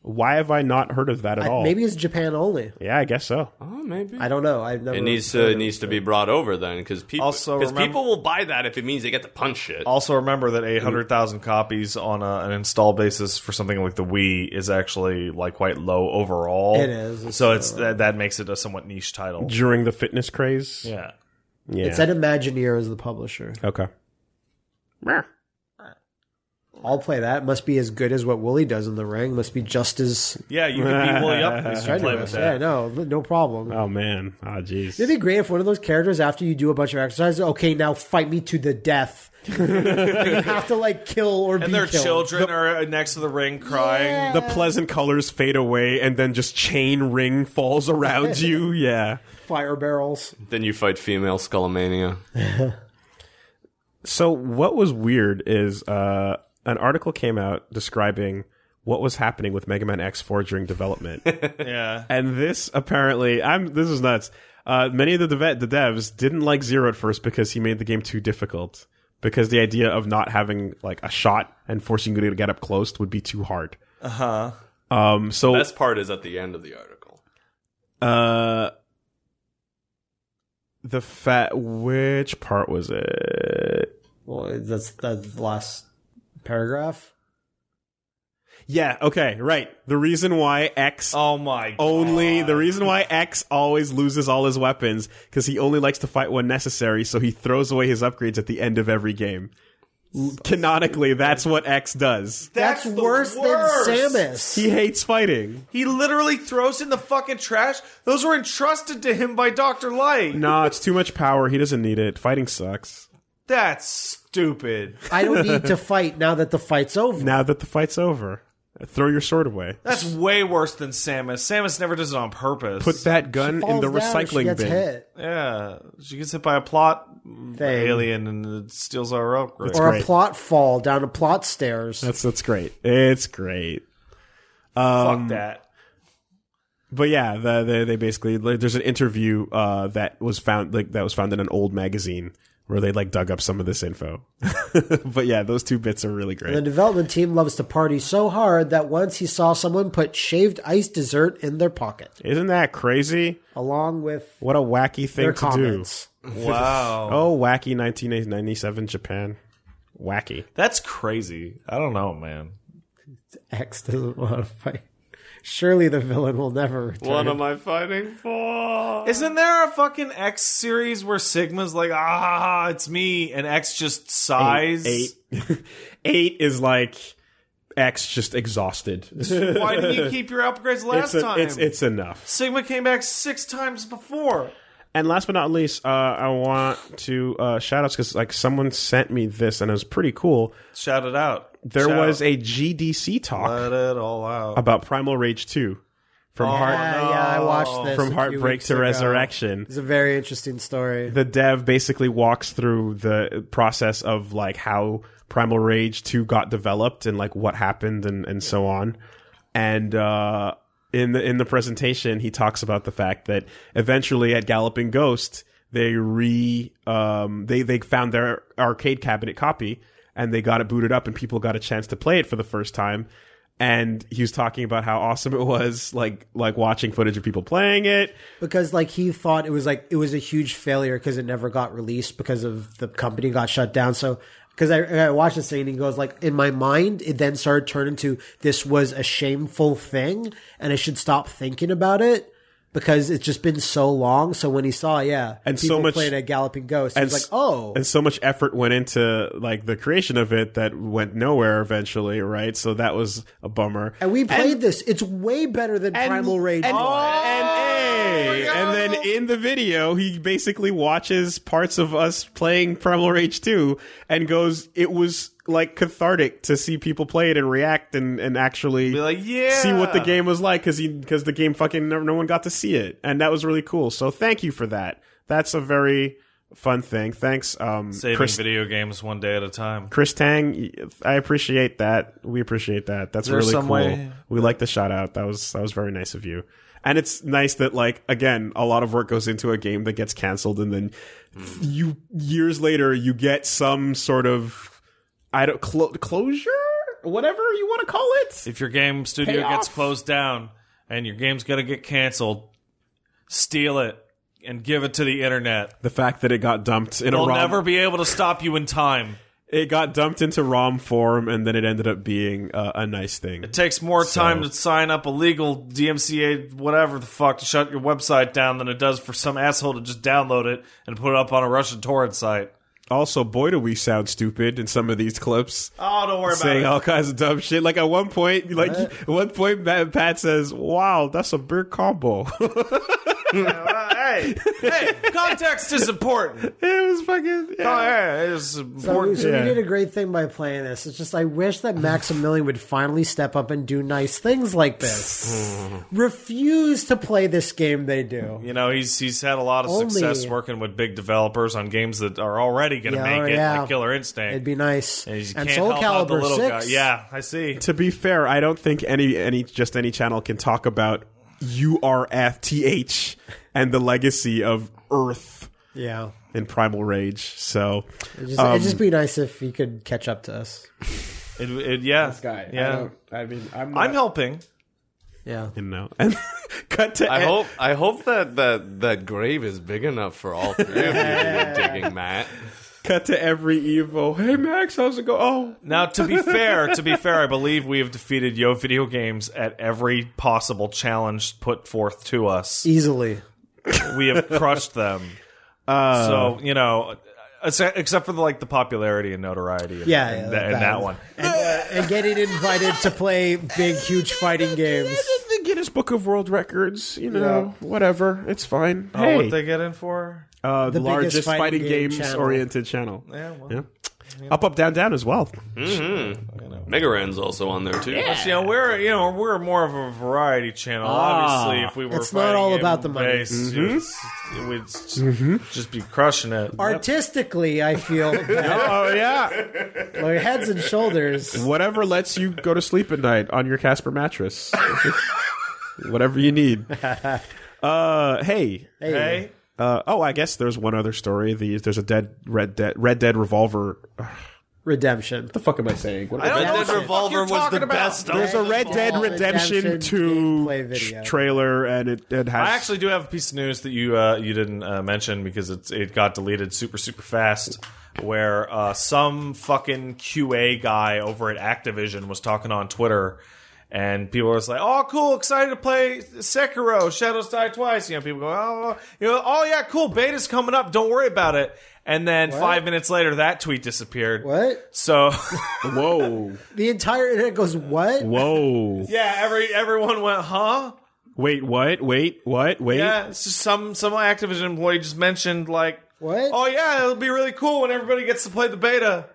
Speaker 1: Why have I not heard of that at
Speaker 3: I-
Speaker 1: all?
Speaker 3: maybe it's Japan only.
Speaker 1: Yeah, I guess so.
Speaker 4: Oh, maybe.
Speaker 3: I don't know. I've never.
Speaker 4: It needs to it needs to be brought over then because people
Speaker 2: Also,
Speaker 4: because
Speaker 2: remember-
Speaker 4: people will buy that if it means they get to punch shit.
Speaker 2: Also, remember that 800,000 copies on a, an install basis for something like the Wii is actually like quite low overall.
Speaker 3: It is. It's
Speaker 2: so it's that, that makes it a somewhat niche title.
Speaker 1: During the fitness craze.
Speaker 2: Yeah.
Speaker 1: Yeah.
Speaker 3: It's at Imagineer as the publisher.
Speaker 1: okay. Meh.
Speaker 3: I'll play that. Must be as good as what Wooly does in the ring. Must be just as
Speaker 2: Yeah, you could be Willy up if you play with
Speaker 3: strenuous. Yeah,
Speaker 2: that.
Speaker 3: no, no problem.
Speaker 1: Oh man. Oh jeez.
Speaker 3: It'd be great if one of those characters, after you do a bunch of exercises, okay, now fight me to the death. And you have to like kill or be
Speaker 2: and their
Speaker 3: killed.
Speaker 2: children are next to the ring crying.
Speaker 1: The pleasant colors fade away, and then just chain ring falls around you. Yeah.
Speaker 3: Fire barrels.
Speaker 4: Then you fight female Skullmania.
Speaker 1: So what was weird is uh, an article came out describing what was happening with Mega Man X Four during development.
Speaker 2: Yeah.
Speaker 1: And this apparently, I'm this is nuts. Uh, many of the, dev- the devs didn't like Zero at first because he made the game too difficult. Because the idea of not having like a shot and forcing you to get up close would be too hard. Uh
Speaker 2: Uh-huh.
Speaker 1: huh. Um. So
Speaker 4: Best part is at the end of the article.
Speaker 1: uh, the fat. Which part was it?
Speaker 3: Well, that's that's the last paragraph.
Speaker 1: Yeah. Okay. Right. The reason why X
Speaker 2: Oh my. God.
Speaker 1: only the reason why X always loses all his weapons because he only likes to fight when necessary, so he throws away his upgrades at the end of every game. L- Canonically, that's what X does.
Speaker 3: That's,
Speaker 2: the
Speaker 3: worse,
Speaker 2: worst.
Speaker 3: than Samus.
Speaker 1: He hates fighting.
Speaker 2: He literally throws in the fucking trash. Those were entrusted to him by Doctor Light.
Speaker 1: Nah, it's too much power. He doesn't need it. Fighting sucks.
Speaker 2: That's stupid.
Speaker 3: I don't need to fight now that the fight's over.
Speaker 1: Now that the fight's over, throw your sword away.
Speaker 2: That's way worse than Samus. Samus never does it on purpose.
Speaker 1: Put that gun in
Speaker 3: Falls
Speaker 1: the
Speaker 3: down, she
Speaker 1: recycling
Speaker 3: gets
Speaker 1: bin.
Speaker 3: hit.
Speaker 2: yeah, she gets hit by a plot
Speaker 3: Thing.
Speaker 2: alien and it steals our upgrade.
Speaker 1: It's
Speaker 3: or
Speaker 1: great.
Speaker 3: a plot fall down a plot stairs.
Speaker 1: That's that's great. It's great.
Speaker 2: Fuck that.
Speaker 1: But yeah, the, the, they basically like, there's an interview uh, that was found like that was found in an old magazine where they like dug up some of this info. but yeah, those two bits are really
Speaker 3: the
Speaker 1: great.
Speaker 3: development team loves to party so hard that once he saw someone put shaved ice dessert in their pocket,
Speaker 1: Isn't that crazy?
Speaker 3: along with
Speaker 1: What a wacky thing
Speaker 3: their
Speaker 1: to
Speaker 3: comments.
Speaker 2: Wow,
Speaker 1: do. Oh, wacky 1997 Japan. Wacky.
Speaker 2: that's crazy. I don't know, man.
Speaker 3: X doesn't want to fight. Surely the villain will never return.
Speaker 4: What am I fighting for?
Speaker 2: Isn't there a fucking X series where Sigma's like, ah, it's me, and X just sighs?
Speaker 1: Eight. Eight is like X just exhausted. it's,
Speaker 2: Why didn't you keep your upgrades last
Speaker 1: a-
Speaker 2: time?
Speaker 1: it's it's enough.
Speaker 2: Sigma came back six times before.
Speaker 1: And last but not least, uh, I want to uh, shout outs because like someone sent me this and it was pretty cool.
Speaker 2: Shout it out.
Speaker 1: There
Speaker 2: Shout.
Speaker 1: was a GDC talk
Speaker 2: Let it all out.
Speaker 1: about Primal Rage 2 from
Speaker 3: Yeah,
Speaker 1: heart
Speaker 3: yeah, I watched this. Oh, a
Speaker 1: from
Speaker 3: few
Speaker 1: heartbreak
Speaker 3: weeks
Speaker 1: to
Speaker 3: ago.
Speaker 1: resurrection.
Speaker 3: It's a very interesting story.
Speaker 1: The dev basically walks through the process of like how Primal Rage 2 got developed and like what happened and and so on. And uh in the in the presentation he talks about the fact that eventually at Galloping Ghost they re um they they found their arcade cabinet copy and they got it booted up and people got a chance to play it for the first time and he was talking about how awesome it was like like watching footage of people playing it
Speaker 3: because like he thought it was like it was a huge failure because it never got released because of the company got shut down so because I, I watched this thing and he goes like in my mind it then started turning to this was a shameful thing and i should stop thinking about it because it's just been so long so when he saw yeah
Speaker 1: And so
Speaker 3: people
Speaker 1: much-
Speaker 3: playing at galloping ghost he's like
Speaker 1: s-
Speaker 3: oh
Speaker 1: and so much effort went into like the creation of it that went nowhere eventually right so that was a bummer
Speaker 3: and we played this it's way better than primal rage
Speaker 1: and,
Speaker 3: was.
Speaker 1: and, hey, and
Speaker 2: Oh
Speaker 1: then in the video he basically watches parts of us playing primal rage 2 and goes it was like cathartic to see people play it and react and, and actually
Speaker 2: Be like, yeah.
Speaker 1: see what the game was like because because the game fucking no, no one got to see it and that was really cool so thank you for that that's a very fun thing thanks um
Speaker 2: Saving
Speaker 1: chris
Speaker 2: video games one day at a time.
Speaker 1: Chris Tang, I appreciate that. We appreciate that. That's
Speaker 2: there
Speaker 1: really
Speaker 2: some
Speaker 1: cool.
Speaker 2: way-
Speaker 1: We like the shout out. That was that was very nice of you. And it's nice that like again, a lot of work goes into a game that gets canceled and then you years later you get some sort of I don't clo- closure, whatever you want to call it.
Speaker 2: If your game studio
Speaker 1: Pay
Speaker 2: gets
Speaker 1: off.
Speaker 2: closed down and your game's gonna get canceled, steal it and give it to the internet.
Speaker 1: The fact that it got dumped in
Speaker 2: They'll
Speaker 1: a ROM,
Speaker 2: never be able to stop you in time.
Speaker 1: it got dumped into ROM form, and then it ended up being uh, a nice thing.
Speaker 2: It takes more time to sign up a legal DMCA, whatever the fuck, to shut your website down than it does for some asshole to just download it and put it up on a Russian torrent site.
Speaker 1: Also, boy, do we sound stupid in some of these clips.
Speaker 2: Oh, don't worry
Speaker 1: saying
Speaker 2: about
Speaker 1: all kinds of dumb shit. Like at one point, like at one point, Pat, Pat says, "Wow, that's a big combo."
Speaker 2: well, hey, hey, context is important.
Speaker 1: It was fucking. Yeah.
Speaker 2: Oh, yeah, it's
Speaker 3: So, we-
Speaker 2: important.
Speaker 3: so we did a great thing by playing this. It's just I wish that Maximilian would finally step up and do nice things like this. Refuse to play this game they do.
Speaker 2: You know, he's he's had a lot of
Speaker 3: Only-
Speaker 2: success working with big developers on games that are already going to
Speaker 3: Yeah,
Speaker 2: make it,
Speaker 3: yeah.
Speaker 2: like Killer
Speaker 3: It'd
Speaker 2: Instinct.
Speaker 3: be nice.
Speaker 2: and you
Speaker 3: And,
Speaker 2: can't
Speaker 3: Soul
Speaker 2: help out the
Speaker 3: Calibur
Speaker 2: little
Speaker 3: Six.
Speaker 2: guy. Yeah, I see.
Speaker 1: To be fair, I don't think any any just any channel can talk about URFTH and the legacy of Earth
Speaker 3: yeah.
Speaker 1: in Primal Rage. So
Speaker 3: It'd just, it'd
Speaker 2: Um,
Speaker 3: just be nice if you could catch up to us.
Speaker 2: It, it, yeah, yeah.
Speaker 1: I, mean, I'm.
Speaker 2: I'm helping.
Speaker 3: Yeah.
Speaker 1: you know. And cut to. e-,
Speaker 4: I hope I hope that that that grave is big enough for all three of you to be digging, Matt.
Speaker 1: Cut to every evil. Hey Max, how's it go? Oh,
Speaker 2: Now, to be fair, to be fair, I believe we have defeated Yo Video Games at every possible challenge put forth to us.
Speaker 3: Easily.
Speaker 2: we have crushed them.
Speaker 3: Uh.
Speaker 2: so you know, ex- except for the, like the popularity and notoriety, and,
Speaker 3: Yeah,
Speaker 2: and,
Speaker 3: yeah,
Speaker 2: that, and
Speaker 3: that
Speaker 2: that
Speaker 3: is-
Speaker 2: one.
Speaker 3: and getting invited to play big, huge fighting games.
Speaker 1: the Guinness Book of World Records. You know, whatever. It's fine.
Speaker 2: Oh,
Speaker 1: hey,
Speaker 2: what they get in for?
Speaker 1: uh, the
Speaker 3: biggest
Speaker 1: largest
Speaker 3: fighting
Speaker 1: fighting,
Speaker 3: game
Speaker 1: games
Speaker 3: channel.
Speaker 1: oriented channel.
Speaker 2: Yeah, well,
Speaker 1: Yeah. Up, up, down, down as well.
Speaker 4: Mega Ran's also on there too.
Speaker 2: You know, we're you know we're more of a variety channel. Obviously, if we were
Speaker 3: Ah, It's not all
Speaker 2: fighting
Speaker 3: about the money.
Speaker 2: based, it's- it would s- just be crushing it.
Speaker 3: Artistically, I feel that
Speaker 1: oh yeah.
Speaker 3: like heads and shoulders.
Speaker 1: Whatever lets you go to sleep at night on your Casper mattress. whatever you need. Uh, hey.
Speaker 2: Hey,
Speaker 1: Uh, oh, I guess there's one other story. The, there's a dead Red Dead Red Dead Revolver. What
Speaker 3: Redemption.
Speaker 1: the fuck am I saying? What am I
Speaker 2: I don't
Speaker 4: Red
Speaker 2: know
Speaker 4: Dead
Speaker 2: what the
Speaker 4: Revolver
Speaker 2: fuck you're
Speaker 4: was the
Speaker 2: talking about.
Speaker 4: best.
Speaker 1: There's a Red Dead
Speaker 3: Dead
Speaker 1: Redemption
Speaker 3: Redemption
Speaker 1: 2
Speaker 3: gameplay video.
Speaker 1: tr- trailer, and it, it has.
Speaker 2: I actually do have a piece of news that you uh, you didn't uh, mention because it's it got deleted super super fast. Where uh, some fucking QA guy over at Activision was talking on Twitter, and people were just like, "Oh, cool, excited to play Sekiro: Shadows Die Twice." You know, people go, "Oh, you know, oh yeah, cool, beta's coming up. Don't worry about it." And then five minutes later, that tweet disappeared.
Speaker 3: What?
Speaker 2: So
Speaker 1: whoa,
Speaker 3: The entire internet goes, what?
Speaker 1: whoa!
Speaker 2: yeah, every everyone went, "Huh."
Speaker 1: Wait, what? Wait, what? Wait.
Speaker 2: Yeah, it's just some some Activision employee just mentioned like,
Speaker 3: What?
Speaker 2: Oh yeah, it'll be really cool when everybody gets to play the beta.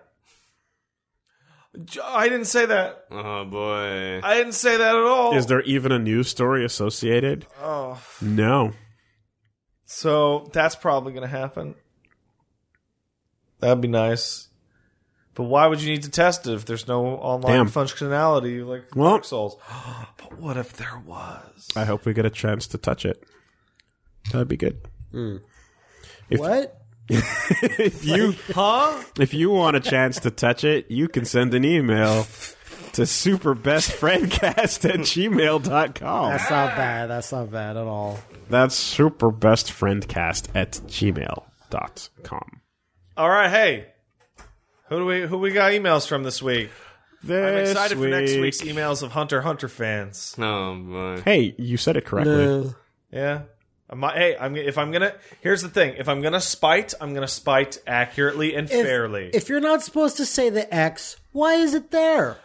Speaker 2: J- I didn't say that.
Speaker 4: Oh boy.
Speaker 2: I didn't say that at all.
Speaker 1: Is there even a news story associated? Oh no.
Speaker 2: so that's probably gonna happen. That'd be nice. But why would you need to test it if there's no online
Speaker 1: Damn.
Speaker 2: functionality like
Speaker 1: Well-
Speaker 2: Dark Souls? but what if there was?
Speaker 1: I hope we get a chance to touch it. That'd be good.
Speaker 3: What?
Speaker 1: If you
Speaker 2: Huh?
Speaker 1: if you want a chance to touch it, you can send an email to superbestfriendcast at gmail.com.
Speaker 3: That's not bad. That's not bad at all.
Speaker 1: That's superbestfriendcast at gmail.com.
Speaker 2: All right. Hey, who do we who we got emails from this week? I'm
Speaker 1: This
Speaker 2: excited for next
Speaker 1: week-
Speaker 2: week's e- emails of Hunter x Hunter fans.
Speaker 4: Oh boy.
Speaker 1: Hey, you said it correctly.
Speaker 3: Uh,
Speaker 2: Yeah. I'm, hey, I'm if I'm gonna here's the thing. If I'm gonna spite, I'm gonna spite accurately and
Speaker 3: if-
Speaker 2: fairly.
Speaker 3: If you're not supposed to say the X, why is it there?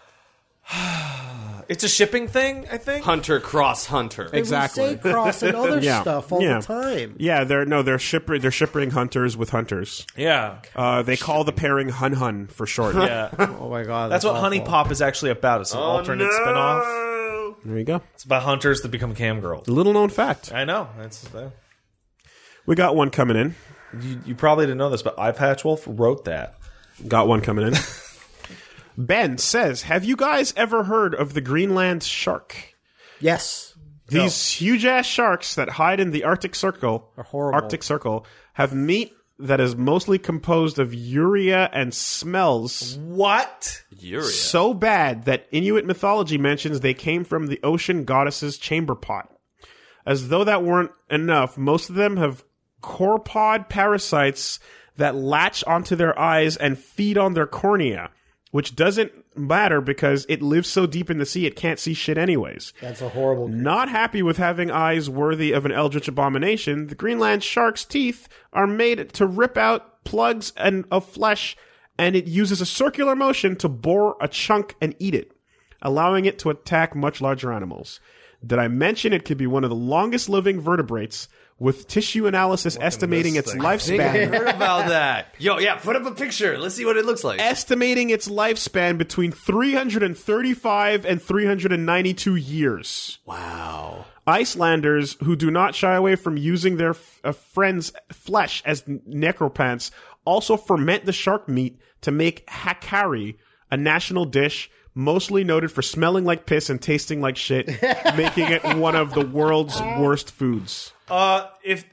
Speaker 2: it's a shipping thing, I think.
Speaker 4: Hunter cross hunter.
Speaker 3: They would
Speaker 1: Exactly.
Speaker 3: say cross and other
Speaker 1: Yeah.
Speaker 3: stuff all
Speaker 1: Yeah.
Speaker 3: the time.
Speaker 1: Yeah, they're no, they're shipping they're shipping hunters with hunters.
Speaker 2: Yeah.
Speaker 1: Uh, they call the pairing Hun Hun for short.
Speaker 2: Yeah.
Speaker 3: Oh my god.
Speaker 2: That's what
Speaker 3: awful.
Speaker 2: Honey Pop is actually about. It's an alternate spinoff.
Speaker 1: There you go.
Speaker 2: It's about hunters that become cam girls.
Speaker 1: Little known fact.
Speaker 2: I know. That's uh,
Speaker 1: We got one coming in.
Speaker 2: you, you probably didn't know this, but Eye Patch Wolf wrote that.
Speaker 1: Got one coming in. ben says, "Have you guys ever heard of the Greenland shark?
Speaker 3: Yes.
Speaker 1: These huge ass sharks that hide in the Arctic Circle, are
Speaker 3: horrible.
Speaker 1: Arctic Circle, have meat that is mostly composed of urea and smells."
Speaker 2: What?
Speaker 4: Urea.
Speaker 1: so bad that Inuit mythology mentions they came from the ocean goddess's chamber pot. As though that weren't enough, most of them have corpod parasites that latch onto their eyes and feed on their cornea, which doesn't matter because it lives so deep in the sea it can't see shit anyways.
Speaker 3: That's a horrible.
Speaker 1: Not happy with having eyes worthy of an eldritch abomination, the Greenland shark's teeth are made to rip out plugs and of flesh, and it uses a circular motion to bore a chunk and eat it, allowing it to attack much larger animals. Did I mention it could be one of the longest living vertebrates with tissue analysis estimating its lifespan?
Speaker 4: heard about that. Yo, yeah, put up a picture. Let's see what it looks like.
Speaker 1: estimating its lifespan between 335 and 392 years.
Speaker 4: Wow.
Speaker 1: Icelanders who do not shy away from using their f- uh, friends' flesh as n- necropants also ferment the shark meat to make hakari, a national dish mostly noted for smelling like piss and tasting like shit, making it one of the world's worst foods.
Speaker 2: Uh, if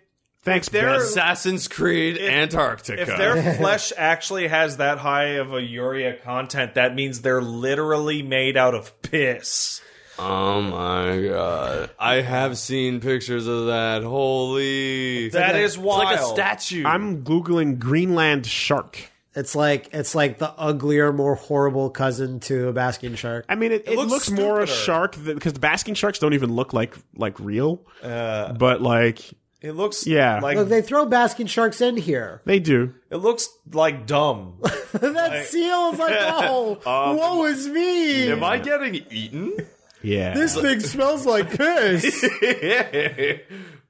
Speaker 1: Thanks,
Speaker 2: there
Speaker 1: Ben.
Speaker 2: are-
Speaker 4: Assassin's Creed Antarctica.
Speaker 2: if their flesh actually has that high of a urea content, that means they're literally made out of piss.
Speaker 4: oh my god. I have seen pictures of that. Holy.
Speaker 2: That is wild.
Speaker 4: It's like a statue.
Speaker 1: I'm googling Greenland shark.
Speaker 3: It's like it's like the uglier, more horrible cousin to a basking shark.
Speaker 1: I mean, it, it,
Speaker 2: looks
Speaker 1: looks, more a
Speaker 2: stupider.
Speaker 1: shark because the basking sharks don't even look like like real,
Speaker 2: Uh.
Speaker 1: but like
Speaker 2: It looks
Speaker 1: Yeah.
Speaker 2: like
Speaker 3: Look, they throw basking sharks in here.
Speaker 1: they do.
Speaker 2: it looks like dumb.
Speaker 3: that seal is like, oh,
Speaker 2: Um,
Speaker 3: woe is me.
Speaker 4: Am I getting eaten?
Speaker 1: Yeah,
Speaker 3: this thing smells like piss.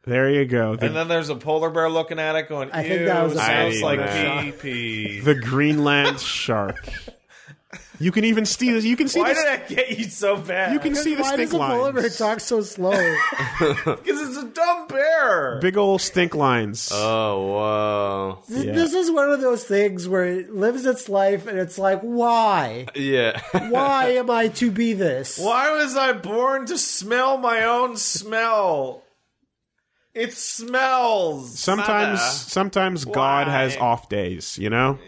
Speaker 1: there you go. The
Speaker 2: and then there's a polar bear looking at it going,
Speaker 3: I
Speaker 2: "Ew,
Speaker 3: think that was a
Speaker 1: bad
Speaker 2: sounds like pee
Speaker 1: shot.
Speaker 2: pee."
Speaker 1: the Greenland shark. You can even see this. You can see
Speaker 2: Why
Speaker 1: this.
Speaker 2: did I get you so bad?
Speaker 1: You can see the
Speaker 3: Why
Speaker 1: stink
Speaker 3: does a polar bear
Speaker 1: lines.
Speaker 3: talk so slow?
Speaker 2: because it's a dumb bear.
Speaker 1: Big old stink lines.
Speaker 2: Uh,
Speaker 4: Oh, wow.
Speaker 3: This, this is one of those things where it lives its life and it's like, why?
Speaker 4: Yeah.
Speaker 3: Why am I to be this?
Speaker 2: Why was I born to smell my own smell? It smells.
Speaker 1: sometimes, sometimes God has off days. You know.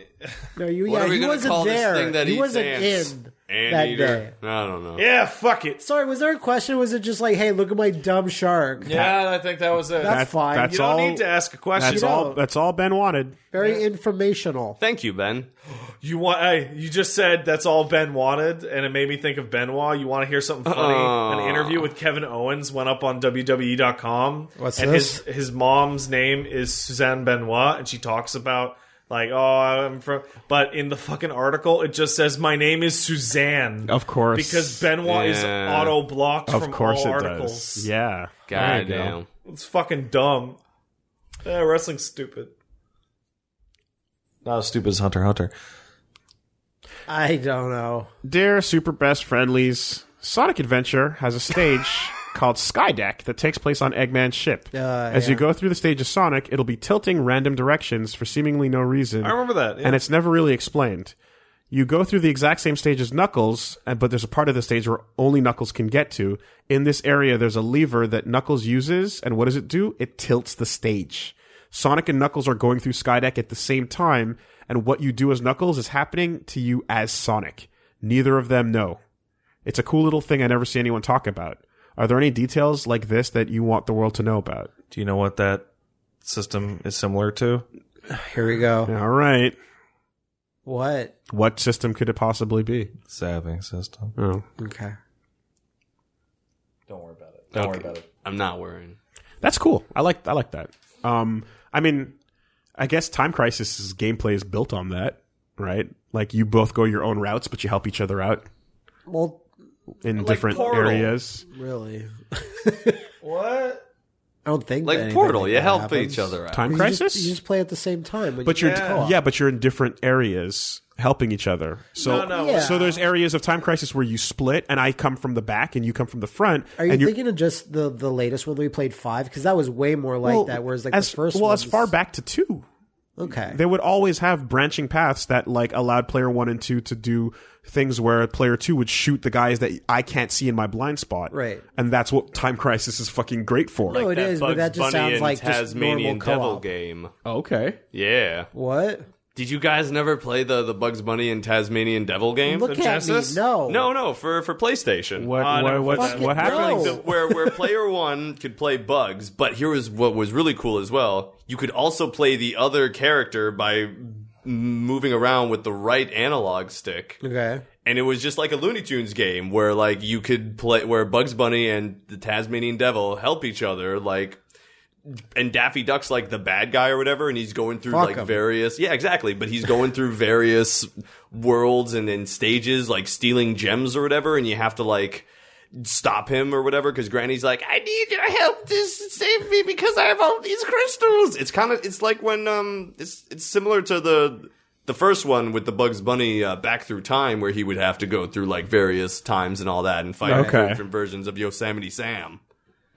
Speaker 3: No, you,
Speaker 4: What
Speaker 3: yeah,
Speaker 4: are we
Speaker 3: he
Speaker 4: gonna
Speaker 3: wasn't
Speaker 4: call this
Speaker 3: there.
Speaker 4: thing that
Speaker 3: he
Speaker 4: eats
Speaker 3: wasn't
Speaker 4: ants?
Speaker 3: in
Speaker 4: And
Speaker 3: that
Speaker 4: eater.
Speaker 3: day.
Speaker 4: I don't know.
Speaker 2: yeah, fuck it.
Speaker 3: Sorry, was there a question? Or was it just like, hey, look at my dumb shark?
Speaker 2: Yeah, I think that was it.
Speaker 3: That's fine.
Speaker 1: That's
Speaker 2: you don't
Speaker 1: all.
Speaker 2: need to ask a question.
Speaker 1: that's all. That's all Ben wanted.
Speaker 3: Very informational.
Speaker 4: Thank you, Ben.
Speaker 2: You want? Hey, you just said that's all Ben wanted, and it made me think of Benoit. You want to hear something funny? An interview with Kevin Owens went up on WWE.com.
Speaker 3: What's
Speaker 2: and
Speaker 3: this?
Speaker 2: His, his mom's name is Suzanne Benoit, and she talks about like, oh, I'm from. But in the fucking article, it just says my name is Suzanne.
Speaker 1: Of course.
Speaker 2: because Benoit is
Speaker 4: Yeah.
Speaker 2: auto blocked
Speaker 1: Of
Speaker 2: from
Speaker 1: course
Speaker 2: all
Speaker 1: it
Speaker 2: articles.
Speaker 1: does. Yeah. There you go.
Speaker 4: Goddamn.
Speaker 2: It's fucking dumb. Eh, wrestling's stupid. Not as stupid as Hunter Hunter.
Speaker 3: I don't know.
Speaker 1: Dear Super Best Friendlies, Sonic Adventure has a stage called Skydeck that takes place on Eggman's ship. As you go through the stage of Sonic, it'll be tilting random directions for seemingly no reason.
Speaker 2: I remember that. yeah.
Speaker 1: and it's never really explained. You go through the exact same stage as Knuckles, and- but there's a part of the stage where only Knuckles can get to. In this area, there's a lever that Knuckles uses, and what does it do? It tilts the stage. Sonic and Knuckles are going through Skydeck at the same time, and what you do as Knuckles is happening to you as Sonic. Neither of them know. It's a cool little thing I never see anyone talk about. Are there any details like this that you want the world to know about?
Speaker 2: Do you know what that system is similar to?
Speaker 3: Here we go.
Speaker 1: All right.
Speaker 3: What?
Speaker 1: What system could it possibly be?
Speaker 2: Zapping system.
Speaker 1: Oh.
Speaker 3: Okay.
Speaker 2: Don't worry about it. Don't worry about it.
Speaker 4: I'm not worrying.
Speaker 1: That's cool. I like I like that. Um, I mean, I guess Time Crisis's gameplay is built on that, right? Like you both go your own routes, but you help each other out
Speaker 3: Well,
Speaker 1: in different
Speaker 4: Portal.
Speaker 1: areas.
Speaker 3: really,
Speaker 2: What?
Speaker 3: I don't think
Speaker 4: Like
Speaker 3: that anything
Speaker 4: Portal,
Speaker 3: like
Speaker 4: you
Speaker 3: that
Speaker 4: help
Speaker 3: happens.
Speaker 4: each other out.
Speaker 1: Time
Speaker 3: You
Speaker 1: Crisis,
Speaker 3: just, you just play at the same time, when
Speaker 1: but
Speaker 3: you
Speaker 1: you're yeah. but you're in different areas helping each other. So
Speaker 2: No, no.
Speaker 3: Yeah.
Speaker 1: so there's areas of Time Crisis where you split, and I come from the back, and you come from the front.
Speaker 3: Are you
Speaker 1: and you're-
Speaker 3: thinking of just the the latest one that we played five? Because that was way more like
Speaker 1: well,
Speaker 3: that. Whereas like
Speaker 1: as,
Speaker 3: the first,
Speaker 1: well
Speaker 3: one
Speaker 1: as far
Speaker 3: was-
Speaker 1: back to two.
Speaker 3: Okay.
Speaker 1: they would always have branching paths that like allowed player one and two to do things where player two would shoot the guys that I can't see in my blind spot.
Speaker 3: Right.
Speaker 1: And that's what Time Crisis is fucking great for.
Speaker 3: no, Oh, it
Speaker 4: That
Speaker 3: is,
Speaker 4: Bugs
Speaker 3: but that just
Speaker 4: Bunny
Speaker 3: sounds
Speaker 4: and
Speaker 3: like just normal
Speaker 4: Tasmanian Devil
Speaker 3: co-op.
Speaker 4: game.
Speaker 1: okay.
Speaker 4: Yeah.
Speaker 3: What?
Speaker 4: Did you guys never play the, the Bugs Bunny and Tasmanian Devil game?
Speaker 3: Look at me.
Speaker 2: Genesis?
Speaker 3: No.
Speaker 4: no, no, for, for PlayStation.
Speaker 1: What
Speaker 2: I never
Speaker 1: what what,
Speaker 2: played
Speaker 1: what,
Speaker 3: that.
Speaker 1: happened?
Speaker 3: No.
Speaker 4: where where player one could play bugs, but here was what was really cool as well. You could also play the other character by moving around with the right analog stick,
Speaker 3: Okay.
Speaker 4: and it was just like a Looney Tunes game where like you could play where Bugs Bunny and the Tasmanian Devil help each other, like. And Daffy Duck's like the bad guy or whatever, and he's going through
Speaker 3: Fuck
Speaker 4: like
Speaker 3: him.
Speaker 4: various, yeah, exactly. But he's going through various worlds and then stages, like stealing gems or whatever, and you have to like stop him or whatever because Granny's like, I need your help to s- save me because I have all these crystals. It's kind of it's like when um it's it's similar to the the first one with the Bugs Bunny uh, back through time where he would have to go through like various times and all that and fight
Speaker 1: Okay.
Speaker 4: different versions of Yosemite Sam.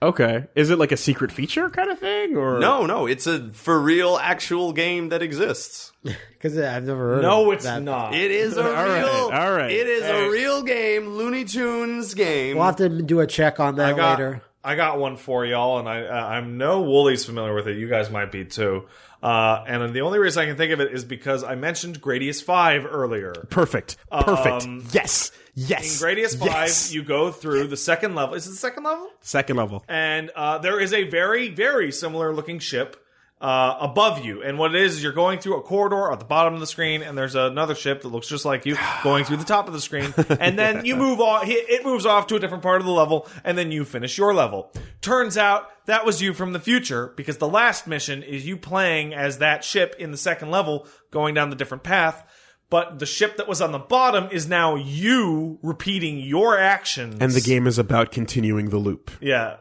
Speaker 1: Okay. Is it like a secret feature kind of thing or
Speaker 4: No, no, it's a for real actual game that exists.
Speaker 3: Because I've never heard.
Speaker 2: No,
Speaker 3: of
Speaker 2: it's
Speaker 3: that.
Speaker 2: not.
Speaker 4: It is a
Speaker 1: right,
Speaker 4: real
Speaker 1: all right.
Speaker 4: It is a real game, Looney Tunes game.
Speaker 3: We'll have to do a check on that
Speaker 2: I got,
Speaker 3: later.
Speaker 2: I got one for y'all, and I uh, I'm no Wooly's familiar with it. You guys might be too. Uh, and the only reason I can think of it is because I mentioned Gradius Five earlier.
Speaker 1: Perfect. Perfect.
Speaker 2: Um,
Speaker 1: yes. Yes.
Speaker 2: In Gradius Five,
Speaker 1: Yes.
Speaker 2: you go through the second level. Is it the second level?
Speaker 1: Second level.
Speaker 2: and uh, there is a very very similar looking ship uh, above you and what it is is you're going through a corridor at the bottom of the screen and there's another ship that looks just like you going through the top of the screen and then you move on it it moves off to a different part of the level and then you finish your level turns out that was you from the future because the last mission is you playing as that ship in the second level going down the different path but the ship that was on the bottom is now you repeating your actions
Speaker 1: And the game is about continuing the loop.
Speaker 2: yeah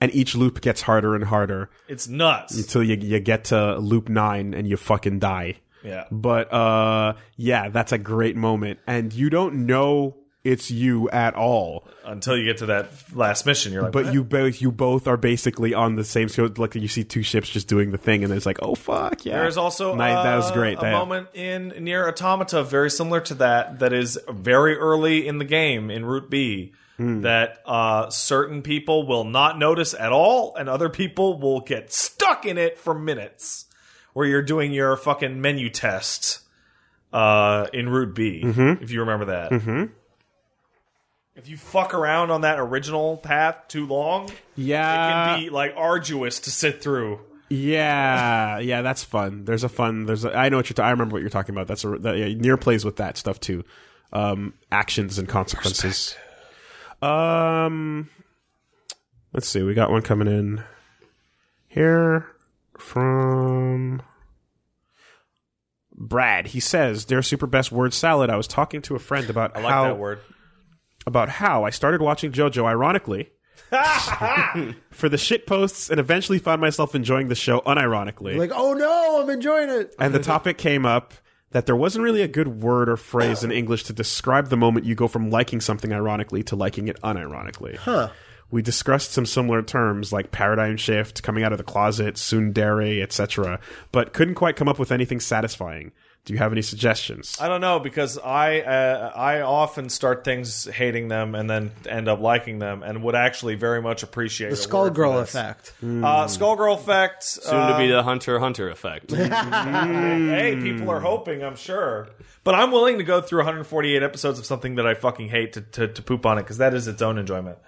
Speaker 1: And each loop gets harder and harder
Speaker 2: it's nuts
Speaker 1: until you you get to loop 9 and you fucking die.
Speaker 2: yeah
Speaker 1: But uh yeah, that's a great moment and you don't know it's you at all.
Speaker 2: until you get to that last mission. You're like,
Speaker 1: But you both you both are basically on the same so like you see two ships just doing the thing and it's like, "Oh fuck, yeah."
Speaker 2: there's also
Speaker 1: Nice, that was
Speaker 2: uh,
Speaker 1: great.
Speaker 2: a
Speaker 1: Damn.
Speaker 2: moment in near Automata very similar to that that is very early in the game in Route B
Speaker 1: Hmm.
Speaker 2: that uh, certain people will not notice at all and other people will get stuck in it for minutes where you're doing your fucking menu test uh, in Route B
Speaker 1: Mm-hmm.
Speaker 2: if you remember that. If you fuck around on that original path too long,
Speaker 1: Yeah.
Speaker 2: it can be like arduous to sit through.
Speaker 1: Yeah, yeah, that's fun. There's a fun. There's a, I know what you're. Ta- I remember what you're talking about. That's a that, yeah, near plays with that stuff too. Um, actions and consequences. Um, let's see. We got one coming in here from Brad. He says, "Dear super best word salad. I was talking to a friend about
Speaker 2: I like
Speaker 1: how
Speaker 2: that word.
Speaker 1: about how I started watching JoJo ironically for the shit posts and eventually found myself enjoying the show unironically.
Speaker 3: Like, oh no, I'm enjoying it.
Speaker 1: and the topic came up that there wasn't really a good word or phrase in English to describe the moment you go from liking something ironically to liking it unironically. Huh. We discussed some similar terms like paradigm shift, coming out of the closet, tsundere, etc., but couldn't quite come up with anything satisfying. Do you have any suggestions?
Speaker 2: I don't know because I uh, I often start things hating them and then end up liking them and would actually very much appreciate
Speaker 3: The
Speaker 2: a word for
Speaker 3: Skullgirl
Speaker 2: this.
Speaker 3: effect.
Speaker 1: Hmm.
Speaker 2: Uh, Skullgirl effect. Soon
Speaker 4: Soon to be the Hunter Hunter effect.
Speaker 2: Hey, people are hoping. I'm sure, but I'm willing to go through 148 episodes of something that I fucking hate to to, to poop on it because that is its own enjoyment.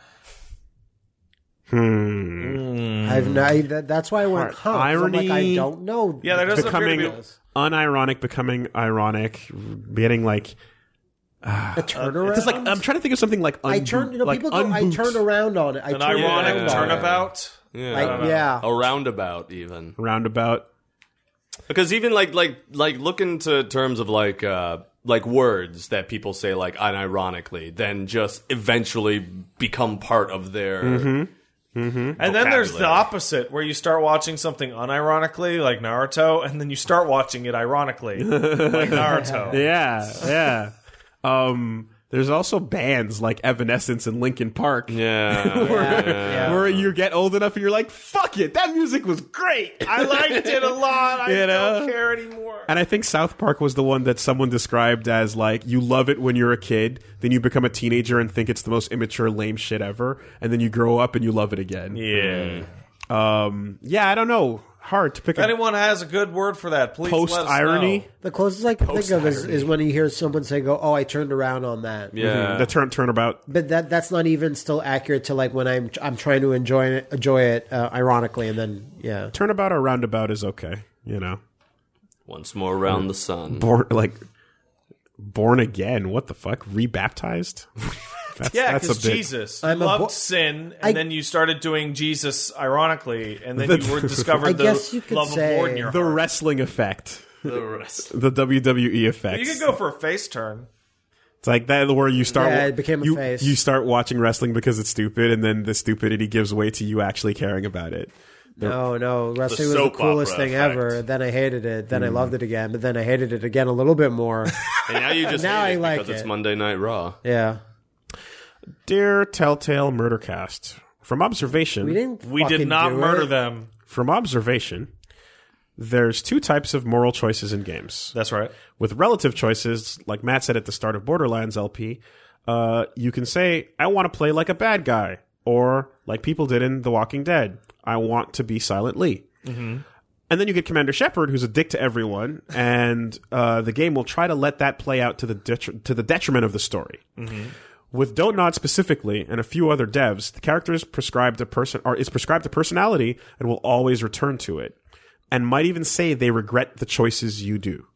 Speaker 1: Hmm.
Speaker 3: I've not, that, that's why I
Speaker 1: Heart.
Speaker 3: went, huh? 'cause I'm
Speaker 1: Irony.
Speaker 3: like, I don't know.
Speaker 2: Yeah, there doesn't
Speaker 1: becoming
Speaker 2: appear to be.
Speaker 1: unironic, becoming ironic, getting like
Speaker 2: uh,
Speaker 3: a turnaround.
Speaker 1: It's like I'm trying to think of something like
Speaker 3: I
Speaker 1: unboot-
Speaker 3: turned. You know,
Speaker 1: like
Speaker 3: people go. I
Speaker 1: unboot.
Speaker 3: turned around on it. I
Speaker 2: An
Speaker 3: turned
Speaker 2: ironic
Speaker 3: around
Speaker 4: Yeah.
Speaker 3: on it.
Speaker 2: turnabout.
Speaker 3: Like, yeah.
Speaker 4: A roundabout, even.
Speaker 1: roundabout.
Speaker 4: Because even like like like look into terms of like uh like words that people say like unironically, then just eventually become part of their.
Speaker 2: And then there's the
Speaker 4: vocabulary.
Speaker 2: opposite, where you start watching something unironically, like Naruto, and then you start watching it ironically, like Naruto.
Speaker 1: Yeah, yeah. um, there's also bands like Evanescence and Linkin Park.
Speaker 4: Yeah.
Speaker 3: Yeah.
Speaker 1: Where you get old enough and you're like, fuck it, that music was great.
Speaker 2: I liked it a lot. I
Speaker 1: You know?
Speaker 2: don't care anymore.
Speaker 1: and I think South Park was the one that someone described as like, you love it when you're a kid, then you become a teenager and think it's the most immature, lame shit ever, and then you grow up and you love it again. Yeah,
Speaker 2: Yeah.
Speaker 1: um, yeah I don't know. Hard to pick
Speaker 2: If
Speaker 1: a
Speaker 2: anyone has a good word for that, please
Speaker 1: post
Speaker 2: let us
Speaker 1: irony.
Speaker 2: know.
Speaker 3: The closest I can think of is, is when you hear someone say, "Go, oh, I turned around on that."
Speaker 2: Mm-hmm.
Speaker 4: Yeah.
Speaker 1: The turn turnabout.
Speaker 3: But that that's not even still accurate to like when I'm I'm trying to enjoy it, enjoy it uh, ironically, and then yeah,
Speaker 1: Turnabout or roundabout is okay, you know.
Speaker 4: Once more around the sun.
Speaker 1: born like born again. What the fuck? Rebaptized? That's,
Speaker 2: Yeah,
Speaker 1: that's a
Speaker 2: because
Speaker 1: bit.
Speaker 2: Jesus
Speaker 3: I'm a
Speaker 2: loved
Speaker 3: bo-
Speaker 2: sin, and
Speaker 3: I-
Speaker 2: then you started doing Jesus ironically, and then
Speaker 1: The-
Speaker 2: you were
Speaker 3: I
Speaker 2: discovered the
Speaker 3: guess you could
Speaker 2: love
Speaker 3: say
Speaker 2: of Lord in your
Speaker 1: The
Speaker 2: heart.
Speaker 1: wrestling effect,
Speaker 4: The rest.
Speaker 1: the WWE effect.
Speaker 2: You could go for a face turn.
Speaker 1: E It's like that where you start.
Speaker 3: Yeah, it became a
Speaker 1: you,
Speaker 3: face.
Speaker 1: You start watching wrestling because it's stupid, and then the stupidity gives way to you actually caring about it.
Speaker 3: No, no, wrestling was the
Speaker 6: soap
Speaker 3: coolest
Speaker 6: opera
Speaker 3: thing
Speaker 6: effect.
Speaker 3: ever. Then I hated it. Then I
Speaker 2: Mm.
Speaker 3: loved it again. But then I hated it again a little bit more.
Speaker 4: And now you just
Speaker 3: Now I
Speaker 4: hate it
Speaker 3: like
Speaker 4: because it's
Speaker 3: it.
Speaker 4: Monday Night Raw.
Speaker 3: yeah,
Speaker 1: Dear Telltale Murdercast, from observation,
Speaker 3: we didn't.
Speaker 2: We did
Speaker 3: fucking
Speaker 2: not
Speaker 3: do
Speaker 2: murder
Speaker 3: it.
Speaker 2: them.
Speaker 1: from observation, there's two types of moral choices in games.
Speaker 2: That's right.
Speaker 1: With relative choices, like Matt said at the start of Borderlands LP, uh, you can say, I want to play like a bad guy, or like people did in The Walking Dead, I want to be Silent Lee. And then you get Commander Shepard, who's a dick to everyone, and uh, the game will try to let that play out to the detri- to the detriment of the story. With Don't Nod specifically, and a few other devs, the character is prescribed a person or is prescribed a personality and will always return to it, and might even say they regret the choices you do.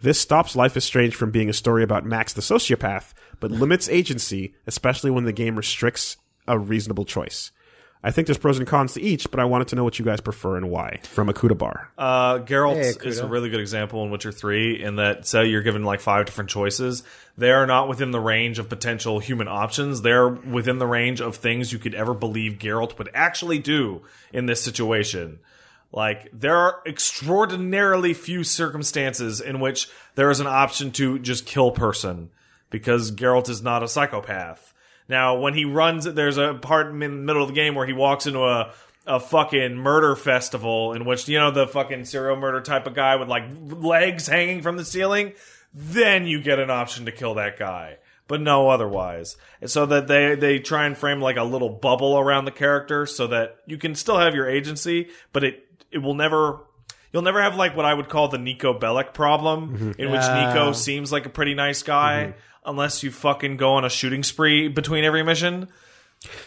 Speaker 1: This stops Life is Strange from being a story about Max the sociopath, but limits agency, especially when the game restricts a reasonable choice. I think there's pros and cons to each, but I wanted to know what you guys prefer and why. From Akuta Bar.
Speaker 2: Uh, Geralt
Speaker 3: Hey,
Speaker 2: is a
Speaker 3: Kudo.
Speaker 2: really good example in Witcher 3 in that, say, you're given like five different choices. They are not within the range of potential human options. They're within the range of things you could ever believe Geralt would actually do in this situation. Like, there are extraordinarily few circumstances in which there is an option to just kill person because Geralt is not a psychopath. Now, when he runs, there's a part in the middle of the game where he walks into a a fucking murder festival in which you know the fucking serial murder type of guy with like legs hanging from the ceiling. Then you get an option to kill that guy, but no otherwise. And so that they they try and frame like a little bubble around the character so that you can still have your agency, but it it will never. You'll never have like what I would call the Nico Bellic problem,
Speaker 1: Mm-hmm.
Speaker 2: in which Nico seems like a pretty nice guy, unless you fucking go on a shooting spree between every mission.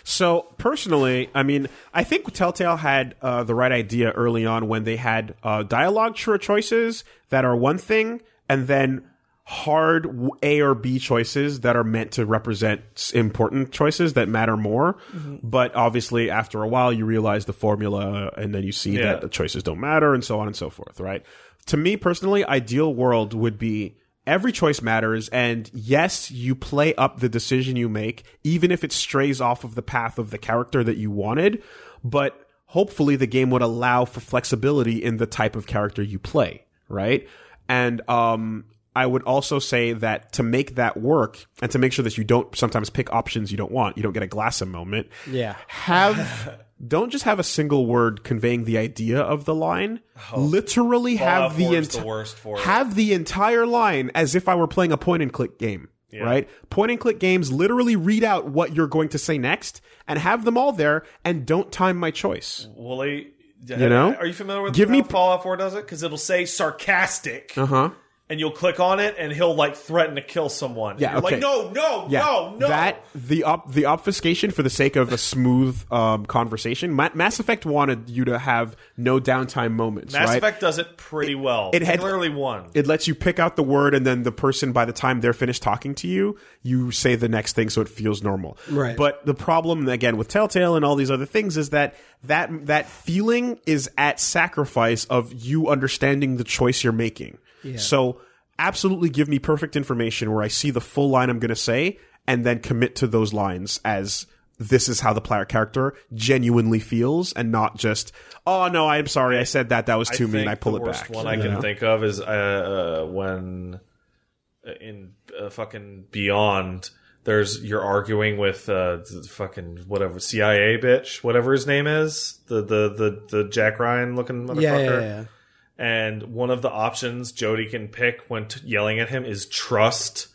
Speaker 1: So personally, I mean, I think Telltale had uh, the right idea early on when they had uh, dialogue cho- choices that are one thing, and then hard w- A or B choices that are meant to represent s- important choices that matter more. But obviously, after a while, you realize the formula, and then you see
Speaker 2: Yeah.
Speaker 1: that the choices don't matter, and so on and so forth. Right? To me personally, ideal world would be. Every choice matters, and yes, you play up the decision you make, even if it strays off of the path of the character that you wanted. But hopefully, the game would allow for flexibility in the type of character you play, right? And um, I would also say that to make that work and to make sure that you don't sometimes pick options you don't want, you don't get a glass moment.
Speaker 3: Yeah.
Speaker 1: Have don't just have a single word conveying the idea of the line. Literally
Speaker 2: Oh, Fallout
Speaker 1: have the,
Speaker 2: 4 is
Speaker 1: enti-
Speaker 2: the worst for it.
Speaker 1: have the entire line as if I were playing a point and click game. Right? Point and click games literally read out what you're going to say next and have them all there and don't time my choice.
Speaker 2: Wooly.
Speaker 1: You know?
Speaker 2: Are you familiar with
Speaker 1: Give
Speaker 2: how
Speaker 1: me-
Speaker 2: Fallout 4 does it? Because it'll say sarcastic,
Speaker 1: Uh-huh.
Speaker 2: and you'll click on it, and he'll like threaten to kill someone.
Speaker 1: Yeah,
Speaker 2: You're
Speaker 1: okay.
Speaker 2: like, no, no,
Speaker 1: Yeah,
Speaker 2: no, no.
Speaker 1: That the op- the obfuscation for the sake of a smooth um, conversation. Ma- Mass Effect wanted you to have no downtime moments.
Speaker 2: Mass
Speaker 1: right?
Speaker 2: Effect does it pretty well.
Speaker 1: it had-
Speaker 2: particularly one.
Speaker 1: It lets you pick out the word, and then the person, by the time they're finished talking to you, you say the next thing, so it feels normal.
Speaker 3: Right.
Speaker 1: But the problem, again, with Telltale and all these other things, is that that that feeling is at sacrifice of you understanding the choice you're making. So, absolutely, give me perfect information where I see the full line I'm going to say, and then commit to those lines as. This is how the player character genuinely feels, and not just, "Oh no, I'm sorry, I said that. That was too mean.
Speaker 2: think
Speaker 1: I pull
Speaker 2: the
Speaker 1: it
Speaker 2: worst
Speaker 1: back."
Speaker 2: One I
Speaker 1: you
Speaker 2: can
Speaker 1: know?
Speaker 2: think of is uh, uh, when uh, in uh, fucking Beyond, there's you're arguing with uh, th- fucking whatever CIA bitch, whatever his name is, the the the, the Jack Ryan looking motherfucker.
Speaker 3: Yeah, yeah, yeah.
Speaker 2: And one of the options Jody can pick when t- yelling at him is trust.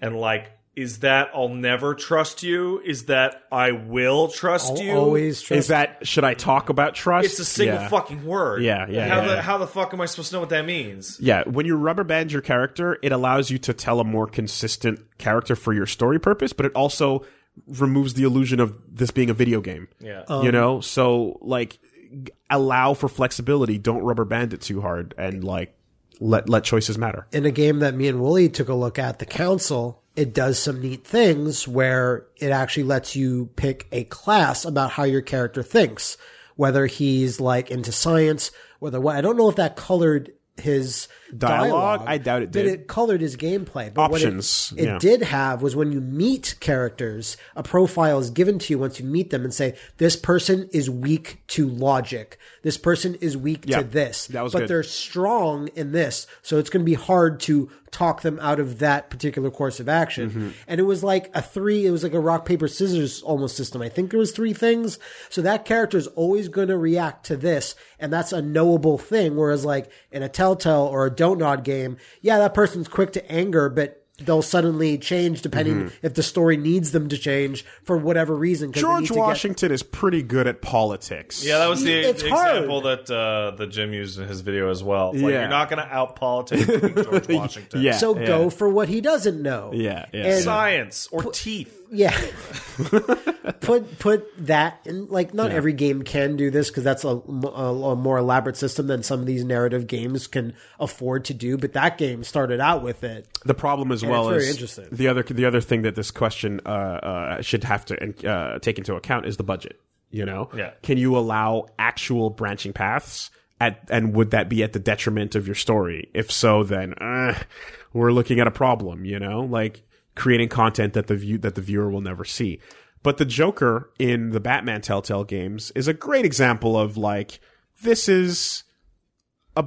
Speaker 2: And like, is that I'll never trust you? Is that I will trust
Speaker 3: I'll
Speaker 2: you?
Speaker 3: always trust.
Speaker 1: is that should I talk about trust?
Speaker 2: It's a single
Speaker 1: yeah.
Speaker 2: fucking word.
Speaker 1: Yeah, yeah,
Speaker 2: How,
Speaker 1: yeah.
Speaker 2: The, how the fuck am I supposed to know what that means?
Speaker 1: Yeah, when you rubber band your character, it allows you to tell a more consistent character for your story purpose, but it also removes the illusion of this being a video game.
Speaker 2: Yeah.
Speaker 3: Um,
Speaker 1: you know, so like g- allow for flexibility. Don't rubber band it too hard, and like let let choices matter.
Speaker 3: in a game that me and Wooly took a look at, the Council, it does some neat things where it actually lets you pick a class about how your character thinks, whether he's like into science, whether what I don't know if that colored his
Speaker 6: Dialogue?
Speaker 3: dialogue.
Speaker 6: I doubt it
Speaker 3: but
Speaker 6: did.
Speaker 3: it colored his gameplay. But what it-
Speaker 1: Options,
Speaker 3: it,
Speaker 6: yeah.
Speaker 3: did have was when you meet characters, a profile is given to you once you meet them and say, this person is weak to logic. This person is weak
Speaker 6: Yeah,
Speaker 3: to this.
Speaker 6: that was
Speaker 3: but
Speaker 6: good.
Speaker 3: they're strong in this. So it's going to be hard to talk them out of that particular course of action.
Speaker 1: Mm-hmm.
Speaker 3: And it was like a three, it was like a rock, paper, scissors almost system. I think there was three things. So that character is always going to react to this. And that's a knowable thing. Whereas like in a Telltale or a Don't Nod game, yeah, that person's quick to anger, but they'll suddenly change depending if the story needs them to change for whatever reason. 'cause they need
Speaker 1: Mm-hmm. George
Speaker 3: to get-
Speaker 1: Washington is pretty good at politics.
Speaker 2: Yeah, that was the
Speaker 3: It's
Speaker 2: the
Speaker 3: hard.
Speaker 2: example that uh, the Jim used in his video as well. It's Like,
Speaker 1: Yeah.
Speaker 2: you're not going to outpolitic George Washington.
Speaker 1: Yeah.
Speaker 3: So go for what he doesn't know.
Speaker 1: Yeah, yeah.
Speaker 3: And-
Speaker 2: Science or teeth.
Speaker 3: Yeah. put put that in like not every game can do this because that's a, a- a more elaborate system than some of these narrative games can afford to do. But that game started out with it.
Speaker 1: The problem as well
Speaker 3: it's
Speaker 1: is
Speaker 3: very interesting.
Speaker 1: the other the other thing that this question uh, uh, should have to uh, take into account is the budget. You know,
Speaker 2: Yeah.
Speaker 1: Can you allow actual branching paths? At, and would that be at the detriment of your story? If so, then uh, we're looking at a problem. You know, like creating content that the view that the viewer will never see. But the Joker in the Batman Telltale games is a great example of like this is a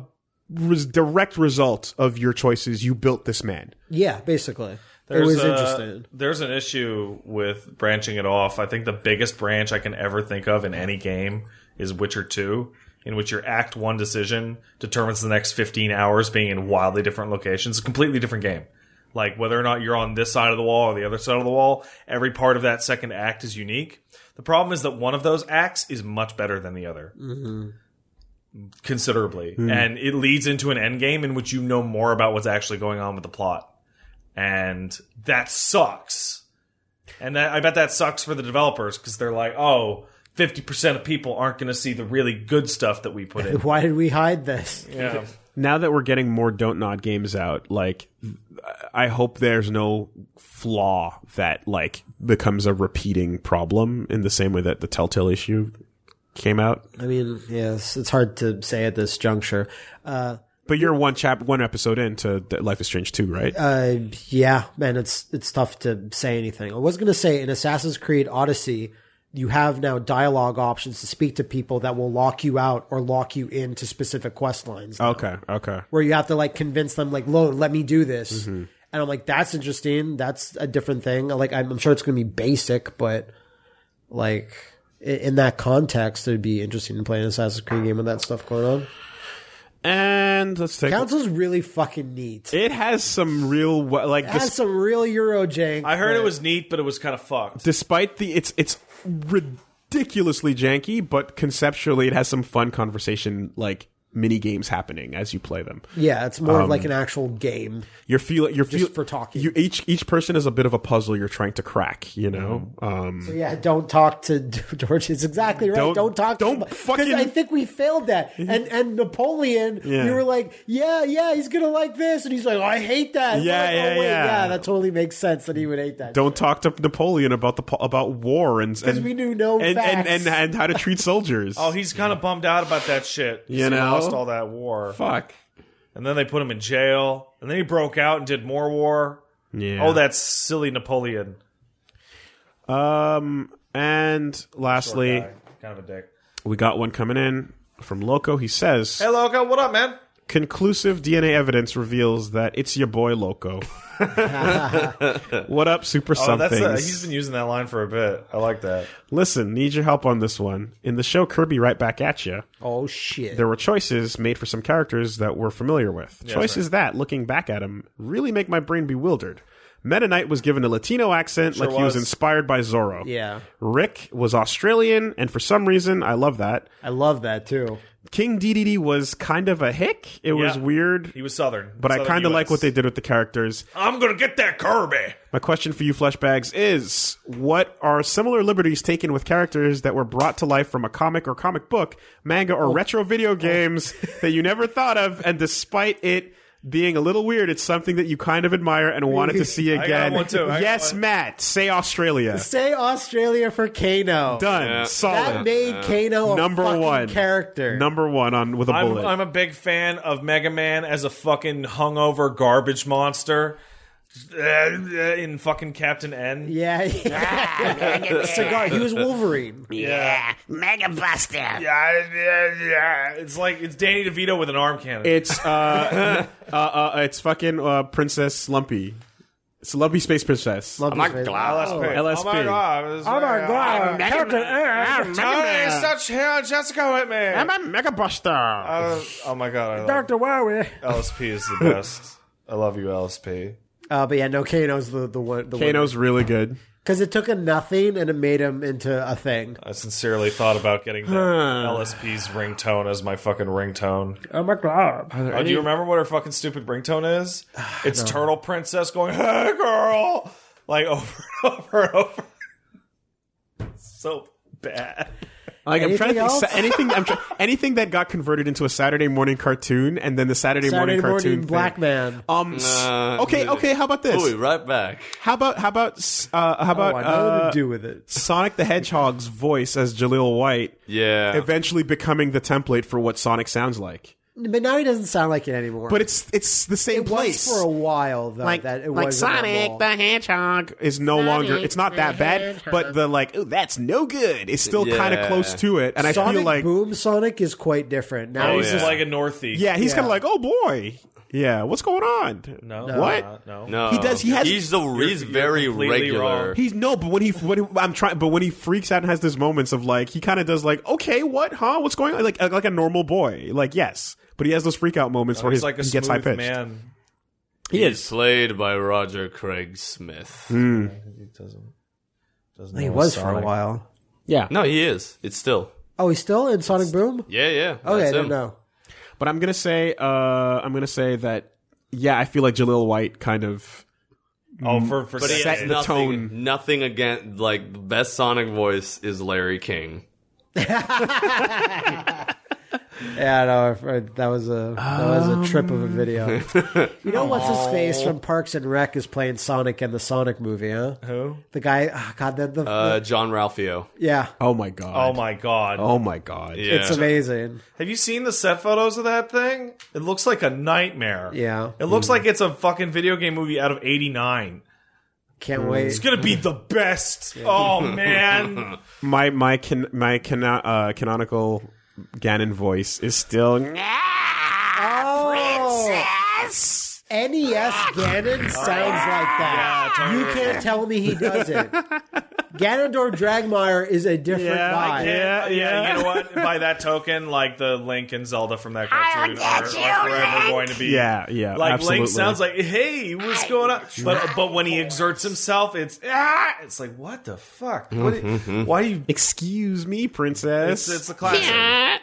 Speaker 1: res- direct result of your choices. You built this man.
Speaker 3: Yeah, basically, it was interesting.
Speaker 2: There's an issue with branching it off. I think the biggest branch I can ever think of in any game is Witcher 2, in which your Act 1 decision determines the next 15 hours being in wildly different locations. It's a completely different game. Like whether or not you're on this side of the wall or the other side of the wall, every part of that second act is unique. The problem is that one of those acts is much better than the other. Considerably.
Speaker 1: Hmm.
Speaker 2: And it leads into an end game in which you know more about what's actually going on with the plot and that sucks. And that, I bet that sucks for the developers because they're like, oh, 50% of people aren't going to see the really good stuff that we put in.
Speaker 3: Why did we hide this?
Speaker 2: yeah.
Speaker 1: now that we're getting more don't nod games out like th- i hope there's no flaw that like becomes a repeating problem in the same way that the telltale issue came out
Speaker 3: I mean, yes, it's hard to say at this juncture. Uh,
Speaker 1: but you're one chap one episode into th- life is strange 2 right
Speaker 3: uh, yeah, man, it's it's tough to say anything. I was gonna say in Assassin's Creed Odyssey, you have now dialogue options to speak to people that will lock you out or lock you into specific quest lines.
Speaker 1: okay okay
Speaker 3: where you have to like convince them like loan let me do this
Speaker 2: Mm-hmm.
Speaker 3: and i'm like that's interesting that's a different thing like i'm, I'm sure it's going to be basic but like i- in that context it'd be interesting to play an assassin's creed game with that stuff going on
Speaker 1: and let's take
Speaker 3: council's really fucking neat it
Speaker 1: it has some real wa- like
Speaker 3: has
Speaker 1: dis-
Speaker 3: some real euro jank
Speaker 2: I heard it was neat, but it was kind of fucked.
Speaker 1: despite the it's it's ridiculously janky but conceptually it has some fun conversation like mini games happening as you play them
Speaker 3: yeah it's
Speaker 2: Um,
Speaker 3: more of like an actual game
Speaker 1: you're feeling you're feel-
Speaker 3: for talking.
Speaker 1: You each each person is a bit of a puzzle you're trying to crack. You know,
Speaker 2: Mm-hmm.
Speaker 1: um,
Speaker 3: yeah don't talk to george it's exactly right
Speaker 1: Don't-
Speaker 3: don't, talk
Speaker 1: don't
Speaker 3: to
Speaker 1: fucking-
Speaker 3: i think we failed that and and napoleon
Speaker 1: Yeah.
Speaker 3: you were like yeah yeah he's gonna like this and he's like "Oh, i hate that And we're
Speaker 1: Yeah,
Speaker 3: like,
Speaker 1: yeah,
Speaker 3: oh, wait,
Speaker 1: yeah.
Speaker 3: yeah that totally makes sense that he would hate that
Speaker 1: don't talk to Napoleon about the po- about war and and
Speaker 3: we knew no
Speaker 1: and, and,
Speaker 3: facts.
Speaker 1: and and how to treat soldiers.
Speaker 2: Oh, he's kind of bummed out about that shit. 'cause
Speaker 1: You
Speaker 2: he
Speaker 1: know?
Speaker 2: lost all that war,
Speaker 1: fuck.
Speaker 2: and then they put him in jail, and then he broke out and did more war.
Speaker 1: Yeah.
Speaker 2: Oh, that's silly Napoleon.
Speaker 1: Um. And lastly,
Speaker 2: Guy. Kind of a dick.
Speaker 1: we got one coming in from Loco. He says,
Speaker 2: Hey, Loco, what up, man?
Speaker 1: "Conclusive DNA evidence reveals that it's your boy Loco." what up, super
Speaker 2: Oh,
Speaker 1: somethings?
Speaker 2: that's uh he's been using that line for a bit. I like that.
Speaker 1: Listen, need your help on this one. In the show, Kirby right back at you.
Speaker 3: oh shit
Speaker 1: there were choices made for some characters that we're familiar with. choices that, looking back at them, really make my brain bewildered. Meta Knight was given a Latino accent like he was
Speaker 2: was.
Speaker 1: inspired by Zorro.
Speaker 3: yeah
Speaker 1: Rick was Australian, and for some reason, I love that.
Speaker 3: i love that too
Speaker 1: King DDD was kind of a hick. It was
Speaker 2: Yeah.
Speaker 1: weird,
Speaker 2: He was Southern,
Speaker 1: but I kind of like what they did with the characters.
Speaker 2: I'm gonna get that Kirby.
Speaker 1: My question for you, Fleshbags, is what are similar liberties taken with characters that were brought to life from a comic or
Speaker 2: Oh.
Speaker 1: comic book, manga, or retro video games that you never thought of, and despite it being a little weird. It's something that you kind of admire and wanted to see
Speaker 2: got
Speaker 1: again.
Speaker 2: one too. I got
Speaker 1: yes,
Speaker 2: one.
Speaker 1: Matt, say Australia.
Speaker 3: Say Australia for Kano.
Speaker 1: Done.
Speaker 4: Yeah.
Speaker 3: That
Speaker 1: Solid.
Speaker 3: made Kano a
Speaker 1: Number
Speaker 3: fucking
Speaker 1: one
Speaker 3: character.
Speaker 1: Number one on with a
Speaker 2: I'm,
Speaker 1: bullet.
Speaker 2: I'm a big fan of Mega Man as a fucking hungover garbage monster Uh, uh, in fucking Captain N.
Speaker 3: yeah, yeah. Cigar. He was Wolverine.
Speaker 5: Yeah, Mega Buster.
Speaker 2: Yeah, yeah, yeah. It's like it's Danny DeVito with an arm cannon.
Speaker 1: It's uh, uh, uh, it's fucking uh, Princess Slumpy. It's Lumpy Space Princess.
Speaker 3: Love
Speaker 5: my
Speaker 3: this
Speaker 5: God.
Speaker 2: LSP.
Speaker 3: man.
Speaker 1: LSP.
Speaker 2: Oh my god. It's-
Speaker 3: God.
Speaker 5: Mega Man.
Speaker 2: Oh, it's such hell, Jessica
Speaker 1: I'm
Speaker 2: Whitman.
Speaker 1: a Mega Buster.
Speaker 2: Uh, oh my god. I love
Speaker 3: Doctor Wowie.
Speaker 2: LSP is the best. I love you, LSP.
Speaker 3: Uh, but yeah, no, Kano's the the one. The
Speaker 1: Kano's really good.
Speaker 3: because it took a nothing and it made him into a thing.
Speaker 2: I sincerely thought about getting that LSP's ringtone as my fucking ringtone.
Speaker 3: Oh my god!
Speaker 2: Oh, do you remember what her fucking stupid ringtone is? It's Turtle Princess going, "Hey, girl," like over and over and over. so bad.
Speaker 1: Like I'm trying to
Speaker 3: Anything
Speaker 1: think, sa-
Speaker 3: else?
Speaker 1: anything I'm try- anything that got converted into a Saturday morning cartoon and then the Saturday,
Speaker 3: Saturday
Speaker 1: morning
Speaker 3: morning,
Speaker 1: cartoon thing.
Speaker 3: black man.
Speaker 1: Um. s-
Speaker 4: Uh,
Speaker 1: okay.
Speaker 4: really.
Speaker 1: Okay. How about this?
Speaker 4: Ooh, right back.
Speaker 1: How about how about s- uh, how about
Speaker 3: oh, I know what
Speaker 1: uh,
Speaker 3: to do with it.
Speaker 1: Sonic the Hedgehog's voice as Jaleel White
Speaker 4: Yeah.
Speaker 1: eventually becoming the template for what Sonic sounds like?
Speaker 3: But now he doesn't sound like it anymore.
Speaker 1: But it's it's the same
Speaker 3: it
Speaker 1: place.
Speaker 3: was for a while though. that it was
Speaker 1: Hedgehog is no longer. It's not that bad, but the like, oh, that's no good. It's still kind of
Speaker 4: Yeah.
Speaker 1: close to it, and I
Speaker 3: Sonic
Speaker 1: feel like,
Speaker 3: Boom Sonic is quite different now.
Speaker 2: Oh,
Speaker 3: he's
Speaker 2: he's
Speaker 4: yeah.
Speaker 2: like a northy.
Speaker 1: yeah, he's kind
Speaker 3: Yeah.
Speaker 1: of like, oh boy, yeah, what's going on?
Speaker 2: No.
Speaker 1: what?
Speaker 2: not- No.
Speaker 4: no,
Speaker 1: he does- he has-
Speaker 4: He's the he's
Speaker 2: you're
Speaker 4: very
Speaker 2: completely wrong.
Speaker 4: regular.
Speaker 1: He's no, but when he when he, I'm trying, but when he freaks out and has those moments of like, he kind of does like, okay, what, huh, what's going on? Like uh, like a normal boy, like yes, but he has those freak out moments where
Speaker 2: Oh, He's
Speaker 1: he's,
Speaker 2: like
Speaker 1: he
Speaker 2: a smooth
Speaker 1: gets high pitched.
Speaker 2: man.
Speaker 4: He is played by Roger Craig Smith.
Speaker 2: He doesn't. doesn't
Speaker 3: He
Speaker 2: know
Speaker 3: was for
Speaker 2: Sonic.
Speaker 3: a while.
Speaker 4: No, he is. It's still.
Speaker 3: Oh, he's still in Sonic Boom.
Speaker 4: Yeah, yeah.
Speaker 3: Okay, I
Speaker 4: that's
Speaker 3: don't
Speaker 4: him.
Speaker 3: know.
Speaker 1: But I'm gonna say, uh, I'm gonna say that, yeah, I feel like Jaleel White kind of
Speaker 2: Oh, for for
Speaker 4: But he
Speaker 1: Set
Speaker 4: has
Speaker 1: the
Speaker 4: nothing,
Speaker 1: tone.
Speaker 4: Nothing against like the best Sonic voice is Larry King.
Speaker 3: Yeah, no, I- I- that was a that was a trip of a video. you know what's his face from Parks and Rec is playing Sonic in the Sonic movie, huh?
Speaker 2: Who?
Speaker 3: The guy, ah, God, the, the,
Speaker 4: Uh, John Ralphio.
Speaker 3: yeah,
Speaker 1: Oh my god.
Speaker 2: Oh my god.
Speaker 1: Oh my god.
Speaker 4: Yeah.
Speaker 3: it's amazing.
Speaker 2: Have you seen the set photos of that thing? It looks like a nightmare.
Speaker 3: Yeah,
Speaker 2: It looks like it's a fucking video game movie out of
Speaker 1: Mm.
Speaker 2: 89.
Speaker 3: can't wait.
Speaker 2: It's gonna be the best. Oh man.
Speaker 1: My my can, my cano- uh, canonical Ganon voice is still
Speaker 3: Oh, NES Ganon E sounds like that.
Speaker 2: Yeah,
Speaker 3: You can't tell me he doesn't. Ganondorf Dragmire is a different
Speaker 1: Yeah, I
Speaker 3: guy.
Speaker 2: Yeah, yeah.
Speaker 1: yeah.
Speaker 2: You know what? By that token, like the Link and Zelda from that cartoon are, are forever going to be.
Speaker 1: yeah yeah
Speaker 2: Like
Speaker 1: absolutely.
Speaker 2: Link sounds like, hey, what's going on? But but when he exerts himself, it's ah, it's like what the fuck? What?
Speaker 1: Mm-hmm.
Speaker 2: Why do you?
Speaker 1: excuse me princess
Speaker 2: It's, it's a classic.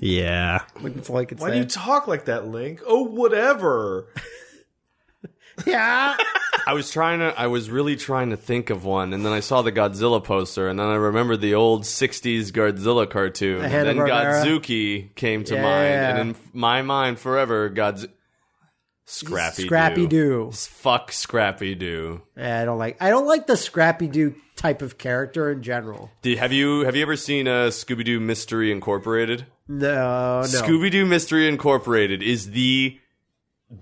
Speaker 1: yeah
Speaker 3: It's like it's
Speaker 2: Why do you
Speaker 3: that.
Speaker 2: talk like that, Link? Oh, whatever.
Speaker 3: yeah.
Speaker 4: I was trying to. I was really trying to think of one, and then I saw the Godzilla poster, and then I remembered the old '60s Godzilla cartoon. And then
Speaker 3: Hanna-Barbera.
Speaker 4: Godzuki came to
Speaker 3: Yeah.
Speaker 4: mind, and in my mind forever, God's Scrappy
Speaker 3: Scrappy Doo.
Speaker 4: Fuck Scrappy Doo.
Speaker 3: Yeah, I don't like I don't like the Scrappy Doo type of character in general.
Speaker 4: Did, have you have you ever seen uh, Scooby Doo Mystery Incorporated?
Speaker 3: Oh, No, no.
Speaker 4: Scooby Doo Mystery Incorporated is the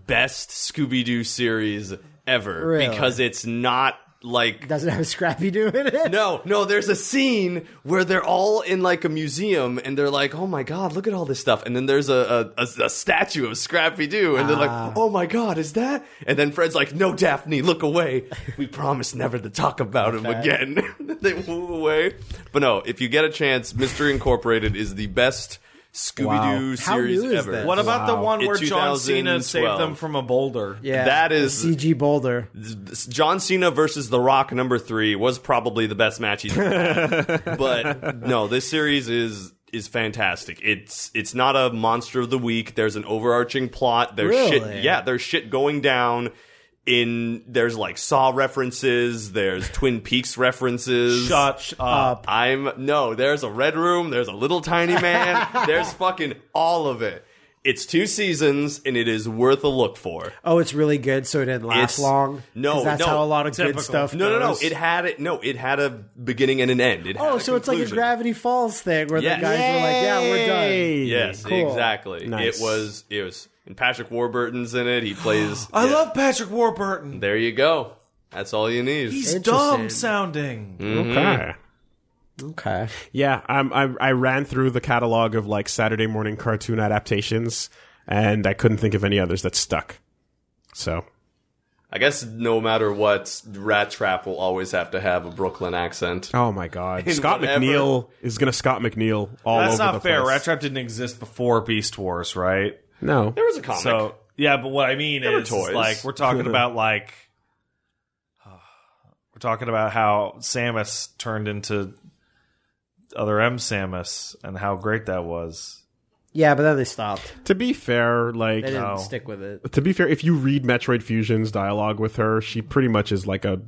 Speaker 4: best Scooby Doo series ever
Speaker 3: Really?
Speaker 4: because it's not like
Speaker 3: Doesn't have Scrappy Doo in it.
Speaker 4: No, no, there's a scene where they're all in like a museum and they're like, oh my god, look at all this stuff. And then there's a, a, a, a statue of Scrappy Doo and they're
Speaker 3: Ah.
Speaker 4: like, oh my god, is that? And then Fred's like, no, Daphne, look away. We promise never to talk about him again. they move away. But no, if you get a chance, Mystery Incorporated is the best Scooby Doo
Speaker 3: Wow. How
Speaker 4: series
Speaker 3: new is
Speaker 4: ever.
Speaker 3: this?
Speaker 2: What about the one
Speaker 4: In
Speaker 2: where John Cena
Speaker 4: 2012.
Speaker 2: saved them from a boulder?
Speaker 3: Yeah.
Speaker 4: That is-
Speaker 3: CG Boulder.
Speaker 4: John Cena versus The Rock number three was probably the best match he's ever had. but no, this series is is fantastic. It's it's not a monster of the week. There's an overarching plot. There's
Speaker 3: Really?
Speaker 4: shit. Yeah, there's shit going down. in there's like Saw references, there's Twin Peaks references.
Speaker 2: Shut up.
Speaker 4: I'm no, there's a red room, there's a little tiny man, there's fucking all of it. It's two seasons and it is worth a look for.
Speaker 3: Oh, it's really good, so it didn't last
Speaker 4: It's-
Speaker 3: long. 'Cause
Speaker 4: no,
Speaker 3: that's
Speaker 4: no.
Speaker 3: how a lot of
Speaker 2: Typical.
Speaker 3: good stuff.
Speaker 4: No, no, no.
Speaker 3: goes.
Speaker 4: It had it. No, it had a beginning and an end. It had
Speaker 3: oh,
Speaker 4: a
Speaker 3: so it's like a
Speaker 4: conclusion.
Speaker 3: Gravity Falls thing where
Speaker 4: Yes.
Speaker 3: the guys were like, "Yeah, we're done."
Speaker 1: Yay.
Speaker 4: Yes,
Speaker 3: Cool.
Speaker 4: exactly.
Speaker 1: Nice.
Speaker 4: It was. It was. And Patrick Warburton's in it. He plays.
Speaker 2: I
Speaker 4: yeah.
Speaker 2: love Patrick Warburton.
Speaker 4: There you go. That's all you need.
Speaker 2: He's
Speaker 3: Interesting.
Speaker 2: dumb sounding.
Speaker 1: Okay.
Speaker 3: Okay.
Speaker 1: Yeah, I'm, I I ran through the catalog of like Saturday morning cartoon adaptations, and I couldn't think of any others that stuck. So
Speaker 4: I guess no matter what, Rat Trap will always have to have a Brooklyn accent.
Speaker 1: Oh my God! Scott
Speaker 4: whatever-
Speaker 1: McNeil is gonna Scott McNeil all
Speaker 2: That's
Speaker 1: over
Speaker 2: not
Speaker 1: the
Speaker 2: fair.
Speaker 1: place.
Speaker 2: Rat Trap didn't exist before Beast Wars, right?
Speaker 1: No,
Speaker 4: There was a comic.
Speaker 2: So yeah, but what I mean
Speaker 4: were
Speaker 2: is, is
Speaker 4: toys.
Speaker 2: like we're talking about like we're talking about how Samus turned into other M Samus and how great that was.
Speaker 3: Yeah, but then they stopped.
Speaker 1: to be fair, like uh,
Speaker 3: They didn't
Speaker 2: No.
Speaker 3: stick with it.
Speaker 1: to be fair, if you read Metroid Fusion's dialogue with her, she pretty much is like a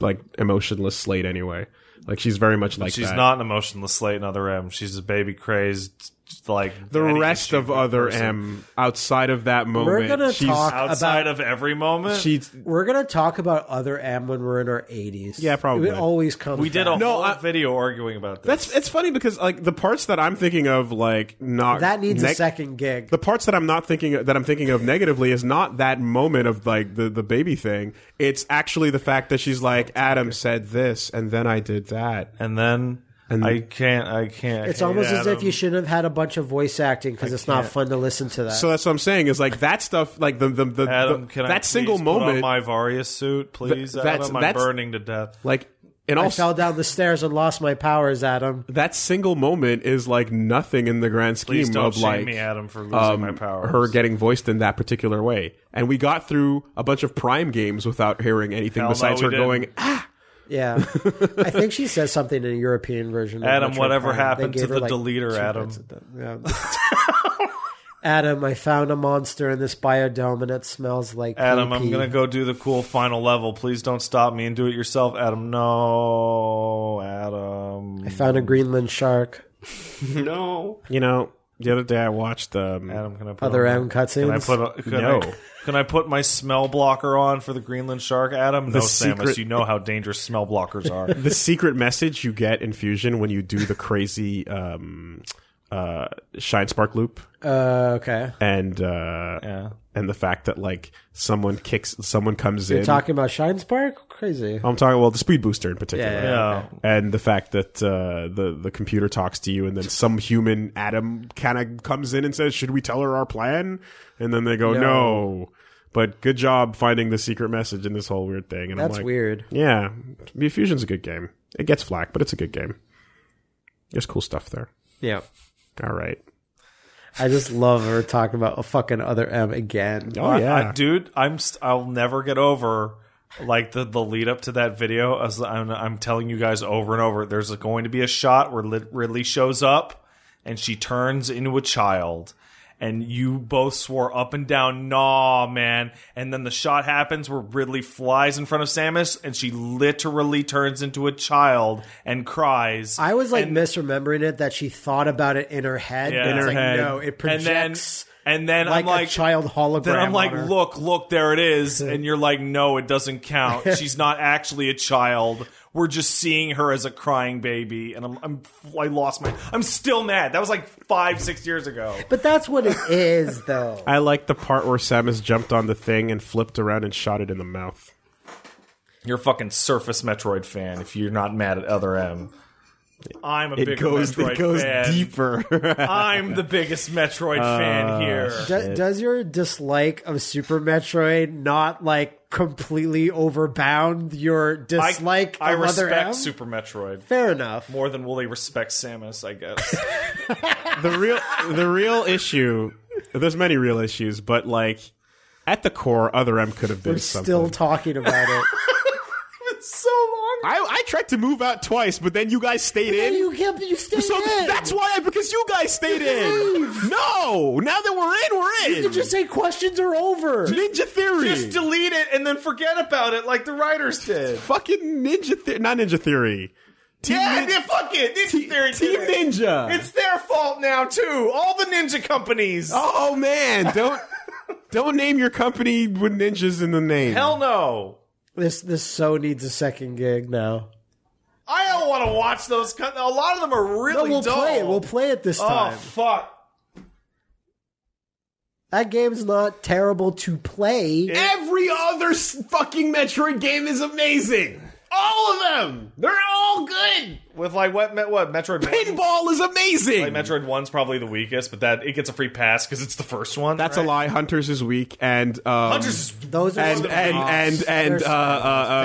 Speaker 1: like emotionless slate anyway. Like she's very much like
Speaker 2: She's
Speaker 1: that.
Speaker 2: not an emotionless slate in other M. She's a baby crazed like
Speaker 1: the
Speaker 2: daddy
Speaker 1: rest
Speaker 2: issue
Speaker 1: of other
Speaker 2: person.
Speaker 1: M outside of that moment.
Speaker 3: gonna
Speaker 1: she's,
Speaker 3: talk-
Speaker 2: outside
Speaker 3: about-
Speaker 2: of every moment.
Speaker 1: She's
Speaker 3: We're gonna talk about other M when we're in our eighties.
Speaker 1: Yeah, probably.
Speaker 3: It always comes.
Speaker 2: we did
Speaker 3: back.
Speaker 2: a
Speaker 1: No,
Speaker 2: whole
Speaker 1: I-
Speaker 2: video arguing about this.
Speaker 1: that's it's funny because like the parts that I'm thinking of like not
Speaker 3: that needs a
Speaker 1: neg-
Speaker 3: second gig.
Speaker 1: the parts that I'm not thinking that I'm thinking of negatively is not that moment of like the the baby thing. It's actually the fact that she's like Adam said this and then I did that.
Speaker 2: and then I can't. I can't.
Speaker 3: It's
Speaker 2: hate
Speaker 3: almost as if
Speaker 2: Adam.
Speaker 3: you shouldn't have had a bunch of voice acting because it's not fun to listen to that.
Speaker 1: So that's what I'm saying is like that stuff like the the, the,
Speaker 2: Adam,
Speaker 1: the-
Speaker 2: can I
Speaker 1: that
Speaker 2: please
Speaker 1: single
Speaker 2: put
Speaker 1: moment
Speaker 2: on my Varius suit, please?
Speaker 1: that's-
Speaker 2: Adam, I'm
Speaker 1: that's-
Speaker 2: burning to death.
Speaker 1: like and
Speaker 3: I
Speaker 1: also
Speaker 3: fell down the stairs and lost my powers, Adam.
Speaker 1: that single moment is like nothing in the grand scheme
Speaker 2: Please don't
Speaker 1: of
Speaker 2: shame
Speaker 1: like
Speaker 2: me, Adam, for losing
Speaker 1: um,
Speaker 2: my powers.
Speaker 1: her getting voiced in that particular way. And we got through a bunch of prime games without hearing anything
Speaker 2: Hell no,
Speaker 1: besides
Speaker 2: we
Speaker 1: her
Speaker 2: didn't.
Speaker 1: going "Ah,"
Speaker 3: Yeah, I think she says something in a European version. of
Speaker 2: Adam,
Speaker 3: Metroid
Speaker 2: whatever
Speaker 3: Prime. They
Speaker 2: happened
Speaker 3: gave
Speaker 2: to
Speaker 3: her,
Speaker 2: the
Speaker 3: like,
Speaker 2: deleter,
Speaker 3: two
Speaker 2: Adam?
Speaker 3: bits of that. Yeah. Adam, I found a monster in this biodome, and it smells like
Speaker 2: Adam,
Speaker 3: pee-pee.
Speaker 2: I'm gonna go do the cool final level. Please don't stop me and do it yourself, Adam. No, Adam.
Speaker 3: I found a Greenland shark.
Speaker 4: no.
Speaker 1: you know, the other day I watched um,
Speaker 2: Adam, can I put
Speaker 3: Other
Speaker 2: on-
Speaker 3: M cutscenes.
Speaker 2: Can I put a, can
Speaker 1: No.
Speaker 2: I, can I put my smell blocker on for the Greenland shark, Adam? no, Samus.
Speaker 1: secret-
Speaker 2: You know how dangerous smell blockers are.
Speaker 1: the secret message you get in Fusion when you do the crazy um, uh, Shine Spark loop
Speaker 3: uh, okay,
Speaker 1: and uh,
Speaker 2: yeah.
Speaker 1: and the fact that like someone kicks someone comes in.
Speaker 3: you're talking about Shine Spark. Crazy.
Speaker 1: I'm talking well the speed booster in particular.
Speaker 3: Yeah,
Speaker 2: Yeah.
Speaker 1: And the fact that uh, the the computer talks to you, and then some human Adam kind of comes in and says, "Should we tell her our plan?" And then they go, "No." But good job finding the secret message in this whole weird thing. And I'm
Speaker 3: That's
Speaker 1: like,
Speaker 3: weird.
Speaker 1: Yeah, Be- Fusion's a good game. It gets flack, but it's a good game. There's cool stuff there.
Speaker 3: Yeah.
Speaker 1: All right.
Speaker 3: I just love her talking about a fucking other M again.
Speaker 1: Oh yeah,
Speaker 2: I, dude, I'm st- I'll never get over like the, the lead up to that video. As I'm, I'm telling you guys over and over, there's going to be a shot where Lid- Ridley shows up and she turns into a child. And you both swore up and down, nah, man. And then the shot happens where Ridley flies in front of Samus and she literally turns into a child and cries.
Speaker 3: I was like misremembering it that she thought about it in her head.
Speaker 2: Yeah.
Speaker 3: but
Speaker 2: In
Speaker 3: it's
Speaker 2: her
Speaker 3: like,
Speaker 1: head.
Speaker 3: No, it
Speaker 2: and then,
Speaker 3: projects
Speaker 2: and then
Speaker 3: like,
Speaker 2: I'm like,
Speaker 3: a child hologram.
Speaker 2: Then I'm like,
Speaker 3: on her.
Speaker 2: look, look, there it is. And you're like, no, it doesn't count. She's not actually a child. We're just seeing her as a crying baby. And I'm, I'm I lost my, I'm still mad. That was like five, six years ago.
Speaker 3: But that's what it is, though.
Speaker 1: I like the part where Samus jumped on the thing and flipped around and shot it in the mouth.
Speaker 2: You're a fucking surface Metroid fan if you're not mad at other M. I'm a big Metroid fan.
Speaker 1: deeper.
Speaker 2: I'm the biggest Metroid
Speaker 3: Uh,
Speaker 2: fan here.
Speaker 3: Do- does your dislike of Super Metroid not like completely overbound your dislike
Speaker 2: I, I
Speaker 3: of other
Speaker 2: respect
Speaker 3: M?
Speaker 2: Super Metroid
Speaker 3: Fair enough.
Speaker 2: more than Wooly respects Samus, I guess.
Speaker 1: the real the real issue. There's many real issues, but like at the core, other M could have been
Speaker 3: We're
Speaker 1: something.
Speaker 3: still talking about it.
Speaker 2: so long.
Speaker 1: I, I tried to move out twice, but then you guys stayed
Speaker 3: Yeah,
Speaker 1: in.
Speaker 3: you can't. You stayed
Speaker 1: so
Speaker 3: in.
Speaker 1: that's why I, because you guys stayed in. No, now that we're in, we're in.
Speaker 3: you just say questions are over.
Speaker 1: Ninja Theory.
Speaker 2: Just delete it and then forget about it like the writers did.
Speaker 1: Fucking Ninja Theory. Not Ninja Theory. Team
Speaker 2: yeah,
Speaker 1: Nin-
Speaker 2: yeah, fuck it. This
Speaker 1: Te-
Speaker 2: theory did
Speaker 1: Team
Speaker 2: it.
Speaker 1: Ninja.
Speaker 2: It's their fault now too. All the ninja companies.
Speaker 1: oh man, don't don't name your company with ninjas in the name.
Speaker 2: Hell no.
Speaker 3: This this so needs a second gig now.
Speaker 2: I don't want to watch those. co- A lot of them are
Speaker 3: No,
Speaker 2: really
Speaker 3: we'll
Speaker 2: dull.
Speaker 3: play it. We'll play it this
Speaker 2: oh
Speaker 3: time.
Speaker 2: fuck.
Speaker 3: that game's not terrible to play.
Speaker 1: Every other s- fucking Metroid game is amazing. All of them. They're all good.
Speaker 2: With like what? me- What Metroid?
Speaker 1: Pinball is amazing.
Speaker 2: Like Metroid One's probably the weakest, but that it gets a free pass because it's the first one.
Speaker 1: That's a lie. Hunters is weak, and um,
Speaker 2: Hunters is
Speaker 3: Those are
Speaker 1: and
Speaker 3: spin-offs.
Speaker 1: and and and
Speaker 3: They're
Speaker 1: uh, uh, uh,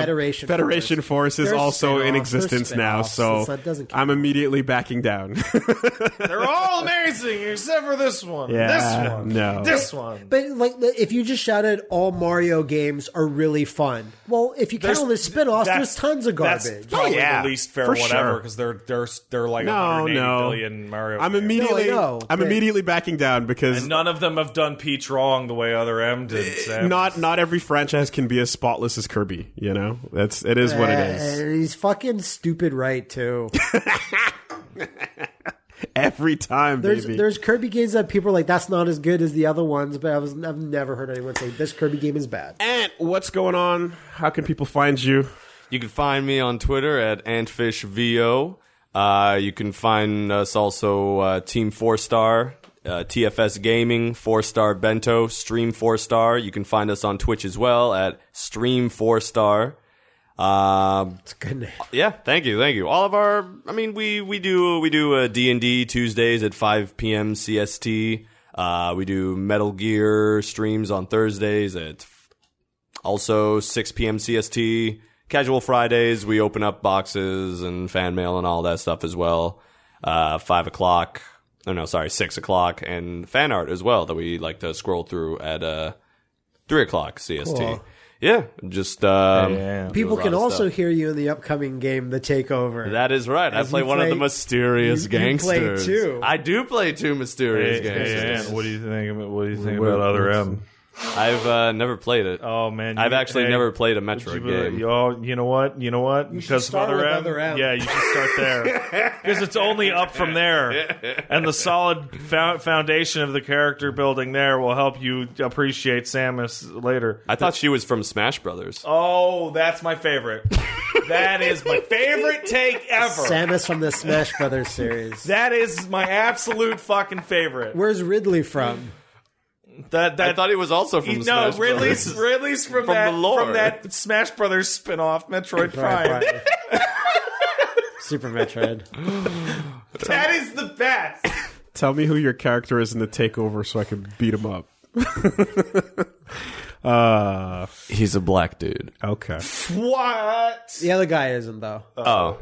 Speaker 3: Federation Force.
Speaker 1: Force is
Speaker 3: They're
Speaker 1: also in
Speaker 3: spin-offs. They're
Speaker 1: existence now.
Speaker 3: spin-offs.
Speaker 1: So
Speaker 3: It's not- doesn't count.
Speaker 1: I'm immediately backing down.
Speaker 2: They're all amazing except for this one.
Speaker 1: Yeah,
Speaker 2: this one.
Speaker 1: no.
Speaker 2: This one.
Speaker 3: But like, the- if you just shouted all Mario games are really fun. Well, if you count
Speaker 2: There's-
Speaker 3: all the spin-offs,
Speaker 2: that's-
Speaker 3: there's tons of
Speaker 2: That's
Speaker 3: garbage.
Speaker 2: probably
Speaker 5: yeah.
Speaker 2: the least fair
Speaker 1: Oh, For
Speaker 2: one
Speaker 1: sure.
Speaker 2: ever because they're they're they're like
Speaker 1: no,
Speaker 2: 180
Speaker 1: no.
Speaker 2: billion Mario.
Speaker 1: I'm
Speaker 2: games.
Speaker 1: immediately
Speaker 3: No, I know,
Speaker 1: I'm
Speaker 3: but-
Speaker 1: immediately backing down because
Speaker 2: And none of them have done Peach wrong the way other M did. Sam.
Speaker 1: Eh, not not every franchise can be as spotless as Kirby. You know, that's it is what it is.
Speaker 3: And he's fucking stupid, right? Too.
Speaker 1: Every time,
Speaker 3: There's
Speaker 1: baby.
Speaker 3: there's Kirby games that people are like, that's not as good as the other ones. But I was I've never heard anyone say this Kirby game is bad.
Speaker 1: Ant, what's going on? How can people find you?
Speaker 4: You can find me on Twitter at AntfishVO. Uh, you can find us also uh, Team Four Star, uh, TFS Gaming, Four Star Bento, Stream Four Star. You can find us on Twitch as well at Stream Four Star. Um,
Speaker 3: It's good. name.
Speaker 4: yeah, thank you, thank you. All of our, I mean, we we do we do uh, D and D Tuesdays at five p.m. CST. Uh, we do Metal Gear streams on Thursdays at also 6 p.m. CST. Casual Fridays, we open up boxes and fan mail and all that stuff as well. Uh, 5 o'clock, oh no, sorry, 6 o'clock, and fan art as well that we like to scroll through at uh, 3 o'clock CST.
Speaker 3: Cool.
Speaker 4: Yeah, just. Um,
Speaker 3: People
Speaker 4: do a
Speaker 3: can
Speaker 4: lot of
Speaker 3: also
Speaker 4: stuff.
Speaker 3: hear you in the upcoming game, The Takeover.
Speaker 4: That is right. I
Speaker 3: As
Speaker 4: play
Speaker 3: you
Speaker 4: one of
Speaker 3: play-
Speaker 4: the mysterious
Speaker 3: you- you play
Speaker 4: gangsters.
Speaker 3: two.
Speaker 4: I do play two mysterious gangsters.
Speaker 2: what do you think? About, what do you think about other M?
Speaker 4: I've uh, never played it.
Speaker 2: Oh man,
Speaker 4: I've
Speaker 2: you-
Speaker 4: actually
Speaker 2: hey,
Speaker 4: never played a
Speaker 2: You,
Speaker 4: Metroid
Speaker 2: uh,
Speaker 4: game.
Speaker 2: you all, you know what? You know what?
Speaker 3: should
Speaker 2: Because of
Speaker 3: start
Speaker 2: other
Speaker 3: with
Speaker 2: M,
Speaker 3: Other M.
Speaker 2: Yeah, you should start there because it's only up from there, and the solid fou- foundation of the character building there will help you appreciate Samus later.
Speaker 4: I thought she was from Smash Brothers.
Speaker 2: Oh, that's my favorite. that is my favorite take ever.
Speaker 3: Samus from the Smash Brothers series.
Speaker 2: that is my absolute fucking favorite.
Speaker 3: Where's Ridley from?
Speaker 2: That that
Speaker 4: I thought he was also from
Speaker 2: no
Speaker 4: Smash
Speaker 2: Ridley's
Speaker 4: Brothers.
Speaker 2: Ridley's from,
Speaker 4: From
Speaker 2: that
Speaker 4: the lore.
Speaker 2: from that Smash Brothers spin-off Metroid
Speaker 3: Right,
Speaker 2: Prime.
Speaker 3: right. Super Metroid.
Speaker 2: That is the best.
Speaker 1: Tell me who your character is in the takeover, so I can beat him up. uh,
Speaker 4: He's a black dude.
Speaker 1: okay.
Speaker 2: what?
Speaker 3: The other guy isn't though. Uh,
Speaker 4: Oh.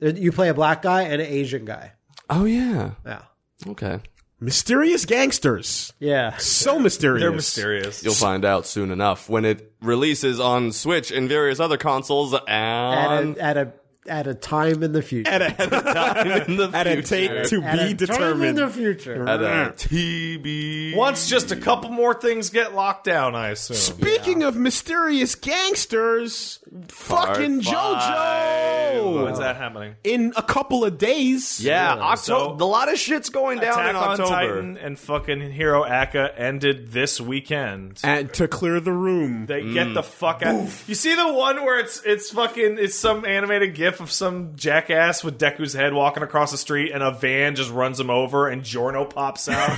Speaker 3: You play a black guy and an Asian guy.
Speaker 4: Oh yeah.
Speaker 3: Yeah.
Speaker 4: Okay.
Speaker 1: Mysterious gangsters.
Speaker 3: Yeah.
Speaker 1: So mysterious.
Speaker 2: They're mysterious.
Speaker 4: You'll find out soon enough when it releases on Switch and various other consoles
Speaker 3: At
Speaker 4: and
Speaker 3: a, at a at a time in the future.
Speaker 1: At a,
Speaker 4: in the
Speaker 1: at a
Speaker 4: future.
Speaker 1: take to
Speaker 3: At
Speaker 1: be
Speaker 3: a time in the
Speaker 1: determined.
Speaker 3: future.
Speaker 4: at a TB.
Speaker 2: Once just a couple more things get locked down, I assume.
Speaker 1: Speaking of mysterious gangsters, fucking JoJo.
Speaker 2: When's that happening?
Speaker 1: In a couple of days.
Speaker 4: Yeah,
Speaker 2: so-
Speaker 4: October. a lot of shit's going down
Speaker 2: Attack
Speaker 4: in
Speaker 2: on
Speaker 4: October.
Speaker 2: Titan and fucking Hero Akka ended this weekend.
Speaker 1: And to clear the room.
Speaker 2: They
Speaker 4: Mm.
Speaker 2: get the fuck out. You see the one where it's it's fucking it's some animated gif of some jackass with Deku's head walking across the street and a van just runs him over and Jorno pops out.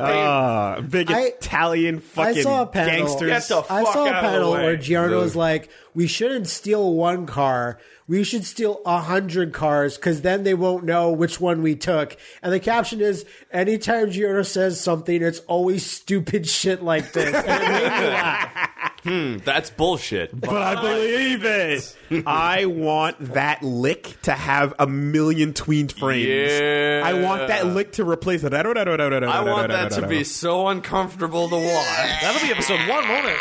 Speaker 1: Ah, big
Speaker 3: I-
Speaker 1: Italian fucking
Speaker 3: I saw a panel.
Speaker 1: gangsters.
Speaker 2: Get the
Speaker 3: I saw a
Speaker 2: fuck out of the
Speaker 3: panel
Speaker 2: way.
Speaker 3: where Giardo's like, "We shouldn't steal one car. We should steal a hundred cars, because then they won't know which one we took." And the caption is, "Anytime Giardo says something, it's always stupid shit like this." And it made me laugh.
Speaker 4: That's bullshit.
Speaker 1: but I believe it. I want that lick to have a million tweened frames.
Speaker 4: Yeah.
Speaker 1: I want that lick to replace it.
Speaker 4: I
Speaker 1: I
Speaker 4: want that to be so uncomfortable to watch.
Speaker 2: That'll be episode one, won't it?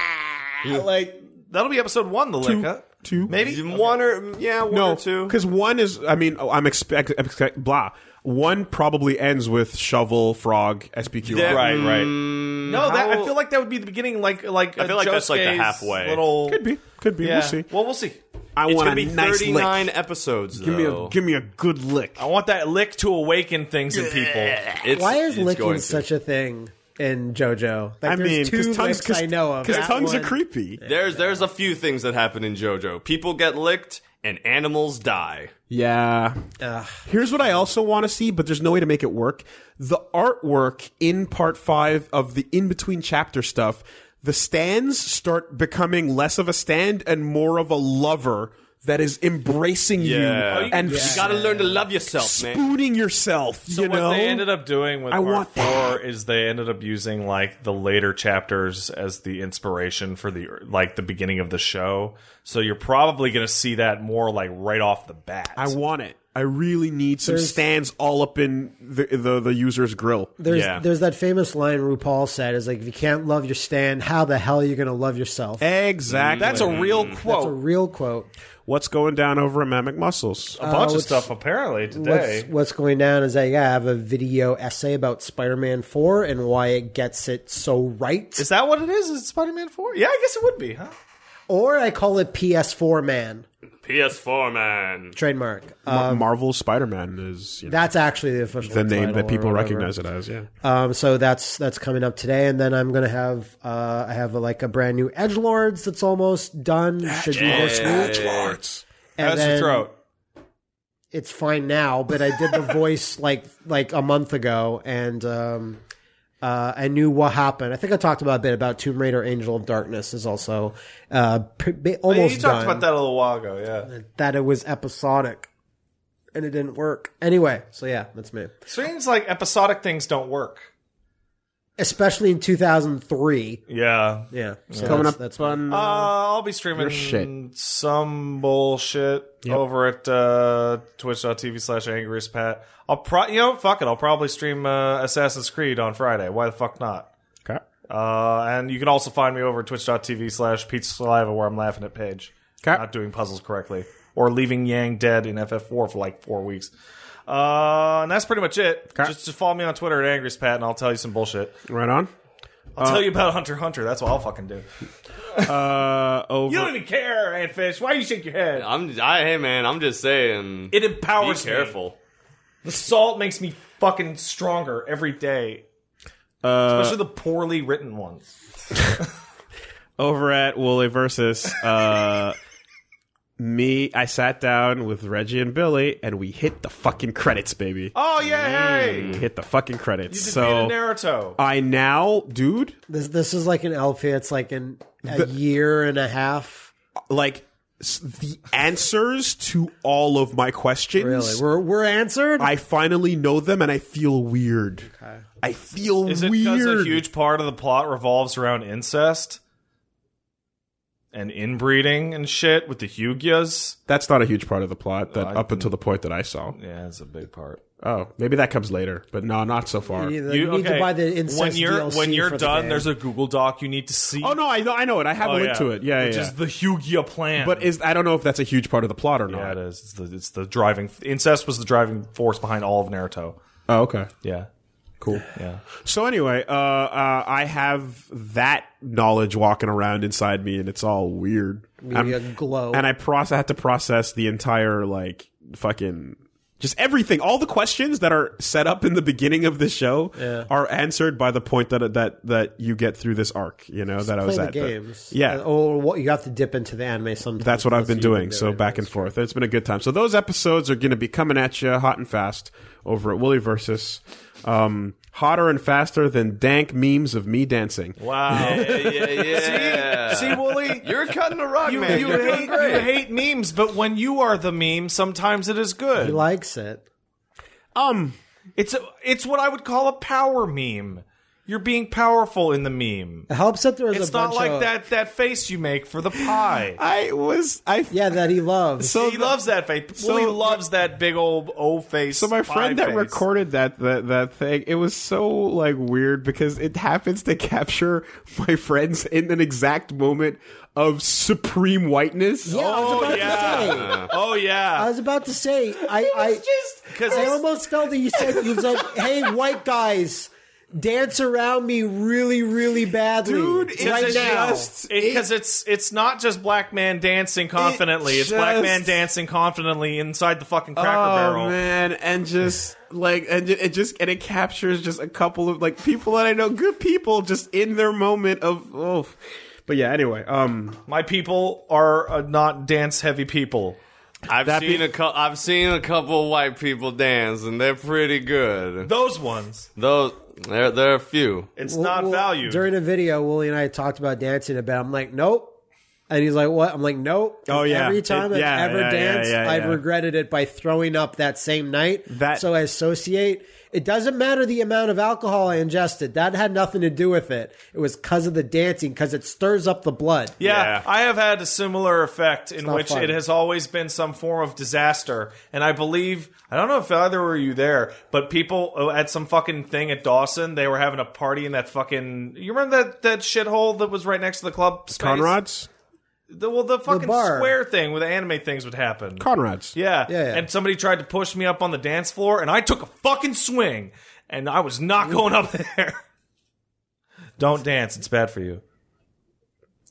Speaker 1: like
Speaker 2: That'll be episode one. The lick, huh?
Speaker 1: two,
Speaker 2: maybe.
Speaker 4: One or yeah, one
Speaker 1: no,
Speaker 4: or two.
Speaker 1: because one is. I mean, oh, I'm expect, expect blah. One probably ends with shovel, frog, SPQ.
Speaker 4: That-
Speaker 2: Right, right.
Speaker 4: Mm,
Speaker 2: No, that, I
Speaker 4: how-
Speaker 2: feel like that would be the beginning. Like like I
Speaker 4: feel like that's, like, the halfway.
Speaker 2: little.
Speaker 1: Could be. Could be.
Speaker 2: Yeah.
Speaker 1: We'll see.
Speaker 2: Well, we'll see.
Speaker 1: I
Speaker 4: It's
Speaker 1: want
Speaker 4: gonna
Speaker 1: a
Speaker 4: be
Speaker 1: nice lick.
Speaker 4: 39 episodes.
Speaker 1: Give me a
Speaker 4: though.
Speaker 1: give me a good lick.
Speaker 2: I want that lick to awaken things in people.
Speaker 4: It's-
Speaker 3: Why is
Speaker 4: it's going
Speaker 3: licking
Speaker 4: to.
Speaker 3: such a thing in JoJo? Like,
Speaker 1: I
Speaker 3: there's
Speaker 1: mean,
Speaker 3: two
Speaker 1: because tongues,
Speaker 3: licks I know of.
Speaker 1: because
Speaker 3: That
Speaker 1: tongues
Speaker 3: one-
Speaker 1: are creepy.
Speaker 4: There's there's a few things that happen in JoJo. People get licked and animals die.
Speaker 1: Yeah.
Speaker 3: Ugh.
Speaker 1: Here's what I also want to see, but there's no way to make it work. The artwork in part five of the in between chapter stuff, the stands start becoming less of a stand and more of a lover that is embracing
Speaker 2: Oh,
Speaker 1: you and
Speaker 4: you gotta learn to love yourself, man.
Speaker 1: spooning yourself.
Speaker 2: So
Speaker 1: you
Speaker 2: what
Speaker 1: know,
Speaker 2: they ended up doing with
Speaker 1: I
Speaker 2: part
Speaker 1: want
Speaker 2: four
Speaker 1: that.
Speaker 2: is they ended up using like the later chapters as the inspiration for the like the beginning of the show. So you're probably going to see that more like right off the bat.
Speaker 1: I want it. I really need some stands all up in the the, the user's grill.
Speaker 3: There's,
Speaker 4: Yeah.
Speaker 3: there's that famous line RuPaul said is like, if you can't love your stand, how the hell are you going to love yourself? That's
Speaker 1: Exactly. That's a real quote.
Speaker 3: a real quote.
Speaker 1: What's going down over at Mammoth Muscles?
Speaker 2: a bunch of
Speaker 3: what's-
Speaker 2: stuff apparently
Speaker 3: What's,
Speaker 2: today.
Speaker 3: what's going down is that yeah, I have a video essay about Spider Man 4 and why it gets it so right.
Speaker 2: Is that what it is? Is it Spider-Man 4? Yeah, I guess it would be, huh?
Speaker 3: Or I call it PS4 Man,
Speaker 4: PS4 man.
Speaker 3: trademark. Uh,
Speaker 1: Marvel Marvel's Spider Man is you know,
Speaker 3: that's actually the official
Speaker 1: the name
Speaker 3: title
Speaker 1: that
Speaker 3: or
Speaker 1: people
Speaker 3: whatever.
Speaker 1: recognize it as. Yeah.
Speaker 3: Um, so that's that's coming up today, and then I'm gonna have uh, I have a, like a brand new Edge Lords that's almost done. Should be this week. And
Speaker 2: How's your
Speaker 3: then
Speaker 2: throat?
Speaker 3: It's fine now, but I did the voice like like a month ago, and um, uh, I knew what happened. I think I talked about a bit about Tomb Raider: Angel of Darkness is also uh, pr- ba-
Speaker 2: You
Speaker 3: almost
Speaker 2: talked
Speaker 3: done.
Speaker 2: about that a little while ago, yeah.
Speaker 3: that it was episodic, and it didn't work anyway. So yeah, that's me.
Speaker 2: Seems like episodic things don't work.
Speaker 3: Especially in 2003.
Speaker 2: Yeah.
Speaker 3: Yeah, so
Speaker 1: Coming
Speaker 3: that's-
Speaker 1: up
Speaker 3: that's
Speaker 1: on
Speaker 2: Uh, I'll be streaming
Speaker 1: shit.
Speaker 2: some bullshit over at uh, twitch.tv slash angriest pat. I'll pro you know, fuck it. I'll probably stream uh, Assassin's Creed on Friday. Why the fuck not?
Speaker 1: okay.
Speaker 2: Uh, and you can also find me over at twitch.tv slash pizza saliva where I'm laughing at Paige.
Speaker 1: Okay.
Speaker 2: Not doing puzzles correctly. Or leaving Yang dead in FF4 for like four weeks. Uh, and that's pretty much it. Just, just follow me on Twitter at angriest pat and I'll tell you some bullshit.
Speaker 1: Right on.
Speaker 2: I'll tell you about Hunter x Hunter. That's what I'll fucking do.
Speaker 1: Uh,
Speaker 2: You
Speaker 1: over.
Speaker 2: don't even care, Ant Fish. Why you shake your head?
Speaker 4: I'm I hey man, I'm just saying.
Speaker 2: It
Speaker 4: be
Speaker 2: empowers me.
Speaker 4: careful.
Speaker 2: The salt makes me fucking stronger every day.
Speaker 1: Uh,
Speaker 2: Especially the poorly written ones.
Speaker 1: over at Wooly Versus. Uh, me, I sat down with Reggie and Billy, and we hit the fucking credits, baby.
Speaker 2: Oh yeah, hey! You
Speaker 1: Hit the fucking credits.
Speaker 2: defeated
Speaker 1: so uh,
Speaker 2: Naruto.
Speaker 1: I now, dude,
Speaker 3: This this is like an LP. It's like in a year and a half.
Speaker 1: like s- the answers to all of my questions.
Speaker 3: Really, we're we're answered.
Speaker 1: I finally know them, and I feel weird. I feel
Speaker 2: Is it because
Speaker 1: weird.
Speaker 2: a huge part of the plot revolves around incest and inbreeding and shit with the Hyugyas?
Speaker 1: That's not a huge part of the plot.
Speaker 2: Oh,
Speaker 1: That up until the point that I saw.
Speaker 2: Yeah, that's a big part.
Speaker 1: Oh, maybe that comes later, but no, not so far.
Speaker 3: you, you need to buy the incest
Speaker 2: when you're
Speaker 3: DLC
Speaker 2: when you're
Speaker 3: for the
Speaker 2: done,
Speaker 3: game.
Speaker 2: there's a Google Doc you need to see.
Speaker 1: Oh no, I know, I know it. I have a link to it. Yeah,
Speaker 2: which
Speaker 1: yeah.
Speaker 2: is
Speaker 1: yeah.
Speaker 2: the Hyugya plan.
Speaker 1: but is I don't know if that's a huge part of the plot or
Speaker 2: Yeah,
Speaker 1: not.
Speaker 2: it is. It's the, it's the driving incest was the driving force behind all of Naruto.
Speaker 1: Oh, okay.
Speaker 2: Yeah.
Speaker 1: Cool.
Speaker 2: Yeah.
Speaker 1: So anyway, uh, uh, I have that knowledge walking around inside me, and it's all weird.
Speaker 3: Maybe a glow.
Speaker 1: And I process I had to process the entire like fucking just everything. All the questions that are set up in the beginning of the show are answered by the point that that that you get through this arc. You know that I
Speaker 3: play
Speaker 1: was
Speaker 3: the
Speaker 1: at but-
Speaker 3: games.
Speaker 1: yeah.
Speaker 3: Uh, or what you have to dip into the anime sometimes.
Speaker 1: That's what I've been
Speaker 3: you've
Speaker 1: doing. So back and forth. It's been a good time. So those episodes are going to be coming at you hot and fast over at Willie versus, um, hotter and faster than dank memes of me dancing.
Speaker 2: Wow.
Speaker 4: Yeah, yeah, yeah.
Speaker 2: See, Wooly,
Speaker 4: You're cutting the rug,
Speaker 2: you,
Speaker 4: man.
Speaker 2: you
Speaker 4: You're doing
Speaker 2: hate,
Speaker 4: great.
Speaker 2: you hate memes, but when you are the meme, sometimes it is good.
Speaker 3: He likes it.
Speaker 1: Um,
Speaker 2: It's a, it's what I would call a power meme. You're being powerful in the meme.
Speaker 3: It helps that there was
Speaker 2: It's
Speaker 3: a
Speaker 2: not
Speaker 3: bunch
Speaker 2: like
Speaker 3: of,
Speaker 2: that that face you make for the pie.
Speaker 1: I was I.
Speaker 3: Yeah, that he loves.
Speaker 1: So
Speaker 2: he loves that face. Well, he loves that big old O face.
Speaker 1: So my friend
Speaker 2: pie
Speaker 1: that
Speaker 2: face.
Speaker 1: recorded that, that that thing, it was so like weird because it happens to capture my friends in an exact moment of supreme whiteness.
Speaker 3: yeah, I was about to say.
Speaker 2: Oh, yeah. oh
Speaker 3: I
Speaker 2: yeah.
Speaker 3: was about to say. I I,
Speaker 2: Because
Speaker 3: I almost felt that you said you said, "Hey, white guys, dance around me really, really badly
Speaker 1: Dude, it's
Speaker 3: right
Speaker 2: It's
Speaker 3: now.
Speaker 1: just-
Speaker 2: because it's it's not just black man dancing confidently. it's
Speaker 1: just-
Speaker 2: black man dancing confidently inside the fucking Cracker Barrel.
Speaker 1: Oh man, and just like and ju- it just and it captures just a couple of like people that I know, good people, just in their moment of oh. But yeah, anyway, um,
Speaker 2: My people are uh, not dance heavy people.
Speaker 4: I've seen a cou- I've seen a couple white people dance, and they're pretty good.
Speaker 2: Those ones,
Speaker 4: Those there there are a few.
Speaker 2: it's
Speaker 3: Well,
Speaker 2: not
Speaker 3: well,
Speaker 2: valued.
Speaker 3: During a video, Willie and I talked about dancing a bit. I'm like, nope. And he's like, what? I'm like, nope.
Speaker 1: Oh, yeah.
Speaker 3: Every time
Speaker 1: It- yeah,
Speaker 3: I've ever
Speaker 1: yeah, yeah,
Speaker 3: danced,
Speaker 1: yeah,
Speaker 3: I've
Speaker 1: yeah.
Speaker 3: regretted it by throwing up that same night.
Speaker 1: That-
Speaker 3: so I associate. It doesn't matter the amount of alcohol I ingested. That had nothing to do with it. It was because of the dancing, because it stirs up the blood.
Speaker 2: yeah,
Speaker 1: Yeah.
Speaker 2: I have had a similar effect in
Speaker 3: not
Speaker 2: which
Speaker 3: fun.
Speaker 2: it has always been some form of disaster. And I believe I don't know if either were you there, but people uh, at some fucking thing at Dawson, they were having a party in that fucking. You remember that that shithole that was right next to the club? Space?
Speaker 1: Conrad's,
Speaker 2: The, well, the fucking
Speaker 3: bar.
Speaker 2: square thing where the anime things would happen.
Speaker 1: Conrad's.
Speaker 2: Yeah.
Speaker 3: Yeah, yeah.
Speaker 2: And somebody tried to push me up on the dance floor, and I took a fucking swing, and I was not going up there. Don't dance; it's bad for you.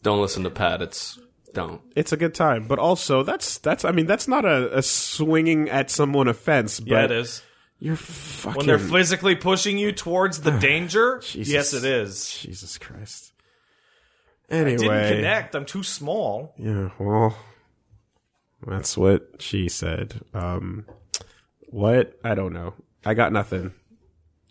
Speaker 4: Don't listen to Pat. It's don't.
Speaker 1: it's a good time. But also, that's that's I mean, that's not a, a swinging at someone offense. But
Speaker 2: Yeah, it is.
Speaker 1: You're fucking.
Speaker 2: When they're physically pushing you towards the danger,
Speaker 1: Jesus.
Speaker 2: yes, it is.
Speaker 1: Jesus Christ. Anyway,
Speaker 2: Didn't connect. I'm too small.
Speaker 1: Yeah, well, that's what she said. Um, what? I don't know. I got nothing.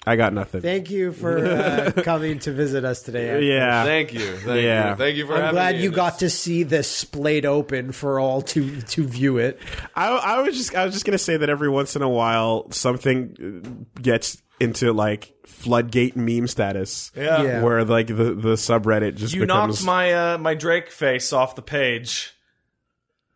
Speaker 1: I got nothing.
Speaker 3: Thank you for uh, coming to visit us today.
Speaker 1: yeah.
Speaker 4: Thank you. Thank
Speaker 1: Yeah.
Speaker 4: you. Thank you for
Speaker 3: I'm
Speaker 4: having
Speaker 3: glad
Speaker 4: me
Speaker 3: you
Speaker 4: in
Speaker 3: got to see this splayed open for all to to view it.
Speaker 1: I, I was just I was just gonna say that every once in a while something uh, gets into like floodgate meme status.
Speaker 2: Yeah.
Speaker 3: Yeah.
Speaker 1: Where like the, the subreddit just
Speaker 2: You
Speaker 1: becomes
Speaker 2: knocked my uh, my Drake face off the page,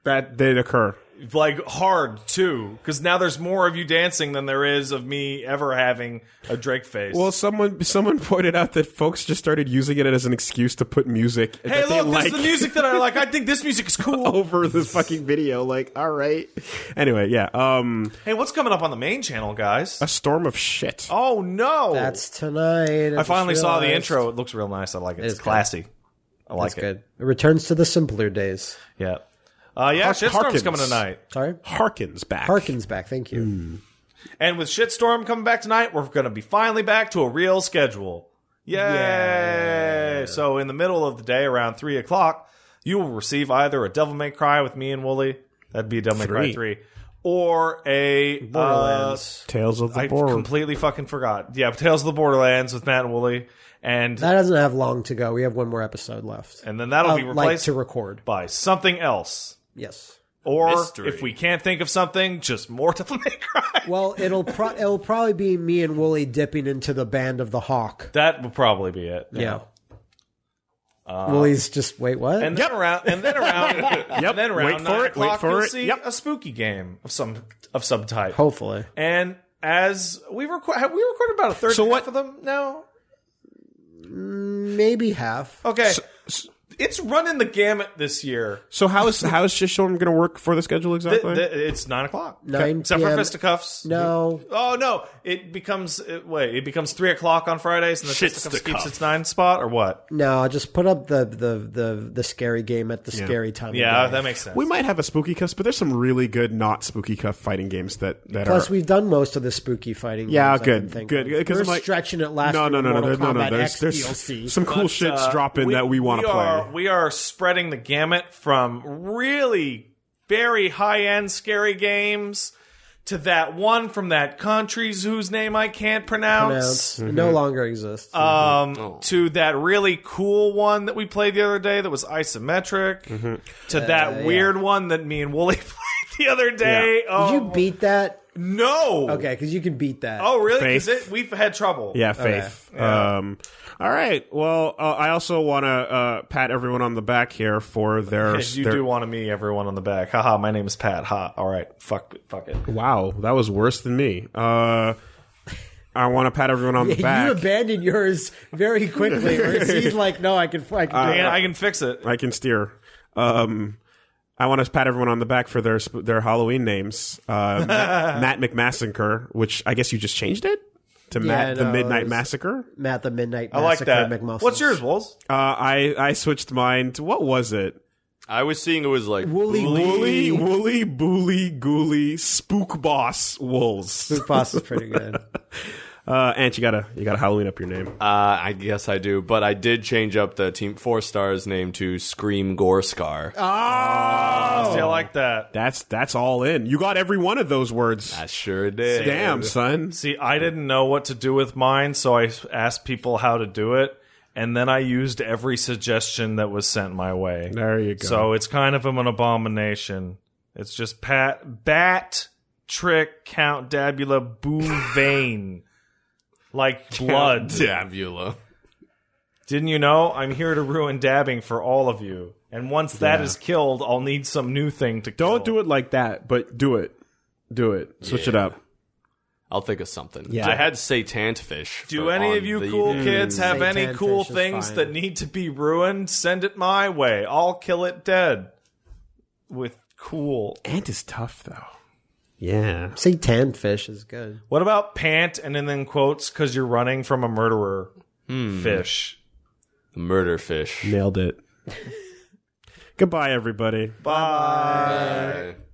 Speaker 1: that did occur.
Speaker 2: like hard too, because now there's more of you dancing than there is of me ever having a Drake face.
Speaker 1: Well, someone someone pointed out that folks just started using it as an excuse to put music.
Speaker 2: hey,
Speaker 1: that they
Speaker 2: look,
Speaker 1: like Oh.
Speaker 2: this is the music that I like. I think this music is cool.
Speaker 1: over the fucking video. Like, all right. Anyway, yeah. Um,
Speaker 2: Hey, what's coming up on the main channel, guys?
Speaker 1: a storm of shit.
Speaker 2: Oh no!
Speaker 3: That's tonight.
Speaker 2: I finally saw the intro. It looks real nice. I like it. It's,
Speaker 3: is good.
Speaker 2: classy. I like
Speaker 3: That's
Speaker 2: it.
Speaker 3: good. It returns to the simpler days.
Speaker 2: Yeah. Uh, yeah,
Speaker 1: Hark-
Speaker 2: Shitstorm's
Speaker 1: Harkins.
Speaker 2: coming tonight.
Speaker 3: Sorry.
Speaker 1: Harkins back.
Speaker 3: Harkins back. Thank you.
Speaker 2: Hmm. And with Shitstorm coming back tonight, we're going to be finally back to a real schedule. Yay! So, in the middle of the day, around 3 o'clock, you will receive either a Devil May Cry with me and Wooly. That'd be Devil May Cry
Speaker 1: Three.
Speaker 2: 3. Or a. Uh,
Speaker 3: Borderlands.
Speaker 1: Tales of the
Speaker 2: I
Speaker 1: Borrow.
Speaker 2: completely fucking forgot. Yeah, Tales of the Borderlands with Matt and Wooly. And,
Speaker 3: That doesn't have long to go. We have one more episode left.
Speaker 2: and then that'll
Speaker 3: Uh,
Speaker 2: be
Speaker 3: like
Speaker 2: replaced
Speaker 3: to record.
Speaker 2: by something else.
Speaker 3: Yes.
Speaker 2: Or
Speaker 4: Mystery.
Speaker 2: if we can't think of something, just more Devil May Cry.
Speaker 3: Well, it'll pro- it'll probably be me and Wooly dipping into the band of the Hawk.
Speaker 2: That will probably be it.
Speaker 3: Yeah. Wooly's just wait what?
Speaker 2: Uh, And then around, and then around, and then around
Speaker 1: Wait for
Speaker 2: nine
Speaker 1: it, wait
Speaker 2: o'clock,
Speaker 1: for
Speaker 2: you'll
Speaker 1: it.
Speaker 2: see
Speaker 1: Yep.
Speaker 2: a spooky game of some of some type.
Speaker 3: Hopefully.
Speaker 2: And as we record, have we recorded about a third
Speaker 1: So
Speaker 2: so
Speaker 1: what-
Speaker 2: of them now?
Speaker 3: Maybe half.
Speaker 2: Okay, it's running the gamut this year.
Speaker 1: So how is how is Shishorm going to work for the schedule
Speaker 2: Th-
Speaker 1: exactly?
Speaker 2: th- it's nine o'clock.
Speaker 3: 9
Speaker 2: Except for
Speaker 3: PM.
Speaker 2: fisticuffs.
Speaker 3: No.
Speaker 2: Oh no! It becomes it, wait. It becomes three o'clock on Fridays, and the
Speaker 4: Shit's
Speaker 2: fisticuffs
Speaker 4: the
Speaker 2: keeps
Speaker 4: cuff.
Speaker 2: its nine spot, or what?
Speaker 3: No, just put up the the the, the scary game at the scary time. of
Speaker 2: Yeah,
Speaker 3: day.
Speaker 2: that makes sense.
Speaker 1: we might have a spooky cuff, but there's some really good not spooky cuff fighting games that that
Speaker 3: Plus,
Speaker 1: are.
Speaker 3: we've done most of the spooky fighting.
Speaker 1: yeah,
Speaker 3: games I can
Speaker 1: good,
Speaker 3: think
Speaker 1: good.
Speaker 3: of.
Speaker 1: Because
Speaker 3: We're
Speaker 1: I'm like,
Speaker 3: stretching it last.
Speaker 1: No,
Speaker 3: year
Speaker 1: no, no,
Speaker 3: with
Speaker 1: no,
Speaker 3: Mortal
Speaker 1: there's, no, no.
Speaker 3: Kombat
Speaker 1: There's
Speaker 3: X
Speaker 1: there's
Speaker 3: DLC.
Speaker 1: some cool shits
Speaker 2: uh,
Speaker 1: dropping that we want to
Speaker 2: Are,
Speaker 1: play.
Speaker 2: we are spreading the gamut from really very high end scary games to that one from that country's whose name I can't pronounce.
Speaker 3: Announced. No
Speaker 1: Mm-hmm.
Speaker 3: longer exists.
Speaker 1: Uh,
Speaker 2: Um, to that really cool one that we played the other day that was isometric.
Speaker 1: Mm-hmm.
Speaker 2: To that
Speaker 1: Uh,
Speaker 2: weird one that me and Wooly played the other day. Oh
Speaker 3: Did you beat that?
Speaker 2: no!
Speaker 3: Okay, because you can beat that.
Speaker 2: Oh really? Because
Speaker 1: Faith.
Speaker 2: we've had trouble.
Speaker 1: Yeah, faith. Um, all right. Well, uh, I also want to uh, pat everyone on the back here for their.
Speaker 2: Yes, you
Speaker 1: their
Speaker 2: do want to meet everyone on the back. Haha, my name is Pat. Ha. All right. Fuck. Fuck it.
Speaker 1: wow, that was worse than me. Uh, I want to pat everyone on the back.
Speaker 3: You abandoned yours very quickly. whereas he's like, no, I can, I
Speaker 1: Uh,
Speaker 3: can do
Speaker 2: And
Speaker 3: it.
Speaker 2: I can fix it.
Speaker 1: I can steer. Um, I want to pat everyone on the back for their sp- their Halloween names. Uh, Matt, Matt McMassinker, which I guess you just changed it. to
Speaker 3: Yeah,
Speaker 1: Matt the
Speaker 3: no,
Speaker 1: Midnight
Speaker 3: it's-
Speaker 1: Massacre.
Speaker 3: Matt the Midnight
Speaker 2: I like
Speaker 3: Massacre
Speaker 2: that.
Speaker 3: McMuscles.
Speaker 2: What's yours, Wolves?
Speaker 1: Uh, I I switched mine to what was it?
Speaker 4: I was seeing it was like
Speaker 3: Wooly
Speaker 1: Wooly,
Speaker 3: Wooly.
Speaker 1: wooly, booly, gooly, spook boss wolves.
Speaker 3: Food Boss is pretty good.
Speaker 1: Uh, Ant, you gotta you gotta Halloween up your name.
Speaker 4: Uh, I guess I do, but I did change up the team four stars name to Scream Gore Scar.
Speaker 3: Oh.
Speaker 2: See, I like that.
Speaker 1: That's that's all in. You got every one of those words.
Speaker 4: I sure did.
Speaker 1: Damn, son.
Speaker 2: See, I didn't know what to do with mine, so I asked people how to do it, and then I used every suggestion that was sent my way.
Speaker 1: There you go.
Speaker 2: So it's kind of an abomination. It's just pat bat trick count dabula boo vein. Like blood.
Speaker 4: Dabula.
Speaker 2: Didn't you know? I'm here to ruin dabbing for all of you. And once that is killed, I'll need some new thing to
Speaker 1: Don't do it like that, but do it. Do it. Switch it up.
Speaker 4: I'll think of something. Yeah. I had Satan fish.
Speaker 2: Do
Speaker 4: for-
Speaker 2: any
Speaker 4: on
Speaker 2: of you
Speaker 4: the-
Speaker 2: cool kids have
Speaker 3: Satan
Speaker 2: any cool
Speaker 3: fish is
Speaker 2: things
Speaker 3: fine.
Speaker 2: that need to be ruined? Send it my way. I'll kill it dead. With cool.
Speaker 1: Ant is tough though. Yeah.
Speaker 3: Say tan fish is good.
Speaker 2: What about pant and then in quotes because you're running from a murderer?
Speaker 3: Hmm.
Speaker 2: Fish.
Speaker 4: murder fish?
Speaker 1: Nailed it. Goodbye, everybody.
Speaker 2: Bye.
Speaker 4: Uh,